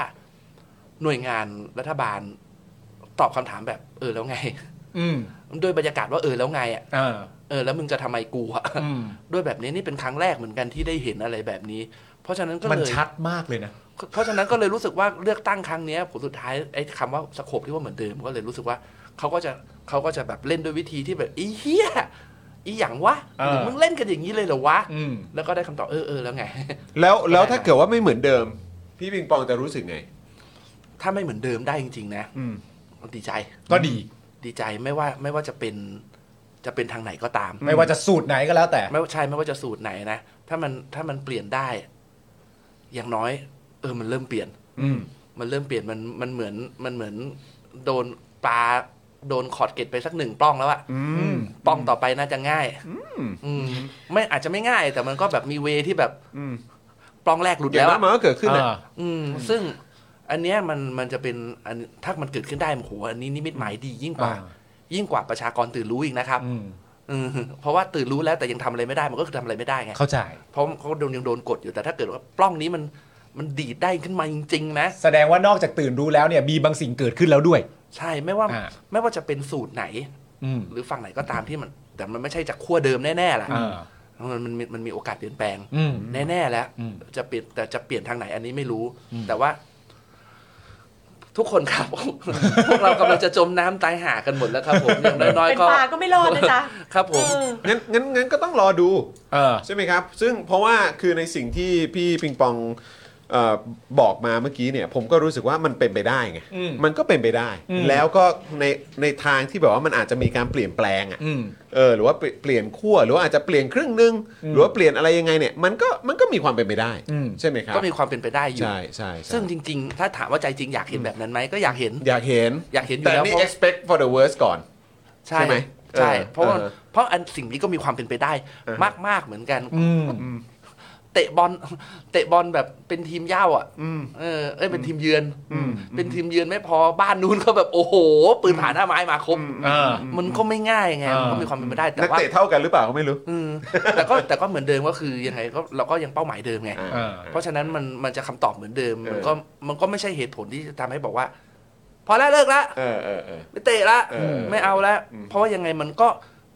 หน่วยงานรัฐบาลตอบคำถามแบบ เออแล้วไง อืม ด้วยบรรยากาศว่าเออแล้วไงอ่ะ อ่า เออแล้วมึงจะทำไมกูอ่ะ อืม ด้วยแบบนี้นี่เป็นครั้งแรกเหมือนกันที่ได้เห็นอะไรแบบนี้ เพราะฉะนั้นก็เลย มันชัดมากเลยนะ เพราะฉะนั้นก็เลยรู้สึกว่าเลือกตั้งครั้งเนี้ยผมสุดท้ายไอ้คำว่าสโคปที่ว่าเหมือนเดิมก็เลยรู้สึกว่าเขาก็จะเขาก็จะแบบเล่นด้วยวิธีที่แบบอีเหี้ยอีหยังวะ เออ หรือมึงเล่นกันอย่างนี้เลยเหรอวะ อืม แล้วก็ได้คำตอบเออเออแล้วไง แล้วแล้วถ้าเกิดว่าไม่เหมือนเดิม พี่ปิงปองจะรู้สึกไง ถ้าไม่เหมือนเดิมได้จริง ๆ นะ อืม ดีใจ ก็ดี ดีใจไม่ว่าไม่ว่าจะเป็นจะเป็นทางไหนก็ตาม ไม่ว่าจะสูตรไหนก็แล้วแต่ ไม่ว่าใช่ไม่ว่าจะสูตรไหนนะถ้ามันถ้ามันเปลี่ยนได้ อย่างน้อย เออมันเริ่มเปลี่ยน อืม มันเริ่มเปลี่ยนมันมันเหมือนมันเหมือนโดนปลาโดนขอดเกล็ดไปสักหนึ่งปล้องแล้วอะ ม ปล้องต่อไปน่าจะง่ายอืมไม่อาจจะไม่ง่าย แต่มันก็แบบมีเวที่แบบปล้องแรกหลุด อย่าง แล้นั้วอะ นมันก็เกิดขึ้น อ่า อะ อืม ซึ่ง อันเนี้ยมันมันจะเป็นอันถ้ามันเกิดขึ้นได้โอ้โหอันนี้นิมิตหมายดียิ่งกว่า อ่า ยิ่งกว่าประชากรตื่นรู้อีกนะครับ อืม อืมเพราะว่าตื่นรู้แล้วแต่ยังทำอะไรไม่ได้มันก็คือทำอะไรไม่ได้ไง เข้าใจ เพราะเขาโดนยังโดนกดอยู่แต่ถ้าเกิดว่าปล้องนี้มันมันดีดได้ขึ้นมาจริงๆนะ แสดงว่านอกจากตื่นรู้แล้วเนี่ย มีบางสิ่งเกิดขึ้นแล้วด้วย ใช่ไม่ว่า อ่า ไม่ว่าจะเป็นสูตรไหน อืม หรือฝั่งไหนก็ตามที่มัน แต่มันไม่ใช่จากขั้วเดิมแน่ๆล่ะ อ่า มันมันมันมีโอกาสเปลี่ยนแปลง อืม แน่ๆแล้ว อืม จะเปลี่ยนแต่จะเปลี่ยนทางไหนอันนี้ไม่รู้ แต่ว่า ทุกคนครับ พวกเรากำลังจะจมน้ำตายหากันหมดแล้วครับผมอย่างน้อย เป็น ๆก็ ปลาก็ไม่รอดนะจ๊ะ ครับผม เออ งั้นงั้นงั้นก็ต้องรอดู เออ ใช่ไหมครับ ซึ่งเพราะว่าคือในสิ่งที่พี่ปิงปองเออบอกมาเมื่อกี้เนี่ย ผมก็รู้สึกว่ามันเป็นไปได้ไง อืม มันก็เป็นไปได้ อืม แล้วก็ในในทางที่แบบว่ามันอาจจะมีการเปลี่ยนแปลงอ่ะ อืม เออ หรือว่าเปลี่ยนเปลี่ยนขั้ว หรือว่าอาจจะเปลี่ยนครึ่งหนึง อืหมรือว่าเปลี่ยนอะไรยังไงเนี่ย มันก็มันก็มีความเป็นไปได้ อืม ใช่ไหมครับ ก็มีความเป็นไปได้อยู่ ใช่ใช่ใช่ ซึ่งจริง ๆ ถ้าถามว่าใจจริงอยากเห็นแบบนั้นไหมก็อยากเห็น อยากเห็น อยากเห็นอยู่ แต่ แล้ว นี่ เพราะ expect for the worst ก่อน ใช่ ใช่ไหม ใช่ เออ เพราะว่า เออ เพราะอันสิ่งนี้ก็มีความเป็นไปได้ เออ มากๆเหมือนกัน อืม เตะบอล เตะบอลแบบเป็นทีมเหย้าอ่ะ อืม เออเอ้ยเป็นทีมเยือน อืม เป็นทีมเยือนไม่พอบ้านนู้นก็แบบโอ้โห ปืนผ่านหน้าไม้มาครบ อ่า มันก็ไม่ง่ายไง อ่ามั มันก็มีความเป็นไปได้แต่ นัก ว่า เตะเท่ากันหรือเปล่าก็ไม่รู้ อืมแต่ก็ แต่ก็เหมือนเดิมก็คือยังไงก็เราก็ยังเป้าหมายเดิมไง อ่า เพราะฉะนั้นมันมันจะคำตอบเหมือนเดิม เออ มันก็มันก็ไม่ใช่เหตุผลที่จะทำให้บอกว่า พอแล้วเลิกละ เออเออเออ ไม่เตะละ เออ ไม่เอาละ อืม เพราะว่ายังไงมันก็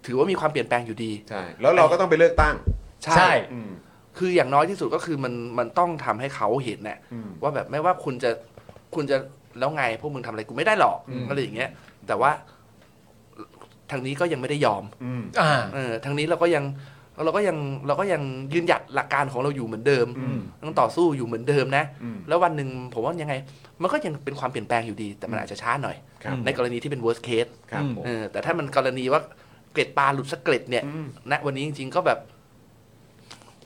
ถือว่ามีความเปลี่ยนแปลงอยู่ดี ใช่ แล้วเราก็ต้องไปเลือกตั้ง ใช่ อืม คืออย่างน้อยที่สุดก็คือมันมันต้องทำให้เขาเห็นน่ะ อืม ว่าแบบไม่ว่าคุณจะคุณจะแล้วไงพวกมึงทำอะไรกูไม่ได้หรอก อืม อะไรอย่างเงี้ย แต่ว่าทางนี้ก็ยังไม่ได้ยอม อืม อ่า เออทางนี้เราก็ยังเราก็ยังเราก็ยังยืนหยัดหลักการของเราอยู่เหมือนเดิม อืม ต้องต่อสู้อยู่เหมือนเดิมนะ อืม แล้ววันหนึ่งผมว่ายังไง มันก็ยังเป็นความเปลี่ยนแปลงอยู่ดี แต่มันอาจจะช้าหน่อย ครับ ในกรณีที่เป็น worst case ครับผม เออแต่ถ้ามันกรณีว่าเกล็ดปลาหลุดสักเกล็ดเนี่ย อืม ณวันนี้จริงๆก็แบบ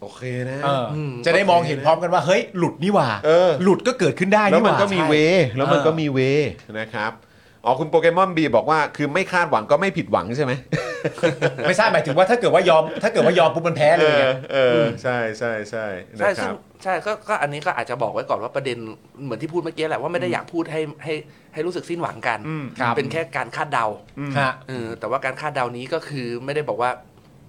โอเคนะ เอออ ม จะได้มองเห็นพร้อมกันว่า เฮ้ย หลุดนี่หว่า เออ หลุดก็เกิดขึ้นได้ แล้ว นี่ห มัน ว่า ก็มีเวแล้วมันก็มีเวนะครับอ๋อคุณโปเกมอนบีบอกว่าคือไม่คาดหวังก็ไม่ผิดหวังใช่ไหม ไม่ใช่หมายถึงว่าถ้าเกิดว่ายอม ถ้าเกิดว่ายอมปุ๊บมันแพ้เลยไง เออใช่ใช่ใช่นะ ใช่ ค ซึ่ รั ง บ ใช่ก็ก็อันนี้ก็อาจจะบอกไว้ก่อนว่าประเด็นเหมือนที่พูดเมื่อกี้แหละว่าไม่ได้อยากพูดให้ให้ให้รู้สึกสิ้นหวังกัน อืม ครับ เป็นแค่การคาดเดา ฮะ เออแต่ว่าการคาดเดานี้ก็คือไม่ได้บอกว่า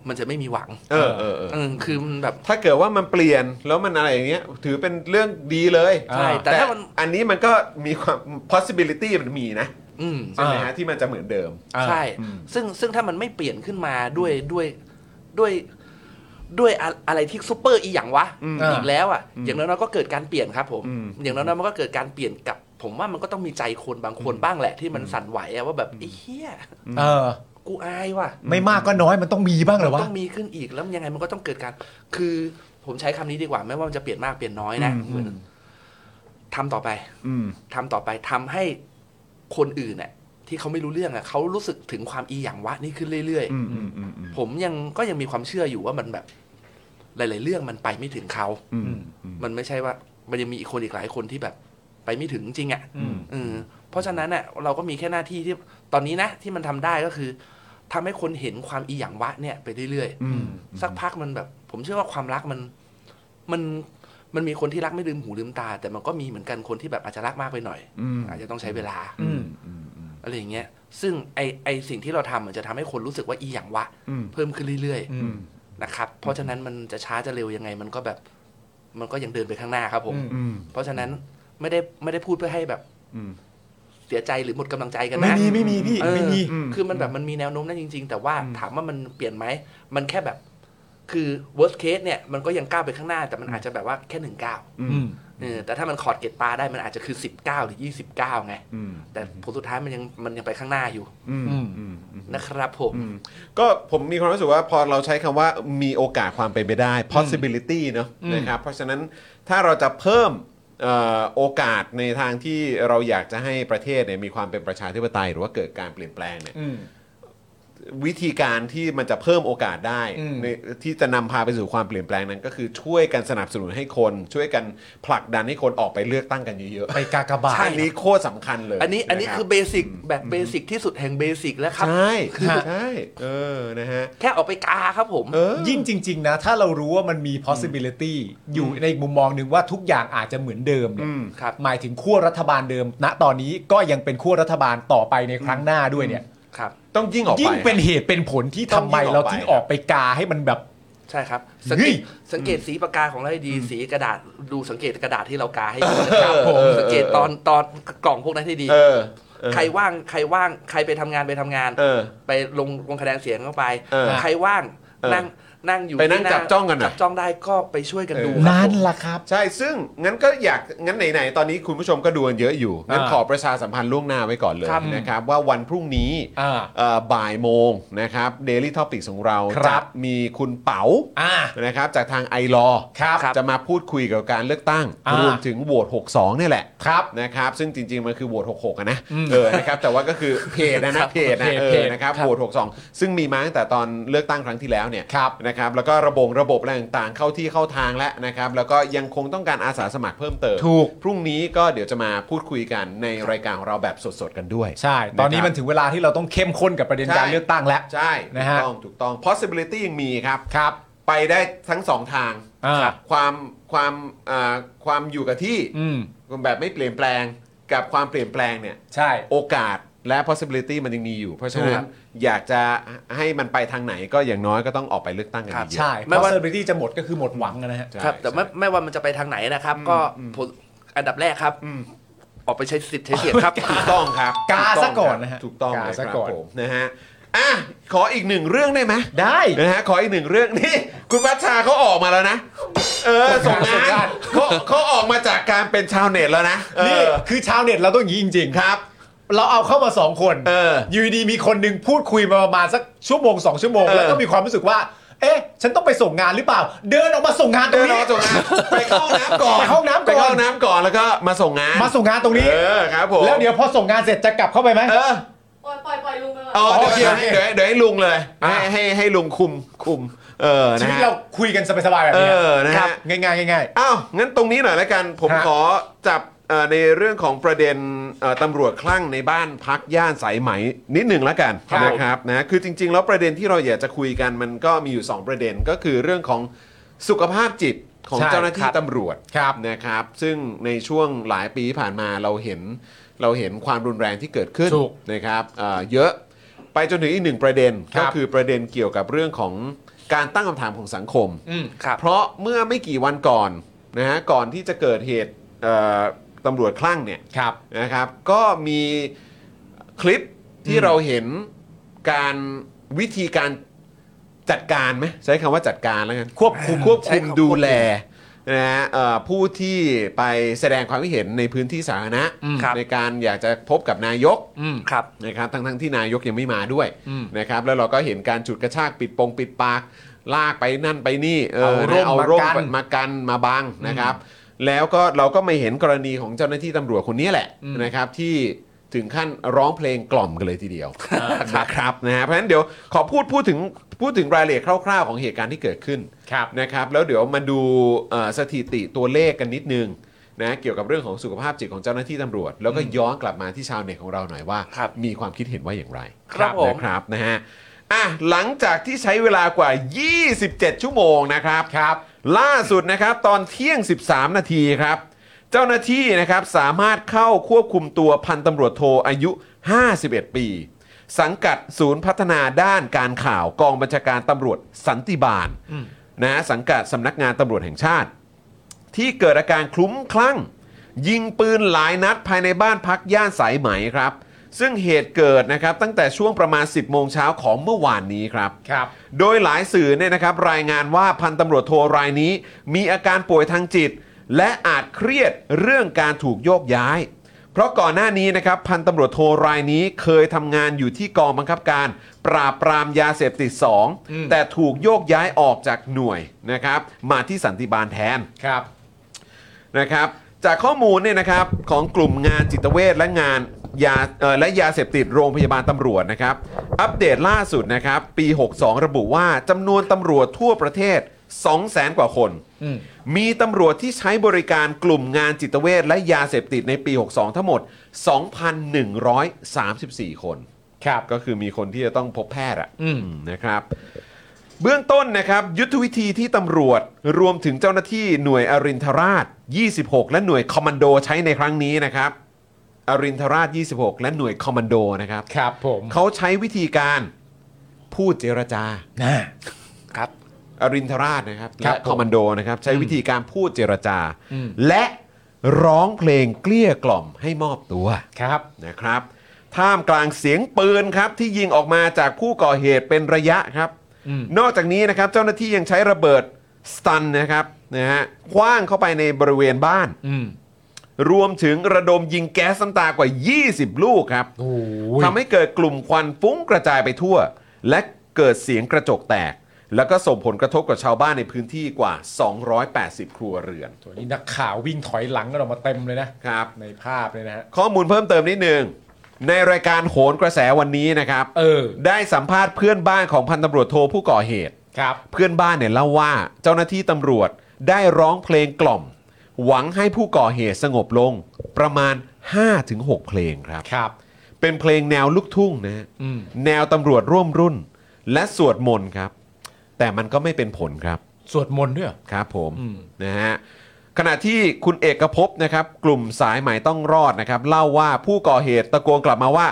มันจะไม่มีหวัง เออเออเออ เออคือมันแบบ ถ้าเกิดว่ามันเปลี่ยนแล้วมันอะไรอย่างเงี้ยถือเป็นเรื่องดีเลย ใช่แต่ถ้ามัน อันนี้มันก็มีความ possibility มันมีนะ อืม ใช่ไหม อ่า ฮะที่มันจะเหมือนเดิม ใช่ อืม ซึ่งซึ่งถ้ามันไม่เปลี่ยนขึ้นมาด้วยด้วยด้วยด้วยอะอะไรที่ซูเปอร์อีหยังวะ อืม อีกแล้วอ่ะ อย่างน้อยๆก็เกิดการเปลี่ยนครับผม อืม อย่างน้อยๆมันก็เกิดการเปลี่ยนกับ ผมว่ามันก็ต้องมีใจคนบางคนบ้างแหละที่มันสั่นไหวอะว่าแบบไอ้เฮีย เออ กูอายว่ะ ไม่มากก็น้อยมันต้องมีบ้างเหรอ มั วะ ต้องมีขึ้นอีกแล้วยังไงมันก็ต้องเกิดการ คือผมใช้คำนี้ดีกว่าไม่ว่ามันจะเปลี่ยนมากเปลี่ยนน้อยนะเหมือนทำต่อไป อืม ทำต่อไปทำให้คนอื่นเนี่ยที่เขาไม่รู้เรื่องอะเขารู้สึกถึงความอีหยังวะนี่ขึ้นเรื่อย อืมอืมอืมอืม ๆ ผมยังก็ยังมีความเชื่ออยู่ว่ามันแบบ หลาย ๆ เรื่องมันไปไม่ถึงเขา อืมอืม มันไม่ใช่ว่า มันยังมีอีกคนอีกหลายคนที่แบบ ไปไม่ถึงจริงอะ อืม เออเพราะฉะนั้นอะเราก็มีแค่หน้าที่ที่ตอนนี้นะ ที่มันทำได้ก็คือทำให้คนเห็นความอีหยังวะเนี่ยไปเรื่อย อืม ๆสักพักมันแบบ ผมเชื่อว่าความรักมันมันมันมีคนที่รักไม่ลืมหูลืมตา แต่มันก็มีเหมือนกันคนที่แบบอาจจะรักมากไปหน่อย อืม อาจจะต้องใช้เวลา อืม อืมอืม อะไรอย่างเงี้ย ซึ่งไอไอสิ่งที่เราทำมันจะทำให้คนรู้สึกว่าอีหยังวะ อืม เพิ่มขึ้นเรื่อย อืม ๆนะครับ เพราะฉะนั้นมันจะช้าจะเร็วยังไง มันก็แบบมันก็ยังเดินไปข้างหน้าครับผม อืม อืม เพราะฉะนั้นไม่ได้ไม่ได้พูดเพื่อให้แบบ อืม เสียใจหรือหมดกำลังใจกัน ไม่ นะ มีไม่มีพี่ เออ ไม่มี คือมันแบบมันมีแนวโน้มนั้นจริง ๆ แต่ว่าถามว่ามันเปลี่ยนไหม มันแค่แบบคือ worst case เนี่ยมันก็ยังก้าวไปข้างหน้า แต่มันอาจจะแบบว่าแค่หนึ่งก้าว อืม เออแต่ถ้ามันขอดเกตปลาได้มันอาจจะคือสิบเก้าหรือยี่สิบเก้าไง อืม แต่ผลสุดท้ายมันยังมันยังไปข้างหน้าอยู่ อืม อืม อืมอืม นะครับผม ก็ผมมีความรู้สึกว่าพอเราใช้คำว่ามีโอกาสความเป็นไปได้ possibility เนอะ อืม นะครับเพราะฉะนั้นถ้าเราจะเพิ่มเอ่อโอกาสในทางที่เราอยากจะให้ประเทศเนี่ยมีความเป็นประชาธิปไตย หรือว่าเกิดการเปลี่ยนแปลงเนี่ย อืม วิธีการที่มันจะเพิ่มโอกาสได้ อืม ในที่จะนำพาไปสู่ความเปลี่ยนแปลงนั้น ก็คือช่วยกันสนับสนุนให้คน ช่วยกันผลักดันให้คนออกไปเลือกตั้งกันเยอะ ไปกากบา ๆ ท อันนี้โคตรสำคัญเลย อันนี้อันนี้ ะรับ คือเบสิกแบบเบสิกที่สุดแห่งเบสิกแล้วครับ ใช่ ครับ ใช่เออนะฮะ แค่ออกไปกาครับผม เออ ยิ่งจริง ๆ นะ ถ้าเรารู้ว่ามันมี possibility อยู่ในอีกมุมมองหนึ่งว่าทุกอย่างอาจจะเหมือนเดิมเนี่ย อืม ครับ หมายถึงขั้วรัฐบาลเดิม ณตอนนี้ก็ยังเป็นขั้วรัฐบาลต่อไปในครั้งหน้าด้วยเนี่ย ครับ ต้องยิ่งออกไป ยิ่งเป็นเหตุเป็นผลที่ทำไมเราถึงออกไปกาให้มันแบบ ใช่ครับ เฮ้ สังเก ย ตสังเกตสีปากกาของเราให้ดีสีกระดาษดูสังเกตกระดาษที่เรากาให้ดี ค ค รั รั บบ ผ ผม มสังเกตตอนตอนกล่องพวกนั้นให้ดี เออเออ ใครว่างใครว่างใครไปทำงานไปทำงาน เออ ไปลงลงคะแนนเสียงเข้าไป เออ ใครว่าง เออ นั่งนั่งอยู่ ไปนั่ง ที่หา จับจ้องกันหน่อย จับจ้องได้ก็ไปช่วยกันดูครับ นั่น ผม ล่ะครับ ใช่ซึ่งงั้นก็อยากงั้นไหนๆตอนนี้คุณผู้ชมก็ดูกันเยอะอยู่ งั้น อ่า ขอประชาสัมพันธ์ล่วงหน้าไว้ก่อนเลย ครับ นะครับ ว่าวันพรุ่งนี้ อ่า เอ่อบ่ายโมงนะครับ Daily Topic ของเรา ครั จะ บ มีคุณเป๋า อ่า นะครับจากทางไอรอ ครับ จะมาพูดคุยเกี่ยวกับการเลือกตั้ง อ่าร ร วมถึงโหวต62เนี่ยแหละ ครับ นะครับซึ่งจริง ๆ มันคือโหวต66อะนะ อืม เออนะครับแต่ว่าก็คือเพจนะนะเพจนะ เพจ เอ เพ อ จ นะครับ ครับ โหวต62 ซึ่งมีมาตั้งแต่ตอนเลือกตั้งครั้งที่แล้วเนี่ย ครับ นะครับแล้วก็ระบบระบบอะไรต่างๆ เข้าที่เข้าทางแล้วนะครับแล้วก็ยังคงต้องการอาสาสมัครเพิ่มเติม ถูก พรุ่งนี้ก็เดี๋ยวจะมาพูดคุยกันในรายการของเราแบบสดๆกันด้วย ใช่ ตอนนี้มันถึงเวลาที่เราต้องเข้มข้นกับประเด็น ใช่ การเลือกตั้งแล้ว ใช่ถู นะ ก ฮะ ต้องถูกต้อง possibility ยังมีครับ ครับ ไปได้ทั้งสองทาง อ่า ความความอ่าความอยู่กับที่ อืม แบบไม่เปลี่ยนแปลงกับความเปลี่ยนแปลงเนี่ย ใช่ โอกาสและ possibility มันยังมีอยู่ เพราะฉะนั้ ครั น บ อยากจะให้มันไปทางไหนก็อย่างน้อยก็ต้องออกไปเลือกตั้งกัน ครับ เยอะ ใช่ ไม่ ไม่ว่า ว่า เซอร์บิตี้จะหมดก็คือหมดหวังนะฮะ ใช่ ครับ แต่ไม่ ใช่ ไม่ว่ามันจะไปทางไหนนะครับ ก็ผลอันดับแรกครับ อืม ออกไปใช้สิทธิ์ใช้เสียงครับ ถูกต้องครับ กาซะก่อน ถูต้งคนะรั ฮะ บถูกต้อง กา เลยค ซะ รับ ก่อน ผมนะฮะอ่ะขออีกหนึ่งเรื่องได้ไหม ได้ นะฮะขออีกหนึ่งเรื่องนี่คุณวัชชาเขาออกมาแล้วนะ เออ ส่ ส่ง งงาน งา ส่งงาน น เขาเขาออกมาจากการเป็นชาวเน็ตแล้วนะเอ นี่ อ คือชาวเน็ตเราต้องอย่างนี้จริง ครับ ๆ เราเอาเข้ามาสองคน เออ อยู่ดีๆมีคนหนึ่งพูดคุยมาประมาณสักชั่วโมงสองชั่วโมง เออ แล้วก็มีความรู้สึกว่า เอ๊ะ ฉันต้องไปส่งงานหรือเปล่า เดินออกมาส่งงานตร เดินงออ นี้ กจากงานไปเข้าห้องน้ำก่อน ไปเข้าห้องน้ำก่อน ไปเข้าห้องน้ำก่อนแล้วก็มาส่งงาน มาส่งงานตรงนี้ เออครับผม แล้วเดี๋ยวพอส่งงานเสร็จจะกลับเข้าไปไหม เออ ปล่อยปล่อยปล่อยลุงไปก่อน เอา โอเค เดี๋ยวให้เดี๋ยวให้เดี๋ยวให้ลุงเลย อ่ะ ให้ให้ให้ลุงคุมคุมเออ ชี นะ วิต ฮะ เราคุยกันสบายๆแบบ เอ นี้ อนะ ครั ฮะ บง่ายๆง่าย อ้าว งั้นตรงนี้หน่อยละกัน ผม ฮะ ขอจับเอ่อในเรื่องของประเด็นเอ่อตำรวจคลั่งในบ้านพักย่านสายไหมนิดหนึ่งละกัน ครับ นะครับนะคือจริง ๆ แล้วประเด็นที่เราอยากจะคุยกันมันก็มีอยู่ 2 ประเด็นก็คือเรื่องของสุขภาพจิตของเจ้าหน้าที่ตำรวจ ๆครับ นะครับ ซึ่งในช่วงหลายปีที่ผ่านมาเราเห็นเราเห็นความรุนแรงที่เกิดขึ้น ถูก นะครับเอ่อเยอะไปจนถึงอีกหนึ่งประเด็น ครั ก็ บ คือประเด็นเกี่ยวกับเรื่องของการตั้งคำถามของสังคม อืม ครับ เพราะเมื่อไม่กี่วันก่อนนะฮะก่อนที่จะเกิดเหตุเอ่อตำรวจคลั่งเนี่ย ครับ นะครับ ก็มีคลิปที่ อืม เราเห็นการวิธีการจัดการไหมใช้คำว่าจัดการแล้วกันควบคุมควบ ใช้ คุม คำควบคุม ดูแลนะฮะเอ่อผู้ที่ไปแสดงความคิดเห็นในพื้นที่สาธารณะ ในการอยากจะพบกับนายก อืม ครับ นะครับทั้งทั้งๆที่นายกยังไม่มาด้วย อืม นะครับแล้วเราก็เห็นการฉุดกระชากปิดปงปิดปาก ลากไปนั่นไปนี่เออ เอาร่ม นะเอาร่ม มากัน มากันมาบังนะครับ แล้วก็เราก็ไม่เห็นกรณีของเจ้าหน้าที่ตำรวจคนนี้แหละนะครับที่ถึงขั้นร้องเพลงกล่อมกันเลยที เดียวนะครับนะฮะเพราะฉะนั้นเดี๋ยวขอพูดพูดถึงพูดถึงรายละเอียดคร่าวๆ ของเหตุการณ์ที่เกิดขึ้น ครับ นะครับแล้วเดี๋ยวมาดูเอ่อสถิติตัวเลขกันนิดนึงนะเกี่ยวกับเรื่องของสุขภาพจิตของเจ้าหน้าที่ตำรวจ แล้วก็ย้อนกลับมาที่ชาวเน็ตของเราหน่อยว่า ครับ มีความคิดเห็นว่าอย่างไร ครับผม นะครับนะฮะอ่ะหลังจากที่ใช้เวลากว่า 27 ชั่วโมงนะครับ ครับ ล่าสุดนะครับตอนเที่ยง 13 นาทีครับ เจ้าหน้าที่นะครับสามารถเข้าควบคุมตัวพันตำรวจโทอายุ 51 ปี สังกัดศูนย์พัฒนาด้านการข่าวกองบัญชาการตำรวจสันติบาลนะสังกัดสำนักงานตำรวจแห่งชาติ ที่เกิดอาการคลุ้มคลั่ง ยิงปืนหลายนัดภายในบ้านพักย่านสายไหมครับ ซึ่งเหตุเกิดนะครับตั้งแต่ช่วงประมาณ 10 โมงเช้าของเมื่อวานนี้ครับ ครับ โดยหลายสื่อเนี่ยนะครับรายงานว่าพันตำรวจโทรายนี้ มีอาการป่วยทางจิต และอาจเครียดเรื่องการถูกโยกย้าย เพราะก่อนหน้านี้นะครับพันตำรวจโทรายนี้เคยทำงานอยู่ที่กองบังคับการ ปราบปรามยาเสพติด 2 แต่ถูกโยกย้ายออกจากหน่วยนะครับมาที่สันติบาลแทน ครับ นะครับจากข้อมูลเนี่ยนะครับของกลุ่มงานจิตเวชและงานยาเอ่อและยาเสพติดโรงพยาบาลตำรวจนะครับอัปเดตล่าสุดนะครับปี 62 ระบุว่าจำนวนตำรวจทั่วประเทศ 200,000 กว่าคน อืม มีตำรวจที่ใช้บริการกลุ่มงานจิตเวชและยาเสพติดในปี 62 ทั้งหมด 2,134 คน ครับ ก็คือมีคนที่จะต้องพบแพทย์อะ อืม นะครับ เบื้องต้นนะครับ ยุทธวิธีที่ตำรวจรวมถึงเจ้าหน้าที่หน่วยอรินทราช 26 และหน่วยคอมมานโดใช้ในครั้งนี้นะครับ อรินทราช 26 และหน่วยคอมมานโดนะครับ ครับผม เขาใช้วิธีการพูดเจรจา น่า ครับ อรินทราชนะครับ ครั และ บผม คอมมานโดนะครับ ใช้วิธีการพูดเจรจา อืม และร้องเพลงเกลี้ยกล่อมให้มอบตัว ครับ นะครับท่ามกลางเสียงปืนครับที่ยิงออกมาจากผู้ก่อเหตุเป็นระยะครับ อืม นอกจากนี้นะครับเจ้าหน้าที่ยังใช้ระเบิดสตันนะครับนะฮะคว้างเข้าไปในบริเวณบ้าน อืม รวมถึงระดมยิงแก๊สน้ำตากว่า 20 ลูกครับ โอ้ ทำให้เกิดกลุ่มควันฟุ้งกระจายไปทั่ว และเกิดเสียงกระจกแตก แล้วก็ส่งผลกระทบกับชาวบ้านในพื้นที่กว่า 280 ครัวเรือน ตัวนี้นักข่าววิ่งถอยหลังกันออกมาเต็มเลยนะ ครับ ในภาพเลยนะฮะ ข้อมูลเพิ่มเติมนิดนึงในรายการโหนกระแสวันนี้นะครับ เออ ได้สัมภาษณ์เพื่อนบ้านของพันตำรวจโทผู้ก่อเหตุ ครับ เพื่อนบ้านเนี่ยเล่าว่าเจ้าหน้าที่ตำรวจได้ร้องเพลงกล่อม หวังให้ผู้ก่อเหตุสงบลงประมาณ 5-6 เพลงครับ ครับ เป็นเพลงแนวลูกทุ่งนะฮะ อืม แนวตำรวจร่วมรุ่น และสวดมนต์ครับ แต่มันก็ไม่เป็นผลครับ สวดมนต์ด้วยเหรอ ครับผม อืม นะฮะขณะที่คุณเอกภพนะครับกลุ่มสายใหม่ต้องรอดนะครับ เล่าว่าผู้ก่อเหตุตะโกนกลับมาว่า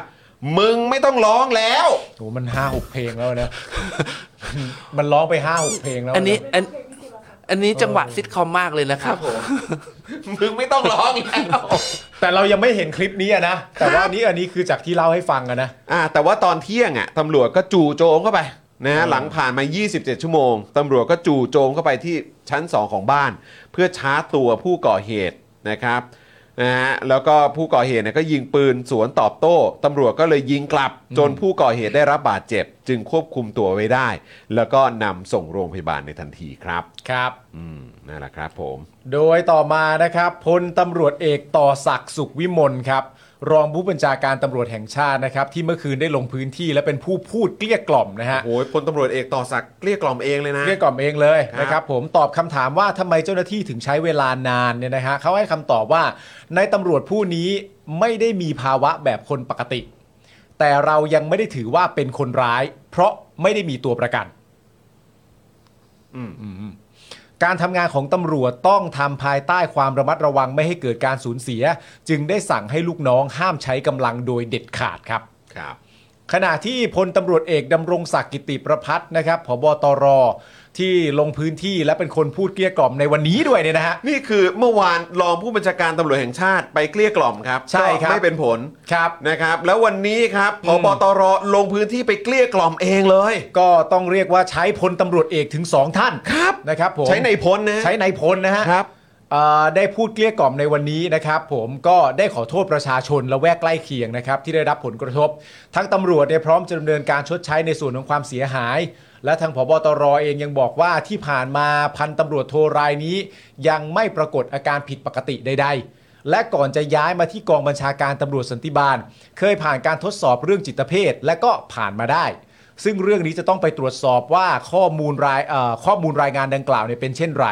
มึงไม่ต้องร้องแล้ว โหมันห้าหกเพลงแล้ว นะ มันร้องไปห้าหกเพลงแล้วะ อันนี้อันอันนี้จังหวะซิทคอมมากเลยนะครับ มึงไม่ต้องร้องแล้ว แต่เรายังไม่เห็นคลิปนี้อะนะ แต่ว่าอันนี้อันนี้คือจากที่เล่าให้ฟังอะนะ อ่าแต่ว่าตอนเที่ยงอ่ะตำรวจก็จู่โจมเข้าไปนะฮะหลังผ่านมา 27 ชั่วโมงตำรวจก็จู่โจมเข้าไปที่ชั้น 2 ของบ้าน เพื่อชาร์จตัวผู้ก่อเหตุนะครับนะฮะแล้วก็ผู้ก่อเหตุเนี่ยก็ยิงปืนสวนตอบโต้ตำรวจก็เลยยิงกลับ จนผู้ก่อเหตุได้รับบาดเจ็บ จึงควบคุมตัวไว้ได้ แล้วก็นำส่งโรงพยาบาลในทันทีครับ ครับ อืมนั่นแหละครับผม โดยต่อมานะครับพลตำรวจเอกต่อศักดิ์สุขวิมลครับรองผู้บัญชาการตำรวจแห่งชาตินะครับ ที่เมื่อคืนได้ลงพื้นที่และเป็นผู้พูดเกลี้ยกล่อมนะฮะ โอ้ยพลตำรวจเอกต่อศักดิ์เกลี้ยกล่อมเองเลยนะ เกลี้ยกล่อมเองเลยนะค ครั รั บบ ผมตอบคำถามว่าทำไมเจ้าหน้าที่ถึงใช้เวลานานเนี่ยนะฮะเขาให้คำตอบว่าในตำรวจผู้นี้ไม่ได้มีภาวะแบบคนปกติ แต่เรายังไม่ได้ถือว่าเป็นคนร้าย เพราะไม่ได้มีตัวประกัน อืม อืม การทำงานของตำรวจต้องทำภายใต้ความระมัดระวังไม่ให้เกิดการสูญเสีย จึงได้สั่งให้ลูกน้องห้ามใช้กำลังโดยเด็ดขาดครับ ครับ ขณะที่พลตำรวจเอกดำรงศักดิ์กิติประพัฒน์นะครับผบตร ที่ลงพื้นที่และเป็นคนพูดเกลี้ยกล่อมในวันนี้ด้วยเนี่ยนะฮะ นี่คือเมื่อวานรองผู้บัญชาการตำรวจแห่งชาติไปเกลี้ยกล่อมครับ ใช่ครับ ก็ไม่เป็นผล ครับ นะครับ แล้ววันนี้ครับพ อืม บตรลงพื้นที่ไปเกลี้ยกล่อมเองเลย ก็ต้องเรียกว่าใช้พลตำรวจเอกถึง 2 ท่าน ครับ นะครับผม ใช้ในพลนะ ใช้ในพลนะฮะ ครับ เอ่อได้พูดเกลี้ยกล่อมในวันนี้นะครับ ผมก็ได้ขอโทษประชาชนและแวกใกล้เคียงนะครับ ที่ได้รับผลกระทบ ทั้งตำรวจเนี่ยพร้อมจะดำเนินการชดใช้ในส่วนของความเสียหาย และทางผบตรเองยังบอกว่าที่ผ่านมาพันตำรวจโทรายนี้ ยังไม่ปรากฏอาการผิดปกติใด ๆ และก่อนจะย้ายมาที่กองบัญชาการตำรวจสันติบาล เคยผ่านการทดสอบเรื่องจิตเภทและก็ผ่านมาได้ ซึ่งเรื่องนี้จะต้องไปตรวจสอบว่าข้อมูลรายเอ่อข้อมูลรายงานดังกล่าวเนี่ยเป็นเช่นไร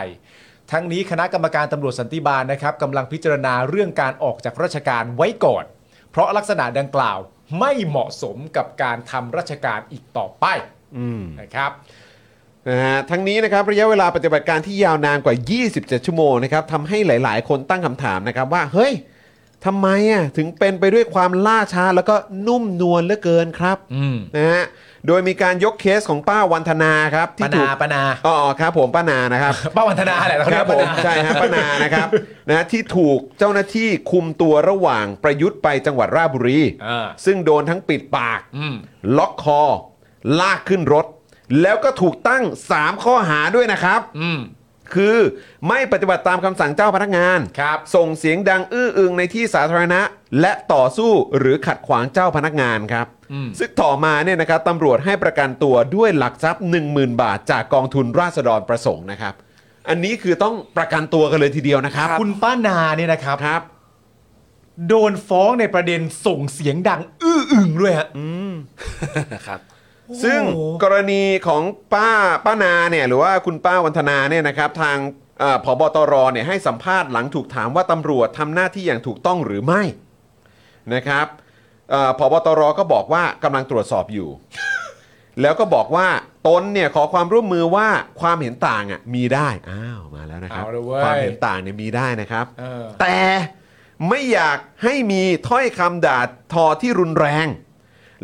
ทั้งนี้คณะกรรมการตำรวจสันติบาลนะครับกำลังพิจารณาเรื่องการออกจากราชการไว้ก่อน เพราะลักษณะดังกล่าวไม่เหมาะสมกับการทำราชการอีกต่อไปนะครับ นะฮะทั้งนี้นะครับระยะเวลาปฏิบัติการที่ยาวนานกว่า 27 ชั่วโมงนะครับทำให้หลาย ๆ คนตั้งคำถามนะครับว่า เฮ้ยทำไมอ่ะถึงเป็นไปด้วยความล่าช้าแล้วก็นุ่มนวลเหลือเกินครับ อืม นะฮะโดยมีการยกเคสของป้าวันธนาครับ ป ที่ถู นาก ปนา อ๋อครับผมป้านานะครับ ป้าวันธนาแหละ ครับ ป ผม นา ใช่ฮะปานานะครับ นะที่ถูกเจ้าหน้าที่คุมตัวระหว่างประยุทธ์ไปจังหวัดราชบุรี อ่า ซึ่งโดนทั้งปิดปาก อืม ล็อกคอ ลากขึ้นรถ แล้วก็ถูกตั้ง 3 ข้อหาด้วยนะครับ อืม คือไม่ปฏิบัติตามคำสั่งเจ้าพนักงาน ครับ ส่งเสียงดังอื้ออึงในที่สาธารณะ และต่อสู้หรือขัดขวางเจ้าพนักงานครับ ซึ่งต่อมาเนี่ยนะครับตำรวจให้ประกันตัวด้วยหลักทรัพย์ 10,000 บาทจากกองทุนราษฎรประสงค์นะครับ อันนี้คือต้องประกันตัวกันเลยทีเดียวนะครับ คุณป้านาเนี่ยนะครับ ครับ โดนฟ้องในประเด็นส่งเสียงดัง อื้ออึงด้วยฮะ นะครับ ซึ่งกรณีของป้าป้านาเนี่ยหรือว่าคุณป้าวันธนาเนี่ยนะครับทางเอ่อผบตรเนี่ยให้สัมภาษณ์หลังถูกถามว่าตำรวจทำหน้าที่อย่างถูกต้องหรือไม่นะครับเอ่อผบตรก็บอกว่ากำลังตรวจสอบอยู่ แล้วก็บอกว่าตนเนี่ยขอความร่วมมือว่าความเห็นต่างอ่ะมีได้อ้าวมาแล้วนะครับ เอาเลยเว้ย ความเห็นต่างเนี่ยมีได้นะครับ เออ แต่ไม่อยากให้มีถ้อยคำด่าทอที่รุนแรง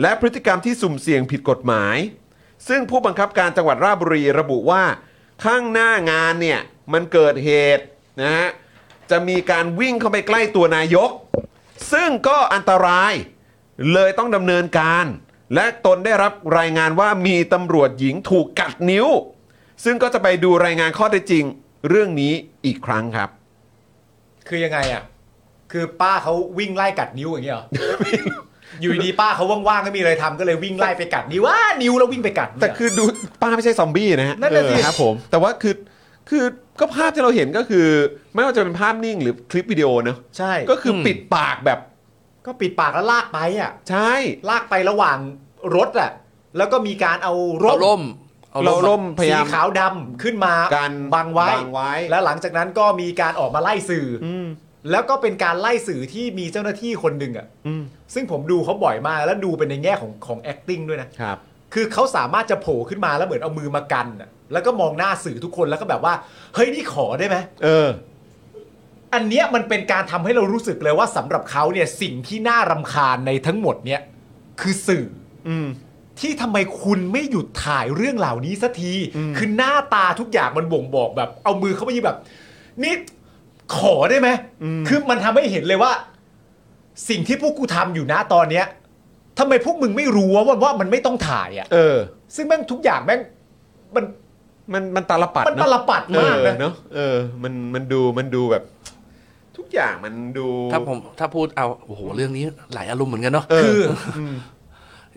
และพฤติกรรมที่สุ่มเสี่ยงผิดกฎหมาย ซึ่งผู้บังคับการจังหวัดราชบุรีระบุว่า ข้างหน้างานเนี่ย มันเกิดเหตุนะฮะจะมีการวิ่งเข้าไปใกล้ตัวนายก ซึ่งก็อันตรายเลยต้องดำเนินการ และตนได้รับรายงานว่ามีตำรวจหญิงถูกกัดนิ้ว ซึ่งก็จะไปดูรายงานข้อเท็จจริงเรื่องนี้อีกครั้งครับ คือยังไงอ่ะ คือป้าเขาวิ่งไล่กัดนิ้วอย่าง เงี้ยเหรอ อยู่ดีๆป้าเขาว่างๆไม่มีอะไรทำก็เลยวิ่งไล่ไปกัดนิ้วว่านิ้วแล้ววิ่งไปกัดเนี่ย แต่คือดูป้าไม่ใช่ซอมบี้นะฮะ นั่นน่ะสิ เออครับผม แต่ว่าคือคือก็ภาพที่เราเห็นก็คือ ไม่ว่าจะเป็นภาพนิ่งหรือคลิปวิดีโอเนอะ ใช่ ก็คืออ ม ปิดปากแบบ ก็ปิดปากแล้วลากไปอ่ะ ใช่ ลากไประหว่างรถอ่ะ แล้วก็มีการเอาร เอา ถ ล่มอ เราล่มพ สี ยายาม ขาวดำขึ้นมา การ บังไว้ บังไว้ แล้วหลังจากนั้นก็มีการออกมาไล่สื่ออ อืม แล้วก็เป็นการไล่สื่อที่มีเจ้าหน้าที่คนหนึ่งอ่ะ อืม ซึ่งผมดูเขาบ่อยมากแล้วดูเป็นในแง่ของของ acting ด้วยนะ ครับ คือเขาสามารถจะโผล่ขึ้นมาแล้วเหมือนเอามือมากันน่ะ แล้วก็มองหน้าสื่อทุกคนแล้วก็แบบว่า เฮ้ยนี่ขอได้ไหม เออ อันเนี้ยมันเป็นการทำให้เรารู้สึกเลยว่าสำหรับเขาเนี่ยสิ่งที่น่ารำคาญในทั้งหมดเนี่ยคือสื่ออที่ทำไมคุณไม่หยุดถ่ายเรื่องเหล่านี้สักที คือหน้าตาทุกอย่างมันบ่งบอกแบบ เอามือเข้าไปยิงแบบ นี่ขอได้ไหมคือมันทำให้เห็นเลยว่า สิ่งที่พวกกูทำอยู่นะตอนเนี้ยทำไมพวกมึงไม่รู้ว่าว่ามันไม่ต้องถ่ายอะ่ะ เออ ซึ่งแม่งทุกอย่างแม่งมัน มันมันตาลปัด มัน เนอะ ตลปัด เอ มาก อ นะ เนอะเออ มันมันดูมันดูแบบ ทุกอย่างมันดู ถ้าผมถ้าพูดเอาโอ้โหเรื่องนี้หลายอารมณ์เหมือนกันเนาะ เอ คือ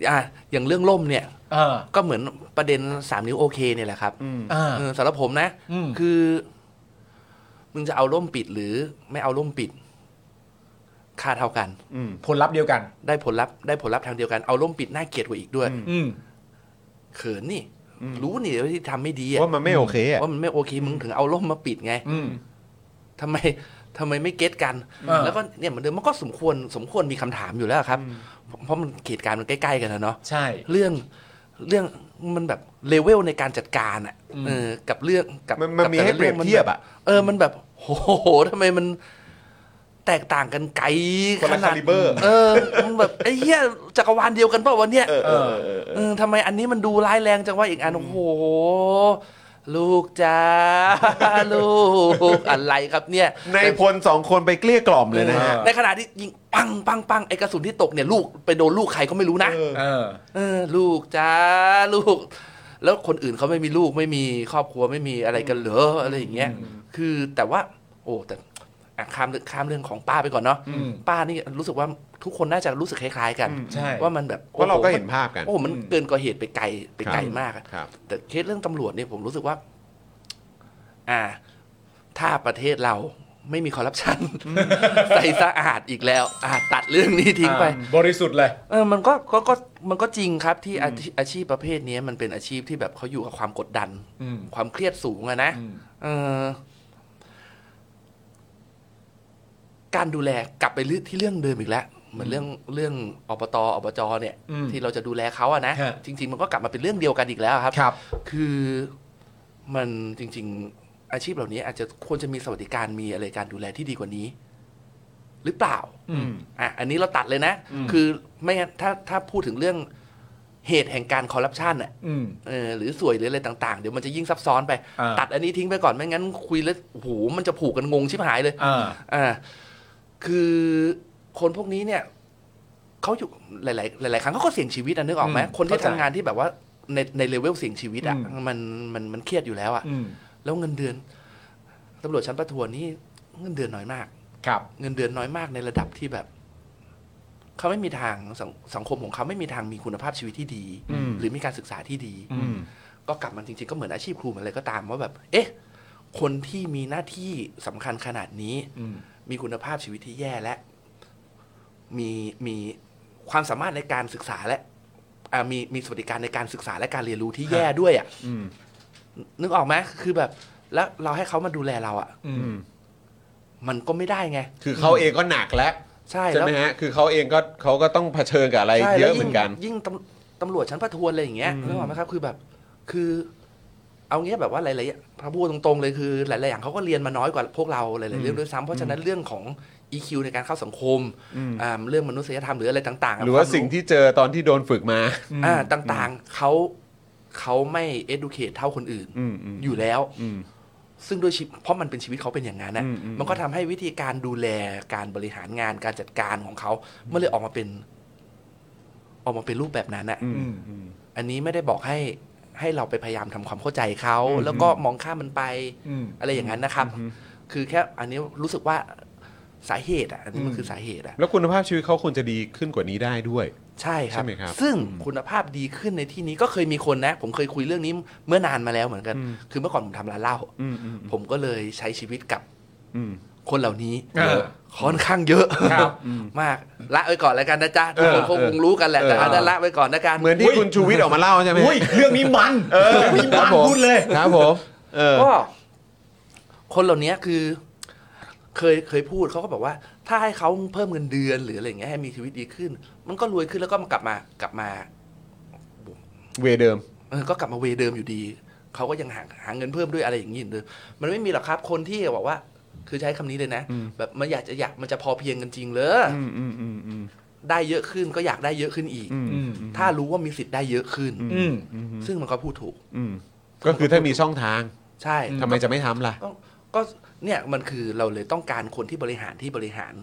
อ่ะอย่างเรื่องล่มเนี่ย เออ ก็เหมือนประเด็นสามนิ้วโอเคเนี่ยแหละครับ ม อ่า เออสำหรับผมนะ อืม คือ มึงจะเอาล่มปิดหรือไม่เอาล่มปิด ค่าเท่ากัน อืม ผลลัพธ์เดียวกัน ได้ผลลัพธ์ได้ผลลัพธ์ทางเดียวกันเอาล่มปิดน่าเกลียดกว่าอีกด้วย อืม เขินนี่ รู้นี่ว่าที่ทำไม่ดีอะ ว่ามันไม่โอเคอ่ะ ว่ามันไม่โอเคมึงถึงเอาล่มมาปิดไง อืม ทำไมทำไมไม่เก็ตกัน อ่า แล้วก็เนี่ยเหมือนเดิมมันก็สมควรสมควรมีคำถามอยู่แล้วครับ เพราะมันเหตุการณ์มันใกล้ๆกันนะเนาะ ใช่ เรื่องเรื่องมันแบบเลเวลในการจัดการอ่ะเออกับเรื่องกับ มันมัน กั มี แต่ละ ให้เปรียบเทียบอ่ะ เออมันแบบโอ้โหทำไมมันแตกต่างกันไกล คนละ ขนาด caliber เออมันแบบไอ้เหี้ยจักรวาลเดียวกันเปล่าวันเนี้ย เออเออเออเอ เอ อ อทำไมอันนี้มันดูร้ายแรงจังว่าอีกอันโอ้โห ลูกจ้า ลูกอะไรครับเนี่ย ในายพลสองคนไปเกลี้ยกล่อมเลยนะฮะ ในขณะที่ยิงปังปังปังไอ้กระสุนที่ตกเนี่ยลูกไปโดนลูกใครก็ไม่รู้นะ เออ เออ เออลูกจ้าลูก แล้วคนอื่นเขาไม่มีลูกไม่มีครอบครัวไม่มีอะไรกันเหรออะไรอย่างเงี้ยคือแต่ว่า โอ้แต่อ่ะข้ามเรื่องข้ามเรื่องของป้าไปก่อนเนาะ อืม ป้านี่รู้สึกว่าทุกคนน่าจะรู้สึกคล้ายๆกัน อืม ใช่ ว่ามันแบบ เพราะเราก็ โอ้โ เห็นภาพกัน โอ้มันเกินกว่าเหตุไปไกลไปไกคลรับ มากอะ ครับ แต่เคสเรื่องตำรวจเนี่ยผมรู้สึกว่า อ่า ถ้าประเทศเราไม่มีคอร์รัปชันใส่สะอาดอีกแล้วอ่ะตัดเรื่องนี้ทิ้งไป อ่าบริสุทธิ์เลย เออ มันก็ก็ก็มันก็จริงครับที่อาชีพอาชีพประเภทนี้มันเป็นอาชีพที่แบบเขาอยู่กับความกดดัน อืม ความเครียดสูงอะนะเออการดูแลกลับไปเรื่องที่เรื่องเดิมอีกแล้ว เหมือนเรื่องเรื่องอบตอบจเนี่ย อืม ที่เราจะดูแลเขาอะนะ ฮะ จริง ๆ มันก็กลับมาเป็นเรื่องเดียวกันอีกแล้วครับ ครับ คือมันจริง ๆ อาชีพเหล่านี้อาจจะควรจะมีสวัสดิการมีอะไรการดูแลที่ดีกว่านี้ หรือเปล่า อืม อ่ะอันนี้เราตัดเลยนะ คือไม่งั้นถ้าถ้าพูดถึงเรื่องเหตุแห่งการคอร์รัปชันอ่ะ อืม เออหรือสวยหรืออะไรต่าง ๆ เดี๋ยวมันจะยิ่งซับซ้อนไป อ่า ตัดอันนี้ทิ้งไปก่อนไม่งั้นคุยแล้วโอ้โหมันจะผูกกันงงชิบหายเลย อ่า อ่าคือคนพวกนี้เนี่ยเขาอยู่หลาย ๆ หลาย ๆ ครั้งเขาก็เสี่ยงชีวิตอ่ะนึกออกไหม อืม คนที่ เข้าใจ ทำงานที่แบบว่าในในเลเวลเสี่ยงชีวิตอ่ะ อืม มันมันมันเครียดอยู่แล้วอ่ะ อืม แล้วเงินเดือนตำรวจชั้นประทวนนี่เงินเดือนน้อยมาก ครับ เงินเดือนน้อยมากในระดับที่แบบเขาไม่มีทางสังสังคมของเขาไม่มีทางมีคุณภาพชีวิตที่ดี อืม หรือมีการศึกษาที่ดี อืม ก็กลับมาจริงๆ ก็เหมือนอาชีพครูเหมือนอะไรก็ตามว่าแบบ เอ๊ะ คนที่มีหน้าที่สำคัญขนาดนี้ อืม มีคุณภาพชีวิตที่แย่และ มีมีความสามารถในการศึกษาและอ่ามีมีสวัสดิการในการศึกษาและการเรียนรู้ที่แย่ด้วยอะ่ะ อืม นึกออกไหมคือแบบ แล้วเราให้เขามาดูแลเราอะ่ะ อืม มันก็ไม่ได้ไง คือเขาเองก็หนักแล้ว ใช่ ใช่ แล้ว ไหมฮะ คือเขาเองก็เขาก็ต้องเผชิญกับอะไร ใช่ เย แล้ว อะเหมือนกัน ยิ่งยิ่งตำตำรวจชั้นประทวนอะไรอย่างเงี้ยนึกออกไหมครับคือแบบ คือ เอาเงี้ยแบบว่าหลายๆพระพูดตรงๆเลยคือหลายๆอย่างเขาก็เรียนมาน้อยกว่าพวกเราหลายๆเรื่องด้วยซ้ำเพราะฉะนั้นเรื่องของ EQ ในการเข้าสังคมอ่าเรื่องมนุษยธรรมหรืออะไรต่างๆะ หรือว่า คม สิ่งที่เจอตอนที่โดนฝึกมา อ่าต่างๆเขาเขาไม่ educate เท่าคนอื่น อืมอืม อยู่แล้ว อืม ซึ่งด้วยชีวิตเพราะมันเป็นชีวิตเขาเป็นอย่างนั้นนะ อืมอืม มันก็ทำให้วิธีการดูแลการบริหารงานการจัดการของเขาเมื่อเลยออกมาเป็น ออกมาเป็นรูปแบบนั้นนะ อืม อันนี้ไม่ได้บอกให้ให้เราไปพยายามทำความเข้าใจเขาแล้วก็มองข้ามมันไป อืม อะไรอย่างนั้นนะครับ คือแค่อันนี้รู้สึกว่าสาเหตุอ่ะอันนี้มันคือสาเหตุอ่ะ แล้วคุณภาพชีวิตเขาควรจะดีขึ้นกว่านี้ได้ด้วย ใช่ครับ ใช่ไหมครับ ซึ่งคุณภาพดีขึ้นในที่นี้ก็เคยมีคนนะ ผมเคยคุยเรื่องนี้เมื่อนานมาแล้วเหมือนกัน คือเมื่อก่อนผมทำร้านเหล้า อืมอืมอืม ผมก็เลยใช้ชีวิตกับ อืม คนเหล่านี้ อ่า ค่อนข้างเยอะ ครับ มากละไว้ก่อนแล้วกันนะจ๊ะทุกคน เออ คงรู้กันแหละแต่ เออ อันนั้นละไว้ก่อนนะกัน เหมือนที่คุณชูวิทย์ออกมาเล่าใช่ไหม อุ้ย เรื่องนี้มัน เออมี ค มั รับ น ผม พูดเลย ครับผม เออ ก็คนเหล่านี้คือ เคยเคยพูดเขาก็บอกว่า ถ้าให้เขาเพิ่มเงินเดือนหรืออะไรอย่างเงี้ยให้มีชีวิตดีขึ้น มันก็รวยขึ้นแล้วก็กลับมากลับมา เวเดิม เออก็กลับมาเวย์เดิมอยู่ดี เขาก็ยังหาหาเงินเพิ่มด้วยอะไรอย่างนี้อยู่เลยมันไม่มีหรอกครับคนที่บอกว่า คือใช้คำนี้เลยนะ แบบมันอยากจะอยากมันจะพอเพียงกันจริงเหรออ อืมอืมอืมอืม ได้เยอะขึ้นก็อยากได้เยอะขึ้นอีก อืม อืม ถ้ารู้ว่ามีสิทธิ์ได้เยอะขึ้น อืม ซึ่งมันก็พูดถูก อืม ก็คือถ้ามีช่องทาง ใช่ ทำไมจะไม่ทำล่ะ ก็ก็เนี่ยมันคือเราเลยต้องการคนที่บริหารที่บริหาร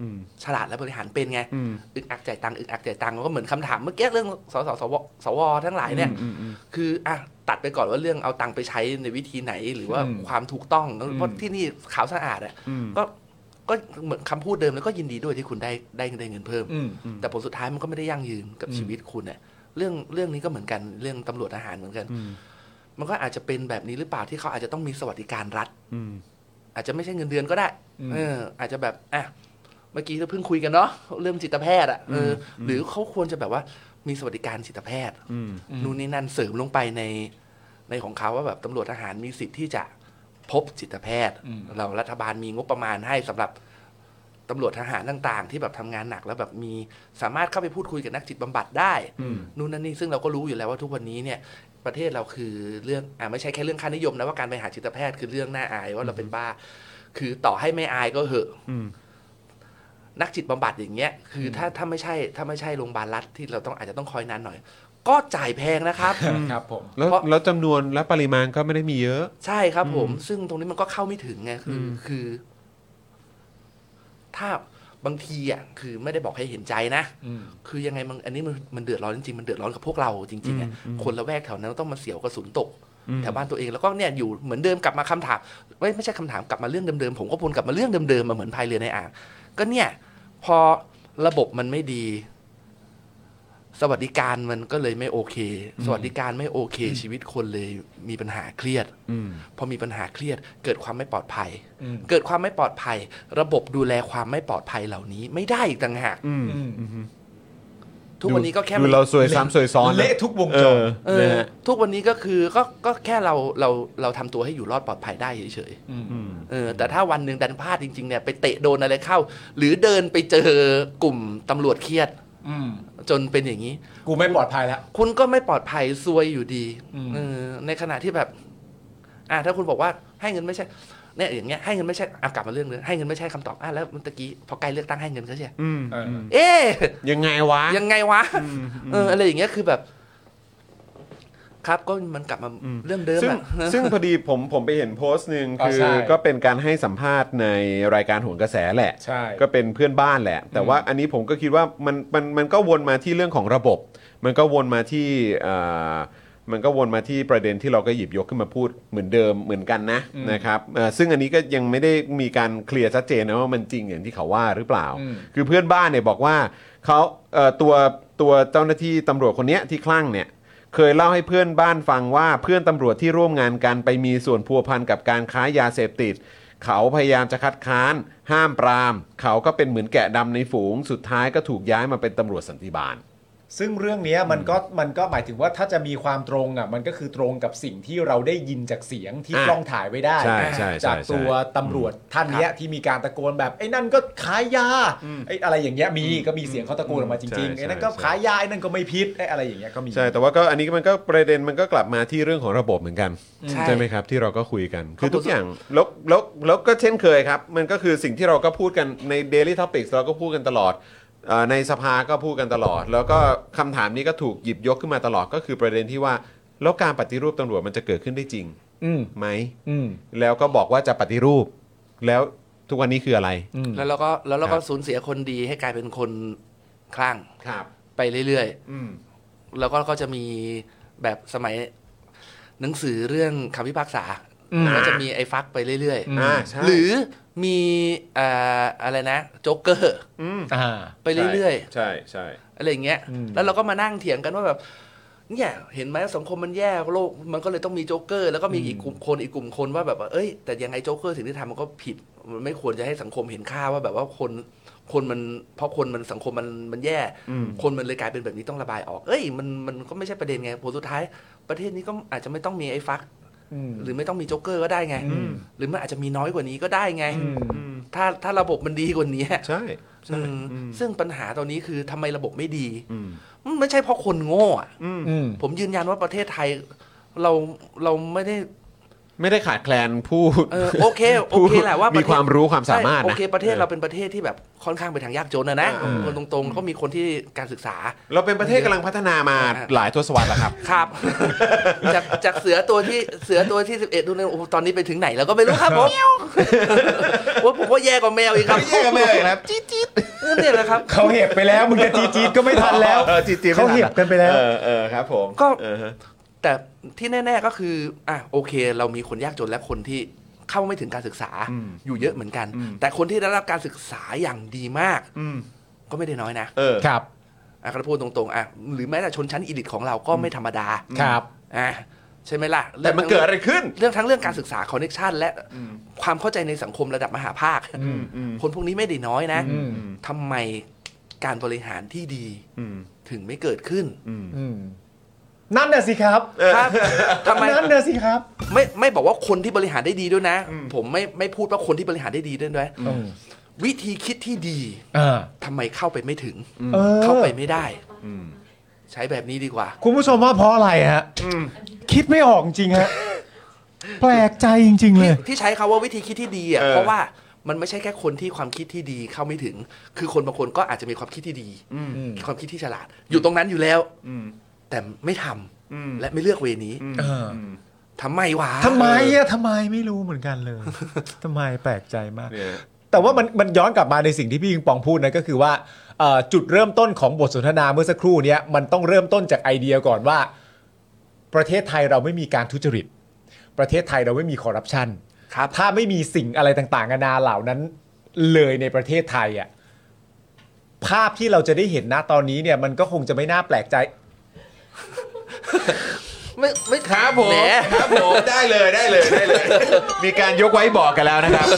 อืม ฉลาดและบริหารเป็นไง อืม อึกอักจ่ายตังค์อึกอักจ่ายตังค์มันก็เหมือนคำถามเมื่อกี้เรื่องสสสวสวทั้งหลายเนี่ย อืมอืม คืออ่ะตัดไปก่อนว่าเรื่องเอาตังค์ไปใช้ในวิธีไหนหรือว่า อืม ความถูกต้อง อืม เพราะที่นี่ขาวสะอาดอ่ะ อืม ก็ก็เหมือนคำพูดเดิมแล้วก็ยินดีด้วยที่คุณได้ได้ได้เงินเพิ่ม อืม แต่ผลสุดท้ายมันก็ไม่ได้ยั่งยืนกับ อืม ชีวิตคุณเนี่ยเรื่องเรื่องนี้ก็เหมือนกันเรื่องตำรวจทหารเหมือนกัน อืม มันก็อาจจะเป็นแบบนี้หรือเปล่าที่เขาอาจจะต้องมีสวัสดิการรัฐ อืม อาจจะไม่ใช่เงินเดือนก็ได้ อืม เอออาจจะแบบอ่ะเมื่อกี้เราเพิ่งคุยกันเนาะเรื่องจิตแพทย์อ่ะเอออหรือเขาควรจะแบบว่ามีสวัสดิการจิตแพทย์ อืม นู่นนี่นั่นเสริมลงไปในในของเขาว่าแบบตำรวจทหารมีสิทธิ์ที่จะพบจิตแพทย์ อืม เรารัฐบาลมีงบประมาณให้สำหรับตำรวจทหารต่าง ๆ ที่แบบทำงานหนักแล้วแบบมีสามารถเข้าไปพูดคุยกับนักจิตบำบัดได้นู่นนั่นนี่ซึ่งเราก็รู้อยู่แล้วว่าทุกวันนี้เนี่ย ประเทศเราคือเรื่องอ่าไม่ใช่แค่เรื่องค่านิยมนะว่าการไปหาจิตแพทย์คือเรื่องน่าอายว่าเราเป็นบ้า คือต่อให้ไม่อายก็เหอะ อืม นักจิตบำบัดอย่างเงี้ย คือถ้าถ้าไม่ใช่ถ้าไม่ใช่โรงพยาบาลรัฐที่เราต้องอาจจะต้องคอยนานหน่อย ก็จ่ายแพงนะครับ ครับผม แล้ว เพราะ แล้วจำนวนและปริมาณก็ไม่ได้มีเยอะ ใช่ครับผม ซึ่งตรงนี้มันก็เข้าไม่ถึงไงคืออคือ ถ้าบางทีอ่ะคือไม่ได้บอกให้เห็นใจนะ อืม คือยังไงมันอันนี้มันมันเดือดร้อนจริงๆมันเดือดร้อนกับพวกเราจริงๆอะคนละแวกแถวนั้นต้องมาเสียวกระสุนตกแถวบ้านตัวเองแล้วก็เนี่ยอยู่เหมือนเดิมกลับมาคำถามไม่ไม่ใช่คำถามกลับมาเรื่องเดิมๆผมก็วนกลับมาเรื่องเดิมๆมาเหมือนพายเรือในอ่างก็เนี่ย พอระบบมันไม่ดี สวัสดิการมันก็เลยไม่โอเค สวัสดิการไม่โอเค ชีวิตคนเลยมีปัญหาเครียด อืม พอมีปัญหาเครียด เกิดความไม่ปลอดภัย อืม เกิดความไม่ปลอดภัย ระบบดูแลความไม่ปลอดภัยเหล่านี้ ไม่ได้อีกต่างหาก อืม อืม ทุกวันนี้ก็แค่ ดูเราซวยซ้ำซวยซ้อนน เละทุกวงจร เออ เอ นะ อ ฮะ ทุกวันนี้ก็คือก็ก็แค่เราเราเราทำตัวให้อยู่รอดปลอดภัยได้เฉย อืม อืม ๆเออแต่ถ้าวันหนึ่งดันพลาดจริงๆเนี่ยไปเตะโดนอะไรเข้า หรือเดินไปเจอกลุ่มตำรวจเครียด อืม จนเป็นอย่างนี้ กูไม่ปลอดภัยแล้ว คุณก็ไม่ปลอดภัยซวยอยู่ดี อืม เออในขณะที่แบบ อ่าถ้าคุณบอกว่าให้เงินไม่ใช่เนี่ยอย่างเงี้ยให้เงินไม่ใช่อ่ะกลับมาเรื่องเดิมให้เงินไม่ใช่คำตอบอ่ะแล้วเมื่อกี้พอใกล้เลือกตั้งให้เงินเขาใช่ อืม เออ เอ๊ะ ยังไงวะ ยังไงวะเอออะไรอย่างเงี้ยคือแบบ ครับก็มันกลับมาเรื่องเดิม ซึ่ง อะ ซึ่งพอดีผมผมไปเห็นโพสต์หนึ่ง อ๋อ คือ ใช่ ก็เป็นการให้สัมภาษณ์ในรายการโหนกระแสแหละ ใช่ ก็เป็นเพื่อนบ้านแหละ แต่ว่าอันนี้ผมก็คิดว่ามันมันมันก็วนมาที่เรื่องของระบบ มันก็วนมาที่เอ่อมันก็วนมาที่ประเด็นที่เราก็หยิบยกขึ้นมาพูดเหมือนเดิมเหมือนกันนะ อืม นะครับเอ่อซึ่งอันนี้ก็ยังไม่ได้มีการเคลียร์ชัดเจนนะว่ามันจริงอย่างที่เขาว่าหรือเปล่า อืม คือเพื่อนบ้านเนี่ยบอกว่าเขาเอ่อตัวตัวเจ้าหน้าที่ตำรวจคนเนี้ยที่คลั่งเนี่ย เคยเล่าให้เพื่อนบ้านฟังว่าเพื่อนตำรวจที่ร่วมงานกันไปมีส่วนพัวพันกับการค้ายาเสพติด เขาพยายามจะคัดค้าน ห้ามปราม เขาก็เป็นเหมือนแกะดำในฝูง สุดท้ายก็ถูกย้ายมาเป็นตำรวจสันติบาล ซึ่งเรื่องเนี้ยมันก็มันก็หมายถึงว่าถ้าจะมีความตรงอ่ะมันก็คือตรงกับสิ่งที่เราได้ยินจากเสียงที่ อ่ะ กล้องถ่ายไว้ได้ ใช่ใช่ใช่ จาก ใช่ ตัวตำรวจท่านเนี้ยที่มีการตะโกนแบบไอ้นั่นก็ขายยาไอ้อะไรอย่างเงี้ยมีก็มีเสียงเขาตะโกนออกมาจริง ใช่ ๆไอ้นั่นก็ ใช่ ขายยาไอ้นั่นก็ไม่พิษไอ้อะไรอย่างเงี้ยก็มี ใช่ แต่ว่าก็อันนี้มันก็ประเด็นมันก็กลับมาที่เรื่องของระบบเหมือนกัน ใช่ ไหมครับที่เราก็คุยกัน คือ ครับ ทุกอย่างแล้วแล้วแล้วก็เช่นเคยครับ มันก็คือสิ่งที่เราก็พูดกันใน Daily Topics เราก็พูดกันตลอดเอ่อในสภาก็พูดกันตลอด แล้วก็คำถามนี้ก็ถูกหยิบยกขึ้นมาตลอดก็คือประเด็นที่ว่าแล้วการปฏิรูปตำรวจมันจะเกิดขึ้นได้จริง อืม ไหม อืม แล้วก็บอกว่าจะปฏิรูป แล้วทุกวันนี้คืออะไร อืม แล้วเราก็แล้วเราก็ ครับ สูญเสียคนดีให้กลายเป็นคนคลั่ง ครับ ไปเรื่อย อืม ๆแล้วก็ก็จะมีแบบสมัย หนังสือเรื่องคำพิพากษา อืม ก็จะมีไอ้ฟักไปเรื่อยๆ อ่าใช่ หรือมีเอ่ออะไรนะโจ๊กเกอร์ ม อ่า ไปเรื่อย ใช่ใช่ ๆอะไรอย่างเงี้ย อืม แล้วเราก็มานั่งเถียงกันว่าแบบเนี่ยเห็นไหมสังคมมันแย่โลกมันก็เลยต้องมีโจ๊กเกอร์แล้วก็มีอีกกลุ่มคนอีกกลุ่มคนว่าแบบว่าเอ้ยแต่ยังไงโจ๊กเกอร์สิ่งที่ทำมันก็ผิดมันไม่ควรจะให้สังคมเห็นค่าว่าแบบว่าคนคนมันเพราะคนมันสังคมมันมันแย่ คนมันเลยกลายเป็นแบบนี้ต้องระบายออก เอ้ยมันมันก็ไม่ใช่ประเด็นไงผลสุดท้าย ประเทศนี้ก็อาจจะไม่ต้องมีไอ้ฟัก อืม หรือไม่ต้องมีโจ๊กเกอร์ก็ได้ไง อืม หรือมันอาจจะมีน้อยกว่านี้ก็ได้ไง อืม ถ้าถ้าระบบมันดีกว่านี้ ใช่ อืมซึ่งปัญหาตอนนี้คือทำไมระบบไม่ดี อืม มันไม่ใช่เพราะคนโง่อะ อืม ผมยืนยันว่าประเทศไทย เราเราไม่ได้ ไม่ได้ขาดแคลนผู้ เออโอเค โอเคแหละว่า มี ประเทศ ความรู้ความสามารถ ใช่โอ นะ เคประเทศเราเป็นประเทศที่แบบค่อนข้างไปทางยากจนนะนะ อืม คนตรงๆเขามีคนที่การศึกษา เราเป็นประเทศกำลังพัฒนามาหลายทศวรรษแล้วครับ ครับ จากจากเสือตัวที่เสือตัวที่ 11ดูเนี่ยโอ้โหตอนนี้ไปถึงไหนแล้วก็ไม่รู้ครับผมว่าผมว่าแย่กว่าแมวอีกครับ แย่กันไม่เลยครับจี๊ดจี๊ด เนี่ยแหละครับ เขาเห็บไปแล้วมึงจะจีจีดก็ไม่ทันแล้ว เออจี๊ดจี๊ด เขาเห็บกันไปแล้ว เออเออครับผม ก็ เออฮะ แต่ที่แน่ ๆก็คืออ่ะโอเค เรามีคนยากจนและคนที่เข้าไม่ถึงการศึกษา อืม อยู่เยอะเหมือนกัน อืม แต่คนที่ได้รับการศึกษาอย่างดีมาก อืม ก็ไม่ได้น้อยนะ เออ ครับ อ่ะก็พูดตรงๆอ่ะหรือแม้แต่ชนชั้นอีลิตของเราก็ไม่ธรรมดา ครับ อ่ะใช่ไหมล่ะ แต่มันเกิดอะไรขึ้น เรื่องทั้งเรื่องการศึกษาคอนเน็ชันและความเข้าใจในสังคมระดับมหาภาค อืม อืม คนพวกนี้ไม่ได้น้อยนะ อืม ทำไมการบริหารที่ดี อืม ถึงไม่เกิดขึ้น อืม อืมนั่นน่ะสิครับ ครับทำไม นั่นน่ะสิครับ ไม่ไม่บอกว่าคนที่บริหารได้ดีด้วยนะ ผมไม่ไม่พูดว่าคนที่บริหารได้ดีด้วยด้วย อืม วิธีคิดที่ดี อ่า ทำไมเข้าไปไม่ถึง เออ เข้าไปไม่ได้ อืม ใช้แบบนี้ดีกว่า คุณผู้ชมว่าเพราะอะไรฮะคิดไม่ออกจริงฮ ะแปลกใจจริง ๆ เลย ที่ใช้คาว่าวิธีคิดที่ดีอ่ะ เออ เพราะว่ามันไม่ใช่แค่คนที่ความคิดที่ดีเข้าไม่ถึง คือคนบางคนก็อาจจะมีความคิดที่ดี ความคิดที่ฉลาด อยู่ตรงนั้นอยู่แล้ว อืม แต่ไม่ทำ อืม และไม่เลือกเวนี้ อืม เอออื ม ทำไมวะ ทำไมอะทำไมไม่รู้เหมือนกัน เลยทำไมแปลกใจมาก เนี่ย แต่ว่ามันมันย้อนกลับมาในสิ่งที่พี่ยิงปองพูดนะก็คือว่าเอ่อจุดเริ่มต้นของบทสนทนาเมื่อสักครู่เนี้ยมันต้องเริ่มต้นจากไอเดียก่อนว่า ประเทศไทยเราไม่มีการทุจริต ประเทศไทยเราไม่มีคอร์รัปชัน ครับ ถ้าไม่มีสิ่งอะไรต่างๆนานาเหล่านั้นเลยในประเทศไทยอ่ะภาพที่เราจะได้เห็นนะตอนนี้เนี่ยมันก็คงจะไม่น่าแปลกใจ ไม่ไม่ ครับผม แห ครับผมได้เลยได้เลยได้เลย มีการยกไว้บอกกันแล้ว นะครับ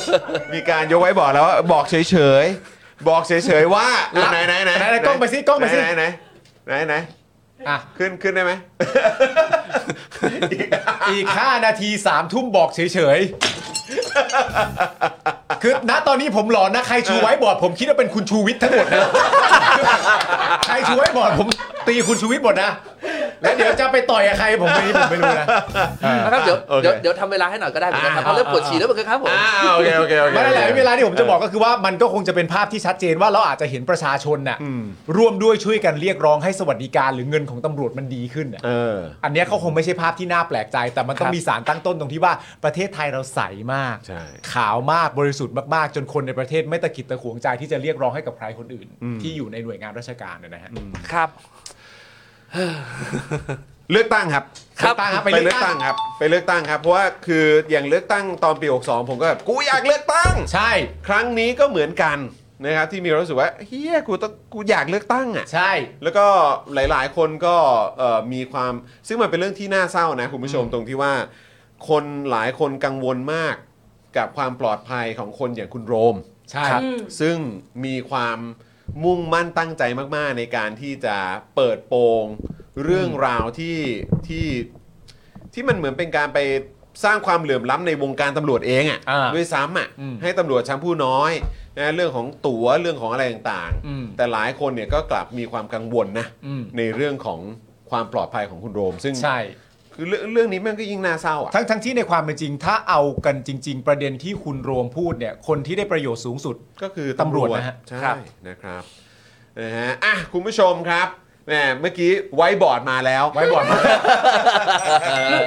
มีการยกไว้บอกแล้วว่าบอกเฉยๆบอกเฉยๆว่าอ่ะไหนไหนไหน ไหนไหนกล้องไปสิกล้องไปสิ ไหนไหนไหนไหนไหน อ่ะ ขึ้นขึ้นได้ไหม อีก 5 นาทีสามทุ่มบอกเฉยๆ คือณตอนนี้ผมหลอนนะ ใครชูไว้บอร์ดผมคิดว่าเป็นคุณชูวิทย์ทั้งหมดนะ ใครชูไว้บอร์ดผมตีคุณชูวิทย์หมดนะ แล้วเดี๋ยวจะไปต่อยกับใครผมไม่ผมไม่รู้นะ นะครับเดี๋ยว โอเค เดี๋ยวเดี๋ยวทำเวลาให้หน่อยก็ได้เหมือนกันครับเขาเริ่มปวดฉี่แล้วเหมือนกันครับผม อ่าโอเคโอเคโอเค ไม่เป็นไรไม่เป็นไรที่ผมจะบอกก็คือว่ามันก็คงจะเป็นภาพที่ชัดเจนว่าเราอาจจะเห็นประชาชนน่ะร่วมด้วยช่วยกันเรียกร้องให้สวัสดิการหรือเงินของตำรวจมันดีขึ้นน่ะ เออ อันเนี้ยเขาคงไม่ใช่ภาพที่น่าแปลกใจ แต่มันต้อ ครั ง บ มีสารตั้งต้นตรงที่ว่าประเทศไทยเราใสมาก ใช่ ขาวมากบริสุทธิ์มาก ๆ จนคนในประเทศไม่ตะกิดตะขวงใจที่จะเรียกร้องให้กับใครคนอื่น ที่อยู่ในหน่วยงานราชการเนยนะฮะ ครับ เลือกตั้งครับ ครับ เลือกตั้งคไปรับไป เลื เลื อ อก ก ตั้ ตั้ ง ง ครับ ไปเลือกตั้งครับ เพราะว่าคืออย่างเลือกตั้งตอนปี 62 ผมก็แบบกูอยากเลือกตั้ง ใช่ ครั้งนี้ก็เหมือนกันนะครับที่มีความรู้สึกว่าเฮียกูต้องกูอยากเลือกตั้งอ่ะ ใช่ แล้วก็หลาย ๆ คนก็เอ่อมีความซึ่งมันเป็นเรื่องที่น่าเศร้านะคุณผู้ชมตรงที่ว่า คนหลายคนกังวลมากกับความปลอดภัยของคนอย่างคุณโรม ใช่ อืม ซึ่งมีความมุ่งมั่นตั้งใจมาก ๆ ในการที่จะเปิดโปงเรื่องราวที่ที่ที่มันเหมือนเป็นการไปสร้างความเหลื่อมล้ำในวงการตำรวจเองอะ อ่า ด้วยซ้ำอะ อืม ให้ตำรวจชั้นผู้น้อยนะเรื่องของตัว๋วเรื่องของอะไรต่าง อืม ๆ แต่หลายคนเนี่ยก็กลับมีความกังวลนะ อืม ในเรื่องของความปลอดภัยของคุณโรม ซึ่ง ใช่ คือเรื่องเรื่องนี้มันก็ยิ่งน่าเศร้าอ่ะ ทั้งทั้งที่ในความเป็นจริง ถ้าเอากันจริง ๆ ประเด็นที่คุณโรมพูดเนี่ย คนที่ได้ประโยชน์สูงสุด ก็คือ ตำรวจนะฮะ ใช่ ครับ นะครับนะฮะอ่ะคุณผู้ชมครับแหมเมื่อกี้ไว้บอร์ดมาแล้ว ไว้บอร์ดมา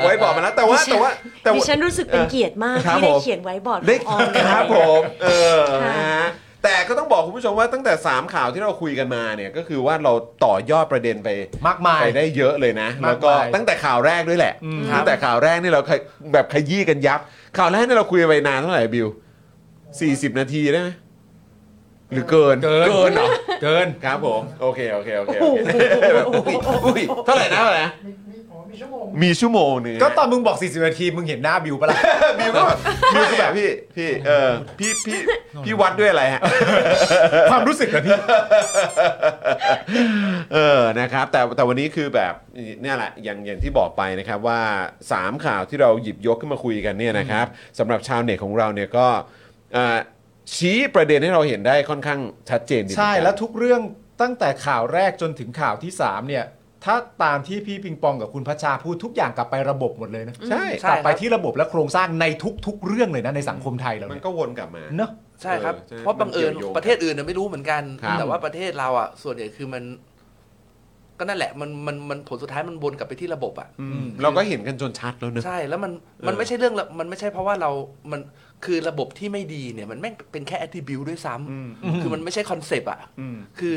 ไว้บอร์ดมาแล้วแต่ว่าแต่ว่าแต่ ดิ ว่า ฉันรู้สึกเป็นเกียรติมาก ครับ ที่ได้ ผม เขียนไว้บอร์ด ได้ ของออมเลย ครับผมเออ ค่ะ นะฮะแต่ก็ต้องบอกคุณผู้ชมว่าตั้งแต่ 3 ข่าวที่เราคุยกันมาเนี่ยก็คือว่าเราต่อยอดประเด็นไป มากมาย ไปได้เยอะเลยนะ มากมาย แล้วก็ตั้งแต่ข่าวแรกด้วยแหละ อืม ตั้งแต่ข่าวแรกนี่เราเคยแบบขยี้กันยับ ข่าวแรกนี่เราคุยไปนานเท่าไหร่บิว 40 นาทีได้ไหมหรือเกิน เกิน เหรอ เกิน ครับผม โอเค โอเค โอเคโอเคแบบอุ้ยอุ้ยเท่าไหร่นะเท่าไหร่นะมีชั่วโมงหนึง ก็ตอนมึงบอก 40 นาทีมึงเห็นหน้าบิวปะล่ะ บิวก็แบบบิวก็แบบพี่พี่เออพี่พี่พี่วัดด้วยอะไรฮะ ความรู้สึกเหรอพี่ เออ นะครับ แต่แต่วันนี้คือแบบเนี่ยแหละ อย่างอย่างที่บอกไปนะครับว่า 3 ข่าวที่เราหยิบยกขึ้นมาคุยกันเนี่ยนะครับสำหรับชาวเน็ตของเราเนี่ยก็เอ่อชี้ประเด็นให้เราเห็นได้ค่อนข้างชัดเจนดีเหมือน ใช่ กัน แล้วทุกเรื่องตั้งแต่ข่าวแรกจนถึงข่าวที่ 3 เนี่ย ถ้าตามที่พี่ปิงปองกับคุณพัชชาพูดทุกอย่างกลับไประบบหมดเลยนะ ใช่ ใช่ กลับไป ครับ ที่ระบบและโครงสร้างในทุก ๆ เรื่องเลยนะในสังคมไทยเรา มัน เนี่ย ก็วนกลับมา เนอะ ใช่ครับ เออใช่ เพราะบังเอิญ มันเกี่ยวโยง ประเทศอื่นน่ะไม่รู้เหมือนกัน ครับ แต่ว่าประเทศเราอ่ะ ส่วนใหญ่คือมัน ก็นั่นแหละมันมันมันผลสุดท้ายมันวนกลับไปที่ระบบอ่ะ อืมเราก็เห็นกันจนชัดแล้วเนอะ ใช่แล้วมัน เออ มันไม่ใช่เรื่องละมันไม่ใช่เพราะว่าเรา มันคือระบบที่ไม่ดีเนี่ย มันแม่งเป็นแค่ attribute ด้วยซ้ำคือมันไม่ใช่คอนเซปต์อ่ะคือ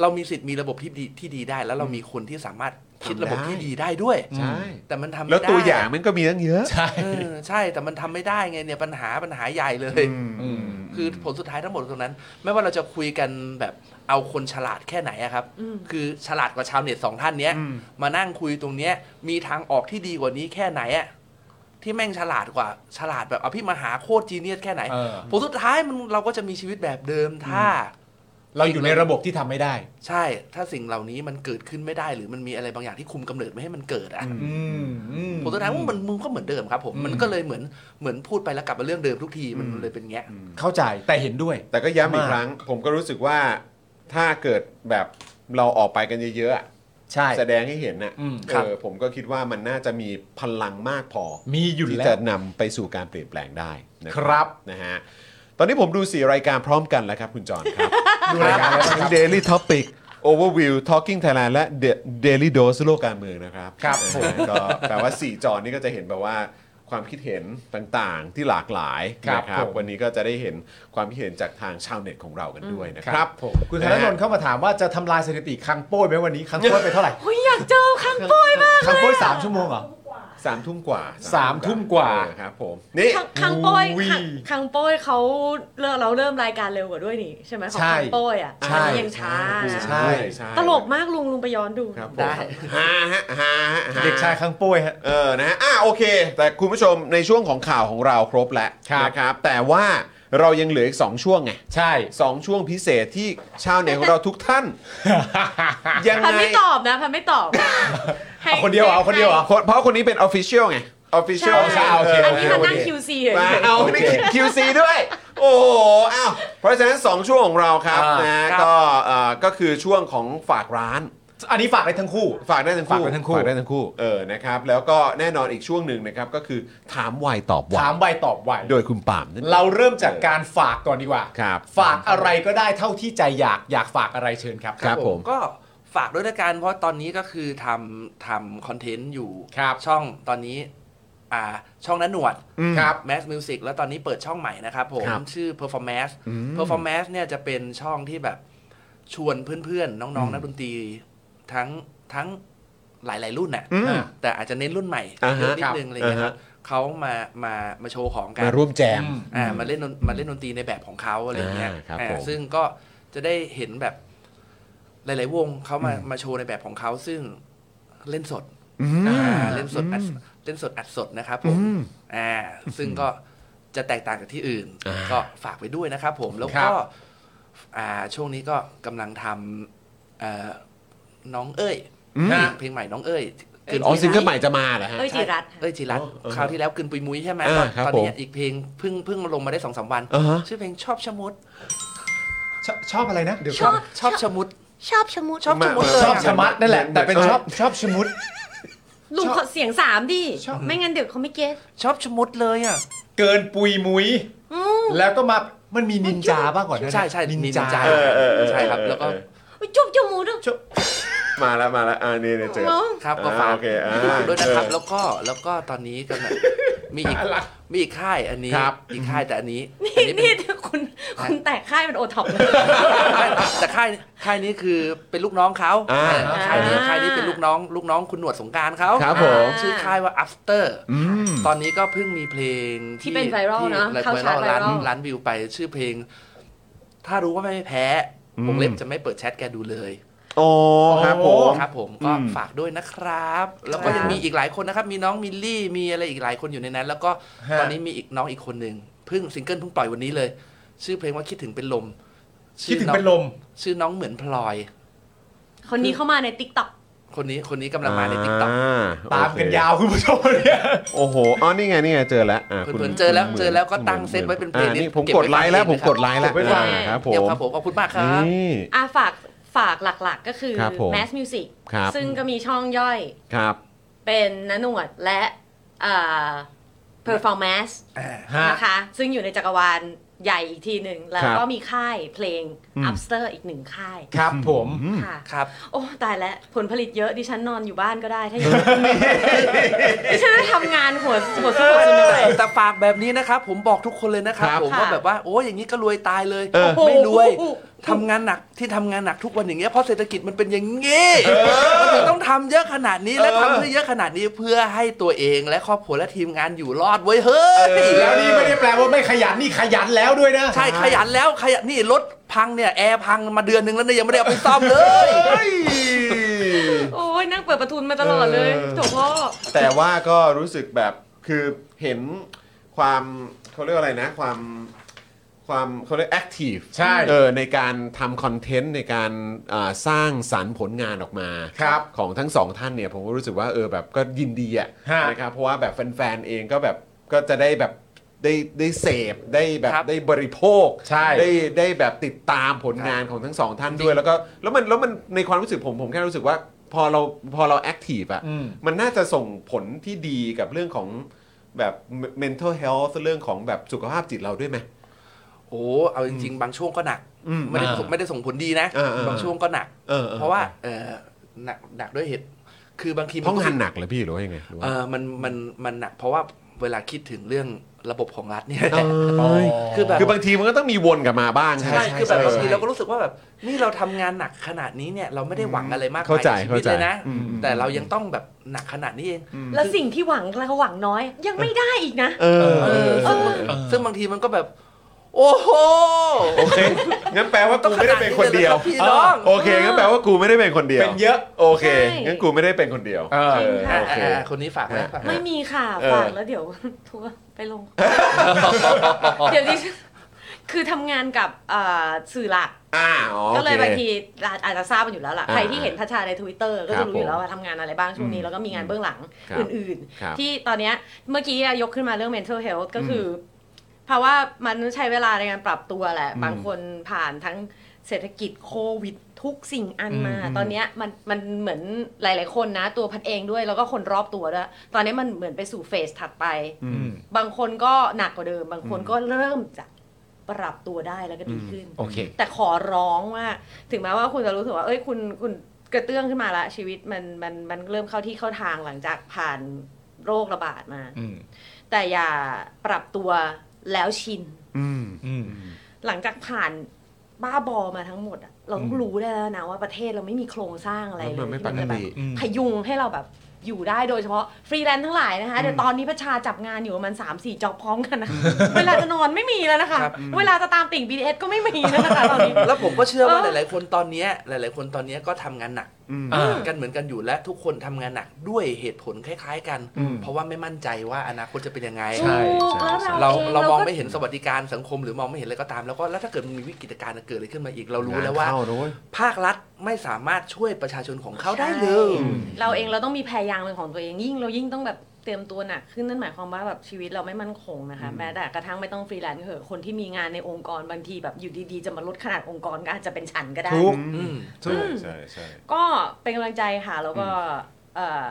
เรามีสิทธิ์มีระบบที่ดีที่ดีได้ แล้วเรามีคนที่สามารถคิดระบบที่ดีได้ด้วย ใช่ แต่มันทำไม่ได้ แล้วตัวอย่างมันก็มีตั้งเยอะ ใช่ เออใช่แต่มันทำไม่ได้ไงเนี่ยปัญหาปัญหาใหญ่เลย คือผลสุดท้ายทั้งหมดตรงนั้น ไม่ว่าเราจะคุยกันแบบเอาคนฉลาดแค่ไหนอะครับ คือฉลาดกว่าชาวเน็ตสองท่านเนี้ย มานั่งคุยตรงเนี้ย มีทางออกที่ดีกว่านี้แค่ไหนอะที่แม่งฉลาดกว่าฉลาดแบบเอาพี่มาหาโคตรจีเนียสแค่ไหน เออ ผลสุดท้ายมันเราก็จะมีชีวิตแบบเดิมถ้า เราอยู่ในระบบที่ทำไม่ได้ ใช่ ถ้าสิ่งเหล่านี้มันเกิดขึ้นไม่ได้ หรือมันมีอะไรบางอย่างที่คุมกำเนิดไม่ให้มันเกิดอะ อืมอืม ผมสุดท้ายว่ามันมึงก็เหมือนเดิมครับผมมันก็เลยเหมือนเหมือนพูดไปแล้วกลับมาเรื่องเดิมทุกทีมันเลยเป็นเงี้ย เข้าใจแต่เห็นด้วย แต่ก็ย้ำอีกคมากรั้ง ผมก็รู้สึกว่าถ้าเกิดแบบเราออกไปกันเยอะๆอะ ใช่ แสดงให้เห็นน่ะ อืม เออผมก็คิดว่ามันน่าจะมีพลังมากพอ มีอยู่ ที่ แล้ จะ ว นำไปสู่การเปลี่ยนแปลงได้นะครับ นะฮะตอนนี้ผมดู 4 รายการพร้อมกันแล้วครับ คุณจอนครับ ดูรายการแล้วนะครับ Daily Topic Overview Talking Thailand และ The Daily Dose โลกการเมืองนะครับ ครับ นะฮะ ผม ก็แปลว่า 4 จอนนี่ก็จะเห็นแบบว่าความคิดเห็นต่างๆที่หลากหลาย ครับ นะครับ ผม วันนี้ก็จะได้เห็นความคิดเห็นจากทางชาวเน็ตของเรากันด้วยนะค ค รั รั บบ ผมคุณธนนนท์เข้ามาถามว่าจะทำลายสถิติคังโป้ยไหมวันนี้คังโป้ยไปเท่าไหร่ โอ้ยอยากเจอครั้งโป้ยมาก คังโป้ยสามชั่วโมงเหรอ สามทุ่มกว่า สามทุ่มกว่า เออครับผมนี่ ครั้งครั้งโป้ย อุ้ย ครั้งครั้งโป้ยเขาเริ่มเราเริ่มรายการเร็วกว่าด้วยนี่ใช่ไหมของ ใช่ ครั้งโป้ยอ่ะ ใช่ อันนี้ยังช้านะ ใช่ ตลกมากลุงลุงไปย้อนดู ครับผม ได้ ฮาฮะฮาฮะฮะ เด็กชายคังโป้ยฮะ เออนะฮะอ่ะโอเค แต่คุณผู้ชมในช่วงของข่าวของเราครบแล้ว ครับ นะครับ แต่ว่าเรายังเหลืออีก 2 ช่วงไง ใช่ สองช่วงพิเศษที่ชาวเน็ตของเราทุก ท่าน ยัง พัน ไง ไม่ตอบนะพันไม่ตอบให้ เอาคนเดียวเอาคนเดียวเหรอ คนเพราะคนนี้เป็น Official ไง Official ใช่ โอเค อันนี้ โอเค มันนั่ง QC เลย มาเอาใน QC ด้วย โอ้โหอ้าวเพราะฉะนั้น 2 ช่วงของเราครับ อ่าน นะฮะ ครับ ก็เอ่อก็คือช่วงของฝากร้าน อันนี้ฝากได้ทั้งคู่ ฝากได้ทั้งคู่ ฝากได้ทั้งคู่ ฝากได้ทั้งคู่เออนะครับแล้วก็แน่นอนอีกช่วงหนึ่งนะครับก็คือถามไวตอบไว ถามไวตอบไว โดยคุณปาล์มนั่นอง เราเริ่มจากการฝากก่อนดีกว่า ครับ ฝากอะไรก็ได้เท่าที่ใจอยากอยากฝากอะไรเชิญครับ ครับผม ก็ฝากด้วยละกันเพราะตอนนี้ก็คือทำทำคอนเทนต์อยู่ ครับ ช่องตอนนี้ อ่า ช่องนั้นหนวด อืมครับ แมสมิวสิกแล้วตอนนี้เปิดช่องใหม่นะครับผม ครับ ชื่อ Performance Performance เนี่ยจะเป็นช่องที่แบบชวนเพื่อนๆ น้องๆนักดนตรีทั้งทั้งหลาย ๆ รุ่นน่ะ อืม อ่าแต่อาจจะเน้นรุ่นใหม่ อ่าฮะ เยอะนิดนึงอะไรอย่างเงี้ยครับเขามามามาโชว์ของกัน าร่วมแจม อ่ามาเล่นดนมาเล่นดนตรีในแบบของเขาอะไรอย่างเงี้ย อ่าครับ อ่า ผม ซึ่งก็จะได้เห็นแบบหลาย ๆ วงเขามามาโชว์ในแบบของเขาซึ่งเล่นสดอ่าเล่นสดอัดเล่นสดอัดสดนะครับผมอ่าซึ่งก็จะแตกต่างจากที่อื่น อ่า ก็ฝากไปด้วยนะครับผมแล้ว ครั ก็ บ อ่าช่วงนี้ก็กำลังทำเอ่อน้องเอ้ย นะ เพลงใหม่น้องเอ้ยคืน อ๋อ นี้ ซิงเกิลใหม่จะมาเหรอฮะ เอ้ยจิรัตน์ เอ้ยจิรัตน์ อ๋อ คราวที่แล้วกึนปุยมุ้ยใช่ไหม อ่าครับ ตอนนี้ ผม อีกเพลงเพิ่งเพิ่งลงมาได้สองสามวัน อ่าฮะ ชื่อเพลงชอบชะมุด ชอบชอบอะไรนะเดี๋ยว ชอบ ชอบชะมุด ชอบชะมุด ชอบชะมุดเลย ชอบชะมัดนั่นแหละ แต่เป็น เออ ชอบชอบชะมุด ลุงขอเสียงสามดิ ชอบ ไม่งั้นเดี๋ยวเขาไม่เก็ต ชอบชะมุดเลยอ่ะ เกินปุยมุย อืม แล้วก็มามันมีนินจาบ้างก่อนนะ ใช่ใช่ นิน นิน จา จา เออเออเออ ใช่ครับแล้วก็ เออ อุ๊ยจุ๊บจมูกด้วย มาแล้วมาแล้วอ่านี่เนี่ยเจอ เนาะ ครับก็ อ่า ฝาก โอเคอ่า ด้วยนะครับ เออ แล้วก็แล้วก็ตอนนี้กำลังมีอีก น่ารัก มีอีกค่ายอันนี้ ครับ อีกค่ายแต่อันนี้ นี่ อันนี้เป็ นี่ น คุณคุณแตกค่ายเป็นโอท็อป แต่ค่ายค่ายนี้คือเป็นลูกน้องเขา อ่า เออค่ายนี้ อ่า ค่ายนี้เป็นลูกน้อง ลูกน้องคุณหนวดสงกรารเขา ครับผม ชื่อค่ายว่า after อืม ตอนนี้ก็เพิ่งมีเพลง ที่เป็นไวรัลนะ ที่ เข้า ไว ชา รั ร์ ล ตไวรั ล้า ล นล้านวิวไปชื่อเพลง ถ้ารู้ว่าไม่แพ้ อืม วงเล็บจะไม่เปิดแชทแกดูเลย โอ้ครับผม ครับผมก็ อืม ฝากด้วยนะครับ แล้วคก็รับ ยังมีอีกหลายคนนะครับ มีน้องมิลลี่มีอะไรอีกหลายคนอยู่ในนั้น แล้วก็ ฮะ ตอนนี้มีอีกน้องอีกคนหนึ่งเพิ่งซิงเกิลเพิ่งปล่อยวันนี้เลย ชื่อเพลงว่าคิดถึงเป็นลม คิดถึง ชื่อ เป็นล อง ม ชื่อน้องเหมือนพลอย คนนี้เข้ามาในติ๊กต็อก คนนี้คนนี้กำลังมาในติ๊กต็อก า ตามกัโอนเค ยาวคุณผู้ชมเนี่ย โอ้โหอ๋อนี่ไงนี่ไงเจอแล้วอ่า เผื่อๆเจอแล้วเจอแล้วก็ตั้งเซ็ตไว้เป็นเพลง อ่านี่ผเก็บไว้มกดไลค์แล้ว ฟัง ผมเอง กดไลค์แล้ว เก็บไว้ฟัง อ่าครับผ เดี๋ยว ม ครับผมขอบคุณมากครับ นี่ อ่ะฝาก ฝากหลักๆก็คือ ครับผม Mass Music ครับ ซึ่งก็มีช่องย่อย ครับ เป็นนหนวดและอ่า Performance ฮะ นะคะ ซึ่งอยู่ในจักรวาลใหญ่อีกทีหนึ่ง แล้ว ครับ ก็มีค่ายเพลง Upster อีกหนึ่งค่าย ครับผม ค่ะ ครับ โอ้ ตายแล้ว ผลผลิตเยอะดิฉันนอนอยู่บ้านก็ได้ ถ้าอย่างนี้ดิฉันจะทำงานหัวหัวสู้หัวสุดเลย แต่ฝากแบบนี้นะครับ ผมบอกทุกคนเลยนะครับ ครับ ผม ค่ะ ว่าแบบว่าโอ้ยอย่างนี้ก็รวยตายเลย เออ ไม่รวย โอ้โห ทำงานหนักที่ทำงานหนักทุกวันอย่างเงี้ยเพราะเศรษฐกิจมันเป็นอย่างงี้มันถึงต้องทำเยอะขนาดนี้และทำให้เยอะขนาดนี้เพื่อให้ตัวเองและครอบครัวและทีมงานอยู่รอดเว้ยเฮ้ย แล้วนี่ไม่ได้แปลว่าไม่ขยันนี่ขยันแล้วด้วยนะ ใช่ขยันแล้วขยันนี่รถพังเนี่ยแอร์พังมาเดือนหนึ่งแล้วเนี่ยยังไม่ได้เอาไปซ่อมเลย โอ้ยนั่งเปิดประทุนมาตลอดเลยโถพ่อ แต่ว่าก็รู้สึกแบบคือเห็นความเขาเรียกว่าอะไรนะ ความความเขาเรียกแอคทีฟ ใช่ เออในการทำคอนเทนต์ในการอ่าสร้างสรรค์ผลงานออกมา ครับ ของทั้งสองท่านเนี่ย ผมก็รู้สึกว่าเออแบบก็ยินดีอะ ฮะ นะครับเพราะว่าแบบแฟนๆเองก็แบบก็จะได้แบบได้ได้เสพได้แบบ ครับ ได้บริโภค ใช่ ได้ได้แบบติดตามผลงานของทั้งสองท่านด้วยแล้วก็แล้วมันแล้วมันในความรู้สึกผมผมแค่รู้สึกว่าพอเราพอเราแอคทีฟอ่ะ อืม มันน่าจะส่งผลที่ดีกับเรื่องของแบบ mental health เรื่องของแบบสุขภาพจิตเราด้วยไหม โอ้เอาจริง ๆ บางช่วงก็หนัก อืม ไม่ได้ อ่า ไม่ได้ส่งผลดีนะ เออเออ บางช่วงก็หนัก เออออ เพราะว่าเออหนักหนักด้วยเหตุ คือบางทีมั เพราะ ก็ งานหนักเหรอพี่หรือว่ายังไงหรือว่า เออมันมันมันหนัก เพราะว่าเวลาคิดถึงเรื่องระบบของรัฐเนี่ย เอ้ย คือแบบ คือบางทีมันก็ต้องมีวนกลับมาบ้าง ใช่คือแบบ ใช่ บางทีเรา ใช่ ก็รู้สึกว่าแบบนี่เราทำงานหนักขนาดนี้เนี่ยเราไม่ได้หวังอะไรมาก เข้าใจ มยในชีวิต เข้าใจ เลยนะ อืม แต่เรายังต้องแบบหนักขนาดนี้เอง แล้วสิ่งที่หวังเราหวังน้อย ยังไม่ได้อีกนะ เออเออ เออ ซึ่งบางทีมันก็แบบ โอ้โห โอเคงั้นแปลว่ากูไม่ได้เป็นคนเดียว ต้องขนานี้ลหรอพี่น้อง โอเคงั้นแปลว่ากูไม่ได้เป็นคนเดียว เป็นเยอะ โอเค ใช่ งั้นกูไม่ได้เป็นคนเดียว เออ จริงค่ะ โอเค อ่าๆคนนี้ฝากไว้ฝากไว้ ไม่มีค่ะ เออ ฝากแล้วเดี๋ยว ทัวร์ไปลง เดี๋ยวดิฉันคือทำงานกับเอ่อสื่อหลัก อ่าอ๋อโอค ก็เลยบางทีอาอาจจะทราบกันอยู่แล้วล่ะ อ่า ใครที่เห็นทัชชาใน Twitter ก็ ครั จะ บ รู้อยู่แล้วว่าทำงานอะไรบ้างช่วงนี้ แล้วก็มีงานเบื้องหลัง ครับ อื่น ครับ ๆ ที่ตอนเนี้ยเมื่อกี้อะยกขึ้นมาเรื่อง mental health ก็คือเพราะว่ามันใช้เวลาในการปรับตัวแหละ บางคนผ่านทั้งเศรษฐกิจโควิดทุกสิ่งอันมา ตอนเนี้ยมันมันเหมือนหลาย ๆ คนนะ ตัวพัดเองด้วยแล้วก็คนรอบตัวด้วยตอนนี้มันเหมือนไปสู่เฟสถัดไป บางคนก็หนักกว่าเดิม บางคนก็เริ่มจะปรับตัวได้แล้วก็ดีขึ้น โอเค แต่ขอร้องว่า ถึงแม้ว่าคุณจะรู้สึกว่า เอ้ยคุณคุณกระเตื้องขึ้นมาละชีวิตมันมันมันเริ่มเข้าที่เข้าทางหลังจากผ่านโรคระบาดมา อืม แต่อย่าปรับตัวแล้วชิน อืม อืม หลังจากผ่านบ้าบอมาทั้งหมดอะเราต้องรู้ได้แล้วนะว่าประเทศเราไม่มีโครงสร้างอะไรเลย มันไม่ ที่ปจะก แบบ ติ อืม พยุงให้เราแบบอยู่ได้โดยเฉพาะฟรีแลนซ์ทั้งหลายนะคะเดี๋ยวตอนนี้ประชาจับงานอยู่ประมาณ3 4จ็อบพร้อมกันนะ เวลาจะนอนไม่มีแล้วนะคะ ครับ เวลาจะตามติ่ง BTS ก็ไม่มีแล้วนะคะตอนนี้ แล้วผมก็เชื่อว่า เอ ห อ ลาย ๆ คนตอนเนี้ยหลาย ๆ คนตอนเนี้ยก็ทำงานหนัก อ่า กันเหมือนกันอยู่และทุกคนทำงานหนักด้วยเหตุผลคล้าย ๆ กัน เพราะว่าไม่มั่นใจว่าอนาคตจะเป็นยังไง ถูก ใช่ แล้ว เรา เรา เรามอง ก็ ไม่เห็นสวัสดิการสังคมหรือมองไม่เห็นอะไรก็ตามแล้วก็แล้วถ้าเกิดมันมีวิกฤตการณ์เกิดอะไรขึ้นมาอีกเรารู้แล้วว่า เข้นะเย ภาครัฐไม่สามารถช่วยประชาชนของเขาได้เลย ใช่เราเองเราต้องมีแพรยางเป็นของตัวเองยิ่งเรายิ่งต้องแบบเตรียมตัวหนักขึ้นนั่นหมายความว่าแบบชีวิตเราไม่มั่นคงนะคะแม้แต่กระทั่งไม่ต้องฟรีแลนซ์เหอะคนที่มีงานในองค์กรบางทีแบบอยู่ดีๆ จะมาลดขนาดองค์กรก็อาจจะเป็นฉันก็ได้ ถูก อืม ใช่ใช่ใช่ ก็เป็นกำลังใจค่ะ แล้วก็เอ่อ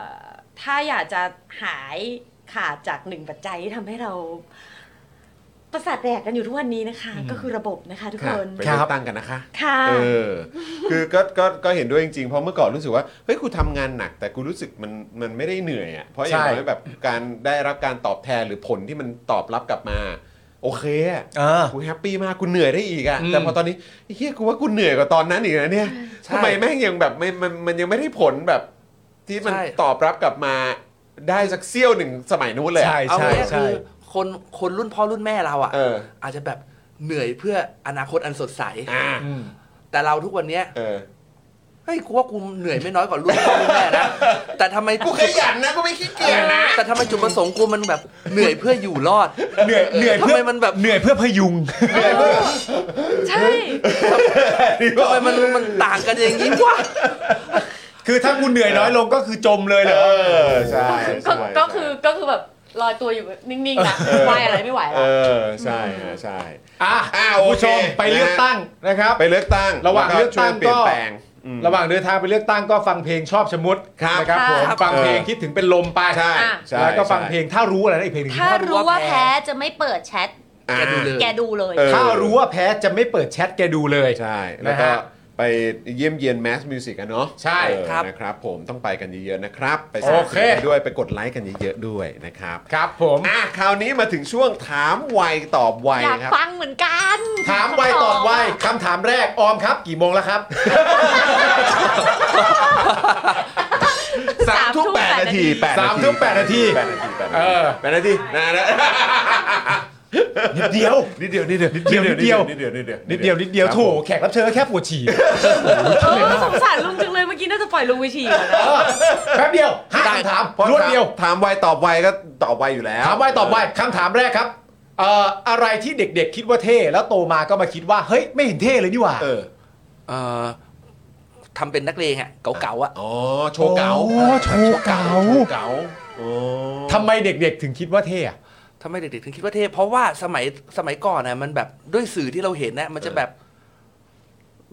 ถ้าอยากจะหายขาดจากหนึ่งปัจจัยที่ทำให้เราประสาทแดกกันอยู่ทุกวันนี้นะคะ ก็คือระบบนะคะ ทุก ค่ะ คน ไปเลือกตั้งกันนะคะ ค่ะ เออ คือก็ก็ก็เห็นด้วยจริงๆ เพราะเมื่อก่อนรู้สึกว่า เฮ้ยกูทำงานหนัก แต่กูรู้สึกมันมันไม่ได้เหนื่อยอ่ะ เพราะอย่าง ใช่ น้อยแบบการได้รับการตอบแทนหรือผลที่มันตอบรับกลับมา โอเคอะ อ่า กูแฮปปี้มากกูเหนื่อยได้อีกอ่ะ อืม แต่พอตอนนี้เฮียกูว่ากูเหนื่อยกว่าตอนนั้นอีกนะเนี่ย ใช่ ทำไมแม่งยังแบบไม่มันมันยังไม่ได้ผลแบบ ที่มัน ใช่ ตอบรับกลับมาได้สักเซี่ยวหนึ่งสมัยนู้นเลยอะ ใช่ เอา ใช่ ง่ายๆ ใช่ คือคนคนรุ่นพ่อรุ่นแม่เราอ่ะ เออ อาจจะแบบเหนื่อยเพื่ออนาคตอันสดใส อ่า อืม แต่เราทุกวันเนี้ย เออ เฮ้ยกูว่ากูเหนื่อยไม่น้อยกว่ารุ่นพ่อรุ่นแม่นะ แต่ทำไม กูขยันนะกูไม่ขี้เกียจนะ แต่ทำไมจุดประสงค์กูมันแบบเหนื่อยเพื่ออยู่รอด เหนื่อยเหนื่อย ทำ เพื่อ ไมมันแบบ เหนื่อยเพื่อพยุง ใช่ ทำไมมันมันต่างกันอย่างนี้วะ คือถ้าคุณเหนื่อยน้อยลงก็คือจมเลยเหรอ เออใช่ใช่ ก็ก็คือก็คือแบบลอยตัวอยู่นิ่งๆนะไหวอะไรไม่ไหว เอ แล้ว อใช่ฮะใช่ อ่ะ อ่ะโอเค ผู้ชมไปเลือกตั้งนะครับ ไปเลือกตั้ง ระหว่างเลือกตั้ง แช่ยเปลี่ยน ก็ แปลง ระหว่างเดินทางไปเลือกตั้งก็ฟังเพลงชอบชะมุด ครับ นะครับผม ครับ ฟังเพลงคิดถึงเป็นลมไป ใช่ใช่ แล้วก็ฟัง ใช่ เพลงถ้ารู้อะไรนะอีกเพลงหนึ่ง ถ้ารู้ว่าแพ้จะไม่เปิดแชท อ่า แกดูเลย แกดูเลย เออ ถ้ารู้ว่าแพ้จะไม่เปิดแชทแกดูเลย ใช่ นะฮะ แล้วก็ไปเยี่ยมเยียนแมสมิวสิกกันเนาะ ใช่ เออ ครับ นะครับผมต้องไปกันเยอะๆนะครับ ไป โอเค สนับสนุนกันด้วยไปกดไลค์กันเยอะๆด้วยนะครับ ครับผม อ่ะคราวนี้มาถึงช่วงถามไวตอบไว อยาก ครับ ฟังเหมือนกัน ถามไวตอบไวคำถามแรกออมครับ กี่โมงแล้วครับ สามทุ่มแปดนาทีแปด สามทุ่มแปดนาที แปดนาทีแปดนาทีแปดเออนาทีนะนะ นิดเดียว นิดเดียวนิดเดียวนิดเดียวนิดเดียวนิดเดียวนิดเดียว นิดเดียวนิดเดียว ครับ โถ ผม แขกรับเชิญก็แค่ปวดฉี่ เออสงสารลุงจังเลยเมื่อกี้น่าจะปล่อยลุงไปฉี่ก่อนนะ แป๊บเดียวห้า ได้ คำถาม พอ รวดเดียว ถามไวตอบไวก็ตอบไวอยู่แล้ว ถามไวตอบไวคำถามแรกครับเอ่ออะไรที่เด็กๆ คิดว่าเท่ แล้วโตมาก็มาคิดว่า เฮ้ย ไม่เห็นเท่เลยนี่หว่า เออ เอ่อทำเป็นนักเลงอะเก่าๆอะ อ๋อโชว์เก๋า โอ้โชว์เก๋า โชว์เก๋าโอ้ ทำไมเด็กๆ ถึงคิดว่าเท่อะ ทำไมเด็กๆถึงคิดว่าเท่เพราะว่าสมัยสมัยก่อนน่ะมันแบบด้วยสื่อที่เราเห็นนะมันจะแบบ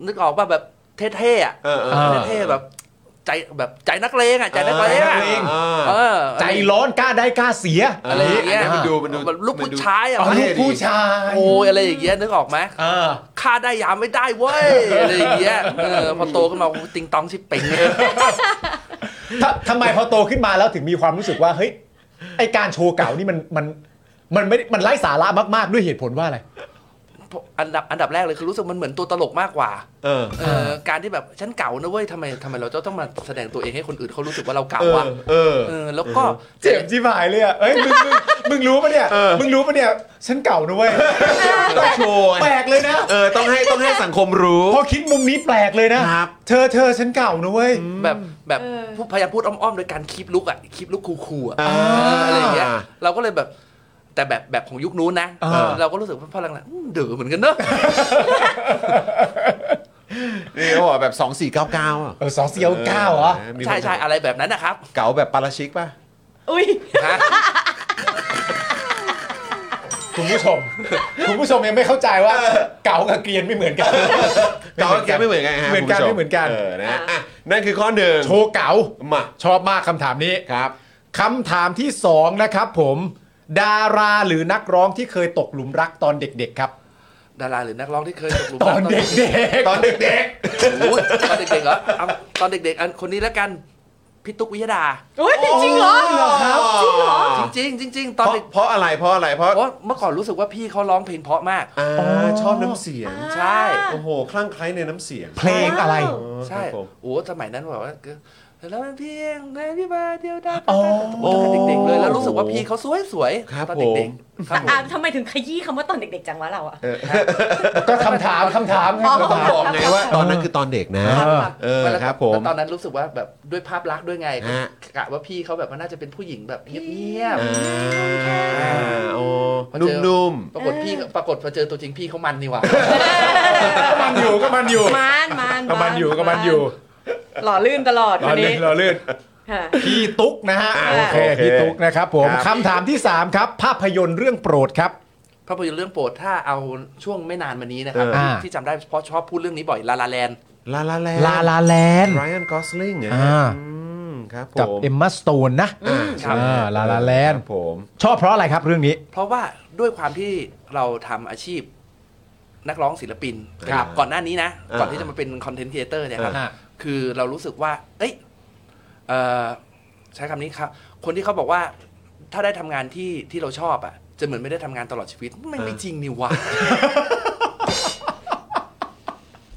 นึกออกว่าแบบเท่ๆอะ เออเออ เท่ๆแบบ ใจแบบใจนักเลงอะใจนักเลง เออนั อะ กเลง อ่า เออ ใจร้อนกล้าได้กล้าเสีย อะไรอย่างเงี้ย อันนี้มันดูมันดู ลูก มัน ผู้ ดู ชายอะ เอาลูกผู้ชาย โอ้ยอะไรอย่างเงี้ยนึกออกไหม เออ ค่าได้ยามไม่ได้เว้ยอะไรอย่างเงี้ยเออพอโตขึ้นมาโอ้โหติงตองชิบเป่งเลย ทำทำไมพอโตขึ้นมาแล้วถึงมีความรู้สึกว่าเฮ้ยไอการโชว์เก่านี่มันมันมันไม่ได้มันไร้สาระมาก ๆ ด้วยเหตุผลว่าอะไร อันดับอันดับแรกเลยคือรู้สึกมันเหมือนตัวตลกมากกว่า เออ เออการที่แบบฉันเก่านะเว้ยทำไมทำไมเราจะต้องมาแสดงตัวเองให้คนอื่นเขารู้สึกว่าเราเก่า เออ วะ เออ เออแล้วก็ เจ็บจิบหายเลยอ่ะเอ้ยมึงมึงมึงรู้ปะเนี่ย เออ มึงรู้ปะเนี่ยฉันเก่านะเว้ย ต้องโชว์ แปลกเลยนะ เออต้องให้ต้องให้สังคมรู้ พอคิดมุมนี้แปลกเลยนะครับ เธอเธอฉันเก่านะเว้ย แบบแบบ เออ พูดพยายามพูดอ้อมๆโดยการคลิปลุกอะคลิปลุกคูลๆอะ อ่า เอออะไรอย่างเงี้ยเราก็เลยแบบ แต่แบบแบบของยุคนู้นนะ อ่า เออเราก็รู้สึกว่าพอหลังๆอืมเดือเหมือนกันเนอะ นี่เขาบอกแบบ 2499อ่ะ เออสองเสียวเก้าเหรอ มีคน ใช่ใช่อะไรแบบนั้นนะครับ เก๋าแบบปาราชิกป่ะ อุ้ย คุณผู้ชมคุณผู้ชมยังไม่เข้าใจว่าเก่ากับเกรียนไม่เหมือนกัน เก๋ากับเกมไม่เหมือนกันฮะ เหมือนกัน คุณผู้ช ไม่เหมือนกัน เออนะอ่ะนั่นคือข้อหนึ่ง โชว์เก่า มา ชอบมากคำถามนี้ ครับ คำถามที่สองนะครับผม ดาราหรือนักร้องที่เคยตกหลุมรักตอนเด็กๆครับ ดาราหรือนักร้องที่เคยตกหลุม ต รั อนเด็ก ตอนเด็ก โอ้ยตอนเด็กๆเหรอเอาตอนเด็กๆอันคนนี้แล้วกันพี่ตุ๊กวิยดา อุ้ยจริงเหรอ ครับจริงเหรอ จริงๆจริงๆ เพ ตอน ราะ เด็ก เพราะอะไรเพราะอะไรเพราะ เพราะเมื่อก่อนรู้สึกว่าพี่เขาร้องเพลงเพราะมาก อ่าชอบน้ำเสียง ใช่ โอ้โห คลั่งไคล้ในน้ำเสียง เพลงอะไร ใช่ ครับผม โอ้สมัยนั้นแบบว่าก็แล้วมันเพียงในพี่บาเดียวได้ อ๋อ โอ้ตั้งแต่เด็กๆเลยแล้วรู้สึกว่าพี่เขาสวยสวย ครับ ตอน ผ เด็ ม กๆครับผม อ่ะทำไมถึงขยี้คำว่าตอนเด็กๆจังวะเราอะ ก็คำถามคำถามไง ก็ต้อง คำบถามอกไงว่าตอนนั้นคือตอนเด็กนะ เออ แล้ว ครับผม แล้วตอนนั้นรู้สึกว่าแบบด้วยภาพลักษณ์ด้วยไง ฮะ กะว่าพี่เขาแบบว่าน่าจะเป็นผู้หญิงแบบเงียบ อ่าโอ้ ๆพอเจอ นุ่ม ปรากฏพี่ปรากฏพอเจอตัวจริงพี่เขามันนี่หว่า ก็มันอยู่ก็มันอยู่ มันมัน ก็มันอยู่ก็มันอยู่ หล่อลื่นตลอด ร ค อนเล่ นี้ นรอเล่น ค่ะ พี่ตุ๊กนะฮะ อ่า โอเคพี่ตุ๊กนะครับผมคำถามที่ 3 ครับ ภาพยนตร์เรื่องโปรดครับ ภาพยนตร์เรื่องโปรดถ้าเอาช่วงไม่นานมานี้นะครับ เออ ที่จำได้เพราะชอบพูดเรื่องนี้บ่อยลาลาแลน ๆ ลาลาแลน ลาลาแลน ไรอันกอสลิง อ่า ครับผม กับเอมมาสโตนนะ อ่า ครับ อ่าลาลาแลน ครับผม ชอบเพราะอะไรครับเรื่องนี้ เพราะว่าด้วยความที่เราทำอาชีพนักร้องศิลปิน ครับ ก่อนหน้านี้นะ อ่า ก่อนที่จะมาเป็นคอนเทนต์ครีเอเตอร์เนี่ยครับ อ่า คือเรารู้สึกว่า เอ้ยเอ่อใช้คำนี้ครับ คนที่เขาบอกว่าถ้าได้ทำงานที่ที่เราชอบอ่ะ จะเหมือนไม่ได้ทำงานตลอดชีวิตไม่ อ่า ไม่จริงนี่วะ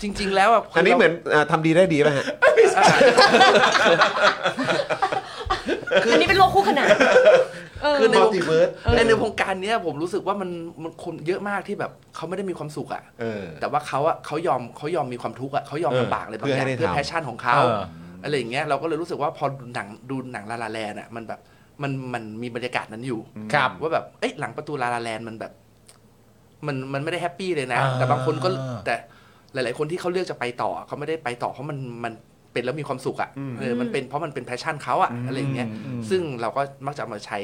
จริง ๆ แล้วอ่ะคื อันนี้ รา เหมือนอ่าทำดีได้ดีป่ะฮะ อันนี้เป็นโลกคู่ขนานเออ คือในวง Multiverse ในในวงการเนี้ยผมรู้สึกว่ามันมันคนเยอะมากที่แบบเขาไม่ได้มีความสุขอ่ะ เออ แต่ว่าเขาอะเขายอมเขายอมมีความทุกข์อะเขายอม เออ ลำบากอะไรบางอย่าง เพื่อให้ได้ เพื่อ ทำ แพชชั่นของเขา เออ อะไรอย่างเงี้ยเราก็เลยรู้สึกว่าพอดูหนังดูหนังลาลาแลนอะมันแบบมันมันมีบรรยากาศนั้นอยู่ ครับ ว่าแบบเอ้ยหลังประตูลาลาแลนมันแบบ มันมันไม่ได้แฮปปี้เลยนะ อ่า แต่บางคนก็แต่หลาย ๆ คนที่เขาเลือกจะไปต่อเขาไม่ได้ไปต่อเพราะมันมันเป็นแล้วมีความสุขอะเออมันเป็นเพราะมันเป็นแพชชั่นเขาอะอะไรอย่างเงี้ยซึ่งเราก็มักจะเอามาใช้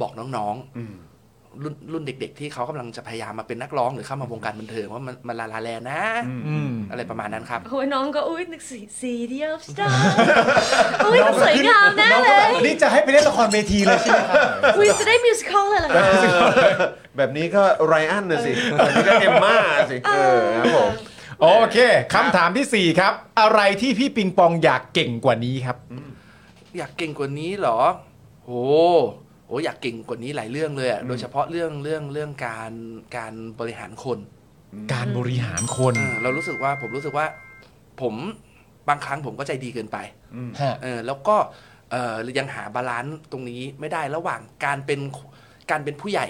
บอกน้องๆ รุ่นรุ่นเด็ก ๆ ที่เขากำลังจะพยายามมาเป็นนักร้องหรือเข้ามาวงการบันเทิงว่ามันมันลาลาแลนนะ อืม อะไรประมาณนั้นครับ โอ้ยน้องก็อุ้ยนึกสีสีเดียวสตาร์อุ้ยมันสวยงามแน่เลย นี่จะให้ไปเล่นละครเวทีเลยใช่ไหมครับ อุ้ยจะได้มิวสิควลเลยเหรอคะ แบบนี้ก็ไรอันน่ะสิแบบนี้ก็เอมม่าสิเออครับผม โอเคคำถามทีสี่4 ครับ อะไรที่พี่ปิงปองอยากเก่งกว่านี้ครับ อยากเก่งกว่านี้เหรอ โห โห อยากเก่งกว่านี้หลายเรื่องเลยอะโดยเฉพาะเรื่องเรื่องเรื่องการการบริหารคน การบริหารคน เออเรารู้สึกว่าผมรู้สึกว่า ผมบางครั้งผมก็ใจดีเกินไป เออแล้วก็เออยังหาบาลานซ์ตรงนี้ไม่ได้ระหว่างการเป็นการเป็นผู้ใหญ่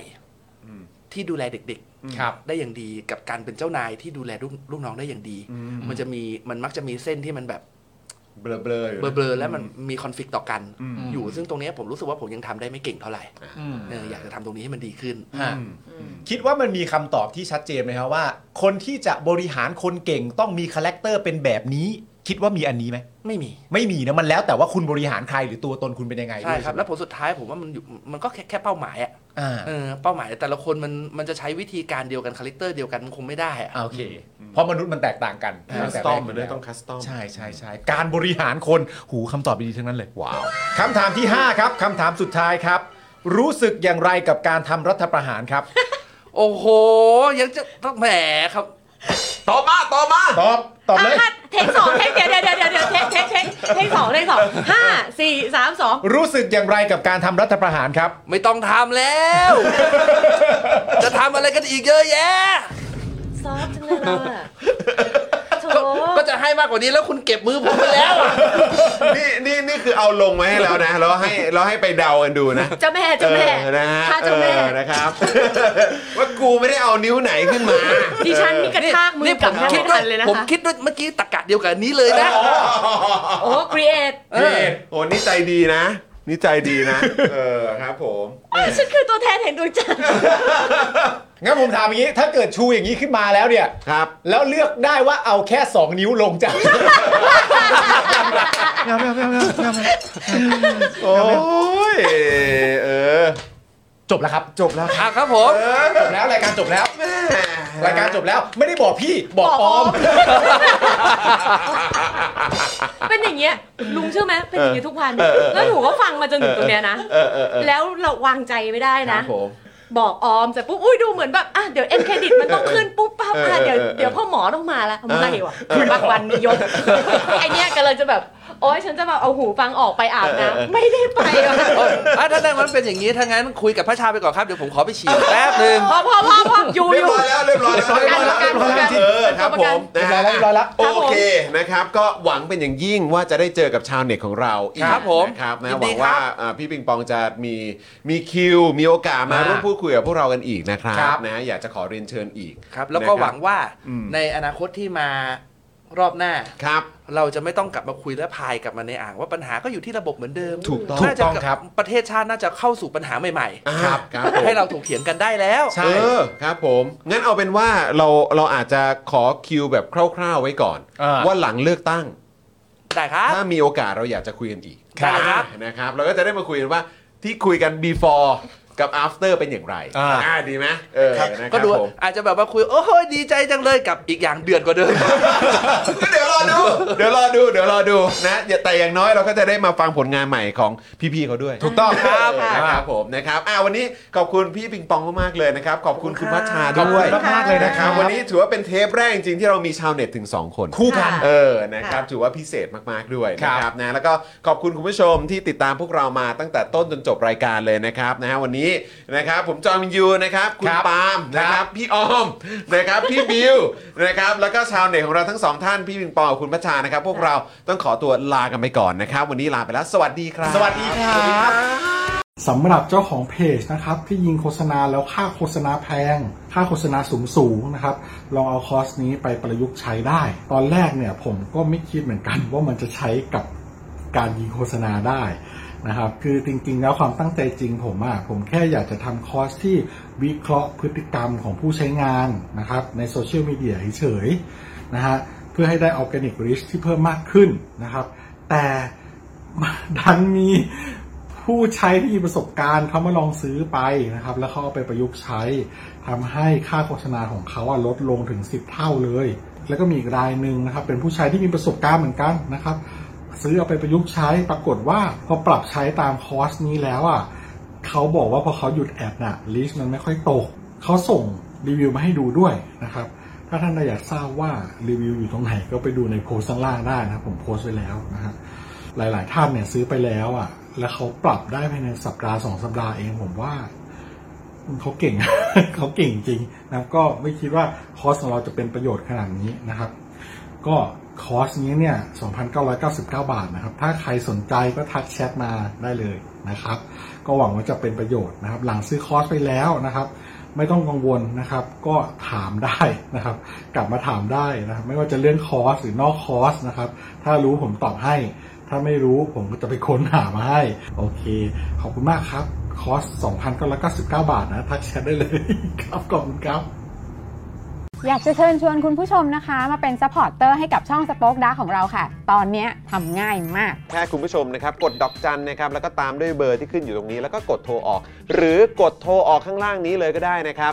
ที่ดูแลเด็กๆ ครับ ได้อย่างดีกับการเป็นเจ้านายที่ดูแลลูกลูกน้องได้อย่างดี มันจะมีมันมักจะมีเส้นที่มันแบบ เบลอเบลออยู่ เบลอๆแล้วมันมีคอนฟ lict ต่อกัน อยู่ซึ่งตรงเนี้ยผมรู้สึกว่าผมยังทำได้ไม่เก่งเท่าไหร่เอออยากจะทำตรงนี้ให้มันดีขึ้น ฮะคิดว่ามันมีคำตอบที่ชัดเจนไหมครับว่า คนที่จะบริหารคนเก่งต้องมีคาแรคเตอร์เป็นแบบนี้ คิดว่ามีอันนี้ไหม ไม่มี ไม่มีนะมันแล้วแต่ว่าคุณบริหารใครหรือตัวตนคุณเป็นยังไง ใช่ ด้วย ครับ แล้วผลสุดท้ายผมว่ามันอยู่มันก็แค่แค่เป้าหมายอะ อ่า เออเป้าหมายแต่ละคนมันมันจะใช้วิธีการเดียวกันคาแรคเตอร์เดียวกันมันคงไม่ได้อะ โอเค เพราะมนุษย์มันแตกต่างกัน คั ตั้ง ส แต่ ต แร อม กยู่ มันด้วย แล้ว ต้องคัสตอม ใช่ใช่ใช่การบริหารคนหูคำตอบดีๆทั้งนั้นเลย ว้าวคำถามที่ 5 ครับคำถามสุดท้ายครับ รู้สึกอย่างไรกับการทำรัฐประหารครับ โอ้โห ยังจะต้องแหมครับ ตอบมาตอบมา ตอบตอบเลย อ่ะเทคสองเทคเดี๋ยวเดี๋ยวเดี๋ยวเดี๋ยวเทคเทคเทคเทคสองเทคสองห้าสี่สามสอง รู้สึกอย่างไรกับการทำรัฐประหาร ครับ ไม่ต้องทำแล้ว จะทำอะไรกันอีกเยอะแยะ ซอฟจังเลยเราอะโถ ก็จะให้มากกว่านี้แล้วคุณเก็บมือผมไปแล้วอะ นี่นี่นี่คือเอาลงมาให้แล้วนะแล้วให้แล้วให้ไปเดากันดูนะ เจ้าแม่เจ้าแม่ เออนะฮะ ข้าเจ้าแม่ เออนะครับ ว่ากูไม่ได้เอานิ้วไหนขึ้นมา ดิฉันนี่กระชากมือกลับแทบ คิ ไม่ ดด้ว ทั ย นเลยนะ ผม คะ คิดด้วยเมื่อกี้ตะกะเดียวกับอันนี้เลยนะ โอ้ครีเอท เออ โอ้นี่ใจดีนะ นี่ใจดีนะ เออครับผม ฉันคือตัวแทนแห่งดวงจันทร์ งั้นผมถามอย่างนี้ ถ้าเกิดชูอย่างนี้ขึ้นมาแล้วเนี่ย ครับ แล้วเลือกได้ว่าเอาแค่ 2 นิ้วลงจาก โอ้ย เออ จบแล้วครับ จบแล้ว อ่ะครับผม จบแล้วรายการจบแล้ว รายการจบแล้วไม่ได้บอกพี่บอกออม เป็นอย่างเงี้ยลุงเชื่อไหมเป็นอย่างเงี้ยทุกวัน แล้วหนูก็ฟังมาจนถึงตรงเนี้ยนะ เออเออเออ แล้วเราวางใจไม่ได้ ครั นะ บผม บอกออมแต่ปุ๊บอุ้ยดูเหมือนแบบอ่ะเดี๋ยวเอ็นเครดิตมันต้องขึ้นปุ๊บปั๊บอ่ะเดี๋ยว เออเออเออ เดี๋ยวพ่อหมอต้องมาละไม่ เออ ว่ะบางวันมียกไอเนี้ยกำลังจะแบบ โอ้ยฉันจะแบบเอาหูฟังออกไปอาบน้ำไม่ได้ไปว่ะ เอออ่ะถ้านั้นมันเป็นอย่างนี้ถ้างั้นคุยกับพระชาไปก่อนครับ เดี๋ยวผมขอไปฉี่แป๊บหนึง พอพอพอพออยู่ เรี อย บ ยู่ ร้อยแล้วเรียบร้อยแล้ว เรียบร้อยแล้ว เรียบร้อยแล้ว เรียบร้อยแล้ว เออครับผมนะฮะ เรียบร้อยแล้ว โอเคนะครับก็หวังเป็นอย่างยิ่งว่าจะได้เจอกับชาวเน็ตของเราอีก ครับผม นะครับ ยิ นะ น ห ดี วัง ครั ว่า บ อ่าพี่ปิงปองจะมีมีคิว มีโอกาสมา อ่า ร่วมพูดคุยกับพวกเรากันอีกนะครั ครับ บ นะอยากจะขอเรียนเชิญอีก ครับ แล้วก็ นะครับ หวังว่า อืม ในอนาคตที่มารอบหน้า ครับ เราจะไม่ต้องกลับมาคุยและพายกลับมาในอ่างว่าปัญหาก็อยู่ที่ระบบเหมือนเดิม ถูกต้อง น่าถูกจะต้องครับ ประเทศชาติน่าจะเข้าสู่ปัญหาใหม่ๆ ครับครับผม ให้เราถกเถียงกันได้แล้ว ใช่ เออครับผมงั้นเอาเป็นว่าเราเราอาจจะขอคิวแบบคร่าว ๆ ไว้ก่อน อ่า ว่าหลังเลือกตั้ง ได้ครับ ถ้ามีโอกาสเราอยากจะคุยกันอีก ครับ อ่านะครับเราก็จะได้มาคุยกันว่าที่คุยกัน before กับ after เป็นอย่างไร อ่า ดีไหมเออนะครับ ก็ดู ผม อาจจะแบบมาคุย โอ้โหดีใจจังเลยกับอีกอย่างเดือนกว่าเดิม ก็เดี๋ยวรอดู เดี๋ยวรอดูเดี๋ยวรอดูนะอย่าแต่อย่างน้อยเราก็จะได้มาฟังผลงานใหม่ของพี่ๆเขาด้วย ถูกต้อง ครับนะครับผมนะครับอ่าวันนี้ขอบคุณพี่ปิงปองมากๆเลยนะครับขอบคุณคุณพัชชา ขอบ ด้ คุ ว ณ ย มากๆเลยนะ นะ ค ค รั รั บบ วันนี้ถือว่าเป็นเทปแรกจริงๆที่เรามีชาวเน็ตถึง 2 คน คู่กัน เออนะครับถือว่าพิเศษมากๆด้วย ครั นะ บ ครับนะแล้วก็ขอบคุณคุณผู้ชมที่ติดตามพวกเรามาตั้งแต่ต้นจนจบรายการเลยนะครับนะฮะวันนี้นะครับผมจอห์นวินยูนะครับคุณปาล์มนะครับพี่ออมนะครับพี่บิวนะครับแล้วก็ชาวเน็ตของเราทั้งสองท่านพี่วินปองกับคุณพัชชานะครับ พวกเราต้องขอตัวลากันไปก่อนนะครับ วันนี้ลาไปแล้วสวัสดีครับ สวัสดีครับ สำหรับเจ้าของเพจนะครับที่ยิงโฆษณาแล้วค่าโฆษณาแพง ค่าโฆษณาสูงสูงๆนะครับ ลองเอาคอร์สนี้ไปประยุกต์ใช้ได้ ตอนแรกเนี่ยผมก็ไม่คิดเหมือนกัน ว่ามันจะใช้กับการยิงโฆษณาได้นะครับ คือจริงๆ แล้วความตั้งใจจริงผมอะผมแค่อยากจะทำคอร์สที่วิเคราะห์พฤติกรรมของผู้ใช้งานนะครับในโซเชียลมีเดียเฉยๆนะฮะเพื่อให้ได้ออร์แก นิกริชที่เพิ่มมากขึ้นนะครับ แต่ ดันมีผ ผู้ใช้ที่มีประสบการณ์เขามาลองซื้อไปนะครับ แล้วเขาเอาไปประยุกต์ใช้ทำให้ค่าโฆษณาของเขาอะลดลงถึง 10 เท่าเลย แล้วก็มีอีกรายหนึ่งนะครับ เป็นผู้ใช้ที่มีประสบการณ์เหมือนกันนะครับ ซื้อเอาไปประยุกต์ใช้ปรากฏว่าพอปรับใช้ตามคอร์สนี้แล้วอ่ะเขาบอกว่าพอเขาหยุดแอดน่ะลิสต์มันไม่ค่อยตกเขาส่งรีวิวมาให้ดูด้วยนะครับ ถ้าท่านอยากทราบว่ารีวิวอยู่ตรงไหนก็ไปดูในโพสต์ข้างล่างได้นะครับผมโพสต์ไว้แล้วนะฮะหลาย ๆ ท่านเนี่ยซื้อไปแล้วอ่ะ แล้วเขาปรับได้ภายในสัปดาห์สองสัปดาห์เองผมว่า เขาเก่ง เขาเก่งจริงนะครับก็ไม่คิดว่าคอร์สของเราจะเป็นประโยชน์ขนาดนี้นะครับ ก็คอร์สนี้เนี่ย 2,999 บาทนะครับ ถ้าใครสนใจก็ทักแชทมาได้เลยนะครับ ก็หวังว่าจะเป็นประโยชน์นะครับ หลังซื้อคอร์สไปแล้วนะครับ ไม่ต้องกังวลนะครับ ก็ถามได้นะครับ กลับมาถามได้นะครับ ไม่ว่าจะเรื่องคอร์สหรือนอกคอร์สนะครับ ถ้ารู้ผมตอบให้ ถ้าไม่รู้ผมก็จะไปค้นหามาให้ โอเค ขอบคุณมากครับ คอร์ส 2,999 บาทนะทักแชทได้เลย ครับ ขอบคุณครับ อยากจะเชิญชวนคุณผู้ชมนะคะ มาเป็นซัพพอร์ตเตอร์ให้กับช่องสป็อคดาของเราค่ะ ตอนเนี้ยทำง่ายมาก แค่คุณผู้ชมนะครับ กดดอกจันนะครับ แล้วก็ตามด้วยเบอร์ที่ขึ้นอยู่ตรงนี้ แล้วก็กดโทรออก หรือกดโทรออกข้างล่างนี้เลยก็ได้นะครับ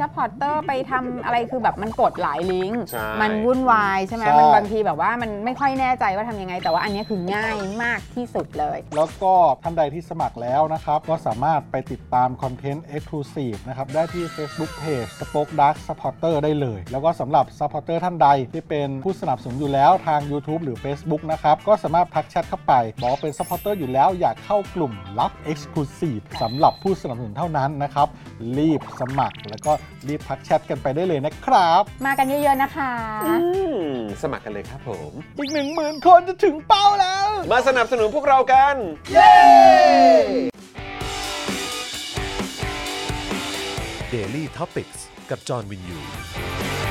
ซัพพอร์ตเตอร์ไปทำอะไรคือแบบมันกดหลายลิงก์ ใช่ มันวุ่นวายใช่ไหม ใช่ มันบางทีแบบว่ามันไม่ค่อยแน่ใจว่าทำยังไง แต่ว่าอันเนี้ยคือง่ายมากที่สุดเลย แล้วก็ท่านใดที่สมัครแล้วนะครับ ก็สามารถไปติดตามคอนเทนต์ Exclusive นะครับ ได้ที่ Facebook Page Spoke Dark Supporter ได้เลย แล้วก็สำหรับ Supporter ท่านใดที่เป็นผู้สนับสนุนอยู่แล้วทาง YouTube หรือ Facebook นะครับ ก็สามารถทักแชทเข้าไป บอกเป็น Supporter อยู่แล้วอยากเข้ากลุ่มลับ Exclusive สำหรับผู้สนับสนุนเท่านั้นนะครับ รีบสมัคร แล้วก็รีบทักแชทกันไปได้เลยนะครับ มากันเยอะๆนะคะ อืมสมัครกันเลยครับผม อีก 1 0,000 คนจะถึงเป้าแล้ว มาสนับสนุนพวกเรากัน Daily t o p i c กกับจอห์นวินยู